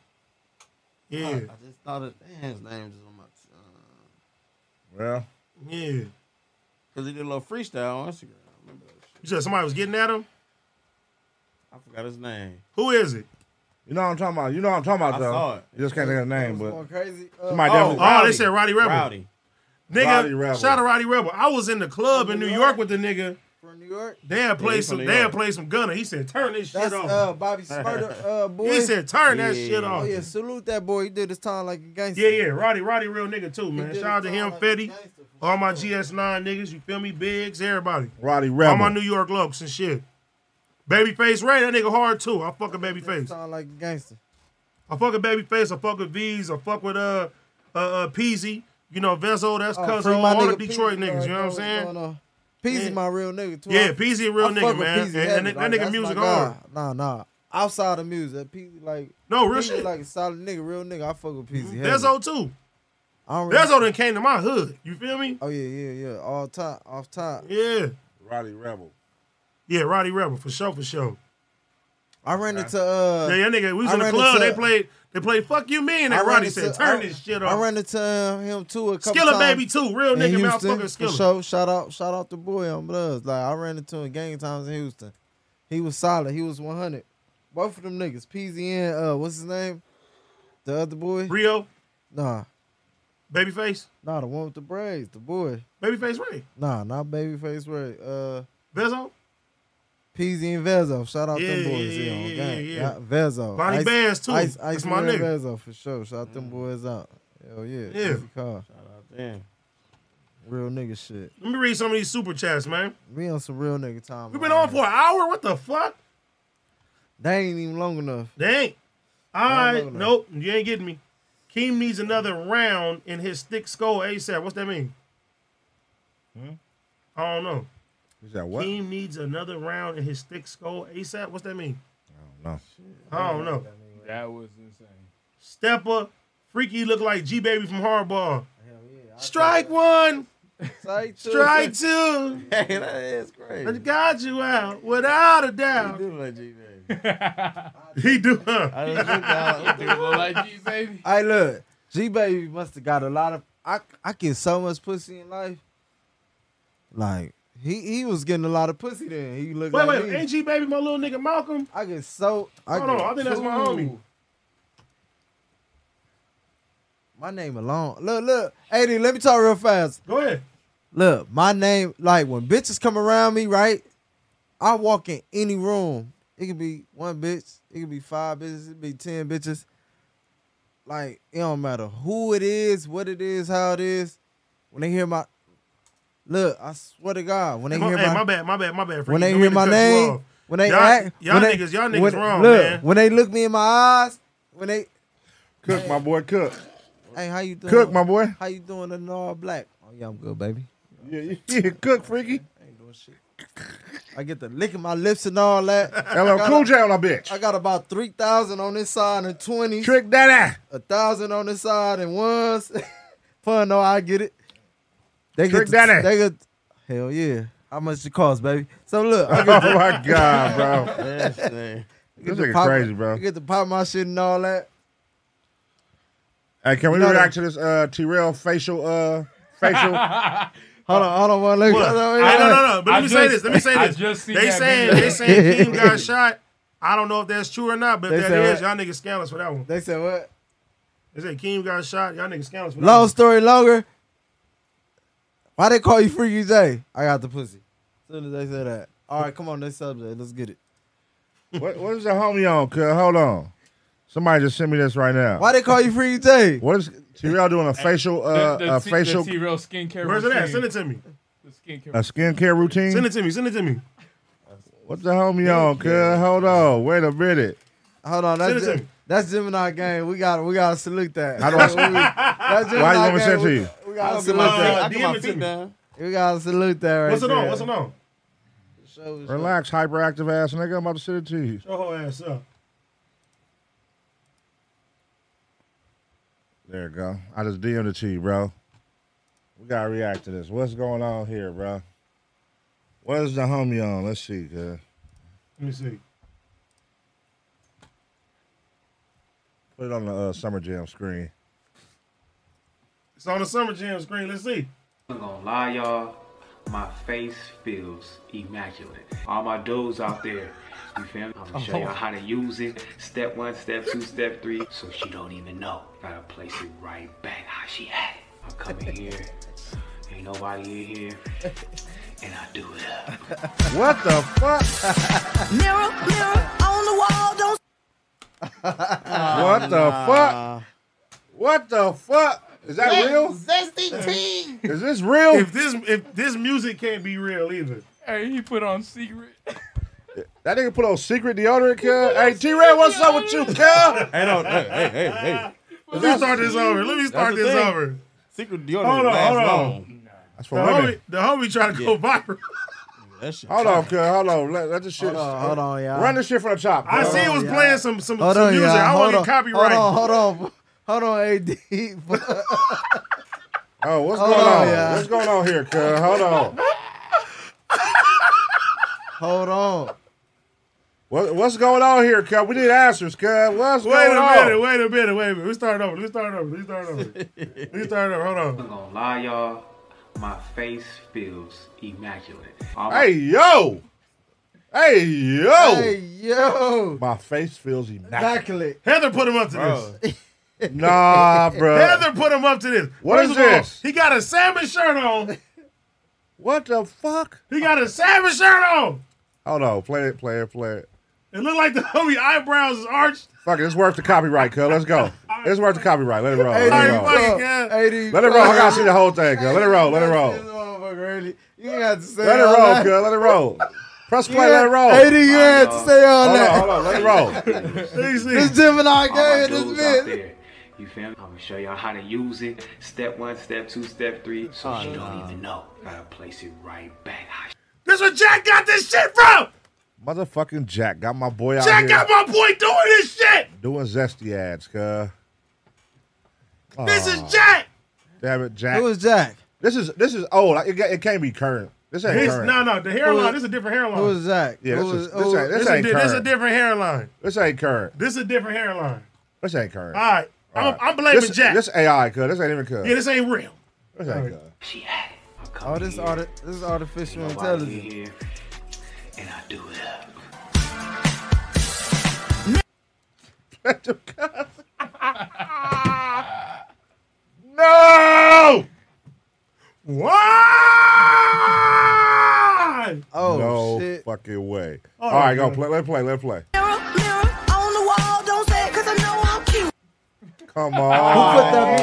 Speaker 3: Yeah,
Speaker 4: I just thought of his name just on my uh,
Speaker 5: Well,
Speaker 3: yeah. You
Speaker 4: because he did a little freestyle on Instagram. I remember that shit.
Speaker 3: said somebody was getting at him.
Speaker 4: I forgot his name.
Speaker 3: Who is it?
Speaker 5: you know what I'm talking about. You know what I'm talking about
Speaker 4: I
Speaker 5: though.
Speaker 4: saw it.
Speaker 5: You just can't think of the name,
Speaker 7: Was
Speaker 5: but
Speaker 7: going crazy. Uh,
Speaker 5: somebody
Speaker 4: oh,
Speaker 5: definitely.
Speaker 3: Oh,
Speaker 4: Rowdy.
Speaker 3: they said Roddy Rebel.
Speaker 4: Rowdy.
Speaker 3: Nigga,
Speaker 5: Roddy Rebel.
Speaker 3: shout out Roddy Rebel. I was in the club in New York with the nigga.
Speaker 7: from New York.
Speaker 3: They had played
Speaker 4: from
Speaker 3: some.
Speaker 4: New
Speaker 3: They had
Speaker 4: York.
Speaker 3: played some Gunner. He said, "Turn this shit
Speaker 7: That's
Speaker 3: off."
Speaker 7: uh, Bobby Smurder, uh, boy.
Speaker 3: He said, "Turn that
Speaker 4: Yeah.
Speaker 3: shit off."
Speaker 7: "Oh yeah,
Speaker 3: yeah.
Speaker 7: salute that boy. He did his time like a gangster."
Speaker 3: yeah, Roddy, Roddy, real nigga too, man.
Speaker 7: did
Speaker 3: Shout out to
Speaker 7: it
Speaker 3: him,
Speaker 7: all like
Speaker 3: Fetty,
Speaker 7: gangster for
Speaker 3: all my GS9 niggas. You feel me, Biggs, everybody,
Speaker 5: Roddy
Speaker 3: all my
Speaker 5: Rebel.
Speaker 3: New York looks and shit. Babyface Ray, that nigga hard too. I fuck with
Speaker 7: Did his
Speaker 3: Babyface.
Speaker 7: time like a gangster.
Speaker 3: I fuck with Babyface. I fuck with V's. I fuck with uh uh, uh Peasy. You know Vezo. That's
Speaker 7: Oh,
Speaker 3: cuz
Speaker 7: free
Speaker 3: all,
Speaker 7: my
Speaker 3: all the
Speaker 7: nigga P,
Speaker 3: Detroit
Speaker 7: uh,
Speaker 3: niggas. You know what I'm
Speaker 7: what's
Speaker 3: saying?
Speaker 7: going on. Peasy
Speaker 3: Yeah.
Speaker 7: my real nigga too.
Speaker 3: Yeah,
Speaker 7: I-
Speaker 3: Peasy a real
Speaker 7: I
Speaker 3: nigga,
Speaker 7: fuck with
Speaker 3: man.
Speaker 7: Peasy
Speaker 3: And-
Speaker 7: heavy.
Speaker 3: and that
Speaker 7: Like,
Speaker 3: nigga
Speaker 7: that's my
Speaker 3: music
Speaker 7: guy.
Speaker 3: hard.
Speaker 7: Nah, nah. Outside of music, Peasy like
Speaker 3: No, real
Speaker 7: Peasy
Speaker 3: shit. Mm-hmm.
Speaker 7: like a solid nigga, real nigga. I fuck with Peasy heavy.
Speaker 3: That's old too.
Speaker 7: I don't
Speaker 3: That's old
Speaker 7: really-
Speaker 3: that came to my hood. You feel me?
Speaker 7: Oh yeah, yeah, yeah. All time, off time.
Speaker 3: Yeah.
Speaker 5: Roddy Rebel.
Speaker 3: Yeah, Roddy Rebel, for sure, for sure.
Speaker 7: I ran into uh.
Speaker 3: Yeah, yeah, nigga. We was
Speaker 7: I
Speaker 3: in the
Speaker 7: ran
Speaker 3: club.
Speaker 7: into-
Speaker 3: They played. They played. Fuck you, mean
Speaker 7: I
Speaker 3: that
Speaker 7: ran
Speaker 3: Roddy
Speaker 7: into-
Speaker 3: said, "Turn
Speaker 7: I-
Speaker 3: this shit
Speaker 7: I
Speaker 3: off."
Speaker 7: ran into uh, him too a couple
Speaker 3: Skiller
Speaker 7: times.
Speaker 3: baby too, real
Speaker 7: in
Speaker 3: nigga,
Speaker 7: Houston,
Speaker 3: motherfucker.
Speaker 7: for
Speaker 3: Skiller.
Speaker 7: sure. Shout out, shout out the boy on Bloods. Like I ran into him gang times in Houston. He was solid. He was one hundred. Both of them niggas, PZ and uh, what's his name? The other boy?
Speaker 3: Rio,
Speaker 7: Nah,
Speaker 3: babyface,
Speaker 7: nah, the one with the braids, the boy.
Speaker 3: babyface Ray,
Speaker 7: Nah, not babyface Ray. Uh,
Speaker 3: Bezo,
Speaker 7: PZ and Vezo. Shout out
Speaker 3: Yeah,
Speaker 7: them boys.
Speaker 3: yeah,
Speaker 7: Yeah,
Speaker 3: yeah,
Speaker 7: on
Speaker 3: yeah,
Speaker 7: gang.
Speaker 3: yeah.
Speaker 7: Vezo.
Speaker 3: Lonnie
Speaker 7: Ice-
Speaker 3: Bands, too.
Speaker 7: Ice,
Speaker 3: That's
Speaker 7: Ice
Speaker 3: my
Speaker 7: Mary
Speaker 3: nigga. Mm.
Speaker 7: Vezo for sure. Shout them boys out. Hell yeah.
Speaker 3: Yeah.
Speaker 7: Easy Call.
Speaker 4: Damn.
Speaker 7: Real nigga shit.
Speaker 3: Let me read some of these super chats, man.
Speaker 7: We on some real nigga time.
Speaker 3: We've been
Speaker 7: right
Speaker 3: on
Speaker 7: now.
Speaker 3: for an hour. What the fuck?
Speaker 7: They ain't even long enough.
Speaker 3: Dang. All right.
Speaker 7: looking at
Speaker 3: Nope. You ain't getting me. Keem needs another round in his thick skull ASAP. What's that mean?
Speaker 7: Hmm?
Speaker 3: I don't know.
Speaker 5: Is that what?
Speaker 3: Keem needs another round in his thick skull ASAP. What's that mean?
Speaker 5: No.
Speaker 3: I don't know.
Speaker 6: That was insane.
Speaker 3: Stepper, freaky look like G Baby from Hardball. Strike one,
Speaker 7: Strike two.
Speaker 3: strike two.
Speaker 4: Hey, that is crazy.
Speaker 3: I got you out without a
Speaker 4: You
Speaker 3: doubt.
Speaker 4: do like G baby.
Speaker 3: He do, huh?
Speaker 4: I just looked out.
Speaker 6: Dude, well, like you, baby.
Speaker 7: Hey, look, G Baby must have got a lot of. I I get so much pussy in life. Like he he was getting a lot of pussy then. He looked
Speaker 3: Wait,
Speaker 7: like
Speaker 3: wait,
Speaker 7: me.
Speaker 3: ain't G Baby my little nigga Malcolm?
Speaker 7: I get so. I
Speaker 3: Hold
Speaker 7: get,
Speaker 3: on, I think that's my homie.
Speaker 7: my name alone. Look, look, eighty. Let me talk real fast.
Speaker 3: Go ahead.
Speaker 7: Look, my name, like when bitches come around me, right? I walk in any room. It could be one bitch, it could be five bitches, it could be ten bitches. Like, it don't matter who it is, what it is, how it is. When they hear my look, I swear to God, when they
Speaker 3: My,
Speaker 7: hear
Speaker 3: hey,
Speaker 7: my,
Speaker 3: my bad, my bad, my bad. Freaky.
Speaker 7: when they
Speaker 3: Don't
Speaker 7: hear
Speaker 3: mean to
Speaker 7: my
Speaker 3: cut you
Speaker 7: name,
Speaker 3: off.
Speaker 7: when they
Speaker 3: y'all,
Speaker 7: act,
Speaker 3: y'all
Speaker 7: when they-
Speaker 3: niggas, y'all niggas
Speaker 7: when-
Speaker 3: wrong,
Speaker 7: look,
Speaker 3: man.
Speaker 7: When they look me in my eyes, when they
Speaker 5: Cook, my boy, cook.
Speaker 7: hey, how you doing?
Speaker 5: Cook, my boy.
Speaker 7: How you doing in all black? Oh yeah, I'm good, baby.
Speaker 5: Yeah, yeah, yeah, cook, freaky.
Speaker 7: ain't doing shit. I get to licking my lips and all that.
Speaker 5: LL Cool J on a bitch.
Speaker 7: I got about three thousand on this side and twenty,
Speaker 5: Trick that ass.
Speaker 7: a thousand on this side and ones. Fun, no, I get it. They
Speaker 5: Trick
Speaker 7: to-
Speaker 5: daddy.
Speaker 7: They get, hell yeah. How much it cost, baby? So look, I get,
Speaker 5: Oh my god, bro.
Speaker 4: That's the-
Speaker 5: This
Speaker 7: to
Speaker 5: nigga
Speaker 7: pop-
Speaker 5: crazy, bro.
Speaker 7: I get to pop my shit and all that.
Speaker 5: Hey, can we
Speaker 7: You know
Speaker 5: react to this uh Terrell facial uh facial?
Speaker 7: Hold on, hold on, one look.
Speaker 3: What?
Speaker 7: Hold on,
Speaker 3: Hey,
Speaker 7: wait,
Speaker 3: no,
Speaker 7: wait.
Speaker 3: no, no. But let
Speaker 6: I
Speaker 3: me say
Speaker 6: just-
Speaker 3: this. Let me say
Speaker 6: I
Speaker 3: this.
Speaker 6: just seen
Speaker 3: they
Speaker 6: that
Speaker 3: saying
Speaker 6: video.
Speaker 3: they saying Keem got shot. I don't know if that's true or not, but
Speaker 7: They
Speaker 3: if that
Speaker 7: said
Speaker 3: is, y'all niggas scandalous for that one.
Speaker 7: They said what?
Speaker 3: They say Keem got shot. Y'all niggas scandalous for that
Speaker 7: Long
Speaker 3: one.
Speaker 7: story longer. Why they call you Freaky J? I got the pussy. As soon as they say that. All right, come on, next subject. Let's get it.
Speaker 5: what what is the homie on? Cuz hold on. Somebody just sent me this right now.
Speaker 7: Why they call you Freaky J?
Speaker 5: What is Terrell doing a facial uh
Speaker 6: the, the
Speaker 5: a
Speaker 6: T-
Speaker 5: facial
Speaker 6: the T-Rail skincare.
Speaker 3: Where's it at?
Speaker 6: routine.
Speaker 3: Send it to me.
Speaker 6: The skincare.
Speaker 5: a skincare routine?
Speaker 3: Send it to me. Send it to me.
Speaker 5: What the homie on, cuz? Hold on. Wait a minute.
Speaker 7: Hold on,
Speaker 3: Send
Speaker 7: that's
Speaker 3: it to
Speaker 7: Gem-
Speaker 3: me.
Speaker 7: that's Gemini game. We got we gotta salute that.
Speaker 5: How do I-
Speaker 7: That's what we- that's Gemini
Speaker 5: Why you want me to
Speaker 7: game.
Speaker 5: send it to you?
Speaker 7: We, we gotta
Speaker 4: I put
Speaker 7: salute
Speaker 4: my
Speaker 3: Uh,
Speaker 4: feet-
Speaker 7: that.
Speaker 4: I put my
Speaker 3: DM it to
Speaker 4: feet
Speaker 3: me.
Speaker 4: down.
Speaker 7: We gotta salute that right
Speaker 3: What's it
Speaker 7: there.
Speaker 3: on? What's it on?
Speaker 7: Show- show-
Speaker 5: Relax, hyperactive ass nigga. I'm about to send it to you.
Speaker 3: Show her ass up.
Speaker 5: There you go. I just DM'd it to you, bro. We gotta react to this. What's going on here, bro? What is the homie on? Let's see,
Speaker 3: Let
Speaker 5: cuz.
Speaker 3: me see.
Speaker 5: Put it on the uh, summer jam screen.
Speaker 3: It's on the summer jam screen. Let's see.
Speaker 9: I'm not gonna lie, y'all. My face feels immaculate. All my dudes out there, you feel me? I'm gonna show y'all how to use it. Step one, step two, step three. So she don't even know. Gotta place it right back how she had it. I come in here, ain't nobody in here, and I do it up.
Speaker 5: What the fuck?
Speaker 10: Mirror, mirror on the wall, don't
Speaker 5: what the fuck? What the fuck? Is that real?
Speaker 4: Zesty tea.
Speaker 5: Is this real?
Speaker 3: If this if this music can't be real either.
Speaker 6: Hey, he put on secret.
Speaker 5: that nigga put on secret deodorant, cuz. Hey, T Red, what's up with you, cuz?
Speaker 4: Hey, no, hey, hey, hey, hey.
Speaker 3: Let me start this over. Let me start
Speaker 4: the
Speaker 3: this
Speaker 4: thing.
Speaker 3: over.
Speaker 4: Secret deodorant
Speaker 3: Hold on,
Speaker 4: lasts
Speaker 3: hold on.
Speaker 4: long.
Speaker 5: I That's
Speaker 3: The
Speaker 5: for women.
Speaker 3: homie, the homie trying to go viral.
Speaker 4: That shit.
Speaker 5: Hold on, cuz. Hold on. Let, let the shit.
Speaker 7: Hold on, hold on, y'all.
Speaker 5: Run the shit from the top.
Speaker 3: I
Speaker 5: cuz.
Speaker 3: see it was
Speaker 7: y'all.
Speaker 3: playing some some,
Speaker 7: Hold
Speaker 3: some
Speaker 7: on,
Speaker 3: music.
Speaker 7: y'all.
Speaker 3: I want
Speaker 7: Hold
Speaker 3: to
Speaker 7: on,
Speaker 3: get copyright.
Speaker 7: Hold on, hold on, hold on, AD.
Speaker 5: Oh, what's
Speaker 7: Hold
Speaker 5: going on?
Speaker 7: on, y'all.
Speaker 5: What's going on here, cuz? Hold on.
Speaker 7: hold on.
Speaker 5: What, what's going on here, cuz? We need answers, cuz. What's
Speaker 3: Wait
Speaker 5: going
Speaker 3: a
Speaker 5: on?
Speaker 3: minute, wait a minute, wait a minute. We start over. We start over. We start over. We start over. Hold on.
Speaker 9: I'm not gonna lie, y'all. My face feels immaculate. All my
Speaker 5: Hey, yo. Hey, yo.
Speaker 7: Hey, yo.
Speaker 5: My face feels immaculate.
Speaker 7: Backlit.
Speaker 3: Heather put him up to
Speaker 5: Bruh.
Speaker 3: this.
Speaker 5: Nah, bro.
Speaker 3: Heather put him up to this.
Speaker 5: What
Speaker 3: First
Speaker 5: is
Speaker 3: of all,
Speaker 5: this?
Speaker 3: he got a salmon shirt on.
Speaker 5: What the fuck?
Speaker 3: He got a salmon shirt on.
Speaker 5: Hold on. Play it, play it, play it.
Speaker 3: It looked like the homie eyebrows is arched.
Speaker 5: Fuck it. It's worth the copyright, cuz. Let's go. It's worth the copyright. Let it roll. Let it
Speaker 3: Sorry,
Speaker 5: roll.
Speaker 3: fuck.
Speaker 7: Fuck,
Speaker 3: God.
Speaker 7: AD.
Speaker 5: Let it roll. I gotta see the whole thing, cuz. Let it roll. Let it roll.
Speaker 7: This motherfucker, really. You ain't got to say
Speaker 5: Let it
Speaker 7: all
Speaker 5: roll,
Speaker 7: that.
Speaker 5: cuz. Let it roll. Press play, let it roll.
Speaker 7: AD, you ain't had to say
Speaker 5: Hold
Speaker 7: all
Speaker 5: on,
Speaker 7: that.
Speaker 5: hold on. Let it roll.
Speaker 3: Let me see.
Speaker 7: This Gemini
Speaker 9: all my
Speaker 7: gave you
Speaker 9: dudes
Speaker 7: this
Speaker 9: out
Speaker 7: bitch.
Speaker 9: there. You feel me? I'm gonna show y'all how to use it. Step one, step two, step three. So you don't even know. Gotta place it right back. I
Speaker 3: This where Jack got this shit from.
Speaker 5: Motherfucking Jack got my boy out
Speaker 3: Jack
Speaker 5: here
Speaker 3: got my boy doing this shit.
Speaker 5: doing zesty ads, cuz.
Speaker 3: This
Speaker 5: Oh.
Speaker 3: is Jack.
Speaker 5: Damn it, Jack.
Speaker 7: Who was Jack?
Speaker 5: this is this is old. Like, It, ca- it can't be current. This ain't
Speaker 3: This,
Speaker 5: current.
Speaker 3: no, no, the
Speaker 7: Who-
Speaker 3: hairline. This is a different hairline.
Speaker 7: Who was Jack?
Speaker 5: Yeah,
Speaker 7: Who
Speaker 5: this
Speaker 7: was,
Speaker 5: is-
Speaker 7: who
Speaker 5: this ain't-
Speaker 7: was-
Speaker 5: this
Speaker 3: This, is
Speaker 5: ain't
Speaker 3: di- this is a
Speaker 5: current.
Speaker 3: different hairline.
Speaker 5: This ain't current.
Speaker 3: This is a different hairline.
Speaker 5: This ain't current.
Speaker 3: All right.
Speaker 5: All
Speaker 3: I'm,
Speaker 5: right.
Speaker 3: I'm blaming
Speaker 5: this,
Speaker 3: Ah, Jack.
Speaker 5: This AI, cuz. This ain't even cuz.
Speaker 3: yeah, this ain't real.
Speaker 5: this ain't cuz.
Speaker 9: She had it. I come
Speaker 7: Oh, this
Speaker 9: here,
Speaker 7: arti- this is artificial
Speaker 9: nobody
Speaker 7: intelligence.
Speaker 9: here, and I do it up.
Speaker 3: No! Why?
Speaker 7: Oh
Speaker 5: no
Speaker 7: shit!
Speaker 5: fucking way.
Speaker 3: Oh,
Speaker 5: All right, go
Speaker 3: God.
Speaker 5: play. Let's play. Let's play.
Speaker 10: Mirror, mirror on the wall, don't say it 'cause I know I'm cute.
Speaker 5: Come
Speaker 7: Who put
Speaker 5: on.
Speaker 7: that,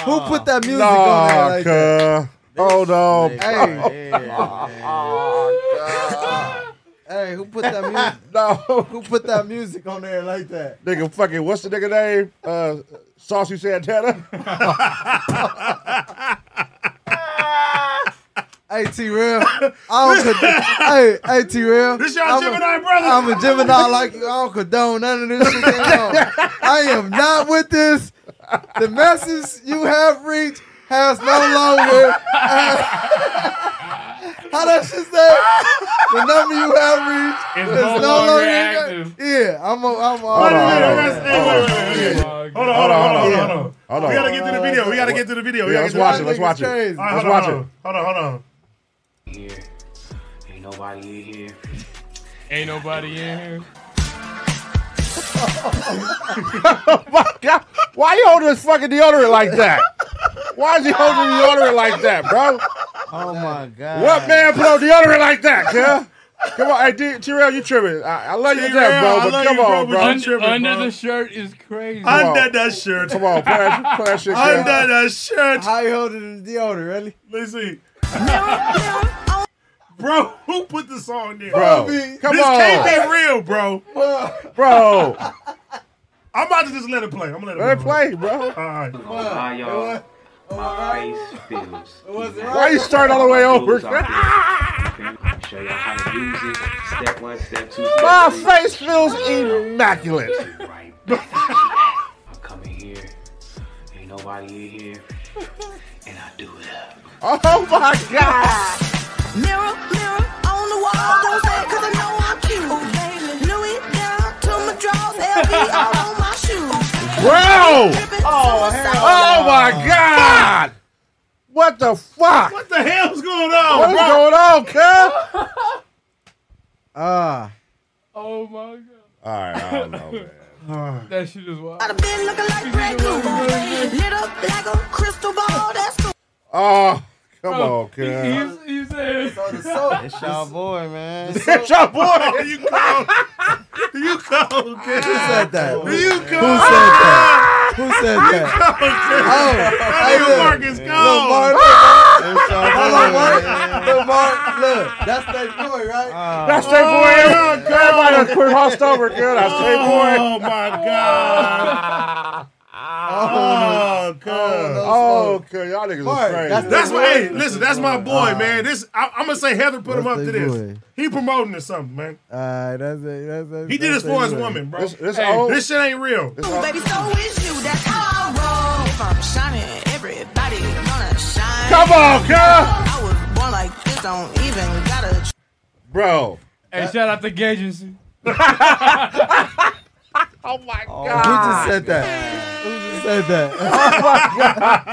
Speaker 7: who put that music on there?
Speaker 5: Nah,
Speaker 7: Like that?
Speaker 5: cuz. Hold on.
Speaker 7: Hey, hey, who put that music?
Speaker 5: No.
Speaker 7: Who put that music on there like that?
Speaker 5: Nigga, fucking, what's the nigga name? Uh, Saucy Santana?
Speaker 7: Hey, T Real, I don't. Con- hey, hey, T Real,
Speaker 3: This y'all Gemini brother.
Speaker 7: I'm a Gemini like you. I don't condone none of this shit. At all. I am not with this. The message you have reached has no longer. uh, how that shit say? The number you have reached
Speaker 6: It's
Speaker 7: is
Speaker 6: no longer active.
Speaker 7: Yeah, I'm. A, I'm. A,
Speaker 5: Hold on,
Speaker 3: Wait,
Speaker 5: hold on.
Speaker 3: wait, wait, wait, wait, wait, wait, wait. Hold on, hold on, hold on, hold on, hold on.
Speaker 5: Hold on.
Speaker 3: We gotta get to the video. We gotta get to the video. We
Speaker 5: Yeah,
Speaker 3: gotta
Speaker 5: let's
Speaker 3: get to the
Speaker 5: watch it. Let's watch it.
Speaker 7: Crazy.
Speaker 3: All right,
Speaker 5: Let's
Speaker 3: hold on,
Speaker 5: watch
Speaker 3: hold
Speaker 5: it.
Speaker 3: on. Hold on, hold on.
Speaker 9: Here, ain't nobody in here.
Speaker 6: Ain't nobody in here.
Speaker 5: God, why you holding this fucking deodorant like that? Why is he holding deodorant like that, bro?
Speaker 4: Oh my god.
Speaker 5: What man put on deodorant like that, yeah? Come on, hey, D- Terrell, you tripping. I, I love you to death,
Speaker 3: Terrell, I
Speaker 5: bro, but
Speaker 3: love
Speaker 5: come
Speaker 3: you, bro,
Speaker 5: on,
Speaker 3: but
Speaker 5: bro.
Speaker 3: you-
Speaker 6: Under,
Speaker 3: tripping,
Speaker 6: under
Speaker 3: bro.
Speaker 6: the shirt is crazy.
Speaker 3: Under that shirt.
Speaker 5: Come on, play that, play that shit, cuz.
Speaker 3: Under that shirt.
Speaker 7: how you holding the deodorant, really?
Speaker 3: Let's see.
Speaker 10: Mirror, mirror on
Speaker 3: Bro, who put this on there?
Speaker 5: Bro, come
Speaker 3: this
Speaker 5: on,
Speaker 3: can't be real, bro.
Speaker 5: bro.
Speaker 3: I'm about to just let it play. I'm gonna let it
Speaker 5: Let it
Speaker 3: play.
Speaker 5: play, bro.
Speaker 3: All right.
Speaker 9: I'm not gonna lie, y'all. My face feels. immaculate.
Speaker 5: Why you start all the way
Speaker 9: My
Speaker 5: over?
Speaker 9: dudes out there, you feel me? I'm gonna show y'all how to use it. Step one, step two, step
Speaker 5: My
Speaker 9: three.
Speaker 5: face feels immaculate.
Speaker 9: right back. I come in here, ain't nobody in here, and I do it up.
Speaker 5: Oh my god.
Speaker 10: mirror, mirror on the wall, don't say it 'cause I know I'm cute. Louis down to my drawers, LV all on my shoes.
Speaker 5: Bro!
Speaker 10: Oh,
Speaker 5: Oh my god! What the fuck?
Speaker 3: What the hell's going on,
Speaker 5: What's
Speaker 3: bro?
Speaker 5: going on, cuz? All
Speaker 7: Ah,
Speaker 6: Oh my god.
Speaker 5: right, I don't know, man.
Speaker 6: That shit is wild.
Speaker 10: I'd have been looking like brand new, lit up like a crystal ball. That's cool.
Speaker 5: Oh, come on,
Speaker 6: Bro, he,
Speaker 5: cuz.
Speaker 6: he's, he said,
Speaker 7: the soap.
Speaker 4: It's y'all boy, man.
Speaker 5: It's your boy.
Speaker 3: Are you cold? you cold, kid?
Speaker 7: Who said that? Who
Speaker 3: You
Speaker 7: said
Speaker 3: cold?
Speaker 7: that? Who said that? Oh,
Speaker 3: That nigga
Speaker 7: hey,
Speaker 3: Mark is
Speaker 7: Look, Mark,
Speaker 3: cold.
Speaker 4: It's y'all boy,
Speaker 7: look, Ah! Mark,
Speaker 4: man.
Speaker 7: look, Mark, look, that's that boy, right?
Speaker 5: That's your boy. Everybody done crossed Oh, over, cuz. That's your boy.
Speaker 3: Oh my god.
Speaker 7: oh,
Speaker 5: Oh, cuz. Oh, cuz. Y'all niggas
Speaker 7: Mark,
Speaker 5: are crazy.
Speaker 7: that's
Speaker 3: That's my hey, listen, that's my boy,
Speaker 7: Ah.
Speaker 3: man. This I, I'm gonna say Heather put him up
Speaker 7: That's
Speaker 3: to
Speaker 7: they
Speaker 3: this.
Speaker 7: boy.
Speaker 3: He promoting or something, man.
Speaker 7: All right, that's it. That's it.
Speaker 3: He did
Speaker 7: that's
Speaker 3: this for
Speaker 7: it,
Speaker 3: his
Speaker 7: man.
Speaker 3: woman, bro.
Speaker 5: This- this
Speaker 3: Hey,
Speaker 5: old-
Speaker 3: this shit ain't real.
Speaker 10: Ooh, baby, so is you. That's how I roll. If I'm shining, everybody gonna shine.
Speaker 5: Come on, cuz.
Speaker 10: I was born like this, don't even gotta try.
Speaker 5: Bro.
Speaker 6: Hey, shout out to Gagency.
Speaker 10: Oh
Speaker 5: Oh.
Speaker 7: Who just said that? Who just said that? oh my god!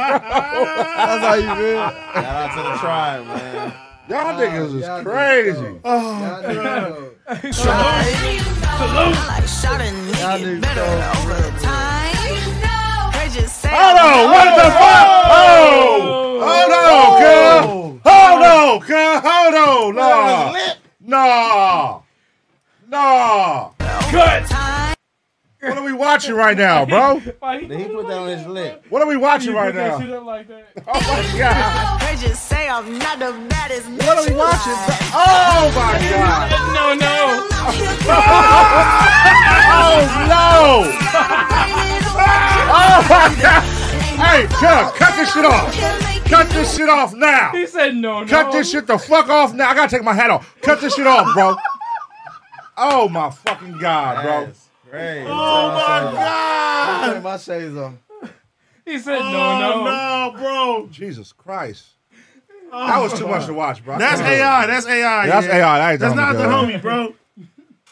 Speaker 7: That's how you feel.
Speaker 4: Shout out to the tribe, man.
Speaker 5: Y'all niggas
Speaker 7: y'all niggas
Speaker 5: is crazy.
Speaker 10: I like shot a
Speaker 7: Y'all
Speaker 10: nigga
Speaker 7: niggas
Speaker 10: better
Speaker 7: so
Speaker 10: over time. They just say
Speaker 5: Hold on. What
Speaker 10: Oh.
Speaker 5: the fuck? Oh. Hold on, cuz. Hold on, cuz. Hold Oh. on. Nah. Nah. Nah.
Speaker 6: Cut!
Speaker 10: time.
Speaker 5: What are we watching right now, bro?
Speaker 6: Why he
Speaker 4: Did he put that on his lip?
Speaker 5: What are we watching
Speaker 6: you
Speaker 5: right
Speaker 6: put that
Speaker 5: now?
Speaker 6: shit up like that?
Speaker 5: Oh, my God.
Speaker 10: They just say I'm not the baddest bitch.
Speaker 5: What are we watching? Oh, my God.
Speaker 6: No, no.
Speaker 5: Oh, no. Oh, my God. Hey, Chuck, cut this shit off. Cut this shit off now.
Speaker 6: He said no, no.
Speaker 5: Cut this shit the fuck off now. I gotta take my hat off. Cut this shit off, bro. Oh my fucking god, bro.
Speaker 4: That's crazy.
Speaker 3: Oh my god.
Speaker 7: Put my shades on.
Speaker 6: He said no,
Speaker 3: Oh
Speaker 6: no.
Speaker 3: no, bro.
Speaker 5: Jesus Christ. That was too much to watch, bro.
Speaker 3: That's AI. That's AI.
Speaker 5: That's
Speaker 3: yeah.
Speaker 5: AI. That ain't
Speaker 3: That's
Speaker 5: the
Speaker 3: not
Speaker 5: homie,
Speaker 3: the
Speaker 5: girl.
Speaker 3: homie, bro.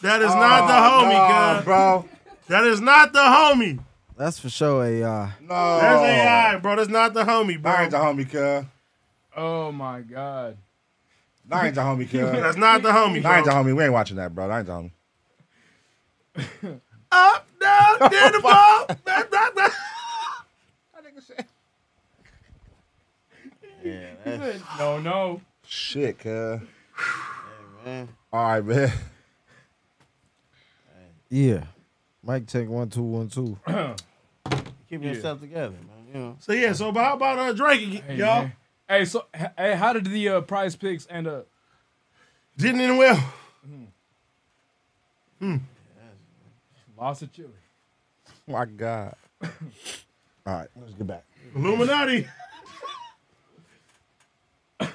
Speaker 3: That is not the homie,
Speaker 5: Nah,
Speaker 3: God.
Speaker 5: Oh, bro.
Speaker 3: That is not the homie.
Speaker 7: That's for sure, AI.
Speaker 5: No.
Speaker 3: That's AI, bro. That's not the homie,
Speaker 5: That ain't the
Speaker 3: bro.
Speaker 5: homie, cuz.
Speaker 6: Oh my God.
Speaker 5: That ain't the homie, cuz.
Speaker 3: That's not the homie,
Speaker 5: That ain't the
Speaker 3: bro.
Speaker 5: homie. We ain't watching that, bro. That ain't the homie.
Speaker 3: Up, down, near the ball. That- that- that-
Speaker 6: No, no.
Speaker 5: Shit, cuz.
Speaker 4: Man.
Speaker 5: All right, man.
Speaker 7: Yeah. Mike check one two one two.
Speaker 4: Keep yourself together, man. You know.
Speaker 3: So yeah, so how about uh, Drake, y-
Speaker 6: Hey,
Speaker 3: y'all?
Speaker 6: man. Hey, so h- hey, how did the uh, prize picks end up?
Speaker 3: Didn't end well.
Speaker 6: Lost to Chile.
Speaker 5: My God. All right, let's get back.
Speaker 3: Illuminati. All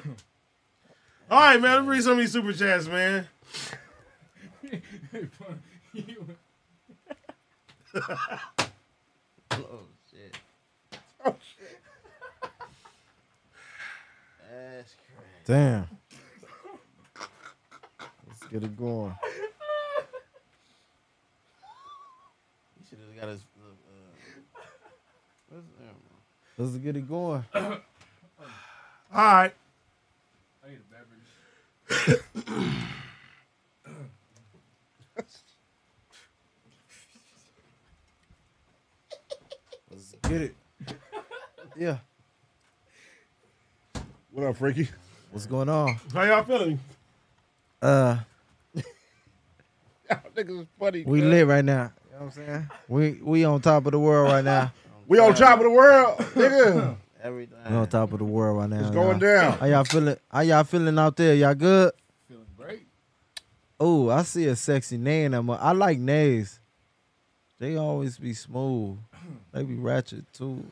Speaker 3: right, man. Let me read some of these super chats, man.
Speaker 4: That's crazy.
Speaker 7: Damn. Let's get it going.
Speaker 4: He should have got his. Uh, uh, what's that, man?
Speaker 7: Let's get it going.
Speaker 3: All right.
Speaker 6: I need a beverage.
Speaker 7: Let's get it. Yeah.
Speaker 5: What up, Freaky?
Speaker 7: What's going on?
Speaker 3: How y'all feeling?
Speaker 7: Uh,
Speaker 5: Niggas is funny.
Speaker 7: we lit right now. You know what I'm saying? We we on top of the world right now.
Speaker 5: We on top of the world, nigga.
Speaker 4: Everything.
Speaker 7: We on top of the world right now.
Speaker 5: It's going
Speaker 7: y'all.
Speaker 5: down.
Speaker 7: How y'all feeling? How y'all feeling out there? Y'all good?
Speaker 6: Feeling great.
Speaker 7: Oh, I see a sexy nay in them. I like nays. They always be smooth. They be ratchet too.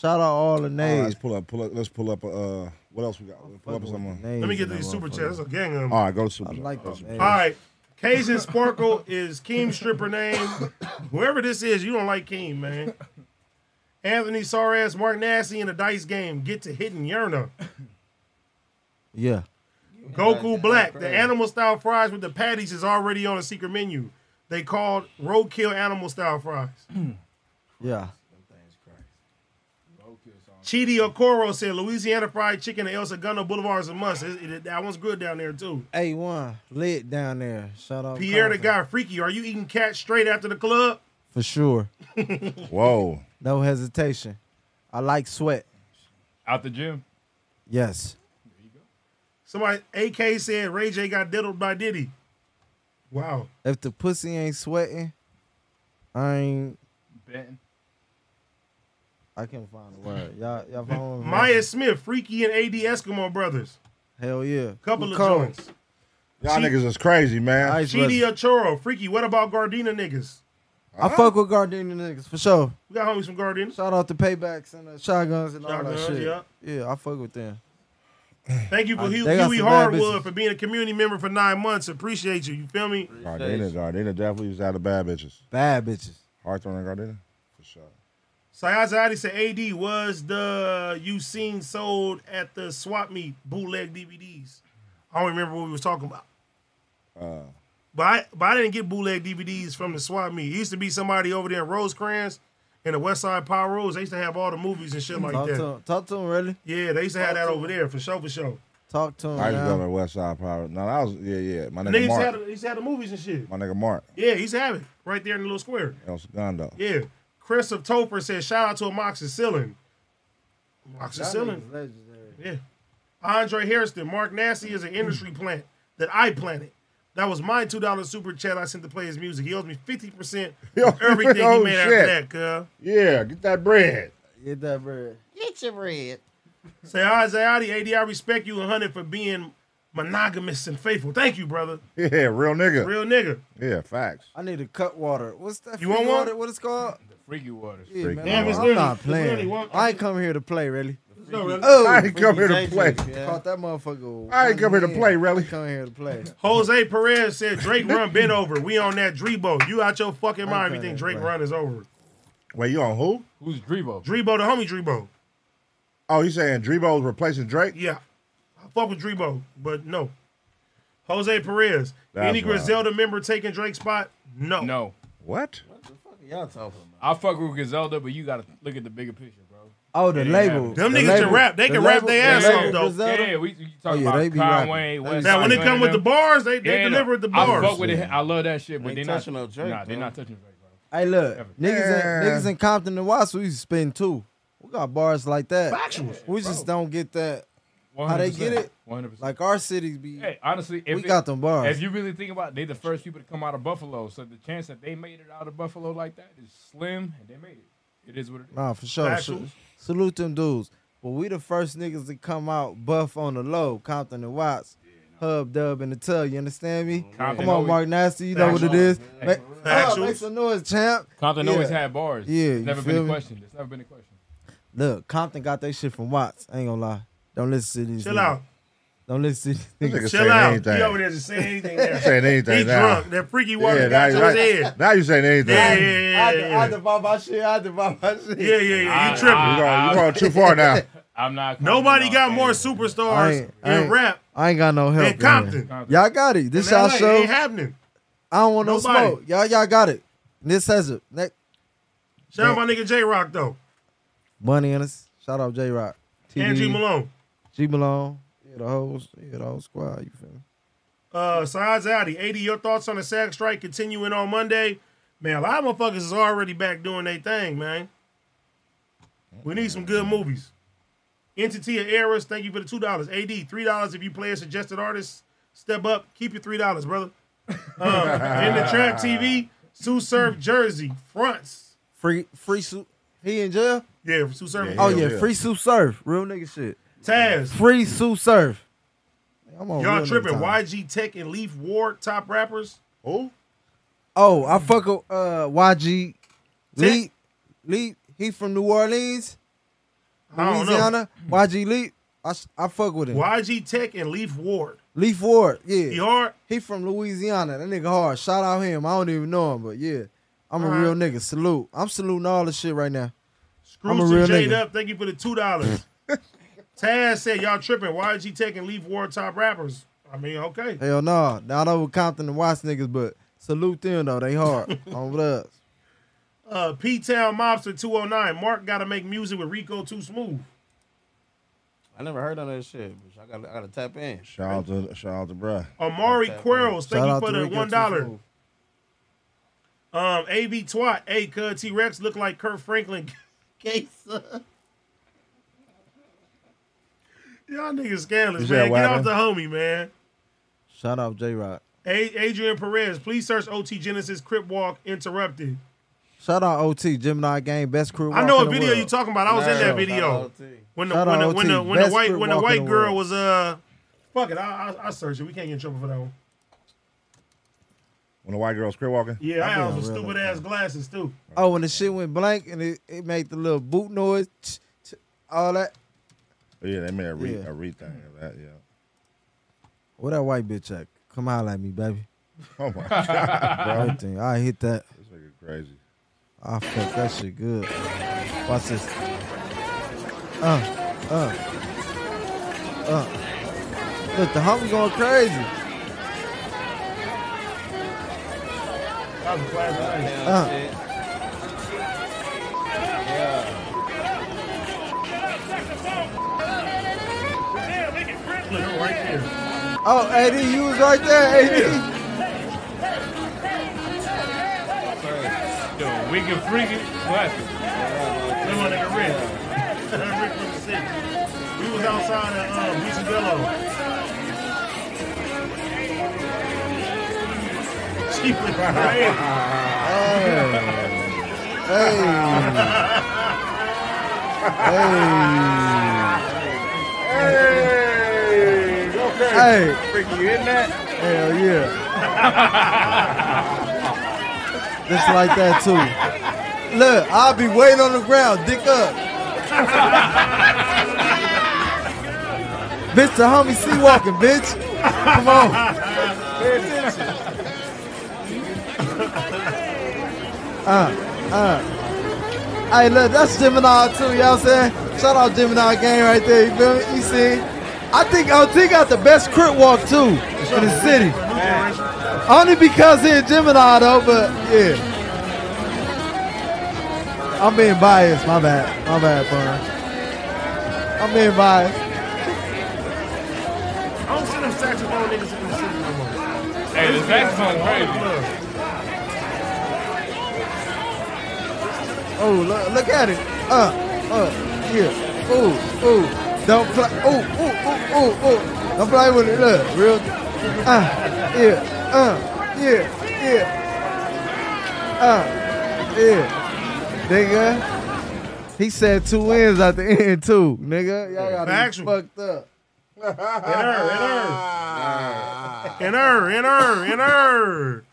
Speaker 7: Shout out all the
Speaker 5: All right,
Speaker 7: nays.
Speaker 5: let's pull up. Pull up. Let's pull up. Uh, what else we got? pull up
Speaker 7: Fuck with
Speaker 5: someone.
Speaker 7: nays
Speaker 3: Let me get
Speaker 7: in
Speaker 3: these
Speaker 7: that
Speaker 3: super
Speaker 7: motherfucker.
Speaker 3: chats. There's a gang of them.
Speaker 5: All right, go to Super
Speaker 7: I
Speaker 5: Bowl.
Speaker 7: like
Speaker 5: Go to
Speaker 7: them.
Speaker 5: Super
Speaker 7: nays.
Speaker 3: All right. Cajun Sparkle is Keem's stripper name. Whoever this is, you don't like Keem, man. Anthony Soares, Mark Nasty in the dice game. Get to hitting Yerna.
Speaker 7: Yeah.
Speaker 3: Goku Black. The animal style fries with the patties is already on a secret menu. They called roadkill animal style fries.
Speaker 7: Yeah.
Speaker 3: Chidi Okoro said Louisiana fried chicken at El Segundo Boulevard is a must. It- it- that one's good down there too.
Speaker 7: A1 lit down there. Shout out
Speaker 3: Pierre the
Speaker 7: Compton.
Speaker 3: guy freaky. Are you eating cat straight after the club?
Speaker 7: For sure.
Speaker 5: Bowl. Whoa.
Speaker 7: No hesitation. I like sweat.
Speaker 6: Out the gym.
Speaker 7: Yes.
Speaker 3: Somebody AK said Ray J got diddled by Diddy. Wow.
Speaker 7: If the pussy ain't sweating, I ain't
Speaker 6: Benton.
Speaker 7: I can't find a word. Y'all y'all found
Speaker 3: Maya Smith, Freaky and AD Eskimo Brothers.
Speaker 7: Hell yeah.
Speaker 3: Couple of
Speaker 7: Nicole.
Speaker 3: joints.
Speaker 5: Y'all
Speaker 3: She-
Speaker 5: niggas is crazy, man.
Speaker 7: Ice
Speaker 3: Chidi
Speaker 7: Brothers.
Speaker 3: Ochoro, Freaky, what about Gardena niggas?
Speaker 5: I
Speaker 7: I fuck with Gardenia niggas for sure.
Speaker 3: We got homies from Guardians.
Speaker 7: Shout out to Paybacks and uh, Shotguns and all
Speaker 3: Shotguns,
Speaker 7: that shit.
Speaker 3: yeah.
Speaker 7: Yeah, I fuck with them.
Speaker 3: Thank you for Hugh,
Speaker 7: they got
Speaker 3: Huey
Speaker 7: some bad
Speaker 3: Hardwood
Speaker 7: bitches.
Speaker 3: for being a community member for nine months. Appreciate you. You feel me?
Speaker 5: Gardena, Gardena definitely was out of bad bitches.
Speaker 7: Bad bitches.
Speaker 5: Hawthorne and Gardena, for sure.
Speaker 3: Sayaz Adi said AD was the you seen sold at the swap meet bootleg DVDs. I don't remember what we was talking about. but I but I didn't get bootleg DVDs from the swap meet. It used to be somebody over there in Rosecrans in the West Side Power Rose. They used to have all the movies and shit like
Speaker 7: Talk
Speaker 3: that.
Speaker 7: to him. Talk to him, really.
Speaker 3: Yeah, they used to have that over there for sure, for sure.
Speaker 7: Talk to him.
Speaker 5: I used to go to
Speaker 7: now.
Speaker 5: the West Side Power. No, that was yeah, yeah. My
Speaker 3: And they
Speaker 5: nigga
Speaker 3: used to, have,
Speaker 5: Mark,
Speaker 3: the- they used to have the movies and shit.
Speaker 5: my nigga Mark,
Speaker 3: Yeah, he's having right there in the little square.
Speaker 5: El Segundo.
Speaker 3: Yeah. Chris of Topher says, shout out to amoxicillin. Amoxicillin.
Speaker 7: Nigga's legendary.
Speaker 3: Yeah. Andre Harrison, Mark Nasty is an industry plant that I planted. That was my two dollar super chat I sent to play his music. He owes me fifty percent
Speaker 5: Yo,
Speaker 3: of everything
Speaker 5: oh,
Speaker 3: he made
Speaker 5: shit.
Speaker 3: after that, cuz.
Speaker 5: Yeah, get that bread.
Speaker 7: Get that bread.
Speaker 3: Say hi, Zayati, AD, I respect you and hundred for being monogamous and faithful. Thank you, brother.
Speaker 5: Yeah, real nigga.
Speaker 3: Real nigga.
Speaker 5: Yeah, facts.
Speaker 7: I need a cut water. What's that?
Speaker 3: You want
Speaker 7: free
Speaker 3: one?
Speaker 7: water? What it's called?
Speaker 6: Freaky waters.
Speaker 7: Yeah,
Speaker 5: Freaky water.
Speaker 7: man,
Speaker 5: Damn, it's
Speaker 7: I'm
Speaker 3: dirty.
Speaker 7: not
Speaker 3: It's dirty.
Speaker 7: playing.
Speaker 3: Walk-
Speaker 7: I ain't come here to play, really.
Speaker 3: Oh.
Speaker 7: Oh,
Speaker 5: I ain't come here to
Speaker 4: Freaky
Speaker 5: play.
Speaker 4: Jason, yeah.
Speaker 7: caught that motherfucker.
Speaker 5: I ain't come here to
Speaker 7: one
Speaker 5: play,
Speaker 7: hand.
Speaker 5: really.
Speaker 7: I Come here to play.
Speaker 3: Jose Perez said Drake run been over. We on that Drebo. You out your fucking mind if you
Speaker 7: Okay,
Speaker 3: think Drake
Speaker 7: right.
Speaker 3: run is over.
Speaker 5: Wait, you on who?
Speaker 6: Who's Drebo?
Speaker 3: Drebo, the homie Drebo.
Speaker 5: Oh, he's saying Drebo's replacing Drake?
Speaker 3: Yeah. I fuck with Drebo, but no. Jose Perez.
Speaker 5: That's
Speaker 3: Any
Speaker 5: right.
Speaker 3: Griselda member taking Drake's spot? No.
Speaker 6: No.
Speaker 5: What?
Speaker 4: Y'all talking about?
Speaker 6: I fuck with Griselda, but you gotta look at the bigger picture, bro.
Speaker 7: Oh, the
Speaker 6: Yeah,
Speaker 7: label.
Speaker 3: Them
Speaker 7: The
Speaker 3: niggas
Speaker 7: label.
Speaker 3: can rap. They
Speaker 7: The
Speaker 3: can rap
Speaker 7: label-
Speaker 3: their
Speaker 7: the
Speaker 3: ass
Speaker 7: label
Speaker 3: off, though.
Speaker 7: Griselda.
Speaker 6: Yeah, we you
Speaker 7: Oh,
Speaker 6: talking
Speaker 7: yeah, they
Speaker 6: about
Speaker 7: be
Speaker 6: Conway,
Speaker 7: rapping.
Speaker 6: West
Speaker 3: Now, when they
Speaker 6: Side,
Speaker 3: come with the
Speaker 6: them-
Speaker 3: bars, they, they
Speaker 6: Yeah,
Speaker 3: deliver with the
Speaker 6: I fuck
Speaker 3: bars.
Speaker 6: with it. I love that shit, but
Speaker 4: Ain't
Speaker 6: they not
Speaker 4: touching no Drake,
Speaker 6: Nah, they
Speaker 4: bro.
Speaker 6: not touching Drake, bro.
Speaker 7: Hey, look, niggas,
Speaker 5: Yeah.
Speaker 7: in, niggas in Compton and Watts, we used to spin too. We got bars like that.
Speaker 3: Factual.
Speaker 7: We just don't get that.
Speaker 6: 100%,
Speaker 7: How they get it?
Speaker 6: 100%.
Speaker 7: Like our cities be.
Speaker 6: Hey, honestly, if
Speaker 7: we
Speaker 6: it-
Speaker 7: got them bars.
Speaker 6: If you really think about, it, they the first people to come out of Buffalo, so the chance that they made it out of Buffalo like that is slim, and they made it. It is what it is.
Speaker 7: Nah, for sure.
Speaker 3: Factual.
Speaker 7: Sa- salute them dudes. But we the first niggas to come out buff on the low, Compton and Watts, Hub, Dub, and the Tug. You understand me?
Speaker 6: Compton
Speaker 7: come on,
Speaker 6: always-
Speaker 7: Mark Nasty. You know what it is. Make,
Speaker 3: Factual.
Speaker 7: Oh, make some noise, champ.
Speaker 6: Compton
Speaker 7: Yeah.
Speaker 6: always had bars.
Speaker 7: Yeah,
Speaker 6: it's
Speaker 7: you
Speaker 6: never
Speaker 7: feel
Speaker 6: been a
Speaker 7: me?
Speaker 6: question. It's never been a question.
Speaker 7: Look, Compton got that shit from Watts. I ain't gonna lie. Don't listen to these.
Speaker 3: Chill
Speaker 7: niggas.
Speaker 3: out.
Speaker 7: Don't listen to these niggas.
Speaker 5: Nigga
Speaker 3: Chill
Speaker 5: saying
Speaker 3: out.
Speaker 5: anything.
Speaker 3: He over there just saying anything there.
Speaker 5: saying anything
Speaker 3: He
Speaker 5: now.
Speaker 3: drunk. That freaky water
Speaker 5: Yeah,
Speaker 3: got to
Speaker 5: now,
Speaker 3: his
Speaker 5: now,
Speaker 3: head.
Speaker 5: now you saying anything.
Speaker 3: Yeah,
Speaker 5: You
Speaker 3: yeah, yeah, yeah.
Speaker 7: devour my shit. I devour my shit.
Speaker 3: Yeah, yeah, yeah. You tripping.
Speaker 5: going, you going too far now.
Speaker 6: I'm not.
Speaker 3: Nobody
Speaker 6: coming
Speaker 3: got
Speaker 6: off
Speaker 3: more
Speaker 6: anyway.
Speaker 7: I
Speaker 3: superstars
Speaker 7: ain't- I
Speaker 3: in
Speaker 7: ain't-
Speaker 3: rap
Speaker 7: I ain't got no help.
Speaker 3: than Compton.
Speaker 7: man.
Speaker 6: Compton.
Speaker 7: Y'all got it. This
Speaker 3: In LA,
Speaker 7: y'all
Speaker 3: it
Speaker 7: show.
Speaker 3: ain't happening.
Speaker 7: I don't want no
Speaker 3: Nobody.
Speaker 7: smoke. Y'all, y'all got it. This has it. Next,
Speaker 3: Shout out my nigga J Rock, though.
Speaker 7: Money in us. Shout out J Rock.
Speaker 3: And G Malone.
Speaker 7: G Malone. Yeah, the whole, yeah, the whole squad. You feel me?
Speaker 3: Uh, Sides Audi, 80, your thoughts on the SAG strike continuing on Monday? Man, a lot of motherfuckers is already back doing their thing, man. We need some good movies. Entity of Errors, thank you for the $2. AD, $3 if you play a suggested artist. Step up, keep your $3, brother. Um, in the Trap TV, Sue Surf Jersey, fronts.
Speaker 7: Free, free suit. He in jail?
Speaker 3: Yeah, Sue Surf.
Speaker 5: Yeah,
Speaker 7: Oh
Speaker 3: Oh,
Speaker 7: yeah,
Speaker 5: yeah.
Speaker 7: free Sue Surf. Real nigga shit.
Speaker 3: Taz.
Speaker 7: Free Sue Surf. I'm on real
Speaker 3: Y'all
Speaker 7: nigga
Speaker 3: tripping.
Speaker 7: time.
Speaker 3: YG Tech and Leaf Ward, top rappers.
Speaker 5: Who?
Speaker 7: Oh, I fuck with uh, YG. Leap, Leap. He from New Orleans,
Speaker 3: I don't know.
Speaker 7: Louisiana. YG Leap. I, s- I fuck with him.
Speaker 3: YG Tech and Leaf Ward.
Speaker 7: Leaf Ward.
Speaker 3: He
Speaker 7: Yeah,
Speaker 3: hard?
Speaker 7: he from Louisiana. That nigga hard. Shout out him. I don't even know him, but yeah, I'm a
Speaker 3: Alright.
Speaker 7: real nigga. Salute. I'm saluting all this shit right now. I'm a
Speaker 3: Scrooge
Speaker 7: real
Speaker 3: and Jade
Speaker 7: nigga.
Speaker 3: up. Thank you for the two dollars. Taz said y'all tripping. YG Tech and Leaf Ward top rappers. I mean, okay.
Speaker 7: Hell no, not over Compton and Watts niggas, but salute them though. They hard on what up?
Speaker 3: Uh, P Town Mobster two hundred nine. Mark got to make music with Rico Too Smooth.
Speaker 4: I never heard of that shit. But I got I got to tap in.
Speaker 5: Shout out to, shout out to bruh.
Speaker 3: Amari
Speaker 4: Shout out
Speaker 3: Quirrells. Thank
Speaker 7: Shout
Speaker 3: you
Speaker 7: out
Speaker 3: for
Speaker 7: to
Speaker 3: the
Speaker 7: Rico
Speaker 3: one
Speaker 7: Too
Speaker 3: dollar.
Speaker 7: Smooth.
Speaker 3: Um, A B Twat. Hey, cuz T Rex look like Kurt Franklin. Case. Y'all niggas scandalous,
Speaker 5: Is
Speaker 3: man.
Speaker 5: that
Speaker 3: Get
Speaker 5: why,
Speaker 3: off
Speaker 5: man?
Speaker 3: the homie, man.
Speaker 7: Shout out J Rock.
Speaker 3: A- Adrian Perez, please search OT Genesis Crip Walk Interrupted.
Speaker 7: Shout out OT Gemini Gang best crew.
Speaker 3: I know
Speaker 7: walk in
Speaker 3: a
Speaker 7: the
Speaker 3: video
Speaker 7: world.
Speaker 3: you talking about. I was in that
Speaker 4: Shout
Speaker 3: video.
Speaker 4: out to-
Speaker 3: When the
Speaker 7: Shout
Speaker 3: when the,
Speaker 7: out
Speaker 3: when the
Speaker 7: OT,
Speaker 3: when the
Speaker 7: best
Speaker 3: white
Speaker 7: crip
Speaker 3: when the
Speaker 7: walk in
Speaker 3: white
Speaker 7: the
Speaker 3: girl
Speaker 7: world.
Speaker 3: was uh fuck it, I I I search it. We can't get in trouble for that one.
Speaker 5: When the white girl crib walking?
Speaker 3: Yeah, I,
Speaker 7: I
Speaker 3: have
Speaker 7: think I
Speaker 3: some
Speaker 7: really
Speaker 3: stupid ass glasses too.
Speaker 7: Oh, when the shit went blank and it, it made the little boot noise, tch, tch, all that.
Speaker 5: Oh, Yeah, they made a re
Speaker 7: Yeah.
Speaker 5: a re thing of that, yeah.
Speaker 7: Where that white bitch at? Come holler at me, baby.
Speaker 5: Oh my god,
Speaker 7: Everything. I hit that.
Speaker 5: this nigga crazy.
Speaker 7: I fuck that shit good. Watch this. Uh, uh, uh. Look, the homie going crazy.
Speaker 3: That was a classic. item.
Speaker 7: Uh.
Speaker 4: shit. Yeah.
Speaker 3: Look, right there.
Speaker 7: Oh, AD, you was right there, AD.
Speaker 6: Yo, we can freak it. Classic.
Speaker 3: That my nigga Rick. Rick from the six. We was outside at um, Beachabello. She went right Hey, okay.
Speaker 7: Hey,
Speaker 3: Ricky, you in that?
Speaker 7: hell yeah. Just like that, too. Look, I'll be waiting on the ground, dick up. bitch, the homie sea walking, bitch. Come on.
Speaker 3: Pay attention.
Speaker 7: Hey, look, that's Gemini, too, you know what I'm saying? Shout out Gemini gang right there, you feel me? You see? I think OT got the best crit walk, too, in the city. Only because he a Gemini though, but yeah. I'm being biased, my bad. My bad, bro. I'm being biased.
Speaker 3: I don't see them saxophone niggas in the city no more.
Speaker 6: Hey, the saxophone crazy.
Speaker 3: Look,
Speaker 7: Oh, look, look at it. Uh, uh, yeah. Ooh, ooh. Don't play. Ooh, ooh, ooh, ooh, ooh. Don't play with it. Look, real. Uh, yeah. Uh, yeah, yeah. Uh, yeah. Nigga. He said two wins at the end, too, nigga. Y'all got
Speaker 3: Factual.
Speaker 7: fucked up.
Speaker 3: In her, in her. In her, in her, in her.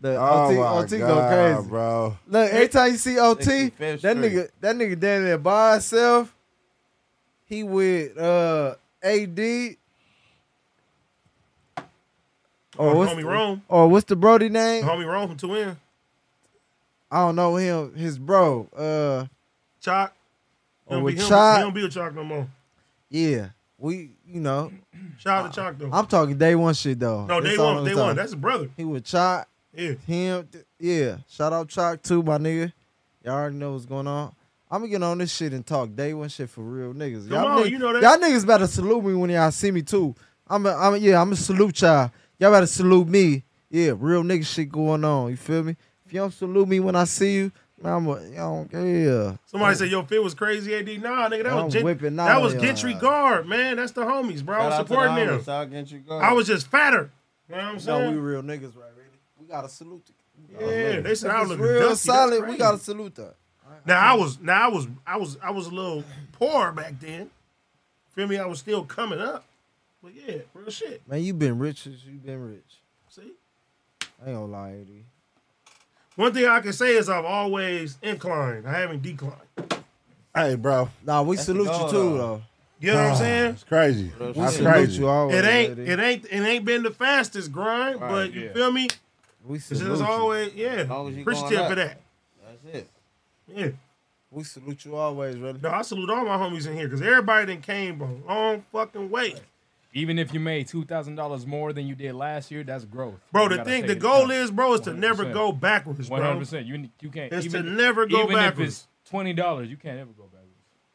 Speaker 7: The
Speaker 5: Oh
Speaker 7: OT,
Speaker 5: my
Speaker 7: OT go
Speaker 5: God,
Speaker 7: crazy.
Speaker 5: bro.
Speaker 7: Look, every time you see OT,
Speaker 4: 65th
Speaker 7: that
Speaker 4: Street.
Speaker 7: nigga, that nigga down there by himself. He with uh AD. Or Oh, what's,
Speaker 3: Homie
Speaker 7: the,
Speaker 3: Rome.
Speaker 7: or what's the Brody name?
Speaker 3: Homie Rome from 2N.
Speaker 7: I don't know him. His bro. Uh,
Speaker 3: Chalk. He
Speaker 7: Or
Speaker 3: don't, be
Speaker 7: Oh, with
Speaker 3: him.
Speaker 7: Chalk.
Speaker 3: he don't be with Chalk no more.
Speaker 7: yeah, we. You know,
Speaker 3: Shout out to Chalk, though.
Speaker 7: Uh, I'm talking day one shit though.
Speaker 3: no, they
Speaker 7: That's all
Speaker 3: won.
Speaker 7: I'm
Speaker 3: They
Speaker 7: talking.
Speaker 3: won. That's his brother.
Speaker 7: he with Chop.
Speaker 3: Yeah.
Speaker 7: Him, th- yeah. Shout out Chalk too, my nigga. Y'all already know what's going on. I'm gonna get on this shit and talk day one shit for real niggas. Y'all,
Speaker 3: on,
Speaker 7: nigg-
Speaker 3: you know that.
Speaker 7: y'all niggas better salute me when y'all see me too. I'm, a, I'm, a, yeah, I'm gonna salute y'all. Y'all better salute me. Yeah, real nigga shit going on. You feel me? If you don't salute me when I see you, man, I'm a, y'all don't, yeah.
Speaker 3: Somebody said, yo, Fit was crazy, AD. Nah, nigga, that
Speaker 7: I'm
Speaker 3: was, Gen-
Speaker 7: whipping
Speaker 3: that
Speaker 7: out
Speaker 3: was
Speaker 7: on
Speaker 3: Gentry
Speaker 7: y'all.
Speaker 3: Guard, man. That's the homies, bro. I was
Speaker 4: Shout out to the
Speaker 3: supporting
Speaker 4: homies.
Speaker 3: them.
Speaker 4: Shout out Gentry Gordon.
Speaker 3: I was just fatter. You know what I'm
Speaker 7: No, we
Speaker 3: saying?
Speaker 7: real niggas right, really. We gotta salute. The,
Speaker 3: yeah, they said I was
Speaker 7: It's
Speaker 3: looking dusty.
Speaker 7: real
Speaker 3: That's
Speaker 7: solid. We
Speaker 3: crazy.
Speaker 7: gotta salute that.
Speaker 3: Now I was now I was I was I was a little poor back then. Feel me? I was still coming up. But yeah, real shit.
Speaker 7: Man, you been rich as you been rich.
Speaker 3: See?
Speaker 7: I ain't gonna lie, AD.
Speaker 3: One thing I can say is I've always inclined. I haven't declined.
Speaker 5: Hey, bro.
Speaker 7: Nah, we
Speaker 4: the
Speaker 7: salute you
Speaker 4: goal,
Speaker 7: too,
Speaker 4: though.
Speaker 7: though.
Speaker 3: You know what I'm saying?
Speaker 5: It's crazy.
Speaker 4: That's
Speaker 7: We
Speaker 5: That's
Speaker 7: salute
Speaker 5: crazy.
Speaker 7: you always.
Speaker 3: It ain't
Speaker 7: Eddie.
Speaker 3: it ain't it ain't been the fastest grind, but you
Speaker 6: yeah.
Speaker 3: feel me?
Speaker 7: We
Speaker 3: It's
Speaker 7: salute
Speaker 3: just
Speaker 7: you.
Speaker 3: always yeah.
Speaker 4: long as you
Speaker 3: Appreciative
Speaker 4: going
Speaker 3: for
Speaker 4: up.
Speaker 3: that.
Speaker 4: That's it.
Speaker 3: Yeah.
Speaker 7: We salute you always, brother.
Speaker 3: No, I salute all my homies in here because everybody that came a long fucking way.
Speaker 6: Even if you made two thousand dollars more than you did last year, that's growth.
Speaker 3: Bro,
Speaker 6: You
Speaker 3: the
Speaker 6: gotta
Speaker 3: thing,
Speaker 6: take
Speaker 3: the
Speaker 6: it
Speaker 3: goal
Speaker 6: down.
Speaker 3: is, bro, is to never
Speaker 6: 100%.
Speaker 3: go backwards,
Speaker 6: One hundred
Speaker 3: bro.
Speaker 6: percent. You you can't.
Speaker 3: It's to
Speaker 6: even,
Speaker 3: never go
Speaker 6: even
Speaker 3: backwards.
Speaker 6: if it's twenty dollars, you can't ever go backwards.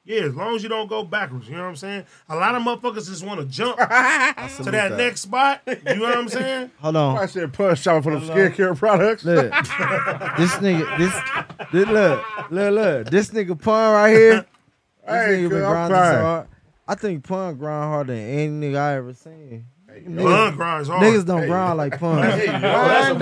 Speaker 3: Yeah, as long as you don't go backwards, you know what I'm saying? A lot of motherfuckers just want to jump to that, next spot. You know what I'm saying?
Speaker 7: Hold on.
Speaker 5: I said, push shopping for them skincare products.
Speaker 7: Look, this nigga, this, this look, look, look, this nigga pun right here. This
Speaker 5: Hey,
Speaker 7: nigga been
Speaker 5: girl, I'm
Speaker 7: grinding
Speaker 5: crying.
Speaker 7: so hard. I think pun grind harder than any nigga I ever seen.
Speaker 3: Bun grinds hard.
Speaker 7: Niggas don't grind like pun.
Speaker 5: Grind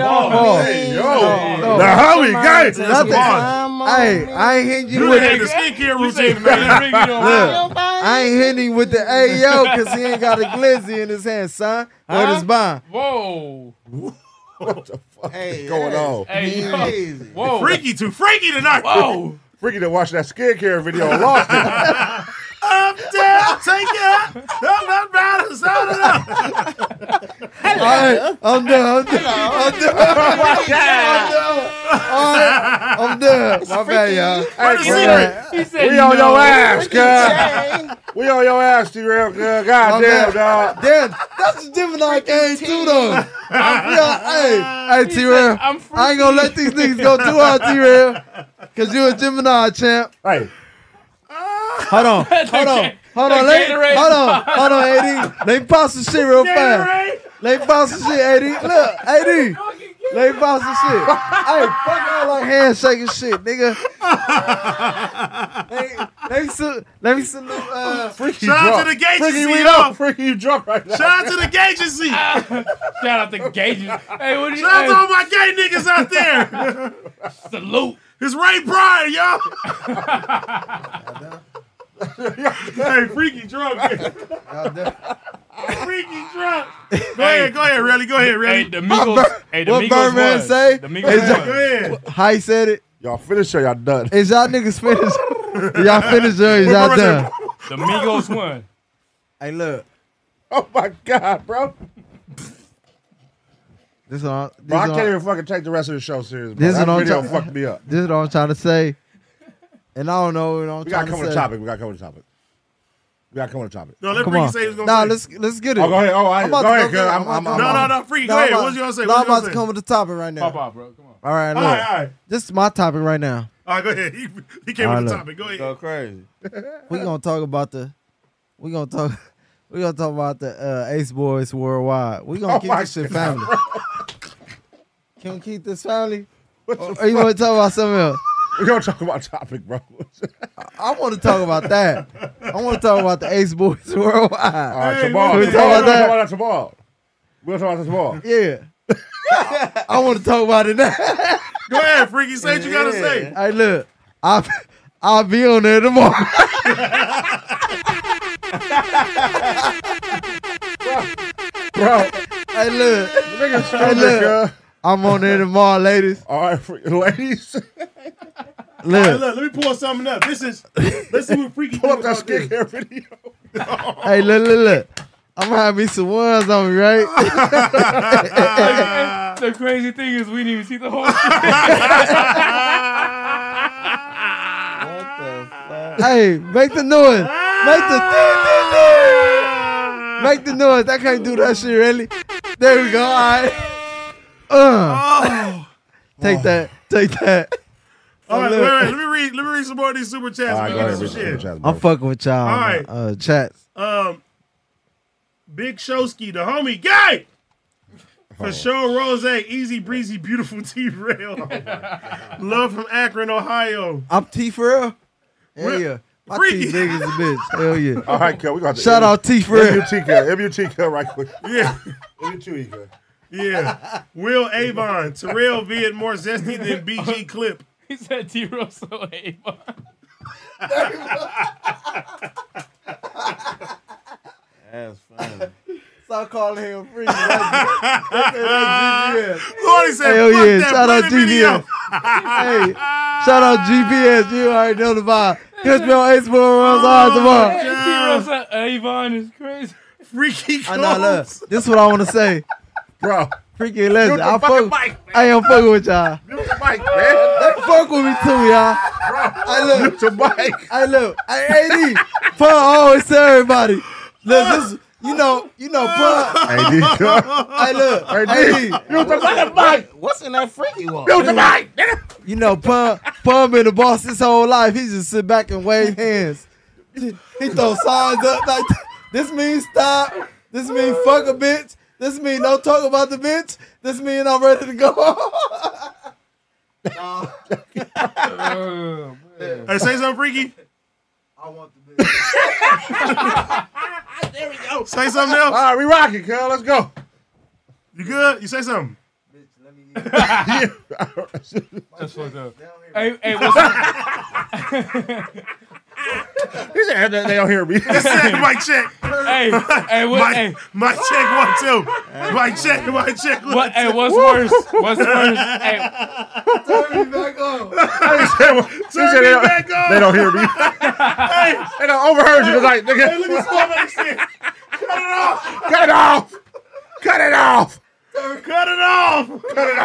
Speaker 7: on
Speaker 5: on me. Oh,
Speaker 7: me.
Speaker 5: Yo,
Speaker 7: No,
Speaker 5: the
Speaker 7: no.
Speaker 5: homie got it.
Speaker 3: That's a
Speaker 7: Nothing.
Speaker 3: bar.
Speaker 7: Hey, I ain't hitting you
Speaker 3: You
Speaker 7: with
Speaker 3: done had
Speaker 7: it.
Speaker 3: the skincare
Speaker 6: You say
Speaker 3: routine, man.
Speaker 6: Freddie Ring, you don't-
Speaker 7: Look, I ain't hitting him with the AO because he ain't got a glizzy in his hand, son, or his bond.
Speaker 6: Whoa!
Speaker 4: Hey,
Speaker 5: going
Speaker 4: that
Speaker 5: on?
Speaker 4: is
Speaker 6: Hey, yo.
Speaker 4: Crazy.
Speaker 6: Whoa.
Speaker 3: Freaky too freaky tonight.
Speaker 6: Whoa.
Speaker 5: Freaky to watch that skincare video and lost it.
Speaker 3: Up down, take it out. Up, up, down, sound it up.
Speaker 7: I'm done. I'm done. I'm done. I'm done. My bad, y'all.
Speaker 3: the
Speaker 5: Hey, Craig,
Speaker 3: secret?
Speaker 6: He said,
Speaker 5: we on
Speaker 6: no.
Speaker 5: your ass, cuz. We on your ass, T-Rail, cuz. God damn,
Speaker 7: bad.
Speaker 5: dog.
Speaker 7: Damn, that's a Gemini thing too, though. Yeah, hey, hey, T-Rail.
Speaker 6: said, "I'm
Speaker 7: I ain't gonna let these niggas go too hard, T-Rail, because you a Gemini champ.
Speaker 5: Hey,
Speaker 7: Hold on, hold on, hold on, let,
Speaker 6: Gatorade.
Speaker 7: hold on, hold on, AD. They bounce some shit real fast.
Speaker 3: Gatorade.
Speaker 7: They bounce some shit, AD. Look, AD. They bounce some shit. hey, fuck all like handshaking shit, nigga. Hey, let me salute. Let me salute. Uh,
Speaker 5: Freaky
Speaker 3: Shout out
Speaker 5: drunk.
Speaker 3: to the gate.
Speaker 5: Freaky,
Speaker 3: you
Speaker 5: we
Speaker 3: see,
Speaker 5: know.
Speaker 3: yo.
Speaker 5: Freaky, you drunk right now.
Speaker 3: Shout out to the gay agency. Shout
Speaker 6: Shout out to Gages. Hey, what do you
Speaker 3: out to all
Speaker 6: hey,
Speaker 3: my gay niggas out there.
Speaker 6: Salute.
Speaker 3: It's Ray Bryant, y'all. hey, freaky drunk. freaky drunk. Go ahead, go ahead, Rally. Go ahead,
Speaker 6: Hey,
Speaker 3: Rally.
Speaker 6: the Migos. Hey, the
Speaker 7: what
Speaker 6: Migos
Speaker 7: Birdman
Speaker 6: won.
Speaker 7: say?
Speaker 6: The Migos
Speaker 7: Hey,
Speaker 3: Go
Speaker 6: won.
Speaker 3: ahead.
Speaker 7: how you said it?
Speaker 5: Y'all finished or y'all done?
Speaker 7: Is y'all niggas finished? y'all finished or is y'all done?
Speaker 6: The Migos won.
Speaker 7: Hey, look.
Speaker 5: Oh my God, bro.
Speaker 7: This is what I'm, this
Speaker 5: Bro, I
Speaker 7: is what
Speaker 5: can't
Speaker 7: I'm-
Speaker 5: even fucking take the rest of the show serious, bro.
Speaker 7: This is
Speaker 5: That
Speaker 7: what I'm
Speaker 5: video
Speaker 7: talking-
Speaker 5: fucked me up.
Speaker 7: this is what I'm trying to say. And I don't know what
Speaker 5: We
Speaker 7: I'm trying
Speaker 5: gotta come
Speaker 7: to
Speaker 5: to the
Speaker 7: say.
Speaker 5: topic. We gotta come to the topic. We gotta come to the topic.
Speaker 3: No, let
Speaker 7: Come
Speaker 3: Freaky
Speaker 7: on.
Speaker 3: say what he's gonna
Speaker 7: Nah,
Speaker 3: say.
Speaker 7: let's let's get it.
Speaker 5: Oh, go ahead. Oh, I,
Speaker 7: I'm
Speaker 5: go
Speaker 7: about to
Speaker 5: ahead,
Speaker 7: go
Speaker 5: cuz.
Speaker 7: get-
Speaker 5: I'm,
Speaker 7: I'm
Speaker 5: I'm,
Speaker 7: about
Speaker 5: I'm,
Speaker 7: to
Speaker 3: No,
Speaker 7: go
Speaker 3: no,
Speaker 5: I'm-
Speaker 3: no, Freaky.
Speaker 7: No,
Speaker 3: Go
Speaker 7: I'm
Speaker 3: ahead.
Speaker 7: about-
Speaker 3: What's you gonna say?
Speaker 7: no,
Speaker 3: What
Speaker 7: I'm
Speaker 3: you gonna
Speaker 7: about
Speaker 3: say?
Speaker 7: to come to the topic right now.
Speaker 6: Pop out, bro. Come on.
Speaker 7: All right,
Speaker 3: All
Speaker 7: look.
Speaker 3: right, all right.
Speaker 7: This is my topic right now.
Speaker 3: All right, go ahead. He, he came
Speaker 7: All
Speaker 3: with the
Speaker 7: right,
Speaker 3: topic. Go ahead.
Speaker 4: Go crazy.
Speaker 7: We gonna talk about the. We gonna talk. We gonna talk about the uh, Ace Boys worldwide. We gonna
Speaker 5: Oh
Speaker 7: keep
Speaker 5: my
Speaker 7: this shit family. Can we keep this family? Or, or you want to talk about something else?
Speaker 5: we gonna talk about topic, bro.
Speaker 7: I want to talk about that. I want to talk about the Ace Boys
Speaker 5: All
Speaker 7: worldwide.
Speaker 5: right,
Speaker 3: Hey,
Speaker 5: tomorrow.
Speaker 3: we gonna
Speaker 5: We're
Speaker 7: talk
Speaker 5: gonna
Speaker 7: about that.
Speaker 5: talk about that tomorrow. We're gonna talk about that tomorrow.
Speaker 7: Yeah. I want to talk about it now.
Speaker 3: Go ahead, Freaky. Say what you gotta say.
Speaker 7: Hey, look, I'll, I'll be on there tomorrow.
Speaker 5: Bro,
Speaker 7: hey, look,
Speaker 5: nigga,
Speaker 7: Hey,
Speaker 5: stupid,
Speaker 7: look.
Speaker 5: cuz.
Speaker 7: I'm on there tomorrow, ladies.
Speaker 5: All right, for, ladies,
Speaker 3: Hey, look,
Speaker 7: Look,
Speaker 3: let me pull something up. This is let's see what Freaky
Speaker 5: pull up
Speaker 3: do
Speaker 5: that
Speaker 3: about this.
Speaker 5: skincare video.
Speaker 7: hey, look, look, look. I'm gonna have me some ones on me, right?
Speaker 6: the crazy thing is, we didn't even see the whole shit.
Speaker 7: hey, make the noise. Make the
Speaker 3: Ah!
Speaker 7: make the noise. I can't do that shit, really. There we go. All right.
Speaker 3: Oh!
Speaker 7: Uh. Take that. Take that.
Speaker 3: All right,
Speaker 7: Look.
Speaker 3: wait, wait, let me read. Let me read some more of these super chats.
Speaker 5: All right,
Speaker 3: man.
Speaker 5: go ahead.
Speaker 3: This is
Speaker 5: Richard,
Speaker 3: shit.
Speaker 5: Richard, bro.
Speaker 7: I'm fucking with y'all. All
Speaker 3: right.
Speaker 7: Uh, chats.
Speaker 3: Um, Big Showski, the homie guy. For sure, Rose, easy breezy, beautiful T rail. Love from Akron, Ohio.
Speaker 7: I'm T for real. Hell
Speaker 3: Real-
Speaker 7: yeah. My
Speaker 3: freaky.
Speaker 7: T big as a bitch. Hell yeah.
Speaker 5: All right, cuz. We got
Speaker 7: Shout out T for real.
Speaker 5: MUT, cuz. MUT, cuz, right quick.
Speaker 3: Yeah,
Speaker 5: MUT, cuz.
Speaker 3: yeah. Will Avon, Terrell V, and more zesty than BG Clip.
Speaker 6: He said T Rose so Avon.
Speaker 4: That's funny.
Speaker 7: Stop calling him freaky. That's- that's GBS.
Speaker 3: Lordy said,
Speaker 7: Hell
Speaker 3: "Fuck
Speaker 7: yeah.
Speaker 3: that
Speaker 7: Shout out
Speaker 3: bloody video."
Speaker 7: GBS. hey, shout out GBS. You already know the vibe. Catch me on Ace Boy Runs
Speaker 5: Oh,
Speaker 7: Hard tomorrow.
Speaker 6: T Rose so Avon is crazy.
Speaker 3: Freaky
Speaker 7: I know, look,
Speaker 3: clothes.
Speaker 7: this is what I want to say.
Speaker 5: Bro,
Speaker 7: Freaky and legend.
Speaker 5: the
Speaker 7: I
Speaker 5: fucking
Speaker 7: fuck,
Speaker 5: mic,
Speaker 7: I am fucking with y'all.
Speaker 5: mute the mic, man.
Speaker 7: They fuck with me too, y'all. I look.
Speaker 5: Mute the mic.
Speaker 7: Hey, look, hey, AD, Pun always tell everybody. Look, this, you know, you know, Pun.
Speaker 5: Hey, D, cuz.
Speaker 7: Hey, look,
Speaker 5: D.
Speaker 7: AD,
Speaker 5: Mute the fucking mic.
Speaker 4: What's in that freaky one?
Speaker 5: Mute the mic, nigga.
Speaker 7: you know, Pun, Pun been the boss his whole life. He just sit back and wave hands. He throw signs up like, this means stop. This means fuck a bitch. This means don't talk about the bitch. This means I'm ready to go.
Speaker 3: Hey, say something freaky.
Speaker 7: I want the bitch.
Speaker 3: Say something else.
Speaker 5: All right, we rocking, cuz. Let's go.
Speaker 3: You good? You say something.
Speaker 6: That's fucked up. Hey, hey, what's up?
Speaker 5: He said, they don't hear me.
Speaker 3: Mic check.
Speaker 6: hey, hey, hey, what,
Speaker 3: Mike,
Speaker 6: hey,
Speaker 3: Mike check one two. Mike check, Mike check one.
Speaker 6: what, hey, what's worse? What's worse? Hey,
Speaker 5: He said
Speaker 3: Turn
Speaker 5: they,
Speaker 3: it
Speaker 5: don't,
Speaker 3: back on.
Speaker 5: they don't hear me.
Speaker 3: Hey,
Speaker 5: They don't overheard you tonight, nigga.
Speaker 3: hey, look at Starbucks shit. Cut it off.
Speaker 5: Cut it off. Cut it off.
Speaker 3: Cut it off.
Speaker 5: Cut it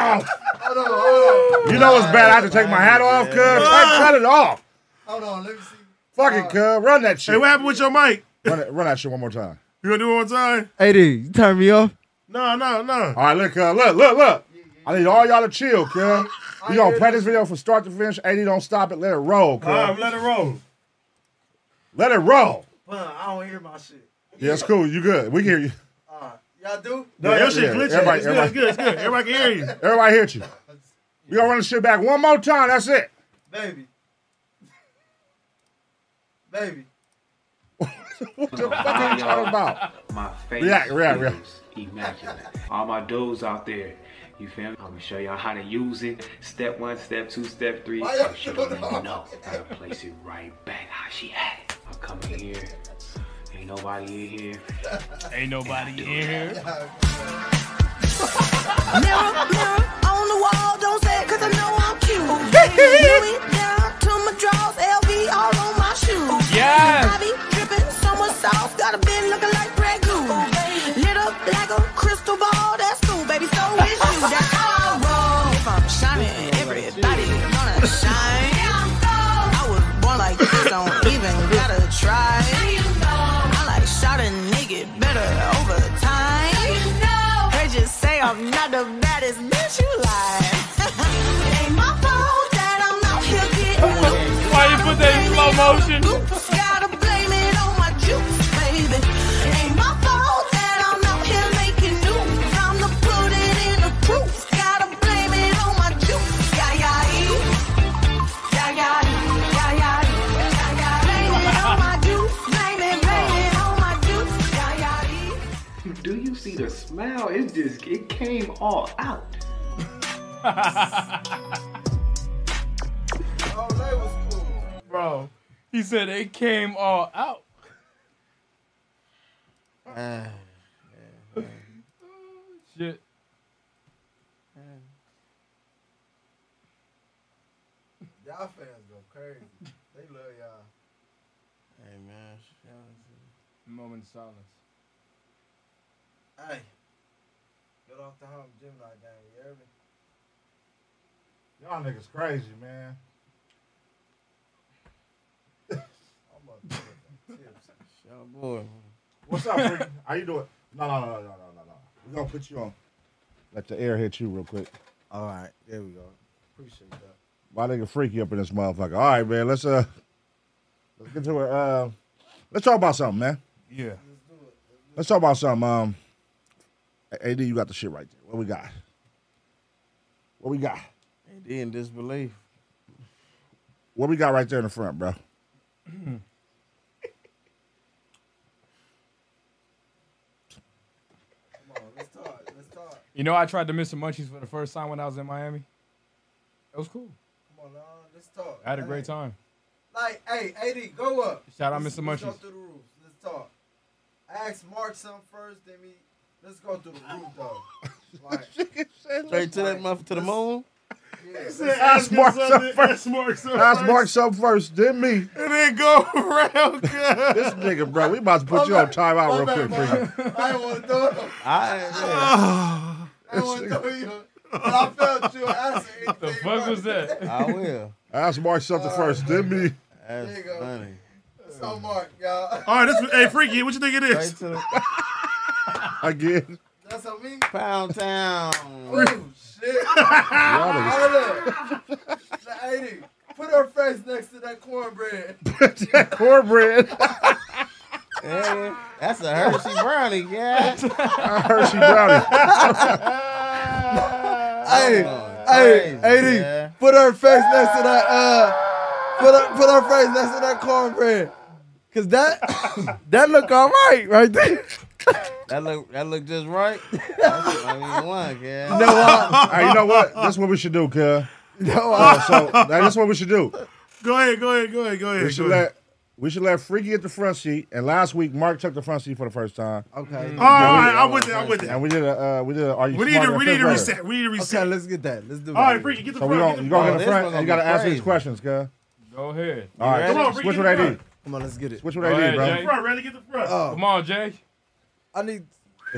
Speaker 5: off. You know it's bad. I have to take my hat off, cuz. Cut cut it off.
Speaker 7: Hold on, let me see. Uh,
Speaker 5: Fuck it, cuz. Run that
Speaker 3: Hey,
Speaker 5: shit.
Speaker 3: what happened with your mic?
Speaker 5: Run, it, run that shit one more time.
Speaker 3: You gonna do it one time?
Speaker 7: Hey, D, you turn me off.
Speaker 3: No, no, no.
Speaker 5: All right, look, cuz. Look, look, look. I need all y'all to chill, cuz. You gonna play this video from start to finish. 80, don't stop it. Let it roll,
Speaker 3: All right,
Speaker 5: cuz.
Speaker 3: let it roll.
Speaker 5: Let it roll.
Speaker 7: I don't hear my shit.
Speaker 5: Yeah, it's cool. You good. We can hear you.
Speaker 7: Y'all do?
Speaker 3: No, your shit
Speaker 5: yeah,
Speaker 3: glitching.
Speaker 5: everybody-
Speaker 3: it's, good, it's good. It's good. Everybody can hear you.
Speaker 5: Everybody hear you. We gonna run the shit back one more time. That's it.
Speaker 7: Baby. Baby.
Speaker 5: What are you talking about?
Speaker 11: My face
Speaker 5: React, react, react.
Speaker 11: is immaculate. All my dudes out there, you feel me? I'm gonna show y'all how to use it. Step one, step two, step three. So she don't even know. I'm gonna place it right back how she had it. I come in here. Ain't nobody in here.
Speaker 6: ain't nobody in here.
Speaker 8: Mirror, mirror on the wall, don't say it 'cause I know I'm cute. Louis down to my drawers, LV all on my shoes.
Speaker 6: Yes.
Speaker 8: I be dripping summer sauce, got a bin looking like ragu. Lit up like a crystal ball, that's cool, baby. So is you. That's how I roll. If I'm shining, everybody gonna shine. I was born like this, don't even gotta try. I like shot a nigga better over time. They just say I'm not the baddest bitch you like. It ain't my fault that I'm out here getting loose.
Speaker 6: Why you put that in slow motion?
Speaker 8: Oops, gotta blame it on my juice, baby. It ain't my fault that I'm out here making news. I'm the put it in the proof. Gotta blame it on my juice. Yeah, yeah, yeah. Yeah, yeah, yeah, yeah, yeah, yeah. Blame it on my juice, blame it, blame it on my juice. Yeah, yeah, yeah.
Speaker 11: Do you see the smile? It just it came all out.
Speaker 6: Bro, he said it came all out.
Speaker 4: Ah,
Speaker 6: Shit.
Speaker 7: Y'all fans go crazy. They love y'all.
Speaker 4: Hey, man.
Speaker 6: Moment of silence.
Speaker 7: Hey. Get off the home Gemini gang, you hear
Speaker 5: Y'all
Speaker 7: me?
Speaker 5: niggas crazy, man.
Speaker 7: I'm up to the tips.
Speaker 4: Shout boy.
Speaker 5: What's up, Ricky? How you doing? No, no, no, no, no, no, no. We're gonna put you on. Let the air hit you real quick.
Speaker 7: All right, there we go. Appreciate that.
Speaker 5: My nigga freaky up in this motherfucker. All right, man. Let's uh let's get to it. Uh let's talk about something, man.
Speaker 6: Yeah.
Speaker 5: Let's talk about something. Um AD, you got the shit right there. What we got? What we got?
Speaker 4: AD in disbelief.
Speaker 5: What we got right there in the front, bro?
Speaker 7: Come on, let's talk. Let's talk.
Speaker 6: You know, I tried to miss some munchies for the first time when I was in Miami. It was cool.
Speaker 7: Come on, now. Let's talk.
Speaker 6: I had a great time.
Speaker 7: Like, hey, AD, go up.
Speaker 6: Shout out
Speaker 7: Let's-
Speaker 6: Mr.
Speaker 7: let's go
Speaker 6: Munchies.
Speaker 7: through the roof. Let's talk. I asked Mark something first, then me. Let's go through the roof, though. Like,
Speaker 4: Straight to that mother to the moon.
Speaker 7: yeah.
Speaker 3: That's
Speaker 5: Mark up first.
Speaker 3: That's Mark up
Speaker 5: That's
Speaker 3: first.
Speaker 5: Mark up first, then me.
Speaker 3: And then go around. God.
Speaker 5: This nigga, bro, we about to put you on timeout real quick, freaky.
Speaker 7: I didn't want to throw it.
Speaker 4: I, yeah.
Speaker 7: I didn't want to throw you. But I felt you asking anything.
Speaker 6: The fuck was that?
Speaker 4: I will.
Speaker 5: That's Mark something first, then me.
Speaker 4: That's
Speaker 7: There you go.
Speaker 4: funny.
Speaker 7: So, Mark, y'all.
Speaker 3: All right, this. Hey, freaky, what you think it
Speaker 4: Straight
Speaker 3: is?
Speaker 4: to the
Speaker 5: Again.
Speaker 7: That's on me.
Speaker 4: pound town.
Speaker 7: Oh, shit.
Speaker 5: Y'all niggas
Speaker 7: Hold up. Now, AD, put her face next to that cornbread.
Speaker 5: that cornbread.
Speaker 4: Hey, that's a Hershey brownie, yeah.
Speaker 5: Hershey brownie.
Speaker 7: Hey, hey,
Speaker 4: crazy,
Speaker 7: AD,
Speaker 4: yeah.
Speaker 7: put her face next to that. Uh, put her, put her face next to that cornbread, cause that that look all right right there.
Speaker 4: That look that look just right. That's- I mean one, yeah. No.
Speaker 5: hey, you know what? That's what we should do, cuz. Uh,
Speaker 7: No, I,
Speaker 5: So that is what we should do.
Speaker 3: Go ahead, go ahead, go ahead, go ahead.
Speaker 5: We should
Speaker 3: go ahead.
Speaker 5: let We should let Freaky get the front seat. And last week, Mark took the front seat for the first time.
Speaker 3: All
Speaker 7: Okay.
Speaker 3: right, I'm with it. I'm with it.
Speaker 5: And we did a uh, we did a are you
Speaker 3: We need
Speaker 5: smarter
Speaker 3: to
Speaker 5: than
Speaker 3: we need to
Speaker 5: fifth grader?
Speaker 3: reset. We need to
Speaker 7: Okay,
Speaker 3: reset.
Speaker 7: let's get that. Let's do it.
Speaker 3: All right, freaky, get the
Speaker 5: So we
Speaker 3: front. get
Speaker 5: don't you
Speaker 3: the
Speaker 5: go to
Speaker 4: Oh,
Speaker 3: front.
Speaker 5: the
Speaker 4: this
Speaker 5: front
Speaker 4: one's
Speaker 5: and you
Speaker 4: gonna
Speaker 5: gotta
Speaker 4: be
Speaker 5: answer these
Speaker 4: crazy.
Speaker 5: questions, cuz.
Speaker 6: Go ahead.
Speaker 5: All right,
Speaker 4: ready?
Speaker 5: come on,
Speaker 3: Come on,
Speaker 5: switch
Speaker 3: Freaky,
Speaker 5: with AD.
Speaker 3: get the
Speaker 7: Come on, let's get it.
Speaker 5: Switch with
Speaker 6: Go
Speaker 5: AD,
Speaker 6: ahead,
Speaker 5: bro.
Speaker 3: Get the front, Riley, get the front.
Speaker 7: Oh,
Speaker 6: Come on, Jay.
Speaker 7: I need.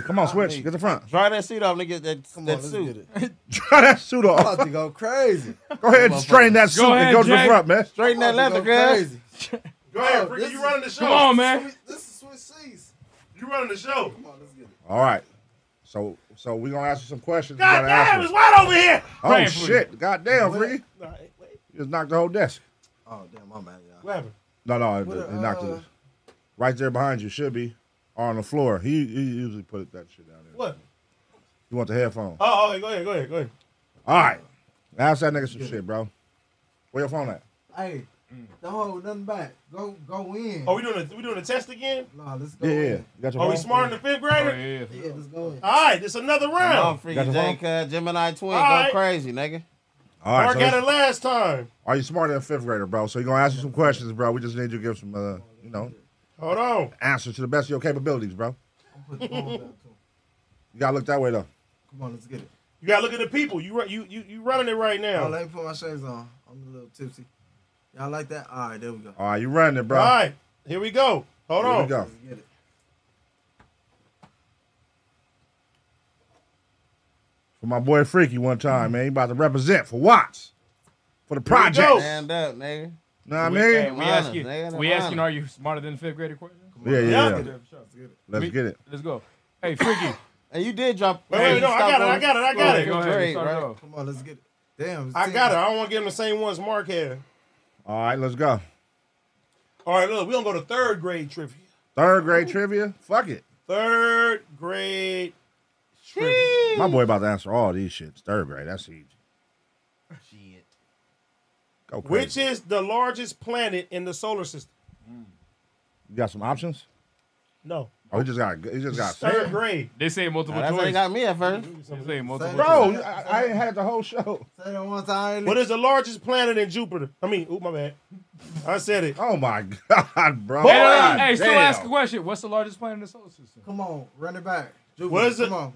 Speaker 5: Come on, switch. Get the front.
Speaker 4: Dry that seat off, nigga. That,
Speaker 7: Come
Speaker 4: that
Speaker 7: on, let's get
Speaker 4: suit.
Speaker 7: it.
Speaker 5: Try that suit
Speaker 7: I'm
Speaker 5: off.
Speaker 7: about to go crazy.
Speaker 5: Go ahead and straighten that suit and
Speaker 6: ahead,
Speaker 5: go to the
Speaker 6: Jay.
Speaker 5: front, man.
Speaker 4: Straighten that
Speaker 7: I'm about
Speaker 4: leather,
Speaker 7: to go
Speaker 4: guys.
Speaker 7: crazy.
Speaker 3: Go ahead,
Speaker 7: Oh,
Speaker 3: Freaky,
Speaker 7: this
Speaker 3: you
Speaker 7: is-
Speaker 3: running the show.
Speaker 6: Come on, man.
Speaker 7: Sweet- This is Swiss Seas.
Speaker 3: You running the show.
Speaker 7: Come on, let's get it.
Speaker 5: All right. So so we're gonna ask you some questions. You
Speaker 3: God
Speaker 5: gotta ask
Speaker 3: damn,
Speaker 5: us.
Speaker 3: it's wide over here.
Speaker 5: Oh
Speaker 6: Praying for
Speaker 5: shit. God damn, Freaky. You just knocked the whole desk.
Speaker 7: Oh, damn, I'm out, y'all.
Speaker 3: What happened?
Speaker 5: No, no, it,
Speaker 7: What
Speaker 5: it
Speaker 7: a-
Speaker 5: knocked
Speaker 7: uh,
Speaker 5: it. Right there behind you should be or on the floor. He, he usually put that shit down there.
Speaker 3: What?
Speaker 5: You want the headphone?
Speaker 3: Oh, oh, go ahead, go ahead, go ahead.
Speaker 5: All right. Ask that nigga some shit, bro. Where your phone at?
Speaker 7: Hey, don't hold nothing back. Go, go in.
Speaker 6: Oh.
Speaker 3: Are we doing a we doing a test again?
Speaker 7: Nah, let's go
Speaker 5: Yeah, yeah. You
Speaker 7: in.
Speaker 5: got your
Speaker 3: Are
Speaker 5: phone?
Speaker 3: we smarter than fifth
Speaker 6: Oh,
Speaker 3: grader?
Speaker 6: yeah.
Speaker 7: Yeah, let's go in.
Speaker 3: All right, it's another
Speaker 4: Come on,
Speaker 3: round.
Speaker 5: Got
Speaker 4: freaky
Speaker 5: the
Speaker 4: Jay, cuz uh, Gemini twin.
Speaker 3: All right.
Speaker 4: Go crazy, nigga.
Speaker 5: All right.
Speaker 3: Mark
Speaker 5: So
Speaker 3: got it
Speaker 5: it's-
Speaker 3: last time.
Speaker 5: are you smarter than fifth grader, bro? So you're gonna ask you some questions, bro. We just need you to give some, uh, you know,
Speaker 3: Hold on.
Speaker 5: answers to the best of your capabilities, bro.
Speaker 7: Put the phone down, too.
Speaker 5: You gotta look that way though.
Speaker 7: Come on, let's get it.
Speaker 3: You gotta look at the people. You ru- you you you running it right now.
Speaker 7: Oh,
Speaker 3: All
Speaker 7: let me put my shades on. I'm a little tipsy. Y'all like that? All right, there we go.
Speaker 5: All right, you running it, bro.
Speaker 3: right, here we go. Hold
Speaker 5: Here
Speaker 3: on.
Speaker 5: we go.
Speaker 7: Let's get it.
Speaker 5: For my boy Freaky one time, man. He about to represent for Watts. For the
Speaker 3: we go.
Speaker 5: project.
Speaker 4: Stand up, nigga.
Speaker 5: Know what I
Speaker 6: We, hey,
Speaker 5: mean?
Speaker 6: we asking,
Speaker 4: Honest, nigga,
Speaker 6: we asking,
Speaker 4: honest.
Speaker 6: are you smarter than fifth grader? Question.
Speaker 5: Yeah, yeah, yeah. Let's
Speaker 6: We-
Speaker 5: get it.
Speaker 6: Let's go. Hey, freaky.
Speaker 4: And you did drop.
Speaker 3: Wait, wait, no, I got it, I got it, I got it.
Speaker 6: Go ahead.
Speaker 4: Great,
Speaker 6: Great, start it
Speaker 4: right?
Speaker 6: off.
Speaker 7: Come on, let's get it. Damn.
Speaker 3: I got it. I don't want to give him the same ones Mark had.
Speaker 5: All right, let's go.
Speaker 3: All right, look, we gonna go to third grade trivia.
Speaker 5: Third grade trivia. Fuck it.
Speaker 3: Third grade trivia.
Speaker 5: My boy about to answer all these shits. Third grade. That's easy. Go crazy.
Speaker 3: Which is the largest planet in the solar system?
Speaker 5: you got some options?
Speaker 3: No.
Speaker 5: Oh, he just got. He just got.
Speaker 3: Third grade.
Speaker 6: They say multiple
Speaker 4: That's how
Speaker 6: choice.
Speaker 4: they got me at first.
Speaker 6: They say multiple choice.
Speaker 5: Bro, I, I ain't had the whole show.
Speaker 7: Say that one time.
Speaker 3: What is the largest planet in Jupiter? I mean, oop, my bad. I said it.
Speaker 5: Oh my god, bro.
Speaker 6: Hey, no, no,
Speaker 5: God
Speaker 6: no. hey, still
Speaker 5: damn.
Speaker 6: ask a question. What's the largest planet in the solar system?
Speaker 7: Come on, run it back. Jupiter,
Speaker 3: What is it?
Speaker 7: Come on,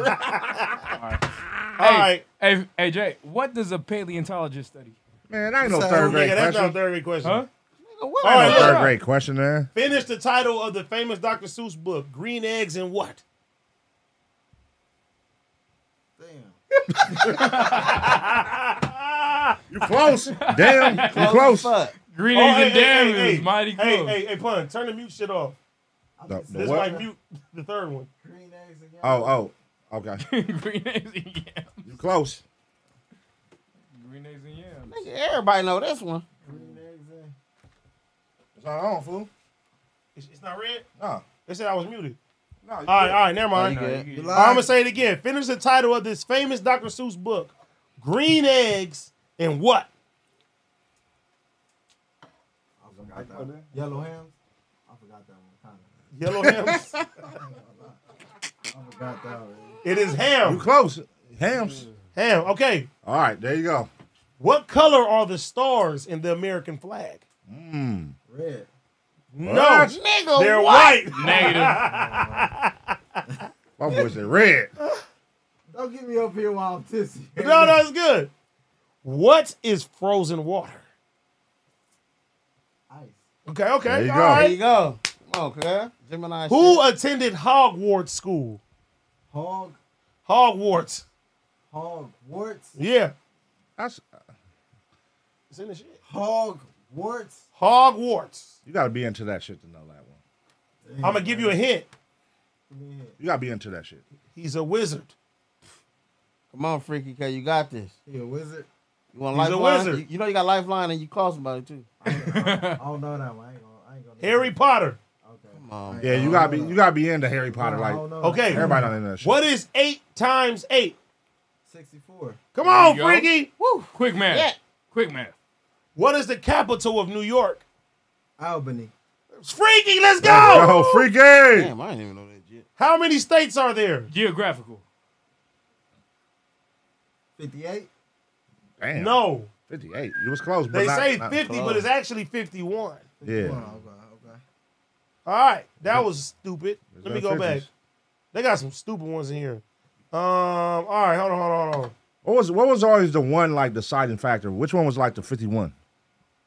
Speaker 7: it back.
Speaker 3: All right.
Speaker 6: Hey, hey, Jay, what does a paleontologist study?
Speaker 5: Man, that ain't no
Speaker 7: Sorry,
Speaker 5: third grade
Speaker 3: Nigga, that's not a
Speaker 5: question.
Speaker 3: third grade question.
Speaker 6: Huh?
Speaker 3: All
Speaker 5: That
Speaker 3: right,
Speaker 5: ain't no
Speaker 3: look.
Speaker 5: third grade question, man.
Speaker 3: Finish the title of the famous Dr. Seuss book, Green Eggs and What?
Speaker 7: Damn.
Speaker 5: You close. damn, you close.
Speaker 4: Fuck.
Speaker 6: Green
Speaker 3: Oh,
Speaker 6: eggs
Speaker 3: hey,
Speaker 6: and
Speaker 3: hey,
Speaker 6: damn
Speaker 3: hey,
Speaker 6: is
Speaker 3: hey.
Speaker 6: mighty close.
Speaker 3: Hey, hey, hey, pun, turn the mute shit off.
Speaker 5: The- the
Speaker 3: This
Speaker 5: what?
Speaker 3: might mute the third one.
Speaker 7: Green eggs and yellow.
Speaker 5: Oh, oh. Okay.
Speaker 6: Green eggs and yams.
Speaker 5: You close.
Speaker 6: Green eggs and yams.
Speaker 4: Nigga, Everybody know this one.
Speaker 7: Green eggs and.
Speaker 5: It's not on, fool.
Speaker 3: It's, it's not red?
Speaker 5: No.
Speaker 3: They said I was muted.
Speaker 5: No. you
Speaker 3: All right,
Speaker 5: good.
Speaker 3: all right, never mind.
Speaker 4: you good.
Speaker 7: You
Speaker 3: I'm
Speaker 7: lying.
Speaker 3: gonna say it again. Finish the title of this famous Dr. Seuss book, Green Eggs and What?
Speaker 7: I forgot that one. Yellow hams. I forgot that one. Kinda.
Speaker 3: Yellow hams.
Speaker 7: I forgot that one.
Speaker 3: it is
Speaker 5: You
Speaker 3: ham.
Speaker 5: close. Hams.
Speaker 3: Ham. Okay.
Speaker 5: All right, there you go.
Speaker 3: What color are the stars in the American flag?
Speaker 7: Red.
Speaker 3: No,
Speaker 5: What?
Speaker 4: Nigga,
Speaker 3: they're
Speaker 4: what?
Speaker 3: white.
Speaker 6: Negative.
Speaker 5: My boy said red.
Speaker 7: Don't get me up here while I'm tipsy.
Speaker 3: No, no, it's good. What is frozen water?
Speaker 7: Ice.
Speaker 3: Okay, okay.
Speaker 5: There you
Speaker 3: all
Speaker 5: go.
Speaker 4: There you
Speaker 3: right.
Speaker 4: go. Come on, cuz. Gemini.
Speaker 3: Who
Speaker 4: shit.
Speaker 3: attended Hogwarts School?
Speaker 7: Hog.
Speaker 3: Hogwarts.
Speaker 7: Hog. Warts.
Speaker 3: Yeah.
Speaker 5: That's,
Speaker 3: It's in the shit.
Speaker 7: Hog. Warts.
Speaker 3: Hogwarts.
Speaker 5: you got to be into that shit to know that one.
Speaker 3: I'm gonna give you a hint.
Speaker 7: Man,
Speaker 5: You got to be into that shit.
Speaker 3: He's a wizard.
Speaker 4: Come on, freaky, cuz. You got this.
Speaker 7: he a wizard.
Speaker 4: You want
Speaker 3: He's a
Speaker 4: lifeline?
Speaker 3: wizard.
Speaker 4: You, you know you got lifeline and you call somebody too.
Speaker 7: I don't know that one. I ain't gonna. I ain't gonna
Speaker 3: Harry Potter.
Speaker 7: Okay.
Speaker 4: Um,
Speaker 5: Yeah, you got to be you got to be into Harry Potter
Speaker 7: I
Speaker 5: like
Speaker 7: don't know.
Speaker 3: Okay.
Speaker 5: everybody not into that shit.
Speaker 3: What is eight times eight?
Speaker 7: 64.
Speaker 3: Come on,
Speaker 6: you go.
Speaker 3: Freaky.
Speaker 6: Quick math.
Speaker 4: Yeah.
Speaker 6: Quick math.
Speaker 3: What is the capital of New York?
Speaker 7: Albany.
Speaker 3: It's Freaky, let's go.
Speaker 5: Oh, free game.
Speaker 4: Damn, I didn't even know that shit.
Speaker 3: How many states are there?
Speaker 6: Geographical.
Speaker 7: 58.
Speaker 5: Damn.
Speaker 3: No.
Speaker 5: 58. It was close, but
Speaker 3: They
Speaker 5: not-
Speaker 3: say
Speaker 5: not
Speaker 3: 50,
Speaker 5: close.
Speaker 3: but it's actually 51.
Speaker 5: Yeah.
Speaker 3: All right, that was stupid.
Speaker 5: There's
Speaker 3: Let me
Speaker 5: no
Speaker 3: go back.
Speaker 5: 50s.
Speaker 3: They got some stupid ones in here. Um, all right, hold on, hold on, hold on.
Speaker 5: What was what was always the one like deciding factor? Which one was like the 51?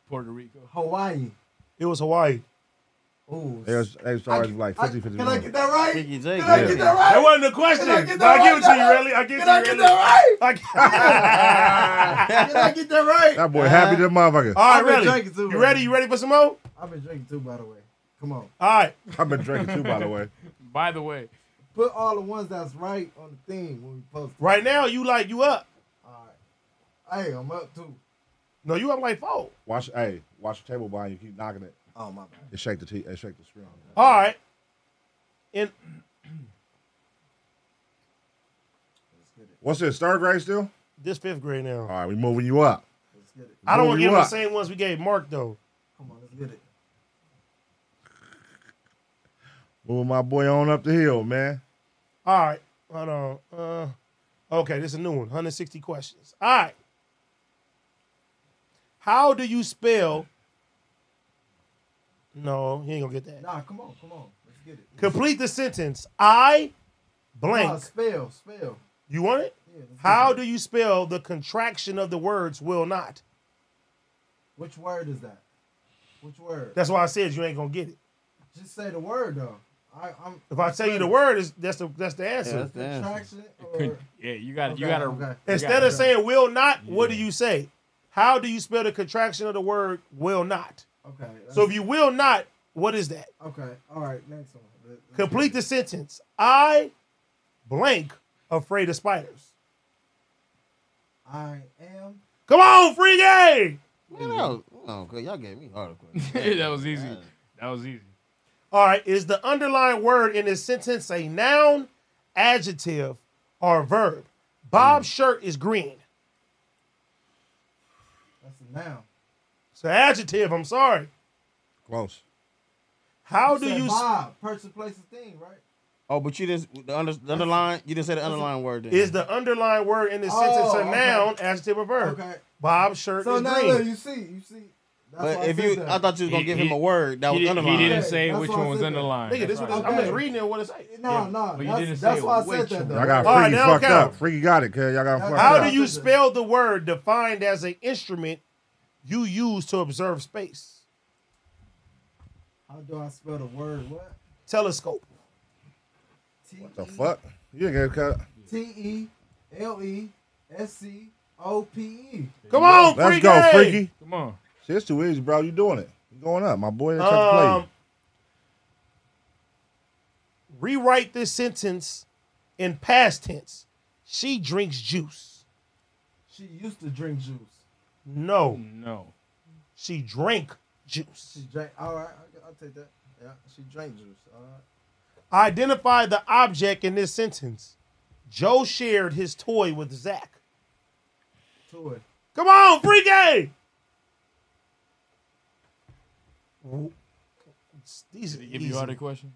Speaker 6: Puerto Rico.
Speaker 7: Hawaii.
Speaker 3: It was Hawaii.
Speaker 7: Ooh.
Speaker 5: It was, it was always like 50,
Speaker 7: Can I
Speaker 5: 51.
Speaker 7: get that right?
Speaker 4: Ricky Jake.
Speaker 7: Can I get that right?
Speaker 3: That wasn't a question.
Speaker 7: Can I get
Speaker 3: but I give it to you,
Speaker 7: that
Speaker 3: really. I give it
Speaker 7: Did
Speaker 3: to you,
Speaker 7: I
Speaker 3: really.
Speaker 7: get
Speaker 3: I
Speaker 7: that
Speaker 3: get-
Speaker 7: right? Did I get that right?
Speaker 5: That boy happy
Speaker 3: Uh,
Speaker 5: to the motherfucker.
Speaker 3: All right,
Speaker 7: I've been
Speaker 3: ready.
Speaker 7: drinking too,
Speaker 3: You
Speaker 7: man.
Speaker 3: ready? You ready for some more?
Speaker 7: I've been drinking too, by the way. Come on.
Speaker 3: All right.
Speaker 5: I've been drinking too, by the way.
Speaker 6: By the way,
Speaker 7: Put all the ones that's right on the thing when we post. it.
Speaker 3: Right now, you like you up.
Speaker 7: Hey, I'm up too.
Speaker 3: No, you up like four.
Speaker 5: Watch, hey, watch the table behind you. Keep knocking it.
Speaker 7: Oh my bad.
Speaker 5: It shake the tea. It shake the screen.
Speaker 3: All right. And
Speaker 5: What's this? Third grade still?
Speaker 3: this fifth grade now.
Speaker 5: All right, we moving you up.
Speaker 7: Let's get it.
Speaker 3: I don't want to give
Speaker 5: Moving you
Speaker 3: him the
Speaker 5: up.
Speaker 3: same ones we gave Mark though.
Speaker 7: Come on, let's get it.
Speaker 5: Moving my boy on up the hill, man.
Speaker 3: All right. Hold on. Uh, okay, this is a new one. 160 questions. All right. How do you spell? No, he ain't gonna get that.
Speaker 7: Nah, come on, come on. Let's get it.
Speaker 3: Complete the sentence. I blank.
Speaker 7: Nah, spell, spell.
Speaker 3: You want it?
Speaker 7: Yeah, let's
Speaker 3: How
Speaker 7: get
Speaker 3: do you spell the contraction of the words will not?
Speaker 7: it. Which word is that? Which word?
Speaker 3: That's why I said you ain't gonna get it.
Speaker 7: Just say the word though. I, I'm.
Speaker 3: If I tell you the word, is that's the that's the
Speaker 4: Yeah,
Speaker 3: answer.
Speaker 4: that's the answer.
Speaker 7: Contraction or
Speaker 6: couldn't- yeah, you got to you
Speaker 7: Okay,
Speaker 6: got to
Speaker 7: okay.
Speaker 3: Instead of saying will not, what do you say? How do you spell the contraction of the word will not?
Speaker 7: okay.
Speaker 3: So if you will not, what is that?
Speaker 7: that's- okay, all right, next one. Let- let's
Speaker 3: Complete the sentence. I blank afraid of spiders.
Speaker 7: I am.
Speaker 3: Come on, free game.
Speaker 4: You know, oh, good. y'all gave me hard questions.
Speaker 6: that was easy. That was easy.
Speaker 3: All right, is the underlying word in this sentence a noun, adjective, or verb? Bob's
Speaker 7: Mm.
Speaker 3: shirt is green.
Speaker 7: That's a noun.
Speaker 3: It's an adjective, I'm sorry.
Speaker 5: Close.
Speaker 3: How do
Speaker 7: Said
Speaker 3: you s-
Speaker 7: Bob, person, place, and thing, right?
Speaker 4: Oh, but you didn't the, under, the underline. You didn't say the underlying word. Then.
Speaker 3: is the underlying word in this
Speaker 7: Oh,
Speaker 3: sentence a
Speaker 7: okay.
Speaker 3: noun, adjective, or verb?
Speaker 7: Okay.
Speaker 3: Bob's shirt
Speaker 7: So
Speaker 3: is
Speaker 7: now
Speaker 3: green.
Speaker 7: look, you see, you see. That's why
Speaker 4: But if
Speaker 7: said
Speaker 4: you,
Speaker 7: that.
Speaker 4: I thought you was gonna
Speaker 6: He-
Speaker 4: give him
Speaker 6: he-
Speaker 4: a word that
Speaker 6: He,
Speaker 4: was
Speaker 6: did,
Speaker 4: underlined.
Speaker 6: not say
Speaker 7: That's
Speaker 6: which
Speaker 7: what I
Speaker 6: one was
Speaker 7: said.
Speaker 6: underlined.
Speaker 3: Nigga, this
Speaker 6: That's
Speaker 3: was I'm
Speaker 7: Okay.
Speaker 3: just reading it what it say.
Speaker 7: No, no,
Speaker 6: but you
Speaker 7: that's,
Speaker 6: didn't
Speaker 7: that's
Speaker 6: say
Speaker 7: why I
Speaker 6: which
Speaker 7: said that. Though.
Speaker 5: Y'all got
Speaker 3: All right,
Speaker 5: Freaky
Speaker 3: now
Speaker 5: fucked
Speaker 3: count.
Speaker 5: up. Freaky got it, cuz y'all got him fucked
Speaker 3: How
Speaker 5: up.
Speaker 3: do you spell the word defined as an instrument you use to observe space?
Speaker 7: How do I spell the word? What?
Speaker 3: Telescope.
Speaker 7: T
Speaker 5: the fuck? You ain't get cut.
Speaker 7: T E L E S C O P E.
Speaker 3: Come on,
Speaker 5: Let's
Speaker 3: free
Speaker 5: go,
Speaker 3: game.
Speaker 5: Freaky.
Speaker 6: Come on.
Speaker 5: Shit, it's too easy, bro. You doing it. You going up, my boy. That's how to
Speaker 3: Um, rewrite this sentence in past tense. She drinks juice.
Speaker 7: She used to drink juice.
Speaker 3: No,
Speaker 6: No.
Speaker 3: she drank
Speaker 7: She
Speaker 3: juice.
Speaker 7: drank. All right, I- I'll take that. Yeah, she drank juice. All right.
Speaker 3: Identify the object in this sentence. Joe shared his toy with Zach.
Speaker 7: Toy.
Speaker 3: Come on, free game. These are
Speaker 6: Did he give you
Speaker 3: easy.
Speaker 6: all the questions?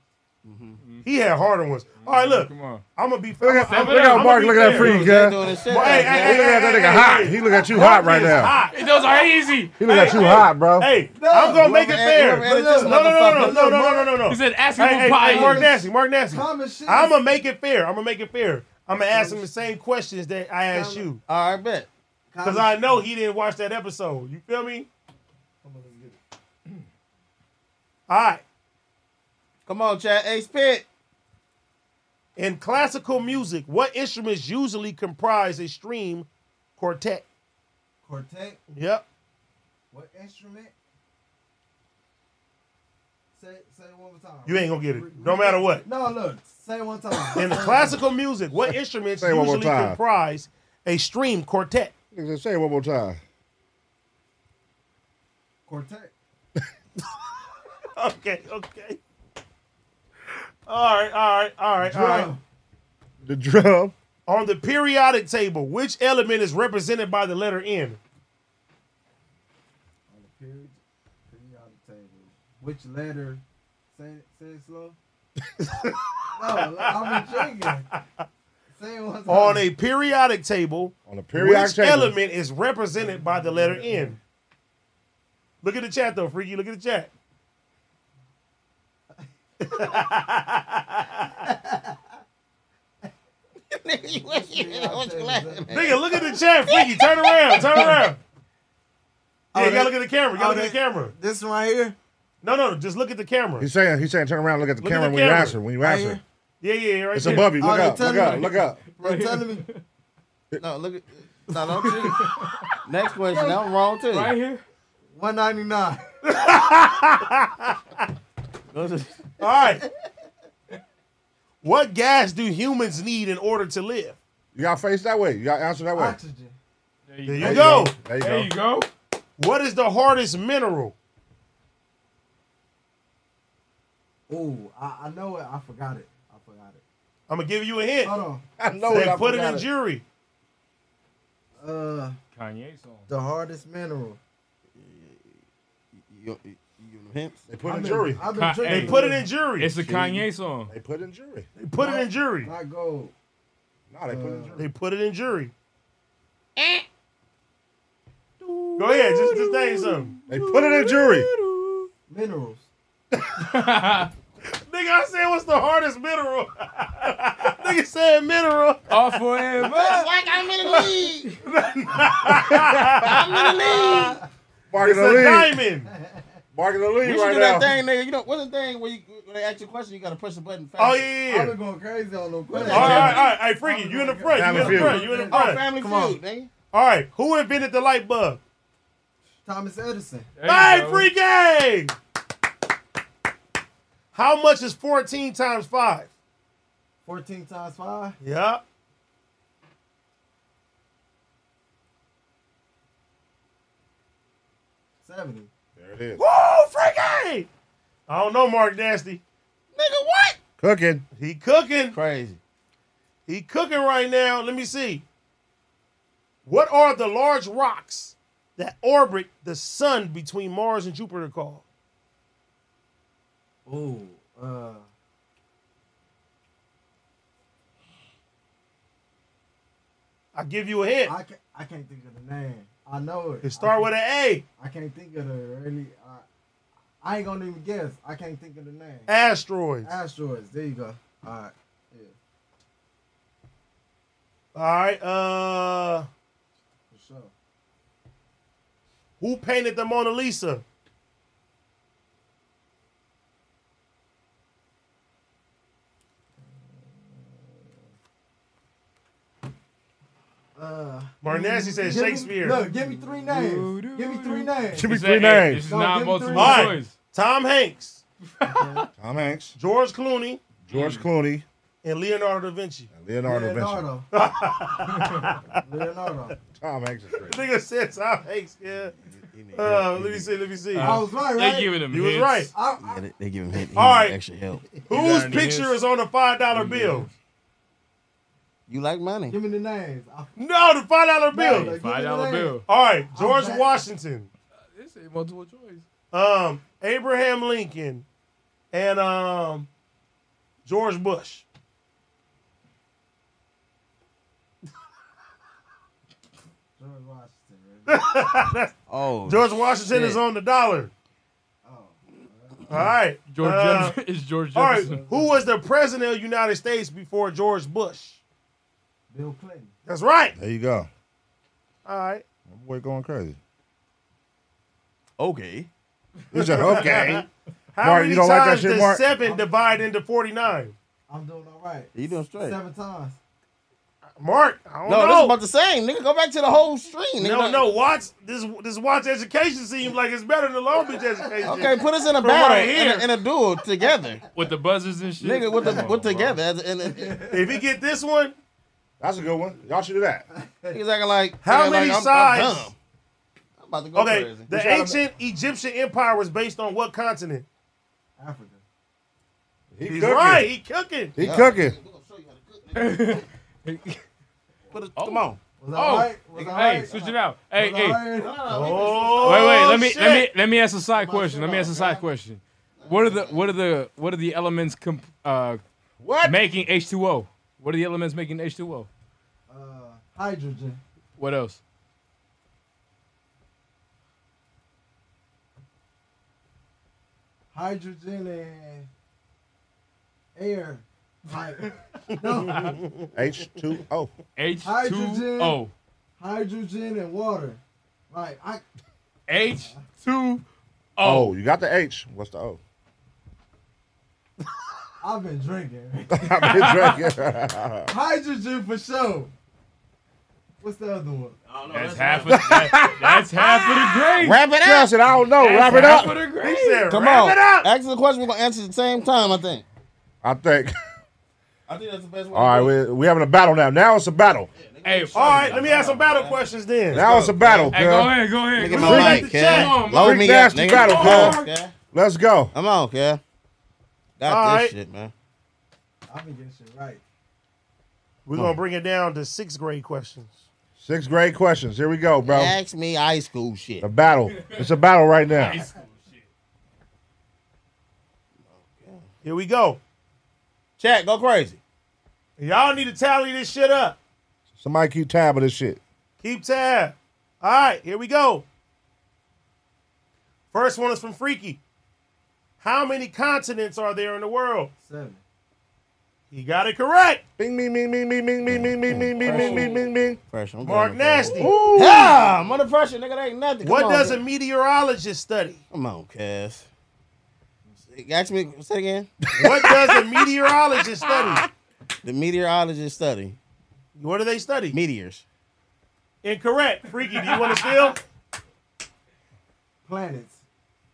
Speaker 3: He had harder ones. All right, look.
Speaker 6: Come on.
Speaker 3: I'm gonna be. I'm,
Speaker 5: play. Look
Speaker 3: I'm,
Speaker 5: at, look at Mark looking at Freaky,
Speaker 4: They're
Speaker 5: cuz.
Speaker 4: doing this shit.
Speaker 3: Well, hey, hey,
Speaker 5: He looking at that nigga hot. He look at you hot right now.
Speaker 3: hot.
Speaker 6: Those are easy.
Speaker 5: He look at you hot, bro.
Speaker 3: Hey, I'm gonna
Speaker 4: Whoever
Speaker 3: make it
Speaker 4: ed-
Speaker 3: fair.
Speaker 4: whoever
Speaker 3: No,
Speaker 4: edited
Speaker 3: no,
Speaker 4: this
Speaker 3: no, no, no,
Speaker 4: motherfucker-
Speaker 3: no, no, no, no,
Speaker 6: He
Speaker 3: no.
Speaker 6: said, "Ask him
Speaker 3: Hey, hey,
Speaker 6: who pie
Speaker 3: hey, Mark
Speaker 6: is."
Speaker 3: Nasty, Mark Nasty.
Speaker 7: Common shit.
Speaker 3: I'm gonna make it fair. I'm gonna make it fair. I'm gonna ask him the same questions that I asked you
Speaker 4: All right, bet.
Speaker 7: Common
Speaker 3: because I know he didn't watch that episode. You feel me?
Speaker 7: Come on, let's get it.
Speaker 3: All right.
Speaker 4: Come on, Chad. Hey, spit.
Speaker 3: In classical music, what instruments usually comprise a string quartet?
Speaker 7: Quartet.
Speaker 3: Yep.
Speaker 7: What instrument? Say, say it one more time.
Speaker 3: You ain't gonna get it. No matter what.
Speaker 7: No, look. Say it one time.
Speaker 3: In classical music, what instruments
Speaker 5: Say it one more
Speaker 3: usually
Speaker 5: time.
Speaker 3: comprise a string quartet?
Speaker 5: Nigga, Say it one more time.
Speaker 7: Quartet.
Speaker 3: Okay, okay. All right, all right, all right, all right.
Speaker 7: Drum.
Speaker 5: The drum.
Speaker 3: On the periodic table, which element is represented by the letter N?
Speaker 7: On the period, periodic table. Which letter? Say, say it slow. no, I'm drinking.
Speaker 3: on a periodic table,
Speaker 5: On a periodic
Speaker 3: which
Speaker 5: table.
Speaker 3: element is represented by the letter N? Look at the chat though, Freaky. Look at the chat.
Speaker 4: what you laughing at?
Speaker 3: Nigga, look at the chat, Freaky. Turn around, turn around. Yeah, you
Speaker 7: that-
Speaker 3: gotta look at the camera. You gotta
Speaker 7: oh,
Speaker 3: look at the
Speaker 7: that-
Speaker 3: camera.
Speaker 7: This one right here.
Speaker 3: No, no, just look at the camera.
Speaker 5: He's saying he's saying turn around, look at the
Speaker 3: Look at
Speaker 5: camera
Speaker 3: the
Speaker 5: when you
Speaker 3: camera.
Speaker 5: answer. When you
Speaker 7: Right
Speaker 5: answer,
Speaker 7: here.
Speaker 3: Yeah, yeah, right
Speaker 5: it's
Speaker 3: there.
Speaker 5: above you.
Speaker 7: Oh,
Speaker 5: Look
Speaker 7: they
Speaker 5: up, look
Speaker 7: telling
Speaker 5: up,
Speaker 7: me.
Speaker 5: look up.
Speaker 7: You telling me?
Speaker 4: No, look at. No, don't you. Next question. I'm wrong too.
Speaker 6: Right here.
Speaker 7: 199.
Speaker 3: All right. What gas do humans need in order to live?
Speaker 5: You gotta face that way. You gotta answer that way.
Speaker 7: Oxygen.
Speaker 6: There you
Speaker 3: There
Speaker 6: go.
Speaker 3: you,
Speaker 5: There
Speaker 3: go.
Speaker 5: you go. There you
Speaker 6: There
Speaker 5: go.
Speaker 6: you go.
Speaker 3: What is the hardest mineral?
Speaker 7: Ooh, I, I know it. I forgot it. I forgot it.
Speaker 3: I'm gonna give you a hint.
Speaker 7: Hold
Speaker 5: I know
Speaker 3: They
Speaker 5: it. I
Speaker 3: put it
Speaker 5: forgot
Speaker 3: in jury.
Speaker 7: on. Uh,
Speaker 6: Kanye song.
Speaker 7: the hardest mineral.
Speaker 4: You, you, you hints?
Speaker 5: They put it in jury.
Speaker 7: I've been
Speaker 6: Ca-
Speaker 7: drinking.
Speaker 6: hey.
Speaker 3: They put it in jury.
Speaker 6: It's a Kanye song.
Speaker 5: They put it in jury.
Speaker 3: they put it in jury.
Speaker 7: Not gold.
Speaker 5: No, they put it in jury.
Speaker 3: They put it in jury. Go ahead, just, just name something.
Speaker 5: They put it in jury.
Speaker 7: Minerals.
Speaker 3: Nigga, I said what's the hardest mineral? Nigga said mineral.
Speaker 6: All
Speaker 3: Ah!
Speaker 6: forever.
Speaker 4: Like I'm in the league. I'm in the
Speaker 3: Ah.
Speaker 4: league.
Speaker 5: Barking
Speaker 3: It's
Speaker 5: the
Speaker 3: a
Speaker 5: lead.
Speaker 3: diamond.
Speaker 5: Barking the
Speaker 4: We
Speaker 5: lead
Speaker 4: should do
Speaker 5: right
Speaker 4: that
Speaker 5: now.
Speaker 4: thing, nigga. You know what's the thing where you when they ask you a question, you gotta press the button. Fast.
Speaker 3: Oh yeah, yeah.
Speaker 7: I've
Speaker 3: yeah.
Speaker 7: been going crazy on them
Speaker 4: What
Speaker 7: questions.
Speaker 4: the
Speaker 3: All right, all right, all right. Hey, Freaky, you in the front. You in the
Speaker 5: Battlefield.
Speaker 3: front. You in the
Speaker 4: Oh,
Speaker 3: front.
Speaker 4: Family
Speaker 7: Come
Speaker 4: Feud, nigga.
Speaker 3: All right. Who invented the light bulb?
Speaker 7: Thomas Edison.
Speaker 6: There you
Speaker 3: Hey,
Speaker 6: go.
Speaker 3: Freaky! How much is 14 times 5?
Speaker 7: 14 times 5.
Speaker 3: Yeah.
Speaker 7: Seventy.
Speaker 5: There it is.
Speaker 3: Woo, Freaky! I don't know, Mark Nasty.
Speaker 4: Nigga, what?
Speaker 5: Cooking.
Speaker 3: He cooking.
Speaker 4: Crazy.
Speaker 3: He cooking right now. Let me see. What are the large rocks that orbit the sun between Mars and Jupiter called?
Speaker 7: Ooh. Uh.
Speaker 3: I give you a hint.
Speaker 7: I can't, I can't think of the name. I know it.
Speaker 3: It start with an A.
Speaker 7: I can't think of the really. I, I ain't gonna even guess. I can't think of the name.
Speaker 3: Asteroids.
Speaker 7: Asteroids. There you go. All right. Yeah.
Speaker 3: All right. Uh,
Speaker 7: For sure.
Speaker 3: who painted the Mona Lisa?
Speaker 7: Uh.
Speaker 3: Mark Nasty said
Speaker 7: give me-
Speaker 3: Shakespeare.
Speaker 7: Look, give me three names. Give me three names.
Speaker 5: Give me
Speaker 6: It's
Speaker 5: three
Speaker 6: a-
Speaker 5: names.
Speaker 6: It's
Speaker 7: No,
Speaker 6: not
Speaker 7: give me
Speaker 6: multiple
Speaker 7: three
Speaker 3: All right.
Speaker 6: choice.
Speaker 3: Tom Hanks,
Speaker 5: Tom Hanks,
Speaker 3: George Clooney,
Speaker 5: George Clooney,
Speaker 3: and Leonardo da Vinci.
Speaker 5: and Leonardo da Vinci.
Speaker 7: Leonardo. Leonardo.
Speaker 5: Tom Hanks is great.
Speaker 3: Nigga said Tom Hanks. Yeah. Uh, let me see. Let me see.
Speaker 7: I was right, right?
Speaker 6: They giving him
Speaker 3: you was
Speaker 6: hits.
Speaker 3: right.
Speaker 7: I, I,
Speaker 4: they, give him hint.
Speaker 3: All right.
Speaker 4: extra help.
Speaker 3: Whose
Speaker 6: learned
Speaker 3: picture
Speaker 6: his.
Speaker 3: is on the five dollar bill?
Speaker 4: You like money?
Speaker 7: give me the names. I,
Speaker 3: No, the five dollar bill.
Speaker 7: like-
Speaker 6: Five dollar bill.
Speaker 3: All right, George
Speaker 7: back.
Speaker 3: Washington,
Speaker 6: This ain't multiple choice.
Speaker 3: um, Abraham Lincoln, and um, George Bush.
Speaker 7: George Washington. Right?
Speaker 4: Oh,
Speaker 3: George Washington is on the dollar. All right,
Speaker 6: George
Speaker 3: uh,
Speaker 6: Jefferson is George
Speaker 3: All right,
Speaker 6: Jefferson.
Speaker 3: who was the president of the United States before George Bush?
Speaker 7: Bill Clinton.
Speaker 3: That's right.
Speaker 5: There you go.
Speaker 3: All right.
Speaker 5: My boy going crazy.
Speaker 4: okay.
Speaker 5: He said, okay.
Speaker 3: How
Speaker 5: Mark,
Speaker 3: many
Speaker 5: you don't like that
Speaker 3: times
Speaker 5: shit,
Speaker 3: does
Speaker 5: Mark?
Speaker 3: seven divide into forty nine?
Speaker 7: I'm doing all right.
Speaker 4: You doing straight?
Speaker 7: Seven times.
Speaker 3: Mark, I don't
Speaker 4: No, this is
Speaker 3: know.
Speaker 4: about the same. Nigga, go back to the whole stream. Nigga.
Speaker 3: no, no, Watts. This this Watts education seems like it's better than Long Beach education.
Speaker 4: Okay, put us in a
Speaker 3: From what I
Speaker 4: battle, in,
Speaker 3: hear.
Speaker 4: a, in a duel together.
Speaker 6: with the buzzers and shit.
Speaker 4: Nigga, with the
Speaker 6: Come
Speaker 4: with
Speaker 6: on,
Speaker 4: together. As, and, and,
Speaker 3: If he get this one,
Speaker 5: That's a good one. Y'all should do that.
Speaker 4: he's acting like
Speaker 3: How
Speaker 4: acting
Speaker 3: many
Speaker 4: like, I'm- I'm,
Speaker 3: sides-
Speaker 4: dumb. I'm about to go
Speaker 3: okay.
Speaker 4: crazy.
Speaker 3: The ancient Egyptian empire was based on what continent?
Speaker 7: Africa.
Speaker 5: He
Speaker 3: He's
Speaker 5: cooking.
Speaker 3: right. He cooking.
Speaker 5: He cooking.
Speaker 4: Put it- Come on.
Speaker 7: Was I
Speaker 6: bro.
Speaker 7: right? Was
Speaker 6: Oh,
Speaker 7: I
Speaker 6: hey,
Speaker 7: right?
Speaker 6: switch it out. Hey,
Speaker 7: Was I
Speaker 6: hey.
Speaker 7: right?
Speaker 3: Oh,
Speaker 6: Wait, wait. Let me
Speaker 3: shit.
Speaker 6: let me let me ask a side question. Let me ask a side question. What are the what are the what are the elements comp, uh,
Speaker 5: What?
Speaker 6: making H two O? What are the elements making H2O?
Speaker 7: Hydrogen.
Speaker 6: What else?
Speaker 7: Hydrogen and air. Hy- no,
Speaker 3: Oh.
Speaker 5: H2O.
Speaker 6: H2O.
Speaker 7: Hydrogen. hydrogen and water. Like I
Speaker 6: H2O.
Speaker 5: Oh, you got the H. What's the O?
Speaker 7: I've been drinking.
Speaker 5: I've been drinking.
Speaker 7: hydrogen for sure. What's the other one?
Speaker 6: That's half of that, that's half of the grade.
Speaker 4: Wrap it
Speaker 5: Yeah, I
Speaker 4: up.
Speaker 5: said, I don't know. Wrap it
Speaker 6: Half of
Speaker 5: up.
Speaker 6: the grade.
Speaker 4: Come on. Ask the question. We're gonna answer at the same time. I think.
Speaker 5: I think.
Speaker 4: I think that's the best way.
Speaker 5: All right, we we having a battle now. Now it's a battle.
Speaker 6: Hey,
Speaker 3: All right, let me ask some battle questions then.
Speaker 5: Now it's a battle,
Speaker 6: Hey, go
Speaker 5: girl.
Speaker 6: ahead, go ahead.
Speaker 4: Nigga,
Speaker 6: Go
Speaker 4: my
Speaker 6: ahead.
Speaker 4: light,
Speaker 6: Come
Speaker 4: kid.
Speaker 6: on,
Speaker 4: Load
Speaker 5: Rick
Speaker 4: me up,
Speaker 5: Nasty
Speaker 4: nigga.
Speaker 5: battle,
Speaker 4: Come on,
Speaker 5: kid.
Speaker 4: kid.
Speaker 5: Let's go.
Speaker 4: Come on, kid. Got
Speaker 3: All
Speaker 4: this
Speaker 3: right.
Speaker 4: shit, man.
Speaker 7: I've been getting shit right.
Speaker 3: We're gonna bring it down to sixth grade questions.
Speaker 5: Sixth grade questions. Here we go, bro.
Speaker 4: Ask me high school shit.
Speaker 5: A battle. It's a battle right now.
Speaker 3: Here we go.
Speaker 4: Chat, go crazy.
Speaker 3: Y'all need to tally this shit up.
Speaker 5: Somebody keep tab of this shit.
Speaker 3: Keep tab. All right, here we go. First one is from Freaky. How many continents are there in the world?
Speaker 7: Seven.
Speaker 3: He got it correct.
Speaker 5: Bing, bing, bing, bing, bing, bing, bing, bing, bing, bing, bing, bing, bing, bing, bing.
Speaker 4: Pressure. I'm
Speaker 3: Mark
Speaker 4: going to
Speaker 3: Nasty.
Speaker 4: pressure. Yeah, I'm under pressure, nigga. That ain't nothing. Oh,
Speaker 3: What
Speaker 4: Come on,
Speaker 3: does
Speaker 4: kid.
Speaker 3: a meteorologist study?
Speaker 4: Come on, Cass. Ask me, say it again.
Speaker 3: What does a meteorologist study?
Speaker 4: The meteorologist study
Speaker 3: What do they study?
Speaker 4: meteors.
Speaker 3: Incorrect. Freaky, do you want to steal?
Speaker 7: Planets.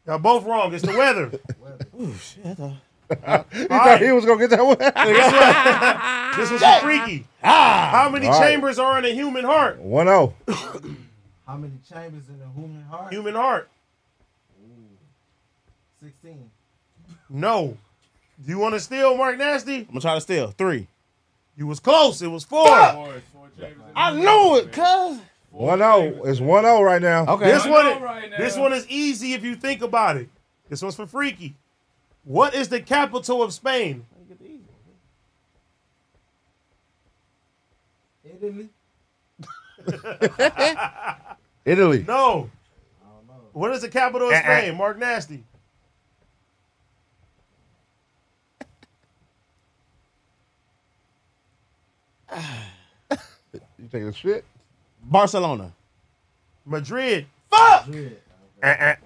Speaker 3: Y'all both wrong. It's the weather.
Speaker 5: He
Speaker 3: All
Speaker 5: thought
Speaker 3: right.
Speaker 5: he was gonna get that one.
Speaker 3: This was from Freaky. How many
Speaker 5: "Ah, All right.
Speaker 3: chambers are in a human heart?
Speaker 5: One oh. zero.
Speaker 7: How many chambers in a human heart?
Speaker 3: Human heart.
Speaker 7: Sixteen.
Speaker 3: No. Do you want to steal, Mark Nasty?
Speaker 4: I'm gonna try to steal three.
Speaker 3: You was close. It was four.
Speaker 4: I knew it, cuz.
Speaker 5: One zero. It's one zero right now.
Speaker 4: Okay.
Speaker 3: This
Speaker 6: know
Speaker 3: one,
Speaker 6: right now.
Speaker 3: this one is easy if you think about it. This one's for Freaky. What is the capital of Spain?
Speaker 7: Italy.
Speaker 5: Italy.
Speaker 3: No. What is the capital of Spain? Mark Nasty.
Speaker 5: You taking a shit?
Speaker 4: Barcelona.
Speaker 3: Madrid.
Speaker 7: Dread.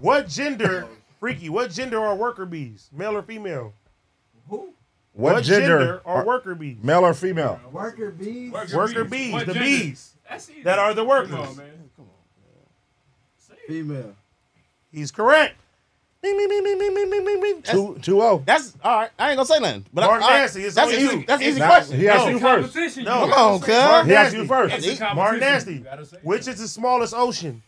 Speaker 3: What gender, Freaky, what gender are worker bees? Male or female?
Speaker 7: Who?
Speaker 5: What, gender,
Speaker 3: are
Speaker 5: are
Speaker 3: worker bees?
Speaker 5: male or female?
Speaker 7: Worker bees.
Speaker 3: Worker bees,
Speaker 6: What
Speaker 3: the
Speaker 6: gender?
Speaker 3: bees
Speaker 6: That's easy.
Speaker 3: that are the workers.
Speaker 6: Come on, man.
Speaker 7: Female.
Speaker 3: He's correct.
Speaker 5: Two two oh. zero.
Speaker 4: That's all right. I ain't gonna say nothing. But
Speaker 3: Mark
Speaker 4: I, all right.
Speaker 3: Nasty, it's
Speaker 4: that's
Speaker 3: on
Speaker 4: easy.
Speaker 3: you.
Speaker 4: That's easy
Speaker 5: Now,
Speaker 4: question.
Speaker 5: He asked
Speaker 6: It's
Speaker 5: you
Speaker 6: a
Speaker 5: first.
Speaker 6: competition.
Speaker 3: No.
Speaker 6: You
Speaker 4: Come on, cuz.
Speaker 5: He asked you
Speaker 6: gotta
Speaker 5: first.
Speaker 6: say- it's a
Speaker 3: Mark
Speaker 6: competition. You
Speaker 3: Nasty.
Speaker 6: gotta say
Speaker 3: Which is the smallest ocean?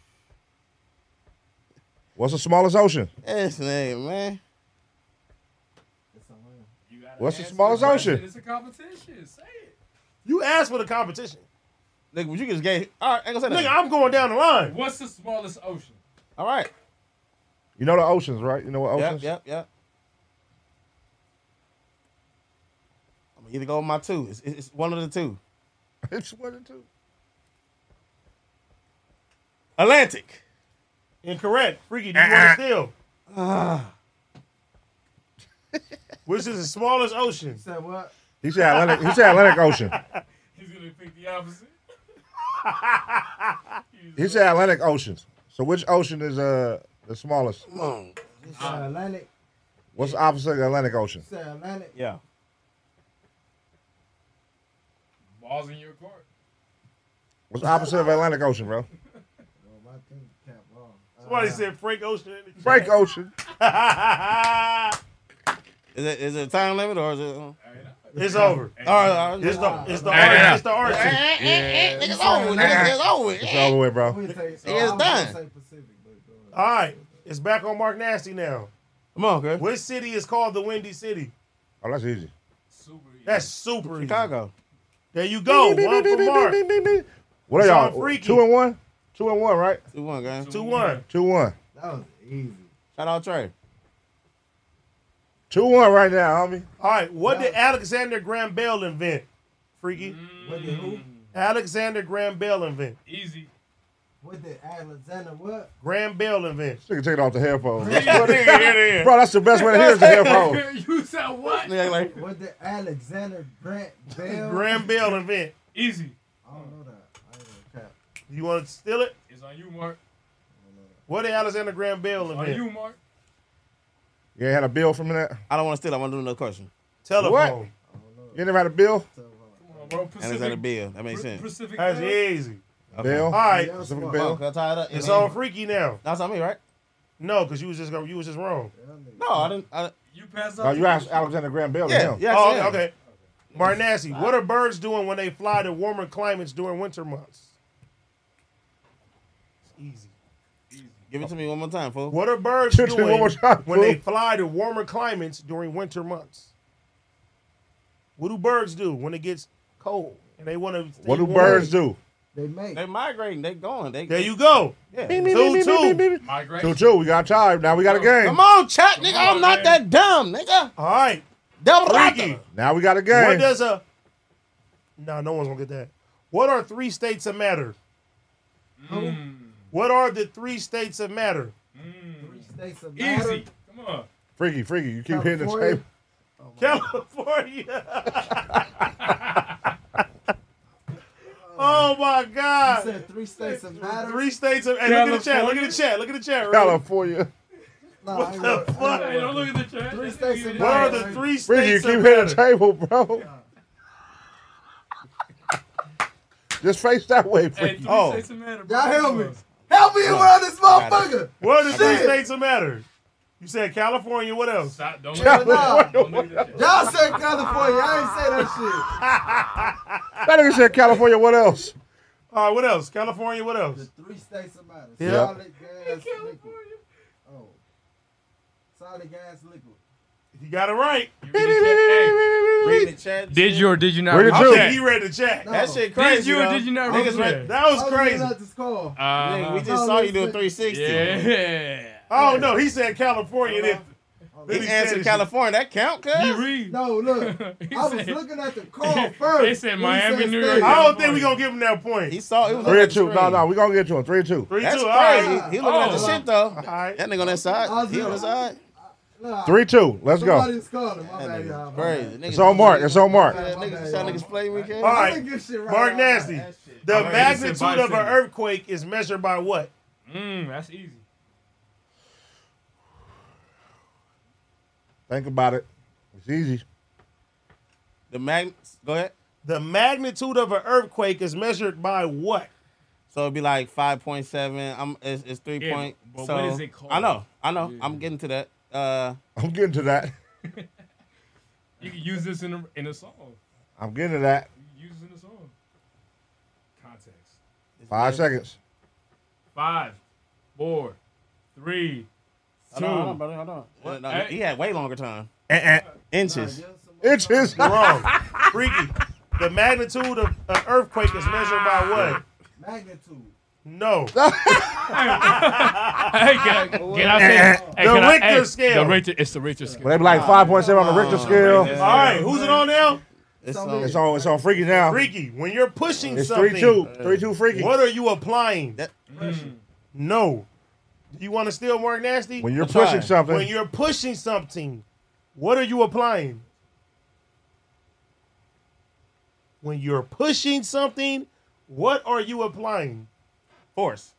Speaker 5: What's the smallest ocean?
Speaker 4: This nigga, man.
Speaker 5: What's the smallest
Speaker 6: it.
Speaker 5: ocean?
Speaker 6: It's a competition. Say it.
Speaker 3: You asked for the competition.
Speaker 4: Nigga, but you just gave. All right, I ain't gonna say
Speaker 3: Nigga,
Speaker 4: nothing.
Speaker 3: I'm going down the line.
Speaker 6: What's the smallest ocean?
Speaker 4: all right.
Speaker 5: You know the oceans, right? You know what
Speaker 4: Yep,
Speaker 5: oceans?
Speaker 4: yep, yep. I'm gonna either go with my two. It's, it's it's one of the two.
Speaker 5: It's one and two.
Speaker 4: Atlantic.
Speaker 3: Incorrect. Freaky, do you
Speaker 6: Uh-huh.
Speaker 3: want to steal? Which is the smallest ocean?
Speaker 7: Said what?
Speaker 5: He said Atlantic. He said Atlantic Ocean.
Speaker 6: He's gonna pick the opposite.
Speaker 5: He said Atlantic Ocean. So which ocean is uh the smallest?
Speaker 7: Said Atlantic.
Speaker 5: What's the opposite of Atlantic Ocean?
Speaker 7: Said Atlantic.
Speaker 4: Yeah.
Speaker 6: Balls in your court.
Speaker 5: What's the opposite of Atlantic Ocean, bro?
Speaker 7: Oh, my thing cap wrong. Uh,
Speaker 6: Uh-huh.
Speaker 3: Somebody said Frank Ocean. in the-
Speaker 5: Frank Ocean.
Speaker 4: Is it is it a time limit or is it? uh, All
Speaker 3: it's over.
Speaker 4: right, all right.
Speaker 3: It's the it's the
Speaker 6: Hey,
Speaker 3: arch.
Speaker 6: yeah.
Speaker 3: It's the arch.
Speaker 4: It's over. with, nigga. It's over. with.
Speaker 5: It's over with, bro.
Speaker 7: we say- so
Speaker 4: It is
Speaker 7: I was gonna
Speaker 4: done.
Speaker 7: Say Pacific, but go ahead.
Speaker 3: All right, it's back on Mark Nasty now.
Speaker 4: Come on, girl.
Speaker 3: Which city is called the Windy City?
Speaker 5: Oh, that's easy.
Speaker 6: Super. easy.
Speaker 3: That's super easy.
Speaker 4: Chicago.
Speaker 3: There you go. One for Mark.
Speaker 5: What are
Speaker 3: It's
Speaker 5: y'all?
Speaker 3: all freaky.
Speaker 5: Two and one. Two and one, right?
Speaker 4: Two one, girl.
Speaker 3: Two one.
Speaker 5: Two one.
Speaker 7: that was easy.
Speaker 4: Shout out Trey.
Speaker 5: Two one right now, homie.
Speaker 3: All right. What did Alexander Graham Bell invent? Freaky.
Speaker 7: What did who?
Speaker 3: Alexander Graham Bell invent.
Speaker 6: Easy.
Speaker 7: What did Alexander what?
Speaker 3: Graham Bell invent.
Speaker 5: Nigga, take it off the headphones.
Speaker 3: Well, nigga, here it is.
Speaker 5: Bro, that's the best way to hear is the
Speaker 3: Oh.
Speaker 5: headphones.
Speaker 6: you said what?
Speaker 4: Nigga like,
Speaker 7: What did Alexander Grant Bell?
Speaker 3: Graham Bell invent.
Speaker 6: Easy.
Speaker 7: I don't know that. I ain't gonna cap.
Speaker 3: You want to steal it?
Speaker 6: It's on you, Mark.
Speaker 3: What did Alexander Graham Bell
Speaker 6: On you,
Speaker 3: invent?
Speaker 6: Mark.
Speaker 5: You ain't had a bill from that?
Speaker 4: I don't want to steal. I want to do another question.
Speaker 3: Telephone.
Speaker 5: You ain't never had a bill?
Speaker 7: uh,
Speaker 6: Come on, bro.
Speaker 4: And
Speaker 6: Pacific.
Speaker 4: it's at a bill. That makes senent
Speaker 6: Pacific.
Speaker 3: That's
Speaker 6: Curry.
Speaker 3: easy.
Speaker 5: Bill?
Speaker 3: All right,
Speaker 7: Yeah,
Speaker 5: Pacific
Speaker 7: smart.
Speaker 5: Bill?
Speaker 4: I tie it up?
Speaker 3: it's on Freaky now.
Speaker 4: That's on me, right?
Speaker 3: No, because you was just gonna, you was just wrong.
Speaker 4: No, I didn't. I,
Speaker 6: You pass up.
Speaker 5: No, you asked Alexander Graham Bell
Speaker 4: yeah,
Speaker 5: to him.
Speaker 4: yeah.
Speaker 3: oh,
Speaker 4: yeah.
Speaker 3: okay. Marnassi, what are birds doing when they fly to warmer climates during winter months? It's easy.
Speaker 4: Give it to me one more time, fool.
Speaker 3: What are birds
Speaker 5: Shit,
Speaker 3: doing
Speaker 5: one more time,
Speaker 3: when they
Speaker 5: fool.
Speaker 3: fly to warmer climates during winter months? What do birds do when it gets cold and they want to?
Speaker 5: What do birds do?
Speaker 7: They make.
Speaker 4: They migrating. They going. They.
Speaker 3: There you go.
Speaker 4: Yeah.
Speaker 3: Two, two.
Speaker 6: Migrate.
Speaker 5: Two, two. We got time. Now we got a game.
Speaker 4: Come on, chat, nigga.
Speaker 6: on,
Speaker 4: I'm not
Speaker 6: man.
Speaker 4: that dumb, nigga.
Speaker 3: All right,
Speaker 4: Double
Speaker 3: Ricky.
Speaker 4: Ricky.
Speaker 5: Now we got a
Speaker 3: What
Speaker 5: game.
Speaker 3: does a? No, no one's gonna get that. What are three states of matter? What are the three states of matter?
Speaker 7: Three states of matter.
Speaker 6: Easy. Come on.
Speaker 5: Freaky, freaky. You keep hitting the
Speaker 7: California.
Speaker 5: table.
Speaker 3: California. oh my
Speaker 7: I
Speaker 3: God.
Speaker 7: said three states of matter.
Speaker 3: Three states of. Hey, look at the chat. Look at the chat. Look at the chat. Ricky.
Speaker 5: California.
Speaker 7: Nah, I
Speaker 3: What
Speaker 7: ain't
Speaker 3: the
Speaker 7: work- I
Speaker 3: fuck?
Speaker 7: ain't
Speaker 6: Hey,
Speaker 7: work.
Speaker 6: don't look at the chat.
Speaker 7: Three states of
Speaker 3: What are
Speaker 7: matter.
Speaker 3: the three states
Speaker 5: Freaky, you
Speaker 3: of
Speaker 5: keep hitting the
Speaker 3: matter?
Speaker 5: table, bro. Just face that way,
Speaker 6: Hey,
Speaker 5: Freaky.
Speaker 6: three
Speaker 3: Oh.
Speaker 6: states of matter.
Speaker 7: Y'all help me.
Speaker 6: bro.
Speaker 7: Help me around this motherfucker.
Speaker 3: What are the three
Speaker 7: Shit.
Speaker 3: states of matter? You said California. What else?
Speaker 6: Stop. Don't look
Speaker 7: Nah,
Speaker 6: at the chat. Don't look at the chat.
Speaker 7: Y'all said California. Y'all ain't say that
Speaker 5: That nigga said California. What else?
Speaker 3: All right. What else? California. What else?
Speaker 7: shit. The three states of matter.
Speaker 5: Yeah.
Speaker 7: Solid gas liquid. Oh. Solid gas liquid.
Speaker 3: You got it right.
Speaker 6: You read the chat.
Speaker 4: Read the chat.
Speaker 6: Hey, Did you or did you not
Speaker 5: Read it
Speaker 6: read
Speaker 5: too.
Speaker 6: the
Speaker 3: Okay,
Speaker 6: chat?
Speaker 3: he read the chat.
Speaker 7: No. Oh,
Speaker 4: That shit crazy.
Speaker 6: Did you or
Speaker 4: though.
Speaker 6: did you not read
Speaker 4: Niggas
Speaker 6: the
Speaker 4: right-
Speaker 6: chat?
Speaker 3: That was
Speaker 7: I
Speaker 3: crazy.
Speaker 7: At the score.
Speaker 4: Nigga, we
Speaker 6: Uh,
Speaker 4: just saw you do a 360.
Speaker 6: yeah.
Speaker 3: Oh no, he said California. Then
Speaker 7: Oh,
Speaker 4: He answered California. That count, cuz?
Speaker 6: He read.
Speaker 7: No, look.
Speaker 6: He
Speaker 7: I was
Speaker 6: said-
Speaker 7: looking at the call first.
Speaker 6: They said
Speaker 7: when he
Speaker 6: Miami, New
Speaker 7: states.
Speaker 6: York.
Speaker 3: I don't think we gonna give him that point.
Speaker 4: He saw it was
Speaker 5: Three
Speaker 4: looking
Speaker 5: or
Speaker 4: at the
Speaker 5: two. No,
Speaker 4: screen.
Speaker 5: no. We gonna get to him. Three or two.
Speaker 3: Three
Speaker 4: That's
Speaker 3: two.
Speaker 4: crazy.
Speaker 3: All right.
Speaker 4: He looking at the
Speaker 6: Oh.
Speaker 4: shit though.
Speaker 3: right.
Speaker 4: That nigga on that side.
Speaker 7: was
Speaker 4: He on the
Speaker 7: like-
Speaker 4: side.
Speaker 7: Nah,
Speaker 5: Three, two. Let's
Speaker 7: somebody
Speaker 5: go.
Speaker 7: was calling. My bad, y'all. My
Speaker 4: Crazy.
Speaker 7: bad.
Speaker 4: Niggas-
Speaker 5: It's on Mark. It's on Mark.
Speaker 4: Yeah, Niggas, y'all niggas play me, kid.
Speaker 3: All
Speaker 7: I
Speaker 3: right.
Speaker 7: think this shit right
Speaker 3: Mark
Speaker 7: now.
Speaker 3: Nasty. The
Speaker 6: right, he
Speaker 3: magnitude
Speaker 6: said
Speaker 3: of an
Speaker 6: bicentennial.
Speaker 3: earthquake is measured by what?
Speaker 6: Mm, that's easy.
Speaker 5: Think about it. It's easy.
Speaker 4: The mag. Go ahead.
Speaker 3: The magnitude of an earthquake is measured by what?
Speaker 4: So it'd be like five point seven. I'm. It's, it's three
Speaker 6: Yeah,
Speaker 4: point.
Speaker 6: but
Speaker 4: so
Speaker 6: what is it called?
Speaker 4: I know. I know. I'm getting to that. Uh,
Speaker 5: I'm getting to that.
Speaker 6: You can use this in a, in a song.
Speaker 5: I'm getting to that.
Speaker 6: You can use this in a song. Context.
Speaker 5: Five seconds.
Speaker 6: Five, four, three, two.
Speaker 4: Hold on, hold on, brother. Hold on. uh, No, no, he had way longer time. Inches.
Speaker 5: Eh, Inches.
Speaker 3: Wrong. Freaky. The magnitude of an earthquake is measured by what?
Speaker 7: Magnitude.
Speaker 3: No.
Speaker 6: Hey, can, I- can I say hey,
Speaker 3: The
Speaker 6: can I-
Speaker 3: Richter
Speaker 6: hey,
Speaker 3: scale.
Speaker 6: The Richter, it's the Richter scale.
Speaker 5: They be like 5.7 on the Richter scale.
Speaker 3: All right. Who's it on now?
Speaker 4: It's
Speaker 7: Something-
Speaker 5: It's on. It's on Freaky now.
Speaker 3: Freaky. When you're pushing
Speaker 5: It's
Speaker 3: something,
Speaker 5: three two. Three two. Freaky.
Speaker 3: what are you applying?
Speaker 4: That-
Speaker 7: Mm.
Speaker 3: No. Do you want to still work nasty?
Speaker 5: When you're
Speaker 4: I'm trying.
Speaker 5: pushing something.
Speaker 3: when you're pushing something, what are you applying? When you're pushing something, what are you applying?
Speaker 4: force.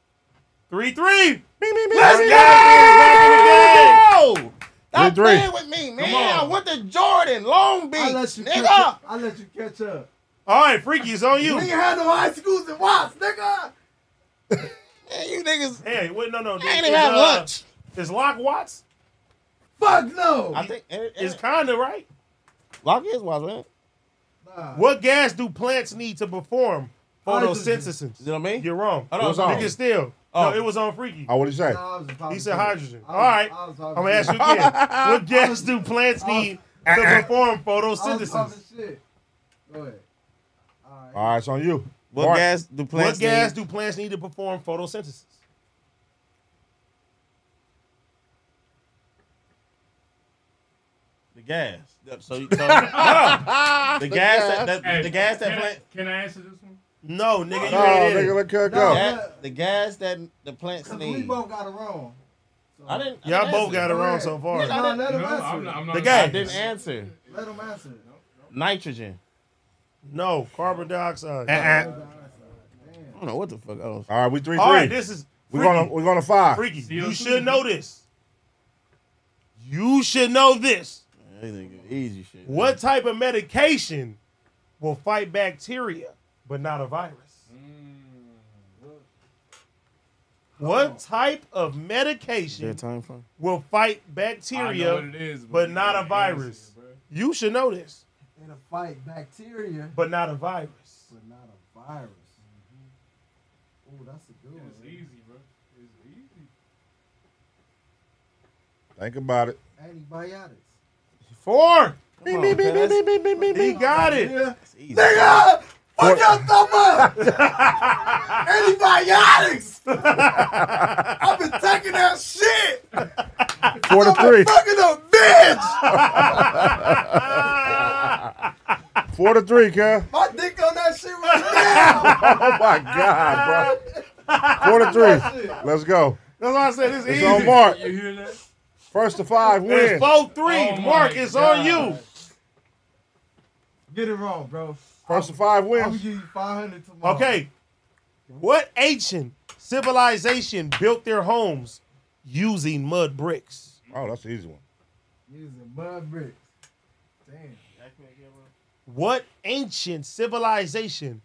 Speaker 3: Three three.
Speaker 4: Let's go! Stop
Speaker 5: Three, three.
Speaker 4: playing with me, man. I went to Jordan, Long Beach,
Speaker 7: I let you catch
Speaker 4: nigga.
Speaker 7: up. I let you catch up.
Speaker 3: All right, freaky, it's on you.
Speaker 7: We ain't had no high schools in Watts, nigga.
Speaker 4: Man, you niggas
Speaker 3: Hey, wait, no, no.
Speaker 4: I ain't
Speaker 3: it's,
Speaker 4: even have
Speaker 3: uh,
Speaker 4: lunch.
Speaker 3: It's Lock Watts.
Speaker 7: Fuck no.
Speaker 4: I think it,
Speaker 3: It's
Speaker 4: it's
Speaker 3: kinda right.
Speaker 4: lock is wise, man.
Speaker 7: Nah.
Speaker 3: What gas do plants need to perform
Speaker 7: Hydrogen.
Speaker 4: You
Speaker 3: photosynthesis?
Speaker 4: know what I mean?
Speaker 3: You're wrong.
Speaker 4: Hold on,
Speaker 5: What's on?
Speaker 3: You can still.
Speaker 4: Oh.
Speaker 3: No, it was on freaky.
Speaker 5: Oh, what did he say?
Speaker 7: Nah, I was a
Speaker 3: He said hydrogen.
Speaker 7: I
Speaker 3: All right.
Speaker 7: I
Speaker 3: I'm
Speaker 7: was
Speaker 3: gonna ask you again. what gas do plants need to perform
Speaker 7: I was
Speaker 3: photosynthesis?
Speaker 7: talking shit. Go ahead.
Speaker 5: All right, it's on you.
Speaker 4: What
Speaker 5: Mark.
Speaker 4: gas do plants
Speaker 3: What gas
Speaker 4: need?
Speaker 3: do plants need to perform photosynthesis?
Speaker 4: The gas. Yep, So, so the gas that, that- the gas that
Speaker 6: can,
Speaker 4: plant.
Speaker 6: I, can I answer this one?
Speaker 4: No, nigga, you
Speaker 5: No,
Speaker 4: ain't in
Speaker 5: nigga,
Speaker 4: it.
Speaker 5: let her go.
Speaker 4: Gas- the gas that the plants
Speaker 7: We
Speaker 4: need.
Speaker 7: both got it wrong.
Speaker 4: I didn't. I
Speaker 3: Y'all
Speaker 4: didn't
Speaker 3: both
Speaker 4: answer.
Speaker 3: got it wrong so far.
Speaker 7: No, let him
Speaker 6: No, I'm not,
Speaker 7: answer.
Speaker 6: I'm not
Speaker 3: The
Speaker 6: a-
Speaker 3: guy.
Speaker 4: I didn't answer.
Speaker 7: it. Let him answer. it.
Speaker 4: Nitrogen.
Speaker 3: No, carbon dioxide.
Speaker 4: I don't know what the fuck else.
Speaker 5: All right, we three
Speaker 3: All right,
Speaker 5: three.
Speaker 3: this is
Speaker 5: We're
Speaker 3: freaky.
Speaker 5: gonna we're gonna five.
Speaker 3: freaky. You
Speaker 6: CO2.
Speaker 3: should know this. You should know this.
Speaker 4: That nigga Easy shit.
Speaker 3: What type of medication will fight bacteria but not a virus? Mm. What type of medication
Speaker 4: Their time frame.
Speaker 3: will fight
Speaker 6: I know what it
Speaker 3: bacteria?
Speaker 6: is,
Speaker 3: but
Speaker 6: you
Speaker 3: not
Speaker 6: gotta
Speaker 3: a virus.
Speaker 6: answer it, bruh.
Speaker 3: You should know this,
Speaker 7: It'll fight bacteria,
Speaker 3: but not a virus.
Speaker 7: but not a virus. Oh, that's a good
Speaker 6: It's
Speaker 7: one.
Speaker 6: easy, bro. It's easy.
Speaker 5: Think about it.
Speaker 7: Antibiotics.
Speaker 3: Four.
Speaker 4: Come on, man, that's-
Speaker 3: He got it.
Speaker 4: that's easy.
Speaker 5: What
Speaker 7: Shut the fuck! Antibiotics! I've been taking that shit!
Speaker 5: Four to three.
Speaker 7: Fucking a bitch!
Speaker 5: Four to three, cuz.
Speaker 7: My dick on that shit right
Speaker 5: Oh my God, bro. Four to three. Let's go.
Speaker 3: That's why I said it's
Speaker 5: It's
Speaker 3: easy.
Speaker 5: on Mark.
Speaker 6: You hear that?
Speaker 5: First to five wins.
Speaker 3: It's four three.
Speaker 6: Oh my
Speaker 3: Mark, it's on
Speaker 6: God.
Speaker 3: you.
Speaker 7: now! Get it wrong, bro.
Speaker 5: First to five
Speaker 7: I'm gonna
Speaker 5: wins.
Speaker 7: give you 500 tomorrow.
Speaker 3: Okay. What ancient civilization built their homes using mud bricks?
Speaker 5: Oh, that's the easy one.
Speaker 7: Using mud bricks. Damn.
Speaker 3: What ancient civilization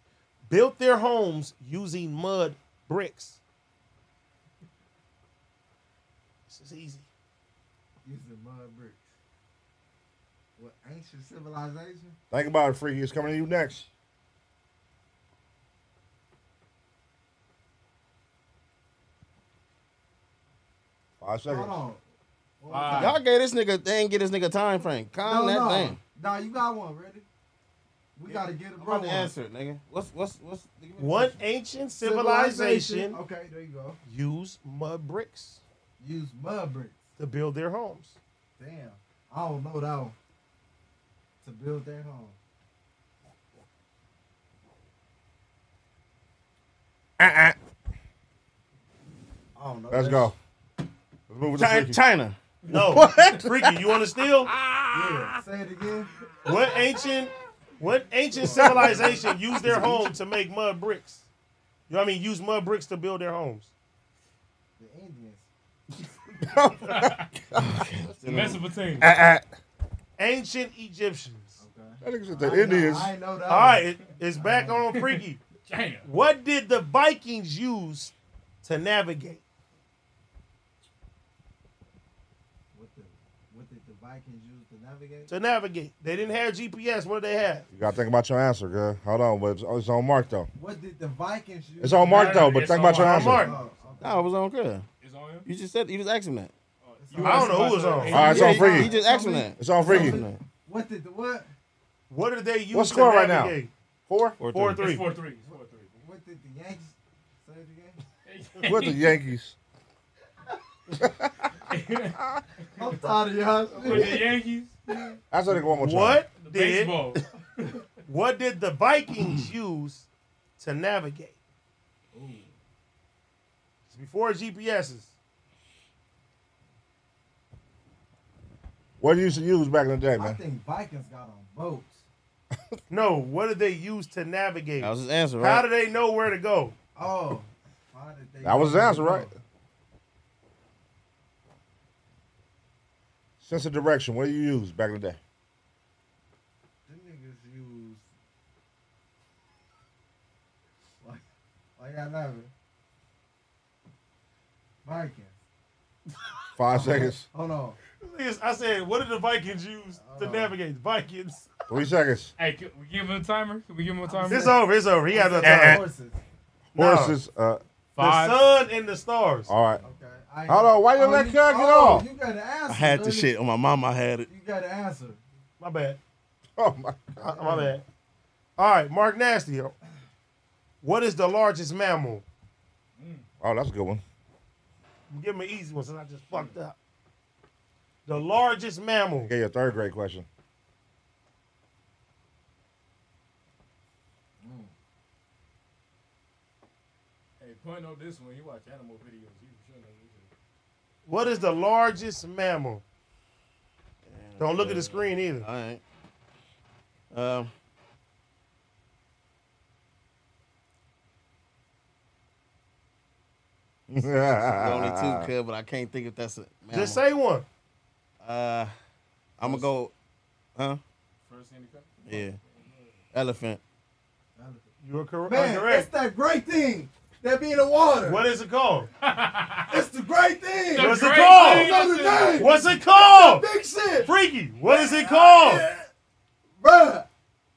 Speaker 3: built their homes using mud bricks? This is easy.
Speaker 7: Using mud bricks. What ancient civilization?
Speaker 5: Think about it, Freaky. It's coming to you next. Five
Speaker 7: Hold
Speaker 5: seconds.
Speaker 7: on.
Speaker 4: Y'all gave this nigga. They ain't get this nigga time frame. Calm
Speaker 7: No,
Speaker 4: that
Speaker 7: no.
Speaker 4: thing.
Speaker 7: Nah, you got one, ready? We gotta get a
Speaker 4: I'm
Speaker 7: bro
Speaker 4: about
Speaker 7: one.
Speaker 4: to answer it, nigga. What's what's what's? give me the
Speaker 3: What
Speaker 4: question.
Speaker 3: ancient civilization
Speaker 7: Okay, there you go.
Speaker 3: used mud bricks
Speaker 7: Use mud bricks.
Speaker 3: to build their homes?
Speaker 7: Damn. I don't know that one. To build their home. I don't know.
Speaker 5: Uh-uh. Let's
Speaker 7: that
Speaker 5: go. Let's move with the
Speaker 4: Chi-
Speaker 5: Freaky.
Speaker 4: China.
Speaker 3: No. Freaky, you want to steal?
Speaker 7: shit. Say it again.
Speaker 3: What ancient what ancient civilization used their home to make mud bricks? You know what I mean? Use mud bricks to build their homes.
Speaker 7: The Indians.
Speaker 6: Mesopotamia.
Speaker 3: Ancient Egyptians.
Speaker 5: That nigga said the
Speaker 7: I know-
Speaker 5: Indians.
Speaker 7: I know that.
Speaker 3: All right, it- it's back on Freaky.
Speaker 6: China.
Speaker 3: What did the Vikings use to navigate?
Speaker 7: What, the, what did the Vikings use to navigate?
Speaker 3: To navigate. They didn't have GPS. What did they have?
Speaker 5: You gotta think about your answer, girl. Hold on, but it's, it's on Mark though.
Speaker 7: What did the Vikings use?
Speaker 5: It's on Mark
Speaker 6: No, no,
Speaker 5: though, but
Speaker 6: it's
Speaker 5: think
Speaker 6: on
Speaker 5: about your
Speaker 3: Mark.
Speaker 5: answer.
Speaker 3: Mark.
Speaker 7: Oh, okay.
Speaker 4: No, it was on good.
Speaker 6: It's on him.
Speaker 4: You just said you just asked him that.
Speaker 3: I don't know who was on.
Speaker 5: All right, it's
Speaker 4: yeah,
Speaker 5: on
Speaker 4: he-
Speaker 5: Freaky.
Speaker 4: He just asked him that.
Speaker 5: It's on Freaky.
Speaker 7: What did the what?
Speaker 3: What did they use
Speaker 5: What's
Speaker 3: to
Speaker 5: score right now?
Speaker 3: navigate?
Speaker 5: Four.
Speaker 4: Four,
Speaker 3: Four
Speaker 6: It's
Speaker 3: three.
Speaker 6: four three. It's four three.
Speaker 7: What did the Yankees say it again?
Speaker 5: What the Yankees?
Speaker 7: I'm tired of y'all.
Speaker 6: With
Speaker 7: shit.
Speaker 6: the Yankees,
Speaker 5: I said it one more time.
Speaker 3: What did
Speaker 6: baseball.
Speaker 3: what did the Vikings use to navigate? It's before GPSs.
Speaker 5: What you used to use back in the day,
Speaker 7: I
Speaker 5: man?
Speaker 7: think Vikings got on boats.
Speaker 3: No, what did they use to navigate?
Speaker 4: That was his answer,
Speaker 3: How
Speaker 4: right?
Speaker 3: do they know where to go?
Speaker 7: Oh. Why did they
Speaker 5: That was his
Speaker 7: use
Speaker 5: answer,
Speaker 7: boats?
Speaker 5: right? Sense of direction. What do you use back in the day?
Speaker 7: Them niggas use. Like, like I love it. Vikings.
Speaker 5: Five seconds.
Speaker 7: Hold on.
Speaker 3: Yes, I said, what did the Vikings use to navigate? Vikings.
Speaker 5: Three seconds.
Speaker 6: hey, can we give him a timer? Can we give him a timer?
Speaker 3: It's over. It's over. He has no
Speaker 7: Uh,
Speaker 3: time.
Speaker 7: Horses.
Speaker 3: No.
Speaker 5: Horses. Uh,
Speaker 3: The
Speaker 6: Five.
Speaker 3: sun and the stars.
Speaker 5: all right.
Speaker 7: Okay. I
Speaker 5: Hold on, why you let
Speaker 7: you-
Speaker 5: Cal get
Speaker 7: oh,
Speaker 5: off?
Speaker 7: You got to answer.
Speaker 4: I had the
Speaker 7: buddy.
Speaker 4: shit on my mama. I had it.
Speaker 7: You got to answer.
Speaker 3: My bad.
Speaker 5: Oh my.
Speaker 3: Uh, My bad. All right, Mark Nasty. What is the largest mammal?
Speaker 5: Oh, that's a good one.
Speaker 3: Give him an easy one since I just fucked up. The largest mammal.
Speaker 5: Okay, your third grade question.
Speaker 6: Hey, point on this one. You watch animal videos. You should know this.
Speaker 3: What is the largest mammal? Don't look at the screen either.
Speaker 4: All right. Um. the only two could, but I can't think if that's a. Man,
Speaker 3: Just say one.
Speaker 4: Uh, I'm gonna go. Huh?
Speaker 6: First thing to come.
Speaker 4: Yeah. Elephant.
Speaker 3: You are correct.
Speaker 7: Man, it's
Speaker 3: uh, correct.
Speaker 7: that great thing that be in the water.
Speaker 3: What is it called?
Speaker 7: It's the great thing.
Speaker 3: What's it
Speaker 6: great
Speaker 7: I
Speaker 3: called?
Speaker 6: thing.
Speaker 7: don't know the name.
Speaker 3: What's it called?
Speaker 7: Big shit,
Speaker 3: Freaky. What is it called?
Speaker 7: bruh.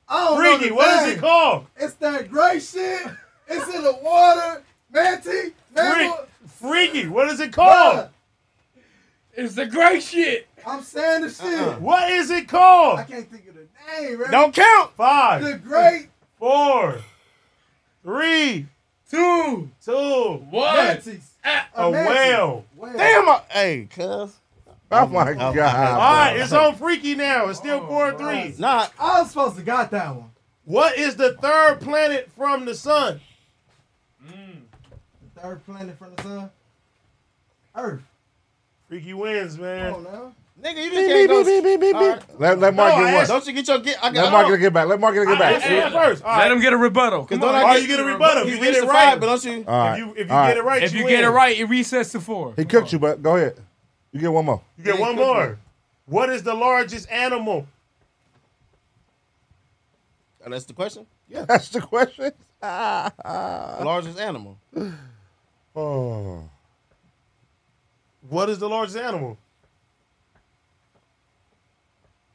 Speaker 7: I don't know
Speaker 3: Freaky.
Speaker 7: the
Speaker 3: What is
Speaker 7: name.
Speaker 3: it called?
Speaker 7: It's that great shit. It's in the water. Manti,
Speaker 3: Freak,
Speaker 7: mammal.
Speaker 3: freaky. What is it
Speaker 7: bruh.
Speaker 3: called?
Speaker 6: It's the great shit.
Speaker 7: I'm saying the shit.
Speaker 3: What is it
Speaker 7: I
Speaker 3: called?
Speaker 7: can't think of the name, right?
Speaker 4: Don't count.
Speaker 7: The
Speaker 3: Five,
Speaker 7: great
Speaker 3: four, three,
Speaker 6: Two.
Speaker 3: two.
Speaker 6: One.
Speaker 7: Mantis.
Speaker 3: A
Speaker 7: mantis.
Speaker 3: whale.
Speaker 7: Whale.
Speaker 4: Damn. I, hey, cuz.
Speaker 5: Oh my
Speaker 4: oh,
Speaker 3: All
Speaker 5: God.
Speaker 3: right, it's on freaky now. It's still four and three.
Speaker 4: Nah.
Speaker 7: I was supposed to got that one.
Speaker 3: What is the third planet from the sun?
Speaker 7: The third planet from the sun. Earth.
Speaker 3: Freaky wins,
Speaker 7: Come on
Speaker 3: man.
Speaker 7: now.
Speaker 4: Nigga, you just can't go. All right.
Speaker 5: Let, let
Speaker 3: No,
Speaker 5: Mark
Speaker 3: I
Speaker 5: get
Speaker 3: asked-
Speaker 5: one.
Speaker 4: Don't you get your get? I
Speaker 5: Let
Speaker 4: got
Speaker 5: Mark
Speaker 4: all.
Speaker 5: get back. Let Mark get
Speaker 3: I
Speaker 5: back.
Speaker 3: asked you first. All
Speaker 6: Let
Speaker 3: right.
Speaker 6: him get a rebuttal.
Speaker 4: Cause
Speaker 6: Come
Speaker 4: don't
Speaker 6: on.
Speaker 4: I
Speaker 3: Why
Speaker 4: get?
Speaker 3: you get a rebuttal? If
Speaker 4: He
Speaker 3: you
Speaker 4: reached
Speaker 3: get it
Speaker 4: the five,
Speaker 3: right, Uh,
Speaker 4: but don't you?
Speaker 5: All right.
Speaker 3: if you if you
Speaker 5: All right.
Speaker 3: get it right,
Speaker 6: If you
Speaker 3: win.
Speaker 6: get it right, it resets to four.
Speaker 5: He cooked you, but go ahead. You get one more.
Speaker 3: you get one more. What is the largest animal?
Speaker 4: Oh, that's the question.
Speaker 5: Yeah, that's the question.
Speaker 4: The largest animal.
Speaker 5: Oh.
Speaker 3: What is the largest animal?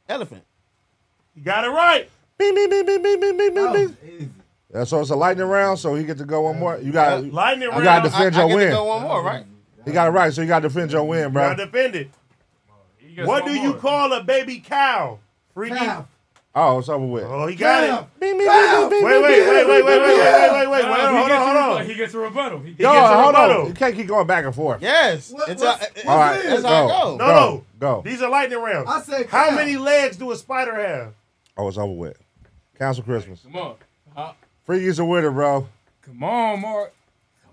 Speaker 4: Elephant.
Speaker 3: You got it right.
Speaker 5: Beep, beep, beep, beep, beep, beep, beep, beep,
Speaker 7: That
Speaker 5: beep.
Speaker 7: was easy.
Speaker 5: Yeah, so it's a lightning round, so he get to go one more. You got you
Speaker 3: Lightning round.
Speaker 5: gotta
Speaker 4: I, I
Speaker 5: defend
Speaker 4: get
Speaker 5: your
Speaker 4: to
Speaker 5: win.
Speaker 4: go one more, right?
Speaker 5: He got it right, so you got to defend your win, bro.
Speaker 3: Now defend it.
Speaker 6: You got
Speaker 3: What
Speaker 6: one
Speaker 3: do
Speaker 6: more.
Speaker 3: you call a baby cow? Freaky.
Speaker 7: Cow.
Speaker 5: Oh, it's over with.
Speaker 3: Oh, he got it.
Speaker 7: Cow.
Speaker 5: Beep, beep, beep, beep,
Speaker 3: Wait,
Speaker 5: beep,
Speaker 3: wait,
Speaker 5: beep,
Speaker 3: wait, wait, wait, wait, wait, wait, wait, wait.
Speaker 6: No,
Speaker 3: Hold on, hold
Speaker 6: he gets a
Speaker 3: on, hold
Speaker 6: rebuttal.
Speaker 3: on.
Speaker 6: He gets a rebuttal. He
Speaker 5: Yo,
Speaker 6: gets a
Speaker 5: hold
Speaker 3: rebuttal.
Speaker 5: on. You can't keep going back and forth.
Speaker 4: Yes.
Speaker 7: What-
Speaker 4: It's uh,
Speaker 7: what's-
Speaker 4: a- it's-
Speaker 5: All right,
Speaker 4: it's
Speaker 5: go,
Speaker 4: how it goes.
Speaker 3: No, no.
Speaker 5: go.
Speaker 3: These are lightning rounds.
Speaker 7: I said
Speaker 3: How
Speaker 7: cow.
Speaker 3: many legs do a spider have?
Speaker 5: Oh, it's over with. Council Christmas.
Speaker 6: Come on. How-
Speaker 5: Freaky's a winner, bro.
Speaker 6: Come on, Mark.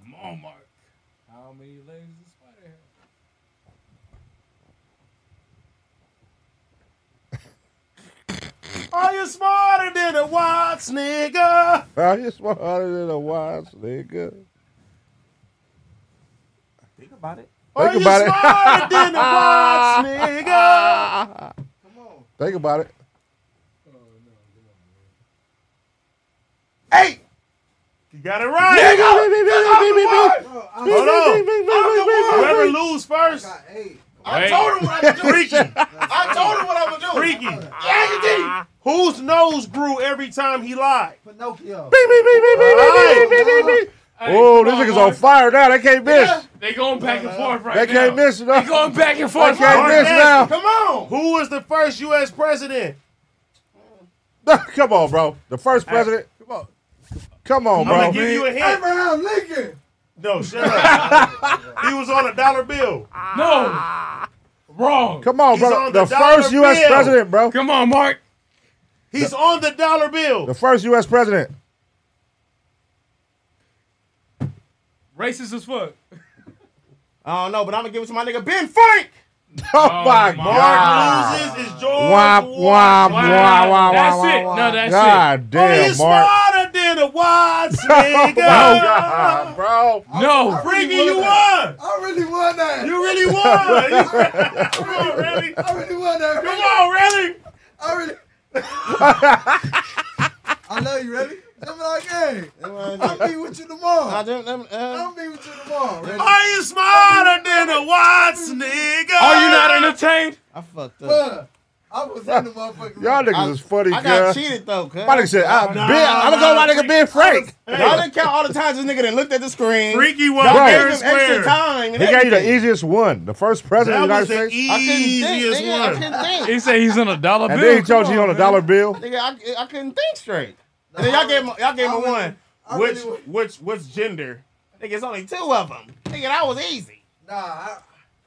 Speaker 6: Come on, Mark. How many legs does spider have?
Speaker 3: Are you smarter than a watch, nigga?
Speaker 5: I just smarter than a wise nigga.
Speaker 4: Think about it.
Speaker 3: Are
Speaker 5: Think
Speaker 3: you
Speaker 5: about it.
Speaker 3: smarter than a watch, nigga?
Speaker 5: Think about it.
Speaker 4: Hey,
Speaker 3: You got it right.
Speaker 7: Bro, I
Speaker 3: Hold on. Whoever
Speaker 5: Hold
Speaker 3: lose first,
Speaker 7: got eight.
Speaker 4: I
Speaker 6: Hey.
Speaker 4: told him what I was doing.
Speaker 3: freaky,
Speaker 4: I told him what I was doing.
Speaker 3: freaky.
Speaker 4: Yeah, you did.
Speaker 3: Whose nose grew every time he lied?
Speaker 7: Pinocchio.
Speaker 6: Hey,
Speaker 5: Oh, this
Speaker 6: come
Speaker 5: nigga's
Speaker 6: Mark.
Speaker 5: on fire now. They can't miss.
Speaker 6: They going back and forth right
Speaker 5: They
Speaker 6: now.
Speaker 5: can't miss.
Speaker 6: They
Speaker 5: No.
Speaker 6: going back and forth.
Speaker 5: They can't
Speaker 6: Mark.
Speaker 5: miss now.
Speaker 4: Come on.
Speaker 3: Who was the first U.S. president?
Speaker 5: Come on, bro. The first president. Come
Speaker 3: I'm
Speaker 5: on,
Speaker 3: gonna
Speaker 5: bro.
Speaker 3: give you a hint.
Speaker 7: Abraham Lincoln.
Speaker 3: No, shut up. he was on a dollar bill.
Speaker 6: No. Wrong.
Speaker 5: Come on,
Speaker 3: He's
Speaker 5: bro.
Speaker 3: on the
Speaker 5: The
Speaker 3: dollar
Speaker 5: first U.S.
Speaker 3: bill.
Speaker 5: president, bro.
Speaker 6: Come on, Mark.
Speaker 3: He's on the dollar bill.
Speaker 5: The first U.S. president.
Speaker 6: Racist as fuck.
Speaker 4: I don't know, but I'm gonna give it to my nigga Ben Frank.
Speaker 5: Oh,
Speaker 6: Oh,
Speaker 5: my
Speaker 6: my
Speaker 5: God.
Speaker 3: Mark loses is George.
Speaker 5: Womp, womp,
Speaker 3: Washington.
Speaker 5: womp, womp,
Speaker 6: That's
Speaker 5: womp,
Speaker 6: it.
Speaker 5: womp.
Speaker 6: No, that's
Speaker 5: God
Speaker 3: Are you
Speaker 5: damn, Mark.
Speaker 3: smarter than a wise
Speaker 5: Oh, my
Speaker 3: nigga?
Speaker 5: God, bro.
Speaker 6: it. No.
Speaker 3: Freaky, you won.
Speaker 7: I really won that.
Speaker 3: You really won. Come on, Randy.
Speaker 7: I really won that.
Speaker 3: Come on, Randy.
Speaker 7: I really. I love you, ready? Gemini gang. I'll be with you
Speaker 4: I
Speaker 7: tomorrow.
Speaker 4: didn't- um, uh,
Speaker 3: Oh.
Speaker 7: I'll be with you tomorrow, ready?
Speaker 3: Are you smarter than a wise nigga?
Speaker 6: Are you not entertained?
Speaker 4: I fucked up.
Speaker 7: Bruh, I was in the motherfucking.
Speaker 5: Ah. Y'all
Speaker 7: room.
Speaker 5: niggas is funny,
Speaker 4: I
Speaker 5: cuz.
Speaker 4: got cheated though, cuz.
Speaker 5: My nigga said, I'm
Speaker 3: Nah,
Speaker 5: going to
Speaker 3: nah,
Speaker 5: go my nigga Ben Frank.
Speaker 4: Y'all didn't count all the times this nigga done looked at the screen.
Speaker 3: Freaky won
Speaker 4: Y'all
Speaker 5: Right.
Speaker 4: gave
Speaker 3: fair
Speaker 4: him
Speaker 3: and
Speaker 4: extra
Speaker 3: square.
Speaker 4: time. and
Speaker 5: He gave you the
Speaker 4: everything.
Speaker 5: easiest one. The first president
Speaker 3: That
Speaker 5: of the
Speaker 3: was the
Speaker 5: United States.
Speaker 4: I couldn't
Speaker 3: easiest
Speaker 4: think. Nigga, I
Speaker 3: one.
Speaker 4: couldn't think.
Speaker 6: He said he's on a dollar
Speaker 5: And
Speaker 6: bill.
Speaker 5: then he told
Speaker 6: Come
Speaker 5: you he on a
Speaker 6: man.
Speaker 5: dollar bill.
Speaker 4: Nigga, I, I couldn't think straight. And then y'all gave him, y'all gave him
Speaker 7: I
Speaker 4: one.
Speaker 7: I
Speaker 4: Which
Speaker 7: really would-
Speaker 4: which which gender? Nigga, it's only two of them. Nigga, that was easy.
Speaker 7: Nah, I,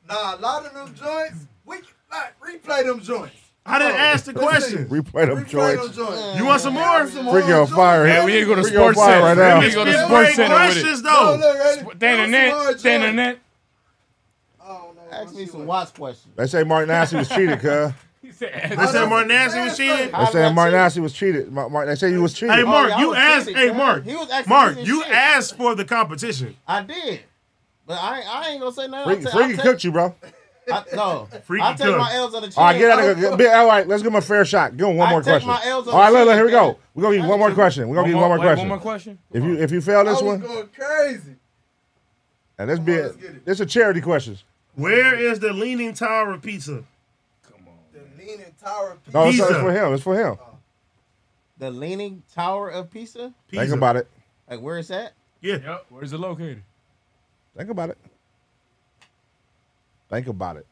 Speaker 7: nah, a lot of them joints. We, Like, replay them joints.
Speaker 3: I didn't ask the question.
Speaker 5: Replay them
Speaker 7: Replay them
Speaker 5: joints. Mm.
Speaker 7: joints.
Speaker 3: You want some more?
Speaker 5: Freak your fire.
Speaker 6: Yeah, we ain't go to
Speaker 5: Freak your
Speaker 6: Sports
Speaker 5: fire
Speaker 6: Center.
Speaker 5: right
Speaker 6: Let
Speaker 5: now.
Speaker 6: me go to
Speaker 3: It's
Speaker 6: Sports
Speaker 3: great
Speaker 6: Center with
Speaker 3: questions
Speaker 6: it.
Speaker 7: Oh,
Speaker 3: though.
Speaker 7: look, ready?
Speaker 6: Dan and
Speaker 7: Some
Speaker 6: that,
Speaker 7: more
Speaker 6: Dan
Speaker 7: joints.
Speaker 6: and that.
Speaker 7: Oh, no,
Speaker 4: Ask
Speaker 7: what
Speaker 4: me
Speaker 7: you
Speaker 4: some
Speaker 7: want.
Speaker 4: watch questions.
Speaker 5: They say Martin Nasty was cheated, cuz.
Speaker 6: He said,
Speaker 3: They said Martin Nasty was
Speaker 7: Oh,
Speaker 3: cheating.
Speaker 5: They say
Speaker 4: about
Speaker 5: Martin
Speaker 4: you?
Speaker 5: Nasty was cheated. Mar- Mar- They say you was cheated.
Speaker 3: Hey Mark,
Speaker 4: yeah, I
Speaker 3: you
Speaker 4: was
Speaker 3: asked.
Speaker 4: cheating,
Speaker 3: Hey
Speaker 4: cuz.
Speaker 3: Mark,
Speaker 4: He was asking
Speaker 3: Mark,
Speaker 4: me
Speaker 3: you
Speaker 4: shit.
Speaker 3: asked for the competition.
Speaker 4: I did. But I, ain't- I ain't gonna say nothing.
Speaker 5: Freaky,
Speaker 4: I'll tell-
Speaker 5: Freaky
Speaker 4: I'll tell-
Speaker 5: cooked you, bro.
Speaker 4: I, no,
Speaker 3: Freaky
Speaker 4: I take
Speaker 3: cook.
Speaker 4: my L's on the chin.
Speaker 5: All right, get out of
Speaker 4: I-
Speaker 5: here. Be- All right, let's give him a fair shot. Give him one
Speaker 4: I
Speaker 5: more
Speaker 4: take
Speaker 5: question.
Speaker 4: my L's on
Speaker 5: All right,
Speaker 4: the
Speaker 5: look, look, here we
Speaker 4: chin,
Speaker 5: go.
Speaker 4: cuz.
Speaker 5: We're gonna give you one more question. We're gonna give you one more
Speaker 6: wait,
Speaker 5: question.
Speaker 6: One more question.
Speaker 5: If you if you fail
Speaker 7: I
Speaker 5: this
Speaker 7: was
Speaker 5: one,
Speaker 7: going crazy.
Speaker 5: and let's be
Speaker 7: let's get it.
Speaker 5: this is charity questions.
Speaker 3: Where is the Leaning Tower of Pizza?
Speaker 7: The leaning tower of
Speaker 5: No, it's,
Speaker 3: Pizza.
Speaker 5: it's for him. It's for him.
Speaker 4: The Leaning Tower of Pisa?
Speaker 3: Pizza.
Speaker 5: Think about it.
Speaker 4: Like, where is that?
Speaker 3: Yeah.
Speaker 6: Yep. Where's it located?
Speaker 5: Think about it. Think about it.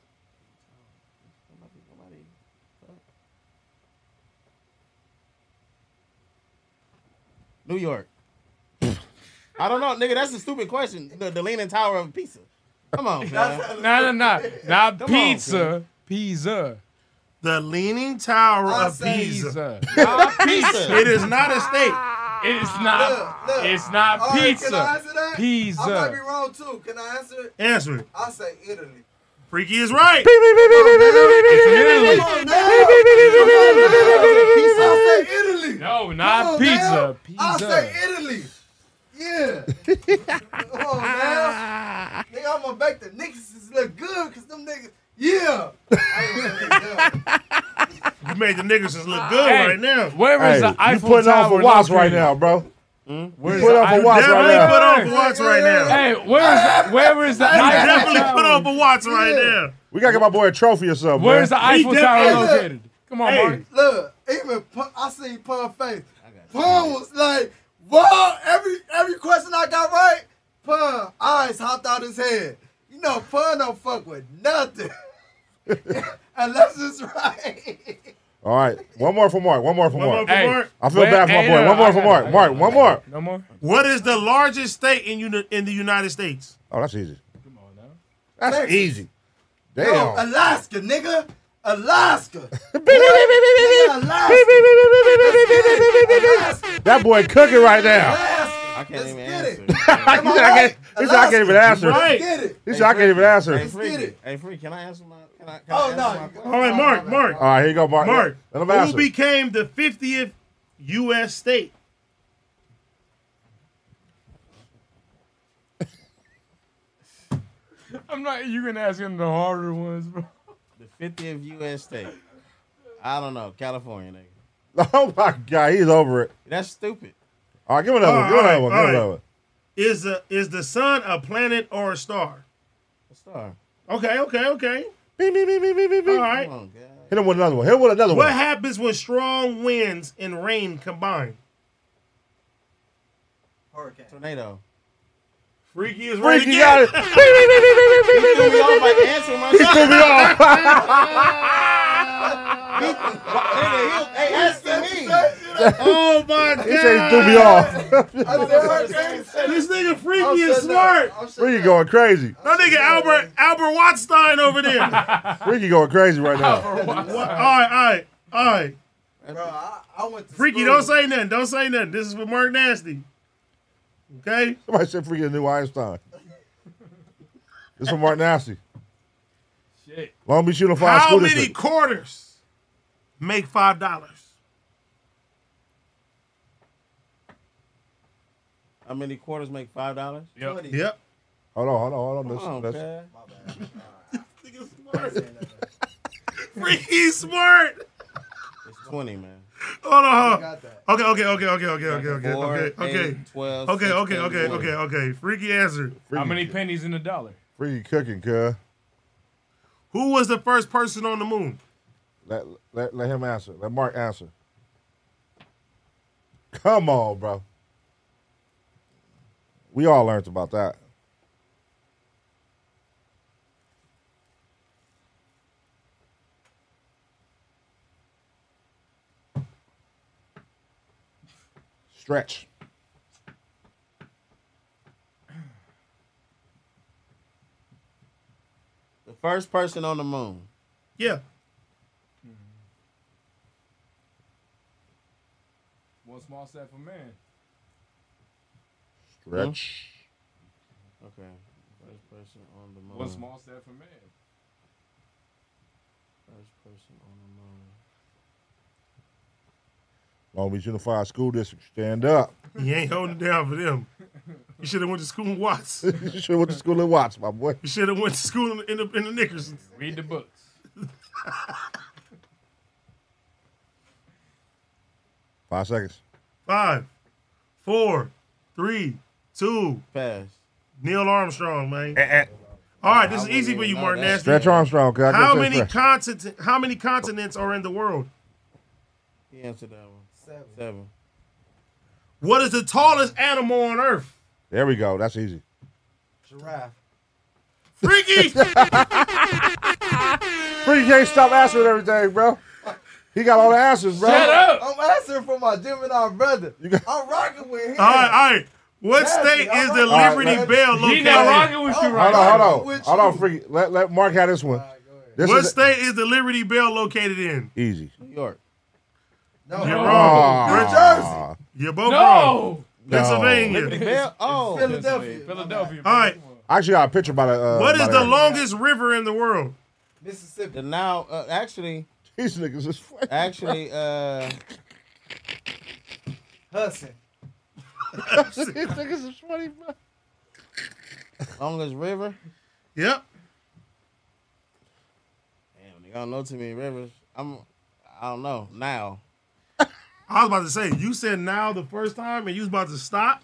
Speaker 4: New York. I don't know, nigga. That's a stupid question. The, the Leaning Tower of Pisa. Come on, man.
Speaker 6: Nah, nah, nah. Not
Speaker 4: on,
Speaker 6: pizza. Pizza.
Speaker 3: The Leaning Tower
Speaker 7: I
Speaker 3: of
Speaker 7: say-
Speaker 3: Pisa.
Speaker 6: Pizza.
Speaker 4: Not pizza.
Speaker 3: It is not a state.
Speaker 6: It's not.
Speaker 7: Look, look.
Speaker 6: It's not
Speaker 7: All right,
Speaker 6: pizza.
Speaker 7: Can I answer that? I might be
Speaker 6: Pizza.
Speaker 7: wrong too. Can I answer it?
Speaker 3: Answer it.
Speaker 7: I say Italy.
Speaker 3: Freaky is right.
Speaker 6: It's
Speaker 7: Come
Speaker 6: Italy. No,
Speaker 7: on now. I say Italy. Come
Speaker 6: not
Speaker 7: on
Speaker 6: pizza.
Speaker 7: now. I say
Speaker 6: Pizza.
Speaker 7: Italy. Yeah. Come on now. Nigga, I'm gonna make the niggas look good because them niggas. Yeah. I ain't gonna say that.
Speaker 3: You made the niggas look good
Speaker 6: Hey,
Speaker 3: right now.
Speaker 6: Where
Speaker 5: Hey,
Speaker 6: is the
Speaker 5: you
Speaker 6: Eiffel
Speaker 5: putting on
Speaker 6: Tower
Speaker 5: for Watts right
Speaker 6: located?
Speaker 5: now, bro.
Speaker 6: Where is
Speaker 5: put
Speaker 6: the
Speaker 5: up for
Speaker 6: Eiffel-
Speaker 5: Watts right
Speaker 3: Definitely
Speaker 5: now.
Speaker 3: put on for Watts right now.
Speaker 6: Hey, where is the, where is the
Speaker 3: You
Speaker 6: Eiffel
Speaker 3: definitely put on
Speaker 6: Tower?
Speaker 3: for Watts right now.
Speaker 5: We gotta get my boy a trophy or something.
Speaker 6: Where's
Speaker 5: man.
Speaker 6: the Eiffel Tower
Speaker 3: definitely-
Speaker 6: located? Come on,
Speaker 3: Hey.
Speaker 6: Mark.
Speaker 7: Look, even Pun- I seen Pun face. Pun was like, "Whoa!" Every every question I got right, Pun eyes hopped out his head. You know, Pun don't fuck with nothing unless it's right.
Speaker 5: All right, one more for Mark. One more for
Speaker 3: One more
Speaker 5: Mark.
Speaker 3: for
Speaker 6: Hey.
Speaker 3: Mark.
Speaker 5: I feel
Speaker 6: Where-
Speaker 5: bad for my
Speaker 6: hey,
Speaker 5: boy.
Speaker 6: no,
Speaker 5: One more
Speaker 6: I
Speaker 5: for
Speaker 6: got
Speaker 5: Mark.
Speaker 6: it.
Speaker 5: Mark, one more.
Speaker 6: No more.
Speaker 3: What is the largest state in uni- in the United States?
Speaker 5: Oh, that's easy.
Speaker 6: Come on now.
Speaker 5: That's
Speaker 7: Texas.
Speaker 5: easy.
Speaker 7: No,
Speaker 5: Damn.
Speaker 7: Alaska, nigga. Alaska.
Speaker 5: That boy cooking right now.
Speaker 7: Alaska.
Speaker 4: I can't
Speaker 7: Let's
Speaker 4: even
Speaker 7: get
Speaker 4: answer.
Speaker 7: it.
Speaker 5: He said I can't- he said I can't even answer.
Speaker 3: Right.
Speaker 7: Let's get it.
Speaker 5: He said I can't even answer.
Speaker 4: Hey,
Speaker 7: Let's get
Speaker 4: free.
Speaker 7: it.
Speaker 4: Hey, free. Can I answer my? Can I? Can I
Speaker 7: Oh
Speaker 4: answer my
Speaker 7: no.
Speaker 4: question?
Speaker 3: All right, Mark, Mark,
Speaker 5: All right, here you go, Mark.
Speaker 3: Mark.
Speaker 5: Let him
Speaker 3: Who
Speaker 5: answer.
Speaker 3: became the 50th U.S. state?
Speaker 6: I'm not. You can ask him the harder ones, bro.
Speaker 4: The 50th U.S. state. I don't know. California, nigga.
Speaker 5: Oh my God, he's over it.
Speaker 4: That's stupid.
Speaker 5: All right, give him another
Speaker 3: All
Speaker 5: one. Give him
Speaker 3: right,
Speaker 5: another one. Give
Speaker 3: all
Speaker 5: him
Speaker 3: right.
Speaker 5: another one.
Speaker 3: Is the is the sun a planet or a star?
Speaker 4: A star.
Speaker 3: Okay, okay, okay.
Speaker 5: Beep, beep, beep, beep, beep, beep,
Speaker 3: All
Speaker 5: beep.
Speaker 3: right.
Speaker 4: Come on, God.
Speaker 5: Hit him with another one. Hit him with another
Speaker 3: What
Speaker 5: one.
Speaker 3: happens when strong winds and rain combine?
Speaker 7: Hurricane.
Speaker 4: Tornado.
Speaker 3: Freaky is right
Speaker 5: Freaky
Speaker 3: again.
Speaker 5: got it. Beep, beep, beep, beep, beep, beep,
Speaker 4: Threw
Speaker 5: beep,
Speaker 4: me
Speaker 5: beep,
Speaker 4: off
Speaker 5: beep, beep,
Speaker 4: by answering myself.
Speaker 5: beep. Yo,
Speaker 4: Nigga, he- Hey, asking me.
Speaker 3: Oh my god!
Speaker 5: He said he threw me off.
Speaker 7: I said hurricane.
Speaker 3: This nigga Freaky is smart.
Speaker 5: Freaky going crazy.
Speaker 3: That nigga Albert Albert Watstein over there. Wha-
Speaker 5: Freaky going crazy right now.
Speaker 3: all right, all right, all right.
Speaker 7: Bro, I, I went to
Speaker 3: Freaky,
Speaker 7: school.
Speaker 3: don't say nothing. Don't say nothing. This is for Mark Nasty. Okay.
Speaker 5: Somebody said Freaky the new Einstein. This from Martin Nasty.
Speaker 6: Shit.
Speaker 5: Long Beach Unified
Speaker 3: How
Speaker 5: School
Speaker 3: many
Speaker 5: District.
Speaker 3: quarters make five dollars?
Speaker 4: How many quarters make five dollars?
Speaker 6: Yep.
Speaker 3: Yep.
Speaker 5: Hold on, hold on, hold on. Let's-
Speaker 4: Come on,
Speaker 5: let's-
Speaker 4: cuz.
Speaker 3: Nigga smart. Freaky smart.
Speaker 4: It's 20, man.
Speaker 3: Hold on. Hold on.
Speaker 7: Got that.
Speaker 3: Okay, okay, okay, okay, okay, okay, okay,
Speaker 4: Four,
Speaker 3: okay, okay.
Speaker 4: eight, 12,
Speaker 3: Okay,
Speaker 4: 16,
Speaker 3: okay, okay,
Speaker 4: 20.
Speaker 3: okay, okay. Freaky answer.
Speaker 6: How many pennies in a dollar?
Speaker 5: Freaky cooking, cuz.
Speaker 3: Who was the first person on the moon?
Speaker 5: Let, let, let him answer. Let Mark answer. Come on, bro. We all learned about that. Stretch.
Speaker 4: The first person on the moon.
Speaker 3: Yeah.
Speaker 6: One small step for man.
Speaker 3: Mm-hmm.
Speaker 5: Stretch.
Speaker 4: Okay. First person on the moon.
Speaker 6: One small step for man.
Speaker 4: First person on the moon.
Speaker 5: Long Beach Unified School District, stand up.
Speaker 3: You ain't holding it down for them. You should have went to school in Watts. you
Speaker 5: should have went to school in Watts, my boy.
Speaker 3: You should have went to school in the, in the knickers.
Speaker 6: Read the books.
Speaker 5: Five seconds.
Speaker 3: Five, four, three, two.
Speaker 4: Pass.
Speaker 3: Neil Armstrong, man. All right, this is easy for you, Martin. Nasty.
Speaker 5: Stretch Armstrong. 'cause I
Speaker 3: How
Speaker 5: just said
Speaker 3: many
Speaker 5: stretch.
Speaker 3: continent? How many continents are in the world?
Speaker 4: He answered that one. Seven. Seven.
Speaker 3: What is the tallest animal on Earth?
Speaker 5: There we go. That's easy.
Speaker 7: Giraffe.
Speaker 3: Freaky!
Speaker 5: Freaky can't stop answering everything, bro. He got all the answers, bro.
Speaker 7: I'm answering for my Gemini brother. I'm rocking with him.
Speaker 3: All right, all right. What state is the
Speaker 5: All right,
Speaker 3: Liberty
Speaker 5: let-
Speaker 3: Bell located?
Speaker 5: Hold on, hold on. Hold on, Freaky. Let, let Mark have this one. This
Speaker 3: what
Speaker 5: is
Speaker 3: state is the Liberty Bell located in?
Speaker 5: easy.
Speaker 4: New York.
Speaker 7: No.
Speaker 3: You're
Speaker 5: Oh.
Speaker 3: wrong.
Speaker 5: Aw.
Speaker 3: New Jersey. You're both
Speaker 5: No.
Speaker 3: wrong.
Speaker 5: No.
Speaker 3: Pennsylvania.
Speaker 5: Liberty
Speaker 4: Bell? Oh.
Speaker 7: Philadelphia.
Speaker 6: Philadelphia.
Speaker 3: All right.
Speaker 5: I actually got a picture by the. Uh,
Speaker 3: What
Speaker 5: by
Speaker 3: is the longest river in the world?
Speaker 7: Mississippi.
Speaker 4: The now, uh, actually,
Speaker 5: These niggas is funny.
Speaker 4: actually, uh,
Speaker 7: Hudson.
Speaker 5: These niggas is funny, bro.
Speaker 4: longest river.
Speaker 3: Yep.
Speaker 4: Damn, nigga, I don't know too many rivers. I'm, I don't know now.
Speaker 3: I was about to say, you said now the first time and you was about to stop.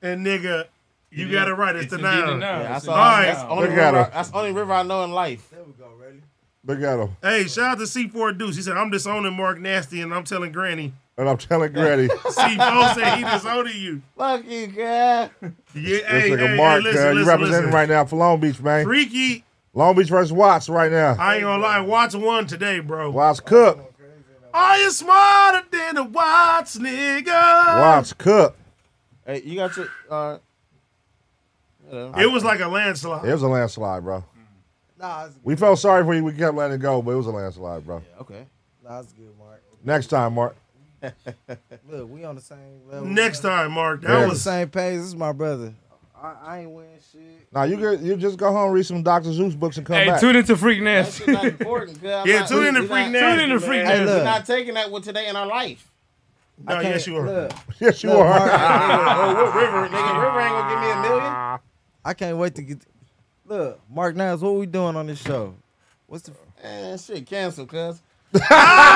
Speaker 3: And nigga, you
Speaker 4: Yeah.
Speaker 3: got it right. It's,
Speaker 4: It's
Speaker 3: the
Speaker 4: indeed the
Speaker 3: now.
Speaker 4: now. Yeah, I saw
Speaker 3: All
Speaker 4: that.
Speaker 3: right.
Speaker 4: That's only
Speaker 5: Look at
Speaker 4: river-
Speaker 5: him.
Speaker 4: that's the only river I know in life.
Speaker 7: There we go, ready?
Speaker 5: Look at him.
Speaker 3: Hey, shout out to C4 Deuce. He said, I'm disowning Mark Nasty and I'm telling Granny.
Speaker 5: And I'm telling Granny.
Speaker 3: C4 said he disowning you.
Speaker 4: Fuck you, girl.
Speaker 3: Yeah,
Speaker 5: This
Speaker 3: hey,
Speaker 5: nigga
Speaker 3: hey,
Speaker 5: Mark,
Speaker 3: hey, listen,
Speaker 5: uh, you
Speaker 3: listen,
Speaker 5: representing
Speaker 3: listen.
Speaker 5: right now for Long Beach, man.
Speaker 3: Freaky,
Speaker 5: Long Beach versus Watts right now.
Speaker 3: I ain't gonna lie, Watts won today, bro.
Speaker 5: Watts Cook.
Speaker 3: Are you smarter than the Watts, nigga?
Speaker 5: Watts Cook.
Speaker 4: Hey, you got your. Uh, whatever.
Speaker 3: It was like a landslide.
Speaker 5: It was a landslide, bro.
Speaker 7: Nah, it's,
Speaker 5: We felt sorry for you. We kept letting it go, but it was a landslide, bro.
Speaker 4: okay.
Speaker 7: nah, it's good, Mark.
Speaker 5: Next time, Mark.
Speaker 7: Look, we on the same level.
Speaker 3: Next time, Mark. That
Speaker 7: we on the
Speaker 3: was
Speaker 7: same page. This is my brother. I, I ain't winning shit.
Speaker 5: Now you could, you just go home, read some Dr. Zeus books, and come
Speaker 12: Hey,
Speaker 5: back.
Speaker 12: tune into Freak Nasty.
Speaker 4: It's not important, girl. I'm
Speaker 3: Yeah,
Speaker 4: not-
Speaker 3: tune in to
Speaker 4: we're
Speaker 3: Freak
Speaker 4: not-
Speaker 3: Nasty,
Speaker 12: Tune in to Freak
Speaker 4: Hey,
Speaker 12: Nasty.
Speaker 4: We're
Speaker 7: look.
Speaker 4: not taking that with today in our life.
Speaker 3: No,
Speaker 7: I
Speaker 3: yes,
Speaker 7: can't-
Speaker 3: you are.
Speaker 7: Look,
Speaker 5: yes, you
Speaker 7: Look,
Speaker 5: are.
Speaker 7: Mark,
Speaker 4: Oh, what river? Nigga, river ain't gonna give me a million.
Speaker 7: I can't wait to get. Look, Mark Nines, what we doing on this show? What's the
Speaker 4: Eh, shit, cancel, cuz.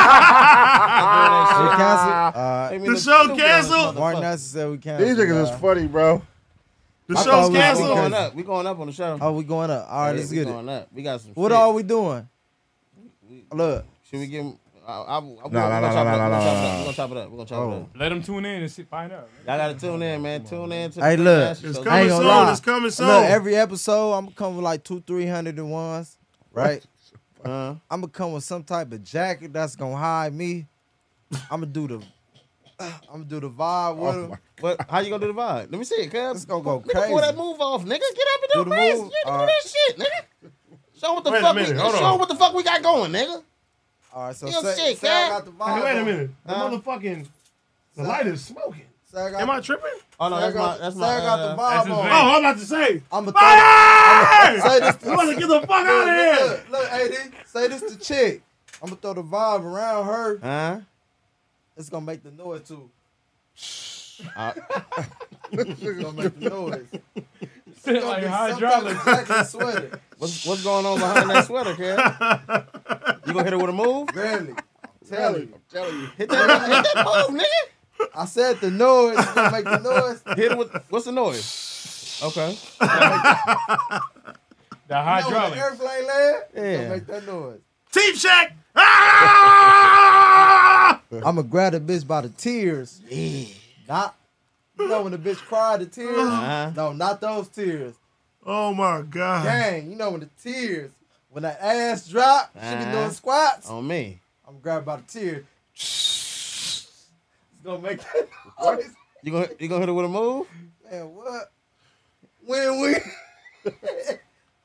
Speaker 7: we
Speaker 3: Ah.
Speaker 7: cancel? Uh,
Speaker 4: Make me
Speaker 3: The
Speaker 4: look
Speaker 3: show
Speaker 4: stupid on this
Speaker 3: canceled?
Speaker 7: Mark
Speaker 4: motherfucker.
Speaker 7: Nines said we can't.
Speaker 5: These niggas is funny, bro.
Speaker 3: The
Speaker 7: I
Speaker 3: show's
Speaker 7: thought we-
Speaker 4: We
Speaker 3: canceled.
Speaker 4: going up. We going up on the show.
Speaker 7: Oh, we going up. All right,
Speaker 4: Yeah,
Speaker 7: let's
Speaker 4: we
Speaker 7: get it.
Speaker 4: going up. We got some.
Speaker 7: What
Speaker 4: shit.
Speaker 7: are we doing? Look,
Speaker 4: Should we give him? I, I, I, no,
Speaker 5: no,
Speaker 4: no, no,
Speaker 5: no, no, no,
Speaker 4: We're gonna chop it up. We're gonna chop it up. We're gonna chop it
Speaker 7: Oh.
Speaker 4: up.
Speaker 6: Let them tune in and see, find out.
Speaker 4: Y'all gotta tune in, man. Tune in. To the
Speaker 7: Hey, oh
Speaker 4: Freak
Speaker 7: look.
Speaker 4: Nasty
Speaker 3: It's
Speaker 4: Show.
Speaker 7: I
Speaker 3: coming
Speaker 7: ain't
Speaker 3: soon.
Speaker 7: gonna lie.
Speaker 3: It's coming soon.
Speaker 7: look, every episode I'm gonna come with like two, three hundred and ones, right?
Speaker 4: Uh,
Speaker 7: I'm gonna come with some type of jacket that's gonna hide me. I'm gonna do the, I'm gonna do the vibe
Speaker 3: Oh
Speaker 7: with him.
Speaker 4: but how you gonna do the vibe? Let me see it, cuz.
Speaker 7: It's gonna go
Speaker 4: Nigga, pull that
Speaker 7: crazy.
Speaker 4: move off, nigga. Get up and do,
Speaker 7: Do the
Speaker 4: the rest.
Speaker 7: move.
Speaker 4: Yeah,
Speaker 7: All
Speaker 4: do that shit, nigga. Show what the
Speaker 3: Wait a
Speaker 4: fuck.
Speaker 3: minute,
Speaker 4: we,
Speaker 3: hold
Speaker 4: show
Speaker 3: on.
Speaker 4: what the fuck we got going, nigga.
Speaker 7: All right, so
Speaker 4: You
Speaker 7: say,
Speaker 4: sick,
Speaker 7: say I
Speaker 4: huh?
Speaker 7: got the vibe.
Speaker 3: Hey, wait a
Speaker 7: on.
Speaker 3: minute. The
Speaker 4: Huh?
Speaker 3: motherfucking the light is smoking.
Speaker 7: Say I got,
Speaker 3: Am I tripping?
Speaker 4: Oh no,
Speaker 7: say I
Speaker 4: that's my
Speaker 7: got,
Speaker 4: that's
Speaker 7: say
Speaker 4: my.
Speaker 7: I got
Speaker 4: uh,
Speaker 7: the
Speaker 6: that's
Speaker 7: vibe
Speaker 6: his
Speaker 7: on.
Speaker 3: Oh,
Speaker 6: vein.
Speaker 3: I'm about to say.
Speaker 7: I'm gonna
Speaker 3: Fire!
Speaker 7: say this. To,
Speaker 3: I'm about to get the fuck out of
Speaker 7: look,
Speaker 3: here.
Speaker 7: look, look, AD, say this to chick. I'm gonna throw the vibe around her.
Speaker 4: Huh?
Speaker 7: It's gonna make the noise too.
Speaker 4: Uh,
Speaker 7: It's gonna make the noise.
Speaker 6: Sit
Speaker 7: It's gonna
Speaker 6: like
Speaker 7: be some
Speaker 6: hydraulic.
Speaker 7: type of jacket sweater.
Speaker 4: what's what's going on behind that sweater, cuz? You gonna hit her with a move?
Speaker 7: Really, I'm telling you.
Speaker 4: Hit that, hit that move, nigga.
Speaker 7: I said the noise. It's gonna make the noise.
Speaker 4: Hit it with what's the noise? Okay.
Speaker 6: The
Speaker 7: You know when the
Speaker 6: hydraulic.
Speaker 7: airplane land, it's
Speaker 4: Yeah.
Speaker 7: gonna make that noise.
Speaker 3: Team Shack. Ah!
Speaker 7: I'ma grab the bitch by the tears. Not, you know when the bitch cried the tears.
Speaker 4: Uh-huh.
Speaker 7: No, not those tears.
Speaker 3: Oh my god.
Speaker 7: Dang, you know when the tears, when that ass drop, she be
Speaker 4: Uh-huh.
Speaker 7: doing squats.
Speaker 4: On me.
Speaker 7: I'm grabbed by the tear. It's gonna make that noise.
Speaker 4: You gonna you gonna hit her with a move?
Speaker 7: Man, what? When we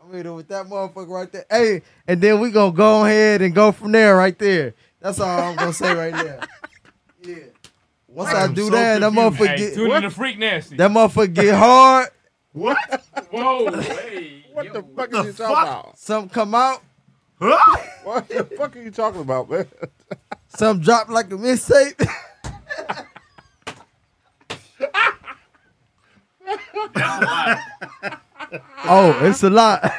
Speaker 7: I'm hitting with that motherfucker right there. Hey, and then we gonna go ahead and go from there right there. That's all I'm gonna say right there. Yeah. Once I do that, that motherfucker
Speaker 13: Hey,
Speaker 7: get
Speaker 13: tune in to
Speaker 7: What?
Speaker 13: Freak Nasty.
Speaker 7: That motherfucker get hard.
Speaker 3: What?
Speaker 13: Whoa, hey.
Speaker 5: What the fuck is you talking about?
Speaker 7: Something come out.
Speaker 5: What the fuck are you talking about, man?
Speaker 7: Something drop like a mixtape. oh, it's a lot.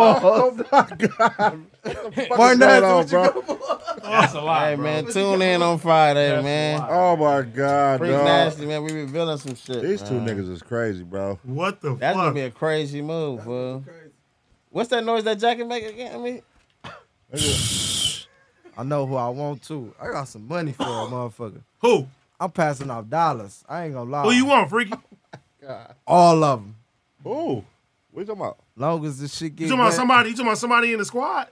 Speaker 5: Oh my god! What the fuck is
Speaker 7: Martin, that's
Speaker 5: going on,
Speaker 7: what you
Speaker 5: bro?
Speaker 13: That's a lot,
Speaker 4: Hey
Speaker 13: bro.
Speaker 4: man, tune in on Friday,
Speaker 13: That's
Speaker 4: man.
Speaker 13: wild.
Speaker 5: Oh my god,
Speaker 4: Freak
Speaker 5: dog.
Speaker 4: nasty, man. We revealing some shit.
Speaker 5: These two
Speaker 4: man.
Speaker 5: niggas is crazy, bro.
Speaker 3: What the
Speaker 4: That's gonna
Speaker 3: fuck?
Speaker 4: be a crazy move, bro. What's that noise that Jackie make again? I mean,
Speaker 7: I know who I want to. I got some money for a motherfucker.
Speaker 3: Who?
Speaker 7: I'm passing off dollars. I ain't gonna lie.
Speaker 3: Who you want, Freaky?
Speaker 7: All of them.
Speaker 5: Ooh, what you talking about?
Speaker 7: Long as this shit
Speaker 3: You
Speaker 7: gets.
Speaker 3: talking about somebody? You talking about somebody in the squad?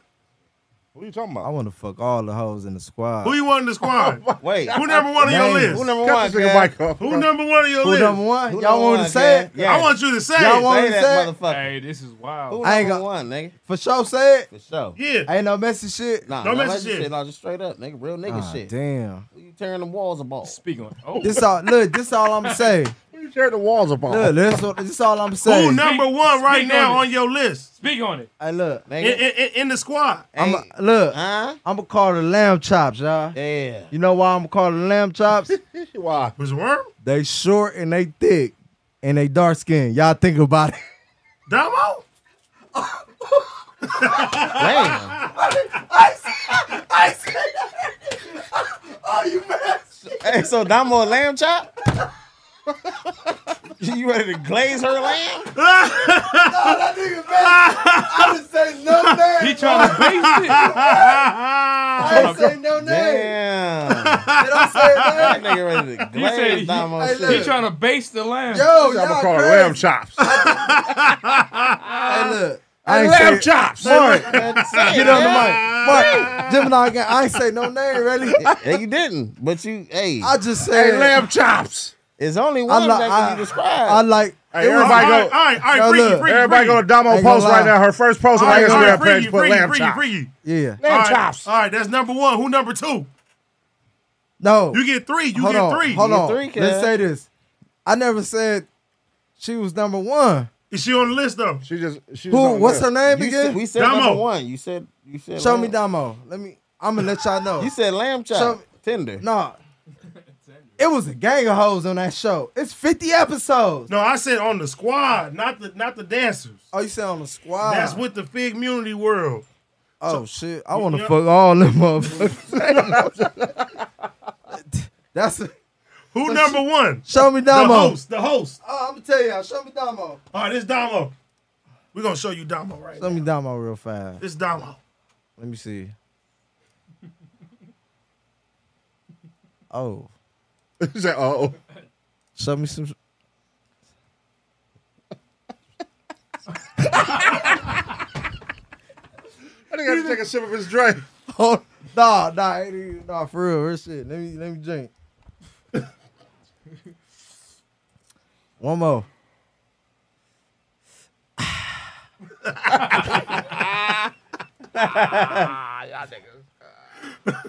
Speaker 5: What are you talking
Speaker 7: I
Speaker 5: about?
Speaker 7: want to fuck all the hoes in the squad.
Speaker 3: Who you want in the squad?
Speaker 4: wait.
Speaker 3: Who number one on your
Speaker 7: Name.
Speaker 3: list?
Speaker 4: Who number
Speaker 5: Cut
Speaker 4: one?
Speaker 5: this nigga
Speaker 4: Kev?
Speaker 5: mic off.
Speaker 3: Who number one on your
Speaker 7: Who
Speaker 3: list?
Speaker 7: number one?
Speaker 4: Who
Speaker 7: Y'all
Speaker 4: number
Speaker 7: want
Speaker 4: one,
Speaker 7: to say
Speaker 4: Kev?
Speaker 7: it?
Speaker 4: Yeah.
Speaker 3: I want you to say
Speaker 7: Y'all
Speaker 3: it.
Speaker 7: want-
Speaker 4: Say
Speaker 7: me
Speaker 4: that
Speaker 7: to say
Speaker 4: motherfucker.
Speaker 13: Hey, this is
Speaker 4: Who
Speaker 13: wild.
Speaker 4: number
Speaker 7: I ain't got-
Speaker 4: one, nigga?
Speaker 7: For sure, say it.
Speaker 4: For sure.
Speaker 3: yeah.
Speaker 7: Ain't no messy shit.
Speaker 4: Nah,
Speaker 3: No
Speaker 4: nah,
Speaker 3: messy
Speaker 4: that's
Speaker 3: shit.
Speaker 4: shit. Nah, just straight up, nigga. Real nigga
Speaker 7: Ah,
Speaker 4: shit.
Speaker 7: damn.
Speaker 4: You tearing the walls apart.
Speaker 13: Speaking of, oh,
Speaker 7: This all look. This all I'm saying.
Speaker 5: What you tearing the walls apart?
Speaker 7: Look, this, all- this all I'm
Speaker 3: Who
Speaker 7: saying.
Speaker 3: number one right
Speaker 13: speak
Speaker 3: now
Speaker 13: on it.
Speaker 3: on your list?
Speaker 13: speak on it.
Speaker 7: Hey, look.
Speaker 3: In,
Speaker 4: Nigga.
Speaker 3: in, in- in the squad.
Speaker 7: I'm
Speaker 4: Ain't-
Speaker 7: look.
Speaker 4: huh?
Speaker 7: I'm gonna call the lamb chops, y'all.
Speaker 4: Yeah.
Speaker 7: You know why I'm gonna call the lamb chops?
Speaker 5: Why?
Speaker 3: Was it Worm?
Speaker 7: they short and they thick and they dark skinned. Y'all think about it.
Speaker 3: Damo?
Speaker 4: Damn. hey, so Damo a lamb chop? you ready to glaze her lamb?
Speaker 14: I didn't say no
Speaker 13: He
Speaker 14: name.
Speaker 13: trying to base it.
Speaker 14: I didn't say no name.
Speaker 4: Damn. that
Speaker 14: Did I say that?
Speaker 4: nigga ready to
Speaker 13: said he-
Speaker 4: glaze Damo
Speaker 14: Hey,
Speaker 4: shit.
Speaker 14: look.
Speaker 13: He trying to base the lamb.
Speaker 14: Yo,
Speaker 5: I'm
Speaker 14: y'all
Speaker 5: gonna call it
Speaker 14: crazy.
Speaker 5: lamb chops.
Speaker 7: Hey, look. I ain't
Speaker 5: lamb
Speaker 7: say,
Speaker 5: chops.
Speaker 7: Mark,
Speaker 4: That's it.
Speaker 7: get on the mic. Mark, Gemini again. I ain't say no name, really.
Speaker 4: Yeah, you didn't, but you, hey,
Speaker 7: I just said.
Speaker 5: Hey, lamb chops.
Speaker 4: it's only
Speaker 7: I,
Speaker 4: one
Speaker 7: li-
Speaker 4: that
Speaker 7: I,
Speaker 4: can be
Speaker 7: I
Speaker 4: described.
Speaker 7: like.
Speaker 5: Hey,
Speaker 7: it was-
Speaker 3: All
Speaker 5: everybody
Speaker 3: right,
Speaker 5: go-
Speaker 3: all right, all
Speaker 7: Yo,
Speaker 3: right, Freaky,
Speaker 7: look.
Speaker 3: Freaky.
Speaker 5: Everybody go to Damo
Speaker 7: Ain't gonna
Speaker 5: post right
Speaker 7: lie.
Speaker 5: now. Her first post on
Speaker 3: All
Speaker 5: my
Speaker 3: right, all right,
Speaker 5: Instagram
Speaker 3: Freaky,
Speaker 5: page, put
Speaker 3: Freaky,
Speaker 5: lamb
Speaker 3: Freaky,
Speaker 5: chops.
Speaker 3: Freaky.
Speaker 7: Yeah.
Speaker 3: All
Speaker 5: Lamb
Speaker 3: right,
Speaker 5: chops.
Speaker 3: All right, that's number one. Who number two?
Speaker 7: No.
Speaker 3: You get three. You
Speaker 7: hold
Speaker 3: get
Speaker 7: on,
Speaker 3: three.
Speaker 7: Hold
Speaker 4: You
Speaker 7: on.
Speaker 4: three, kid.
Speaker 7: Let's say this. I never said she was number one.
Speaker 3: Is she on the list though?
Speaker 5: She just. She
Speaker 7: Who? What's her name
Speaker 4: You said,
Speaker 7: again?
Speaker 4: we said
Speaker 3: Damo.
Speaker 4: number one. You said you said
Speaker 7: Show
Speaker 4: lamb.
Speaker 7: me Damo. Let me. I'm gonna let y'all know.
Speaker 4: You said lamb
Speaker 7: Show
Speaker 4: chop
Speaker 7: me-
Speaker 4: tender.
Speaker 7: Nah. It was a gang of hoes on that show. It's 50 episodes.
Speaker 3: No, I said on the squad, not the not the dancers.
Speaker 7: Oh, you said on the squad.
Speaker 3: That's with the Fig Munity World.
Speaker 7: oh shit. I wanna
Speaker 3: Yeah.
Speaker 7: fuck all them motherfuckers. That's
Speaker 3: Who number one?
Speaker 7: show me
Speaker 3: The
Speaker 7: Damo.
Speaker 3: host. The host.
Speaker 7: Oh, I'm gonna tell y'all, show me Damo.
Speaker 3: All right, this Damo. We're gonna show you Damo right
Speaker 7: Show
Speaker 3: now.
Speaker 7: me Damo real fast.
Speaker 3: This Damo.
Speaker 7: Let me see. Oh.
Speaker 5: She said, "Oh,
Speaker 7: Show me some.
Speaker 5: I think I just take a sip of his drink."
Speaker 7: Oh, nah, nah, it ain't- nah, for real, real shit. Let me let me drink. One more.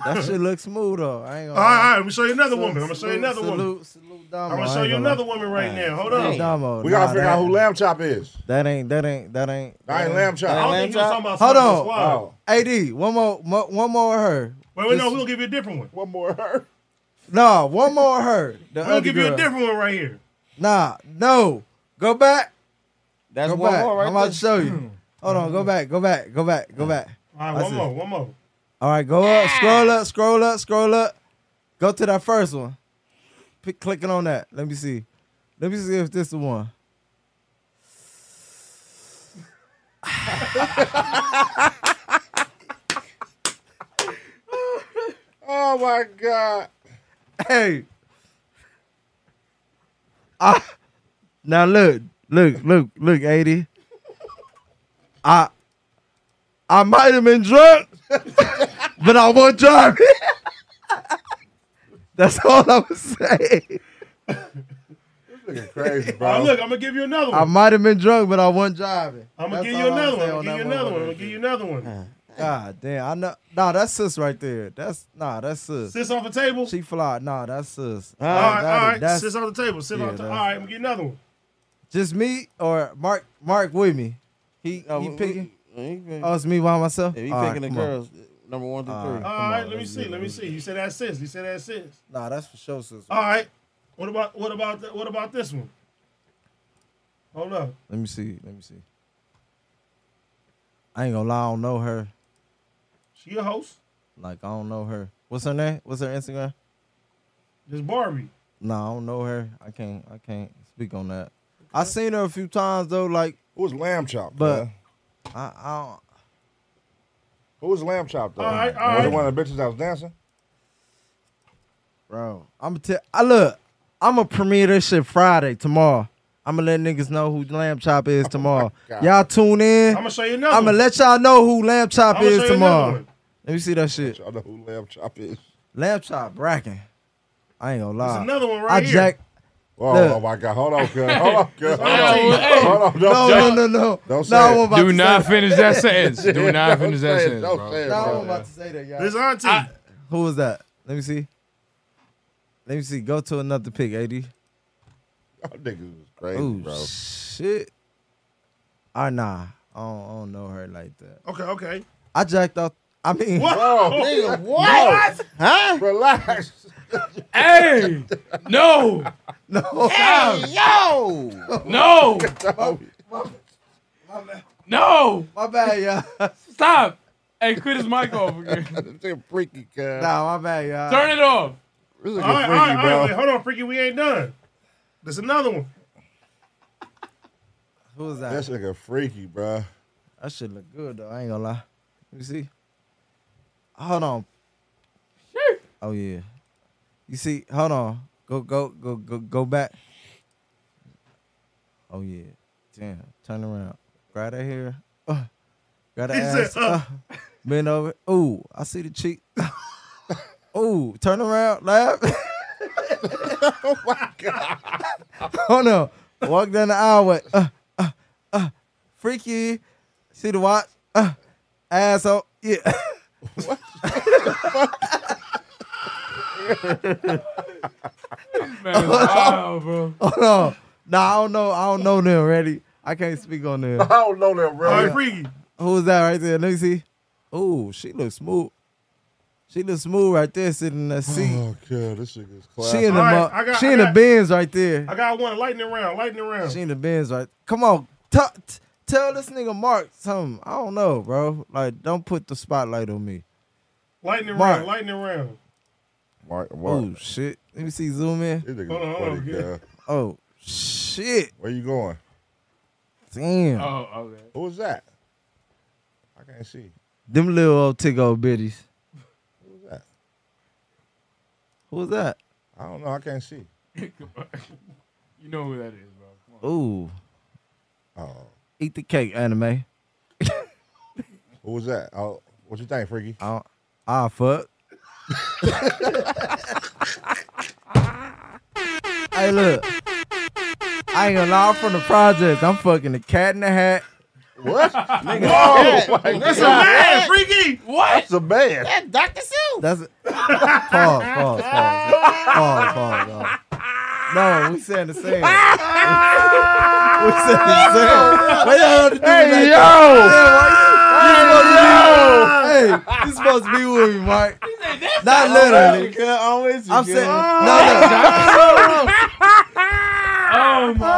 Speaker 7: that shit looks smooth though. I ain't gonna.
Speaker 3: All right, all right, I'm gonna show you another woman. I'm gonna show you another
Speaker 7: salute,
Speaker 3: woman.
Speaker 7: Salute, Oh, salute, Damo.
Speaker 3: I'm gonna show you another woman right now. Hold
Speaker 4: Damn.
Speaker 3: on.
Speaker 7: Damo.
Speaker 5: We gotta
Speaker 7: nah,
Speaker 5: figure
Speaker 7: that,
Speaker 5: out who lamb chop is.
Speaker 7: That ain't. That ain't. That ain't.
Speaker 5: I ain't lamb
Speaker 3: I
Speaker 5: chop.
Speaker 3: don't think he was talking about
Speaker 7: Hold
Speaker 3: Squad
Speaker 7: on.
Speaker 3: Squad.
Speaker 5: Oh.
Speaker 7: Ad, one more, mo- one more of her.
Speaker 3: Wait, wait, no,
Speaker 7: This-
Speaker 3: we'll give you a different one.
Speaker 5: One more her.
Speaker 7: Nah, one more of her. The
Speaker 3: We'll
Speaker 7: other
Speaker 3: give you
Speaker 7: girl.
Speaker 3: a different one right here.
Speaker 7: Nah, no. Go back.
Speaker 4: That's
Speaker 7: Go
Speaker 4: one
Speaker 7: back.
Speaker 4: more right
Speaker 7: I'm about
Speaker 4: there.
Speaker 7: to show you. Hold on. Go back. Go back. Go back. Go back.
Speaker 3: All right,
Speaker 7: That's
Speaker 3: one
Speaker 7: it.
Speaker 3: more, one more.
Speaker 7: All right. Go up. Scroll up. Scroll up. Scroll up. Go to that first one. Pick, clicking on that. Let me see. Let me see if this the one.
Speaker 5: Oh my god.
Speaker 7: Hey. I, now look. Look. Look. Look. Eighty. I. I might have been drunk, but I wasn't driving. That's all I was saying.
Speaker 5: Looking crazy,
Speaker 3: All right,
Speaker 5: bro.
Speaker 3: Oh, look, I'm gonna give you another
Speaker 7: I
Speaker 3: one.
Speaker 7: might have been drunk, but I wasn't driving.
Speaker 3: I'm gonna
Speaker 7: That's
Speaker 3: give you
Speaker 7: all I
Speaker 3: another
Speaker 7: was
Speaker 3: one.
Speaker 7: saying
Speaker 3: I'm gonna give you
Speaker 7: on
Speaker 3: another one. I'm
Speaker 7: that motherfucker.
Speaker 3: gonna give you another one.
Speaker 7: God damn, I know. Nah, that's sis right there. That's nah, that's sis.
Speaker 3: Sis off the table.
Speaker 7: She fly. Nah, that's sis.
Speaker 3: All right,
Speaker 7: That-
Speaker 3: all right.
Speaker 7: that's-
Speaker 3: Sis on the table. Sis
Speaker 7: yeah,
Speaker 3: on the table.
Speaker 7: that's-
Speaker 3: All right, I'm gonna get another one.
Speaker 7: Just me or Mark? Mark with me. He he picking. oh, it's me by myself.
Speaker 4: Yeah, he
Speaker 7: All right,
Speaker 4: picking the
Speaker 7: come on.
Speaker 4: girls, number one through
Speaker 7: All
Speaker 4: three.
Speaker 7: right, come
Speaker 3: All right, let
Speaker 7: on,
Speaker 3: me
Speaker 7: let's
Speaker 3: see.
Speaker 7: do
Speaker 3: Let
Speaker 7: it.
Speaker 3: me see. You said that's sis. You said that's sis.
Speaker 7: Nah, that's for sure, sis.
Speaker 3: All right. What about what about th- what about this one? Hold up.
Speaker 7: Let me see. Let me see. I ain't gonna lie, I don't know her.
Speaker 3: She a host.
Speaker 7: Like I don't know her. What's her name? What's her Instagram?
Speaker 3: This Barbie.
Speaker 7: No, I don't know her. I can't. I can't speak on that. I seen her a few times though. Like
Speaker 5: who was lamb chop?
Speaker 7: But I, I don't.
Speaker 5: Who was lamb chop though?
Speaker 7: All right, all
Speaker 5: was it
Speaker 7: right.
Speaker 5: one of the bitches that was dancing?
Speaker 7: Bro, I'm tell. I look. I'm gonna premiere this shit Friday tomorrow. I'm gonna let niggas know who Lamb Chop is tomorrow.
Speaker 3: God.
Speaker 7: y'all tune in.
Speaker 3: I'ma show you another one.
Speaker 7: I'm gonna let y'all know who Lamb Chop
Speaker 3: I'ma show
Speaker 7: is
Speaker 3: you another
Speaker 7: tomorrow.
Speaker 3: one.
Speaker 7: Let me see that shit.
Speaker 5: Y'all know who lamb chop is.
Speaker 7: Lamb Chop bracking. I ain't gonna lie.
Speaker 5: There's another one
Speaker 7: Uh, I
Speaker 5: right here.
Speaker 7: jack.
Speaker 5: Oh,
Speaker 7: Look.
Speaker 5: oh my God! Hold on, cuz. Hold on, cuz. Hold on,
Speaker 7: Hey,
Speaker 5: hold on.
Speaker 7: no,
Speaker 5: say
Speaker 7: no, no,
Speaker 5: it.
Speaker 7: no.
Speaker 5: Don't
Speaker 7: No,
Speaker 5: say
Speaker 7: I
Speaker 5: it.
Speaker 7: wasn't about
Speaker 6: Do not finish that sentence. Do not
Speaker 5: Don't
Speaker 6: finish
Speaker 5: say
Speaker 6: that
Speaker 5: it.
Speaker 6: sentence,
Speaker 5: Don't
Speaker 6: bro.
Speaker 5: say it,
Speaker 7: No, I
Speaker 5: bro.
Speaker 7: was about to say that, y'all.
Speaker 3: This auntie.
Speaker 7: Who was that? Let me see. Let me see. Go to another pick, AD.
Speaker 5: Y'all niggas is crazy,
Speaker 7: Ooh,
Speaker 5: bro.
Speaker 7: shit. Ah, nah. I don't, I don't know her like that.
Speaker 3: Okay, okay.
Speaker 7: I jacked off. I mean,
Speaker 3: What?
Speaker 5: Bro, nigga,
Speaker 3: What?
Speaker 7: huh?
Speaker 5: Relax.
Speaker 6: Hey, no,
Speaker 7: no,
Speaker 6: Stop.
Speaker 4: yo!
Speaker 6: no, no!
Speaker 7: My bad, y'all.
Speaker 6: Stop! Hey, quit his mic off again.
Speaker 5: This nigga freaky, cuz.
Speaker 7: Nah, my bad, y'all.
Speaker 6: Turn it off.
Speaker 5: This
Speaker 3: All
Speaker 5: nigga
Speaker 3: right, all
Speaker 5: freaky,
Speaker 3: right, all
Speaker 5: bro.
Speaker 3: right. Wait, hold on, freaky. We ain't done. There's another one.
Speaker 7: Who was that?
Speaker 5: This nigga freaky, bro.
Speaker 7: That shit look good though. I ain't gonna lie. Let me see. Hold on. Oh yeah. You see? Hold on. Go go go go go back. Oh yeah. Damn. Turn around. Grab that hair. Uh, grab that
Speaker 3: He said,
Speaker 7: ass. uh, bend over. Ooh, I see the cheek. Ooh, turn around. Laugh.
Speaker 5: Oh my God.
Speaker 7: Hold on. Walk down the aisle with, uh, uh, uh, freaky. See the watch? Uh, asshole. Yeah.
Speaker 6: Man, wow, bro. Oh,
Speaker 7: Hold on. Nah, I don't know. I don't know them already. I can't speak on them.
Speaker 5: I don't know that,
Speaker 3: All right,
Speaker 5: bro.
Speaker 3: freaky.
Speaker 7: Who's that right there? Let me see. Ooh, she looks smooth. She looks smooth right there sitting in that seat.
Speaker 5: Oh, God. This nigga is
Speaker 7: She
Speaker 5: classic.
Speaker 7: in
Speaker 3: All
Speaker 7: the
Speaker 3: right,
Speaker 7: mo-
Speaker 3: I got-
Speaker 7: she
Speaker 3: I
Speaker 7: in the
Speaker 3: got-
Speaker 7: bins right there.
Speaker 3: I got one. Lightning round. Lightning round.
Speaker 7: She in the bins right. Come on, t- t- tell this nigga Mark something. I don't know, bro. Like, don't put the spotlight on me.
Speaker 3: lightning
Speaker 7: Mark.
Speaker 3: round. Lightning round.
Speaker 5: Mark, Mark.
Speaker 7: Oh shit. Let me see zoom in.
Speaker 5: This nigga
Speaker 3: Hold on,
Speaker 5: is
Speaker 3: hold on,
Speaker 5: funny,
Speaker 3: yeah.
Speaker 5: cuz.
Speaker 7: Oh shit.
Speaker 5: Where you going?
Speaker 7: Damn.
Speaker 6: Oh, okay.
Speaker 5: Who was that? I can't see.
Speaker 7: Them little old tick old bitties.
Speaker 5: Who was that?
Speaker 7: Who was that?
Speaker 5: I don't know. I can't see.
Speaker 6: You know who that is, bro. Come on.
Speaker 7: Ooh.
Speaker 5: Oh,
Speaker 7: Eat the cake, anime.
Speaker 5: who was that? Oh, what you think, Freaky?
Speaker 7: I I fuck. hey, look. I ain't gonna lie I'm from the project. I'm fucking the cat in the hat.
Speaker 5: What?
Speaker 4: Whoa!
Speaker 3: That's a man, freaky.
Speaker 5: That's a man.
Speaker 4: Dr. Sue!
Speaker 7: That's it. Pause, pause, pause, pause, pause, pause. No, we saying the same. we saying the same. Wait, no, no, hey, yo! Hey, you supposed to be with me, Mike. Not literally.
Speaker 4: I'm with you,
Speaker 7: I'm
Speaker 4: cuz.
Speaker 7: saying, no,
Speaker 6: Oh my god!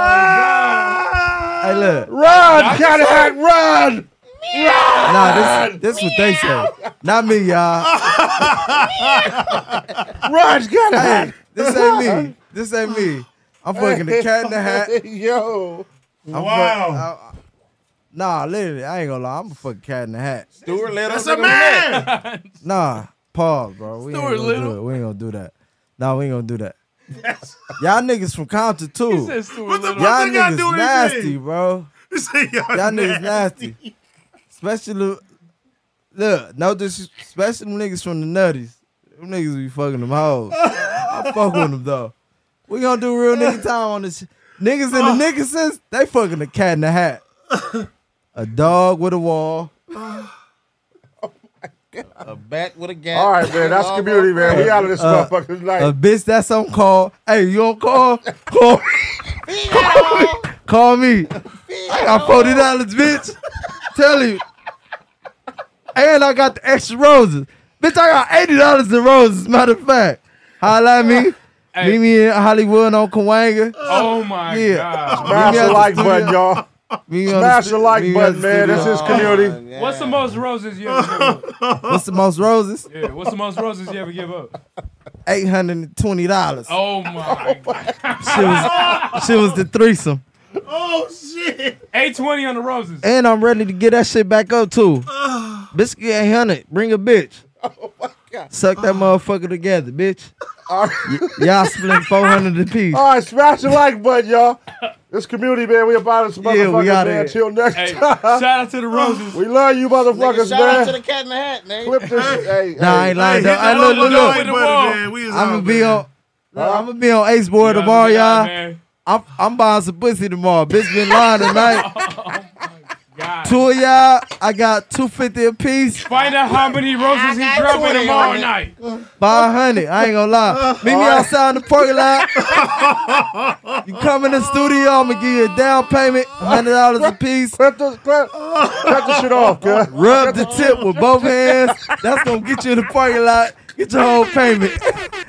Speaker 7: no. Hey, look.
Speaker 5: Run, Cadillac, run!
Speaker 7: Nah, this this what they say. Not me, y'all.
Speaker 5: Run, Cadillac!
Speaker 7: This ain't me. This ain't me. I'm fucking the cat in the hat.
Speaker 5: Yo.
Speaker 7: I'm
Speaker 3: Wow.
Speaker 7: fuck- I- I- nah, literally, I ain't gonna lie. I'm a fucking cat in the hat.
Speaker 4: Stuart Little.
Speaker 3: That's a man.
Speaker 7: Nah, pause, bro. We
Speaker 6: Stuart
Speaker 7: ain't gonna
Speaker 6: Little.
Speaker 7: do it. We ain't gonna do that. Nah, we ain't gonna do that. Y'all niggas from Compton too.
Speaker 6: Says Stuart
Speaker 3: What the
Speaker 6: Little.
Speaker 7: Y'all
Speaker 3: What they gotta do
Speaker 7: niggas
Speaker 3: with
Speaker 7: nasty,
Speaker 3: anything?
Speaker 7: bro.
Speaker 3: You say y'all,
Speaker 7: Y'all niggas nasty. Especially look, no disrespect. Especially them niggas from the nutties. Them niggas be fucking them hoes. I fuck with them though. We gonna do real nigga time on this. shit. Niggas in the niggas sense, they fucking a cat in the hat. A dog with a wall.
Speaker 4: a bat with a gat.
Speaker 5: All right, man. That's community, man. We out of this
Speaker 7: Uh,
Speaker 5: motherfucker's
Speaker 7: A
Speaker 5: life.
Speaker 7: bitch that's on call. Hey, you on call? Call me. Call me. Call me. I got forty dollars, bitch. Tell you. And I got the extra roses. Bitch, I got eighty dollars in roses. Matter of fact, holla at me. Meet me in Hollywood on Kawanga.
Speaker 13: Oh my
Speaker 7: Yeah.
Speaker 13: god.
Speaker 7: Smash the like button,
Speaker 5: y'all.
Speaker 7: Smash the like
Speaker 5: button, man. This is community.
Speaker 4: Oh,
Speaker 13: What's the most roses you ever give up?
Speaker 7: What's the most roses?
Speaker 13: Yeah, what's the most roses you ever give up?
Speaker 7: Eight hundred and twenty dollars.
Speaker 13: Oh my god.
Speaker 7: She was, she was the threesome.
Speaker 13: Oh shit. 820 on the roses.
Speaker 7: And I'm ready to get that shit back up too. Biscuit ain't hundred. Bring a bitch. Suck that motherfucker together, bitch. Y- y'all split four hundred apiece.
Speaker 5: All right, smash the like button, y'all. This community, man. We about this
Speaker 7: Yeah,
Speaker 5: motherfucker,
Speaker 7: we outta
Speaker 5: man.
Speaker 7: here.
Speaker 5: Till next
Speaker 7: Hey,
Speaker 5: time.
Speaker 7: shout
Speaker 13: out to the roses.
Speaker 5: We love you, motherfuckers,
Speaker 4: Shout
Speaker 5: man.
Speaker 4: out to the cat in the hat, nigga.
Speaker 5: Clip this. hey,
Speaker 7: Nah, I ain't lying. though. Hey, look, look, look. I'm gonna be on. I'm gonna be on Ace Board tomorrow, y'all. I'm I'm buying some pussy tomorrow. Bitch been lying tonight. Two of y'all, I got two fifty a piece.
Speaker 13: Find out how many roses he dropping tomorrow night.
Speaker 7: Five hundred. I ain't gonna lie. Meet me outside in the parking lot. You come in the studio, I'm gonna give you a down payment, hundred dollars a piece.
Speaker 5: Clip the clip. Cut the shit off, girl.
Speaker 7: Rub the tip with both hands. That's gonna get you in the parking lot. Get your whole payment.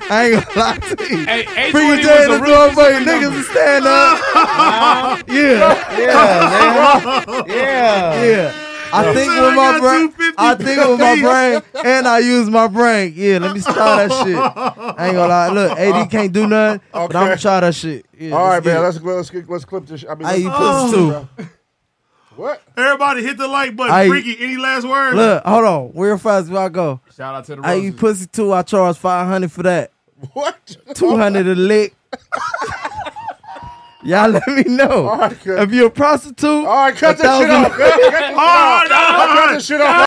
Speaker 7: I ain't gonna lie to you.
Speaker 13: Hey,
Speaker 7: Bring
Speaker 13: 820
Speaker 7: your day in
Speaker 13: was a
Speaker 7: the
Speaker 13: real
Speaker 7: doorway, niggas and stand up. yeah.
Speaker 4: Yeah, man.
Speaker 7: Yeah. Yeah. I
Speaker 4: You
Speaker 7: think
Speaker 4: said
Speaker 7: with
Speaker 4: I
Speaker 7: my
Speaker 4: got
Speaker 7: brain,
Speaker 4: 250
Speaker 7: I think with my
Speaker 4: piece.
Speaker 7: brain, and I use my brain. Yeah, let me start that shit. I ain't gonna lie. Look, AD can't do nothing, but I'm gonna try that shit. Yeah,
Speaker 5: All right,
Speaker 7: get
Speaker 5: man.
Speaker 7: it.
Speaker 5: Let's let's get- let's clip this. I mean,
Speaker 7: Hey, you
Speaker 5: let's-
Speaker 7: pussy too.
Speaker 5: What?
Speaker 3: Everybody hit the like button.
Speaker 7: Hey.
Speaker 3: Freaky, any last words?
Speaker 7: Look, hold on. Where fast do I go?
Speaker 13: Shout out to the
Speaker 7: Hey, you pussy too. I charge five hundred for that.
Speaker 5: What?
Speaker 7: Two hundred a lick. Y'all let me know.
Speaker 5: All right, good.
Speaker 7: if you're a prostitute,
Speaker 5: Oh, All right, cut
Speaker 7: a
Speaker 5: that shit
Speaker 7: thousand-
Speaker 3: Oh,
Speaker 5: off. girl. Cut this shit off. Cut this shit off.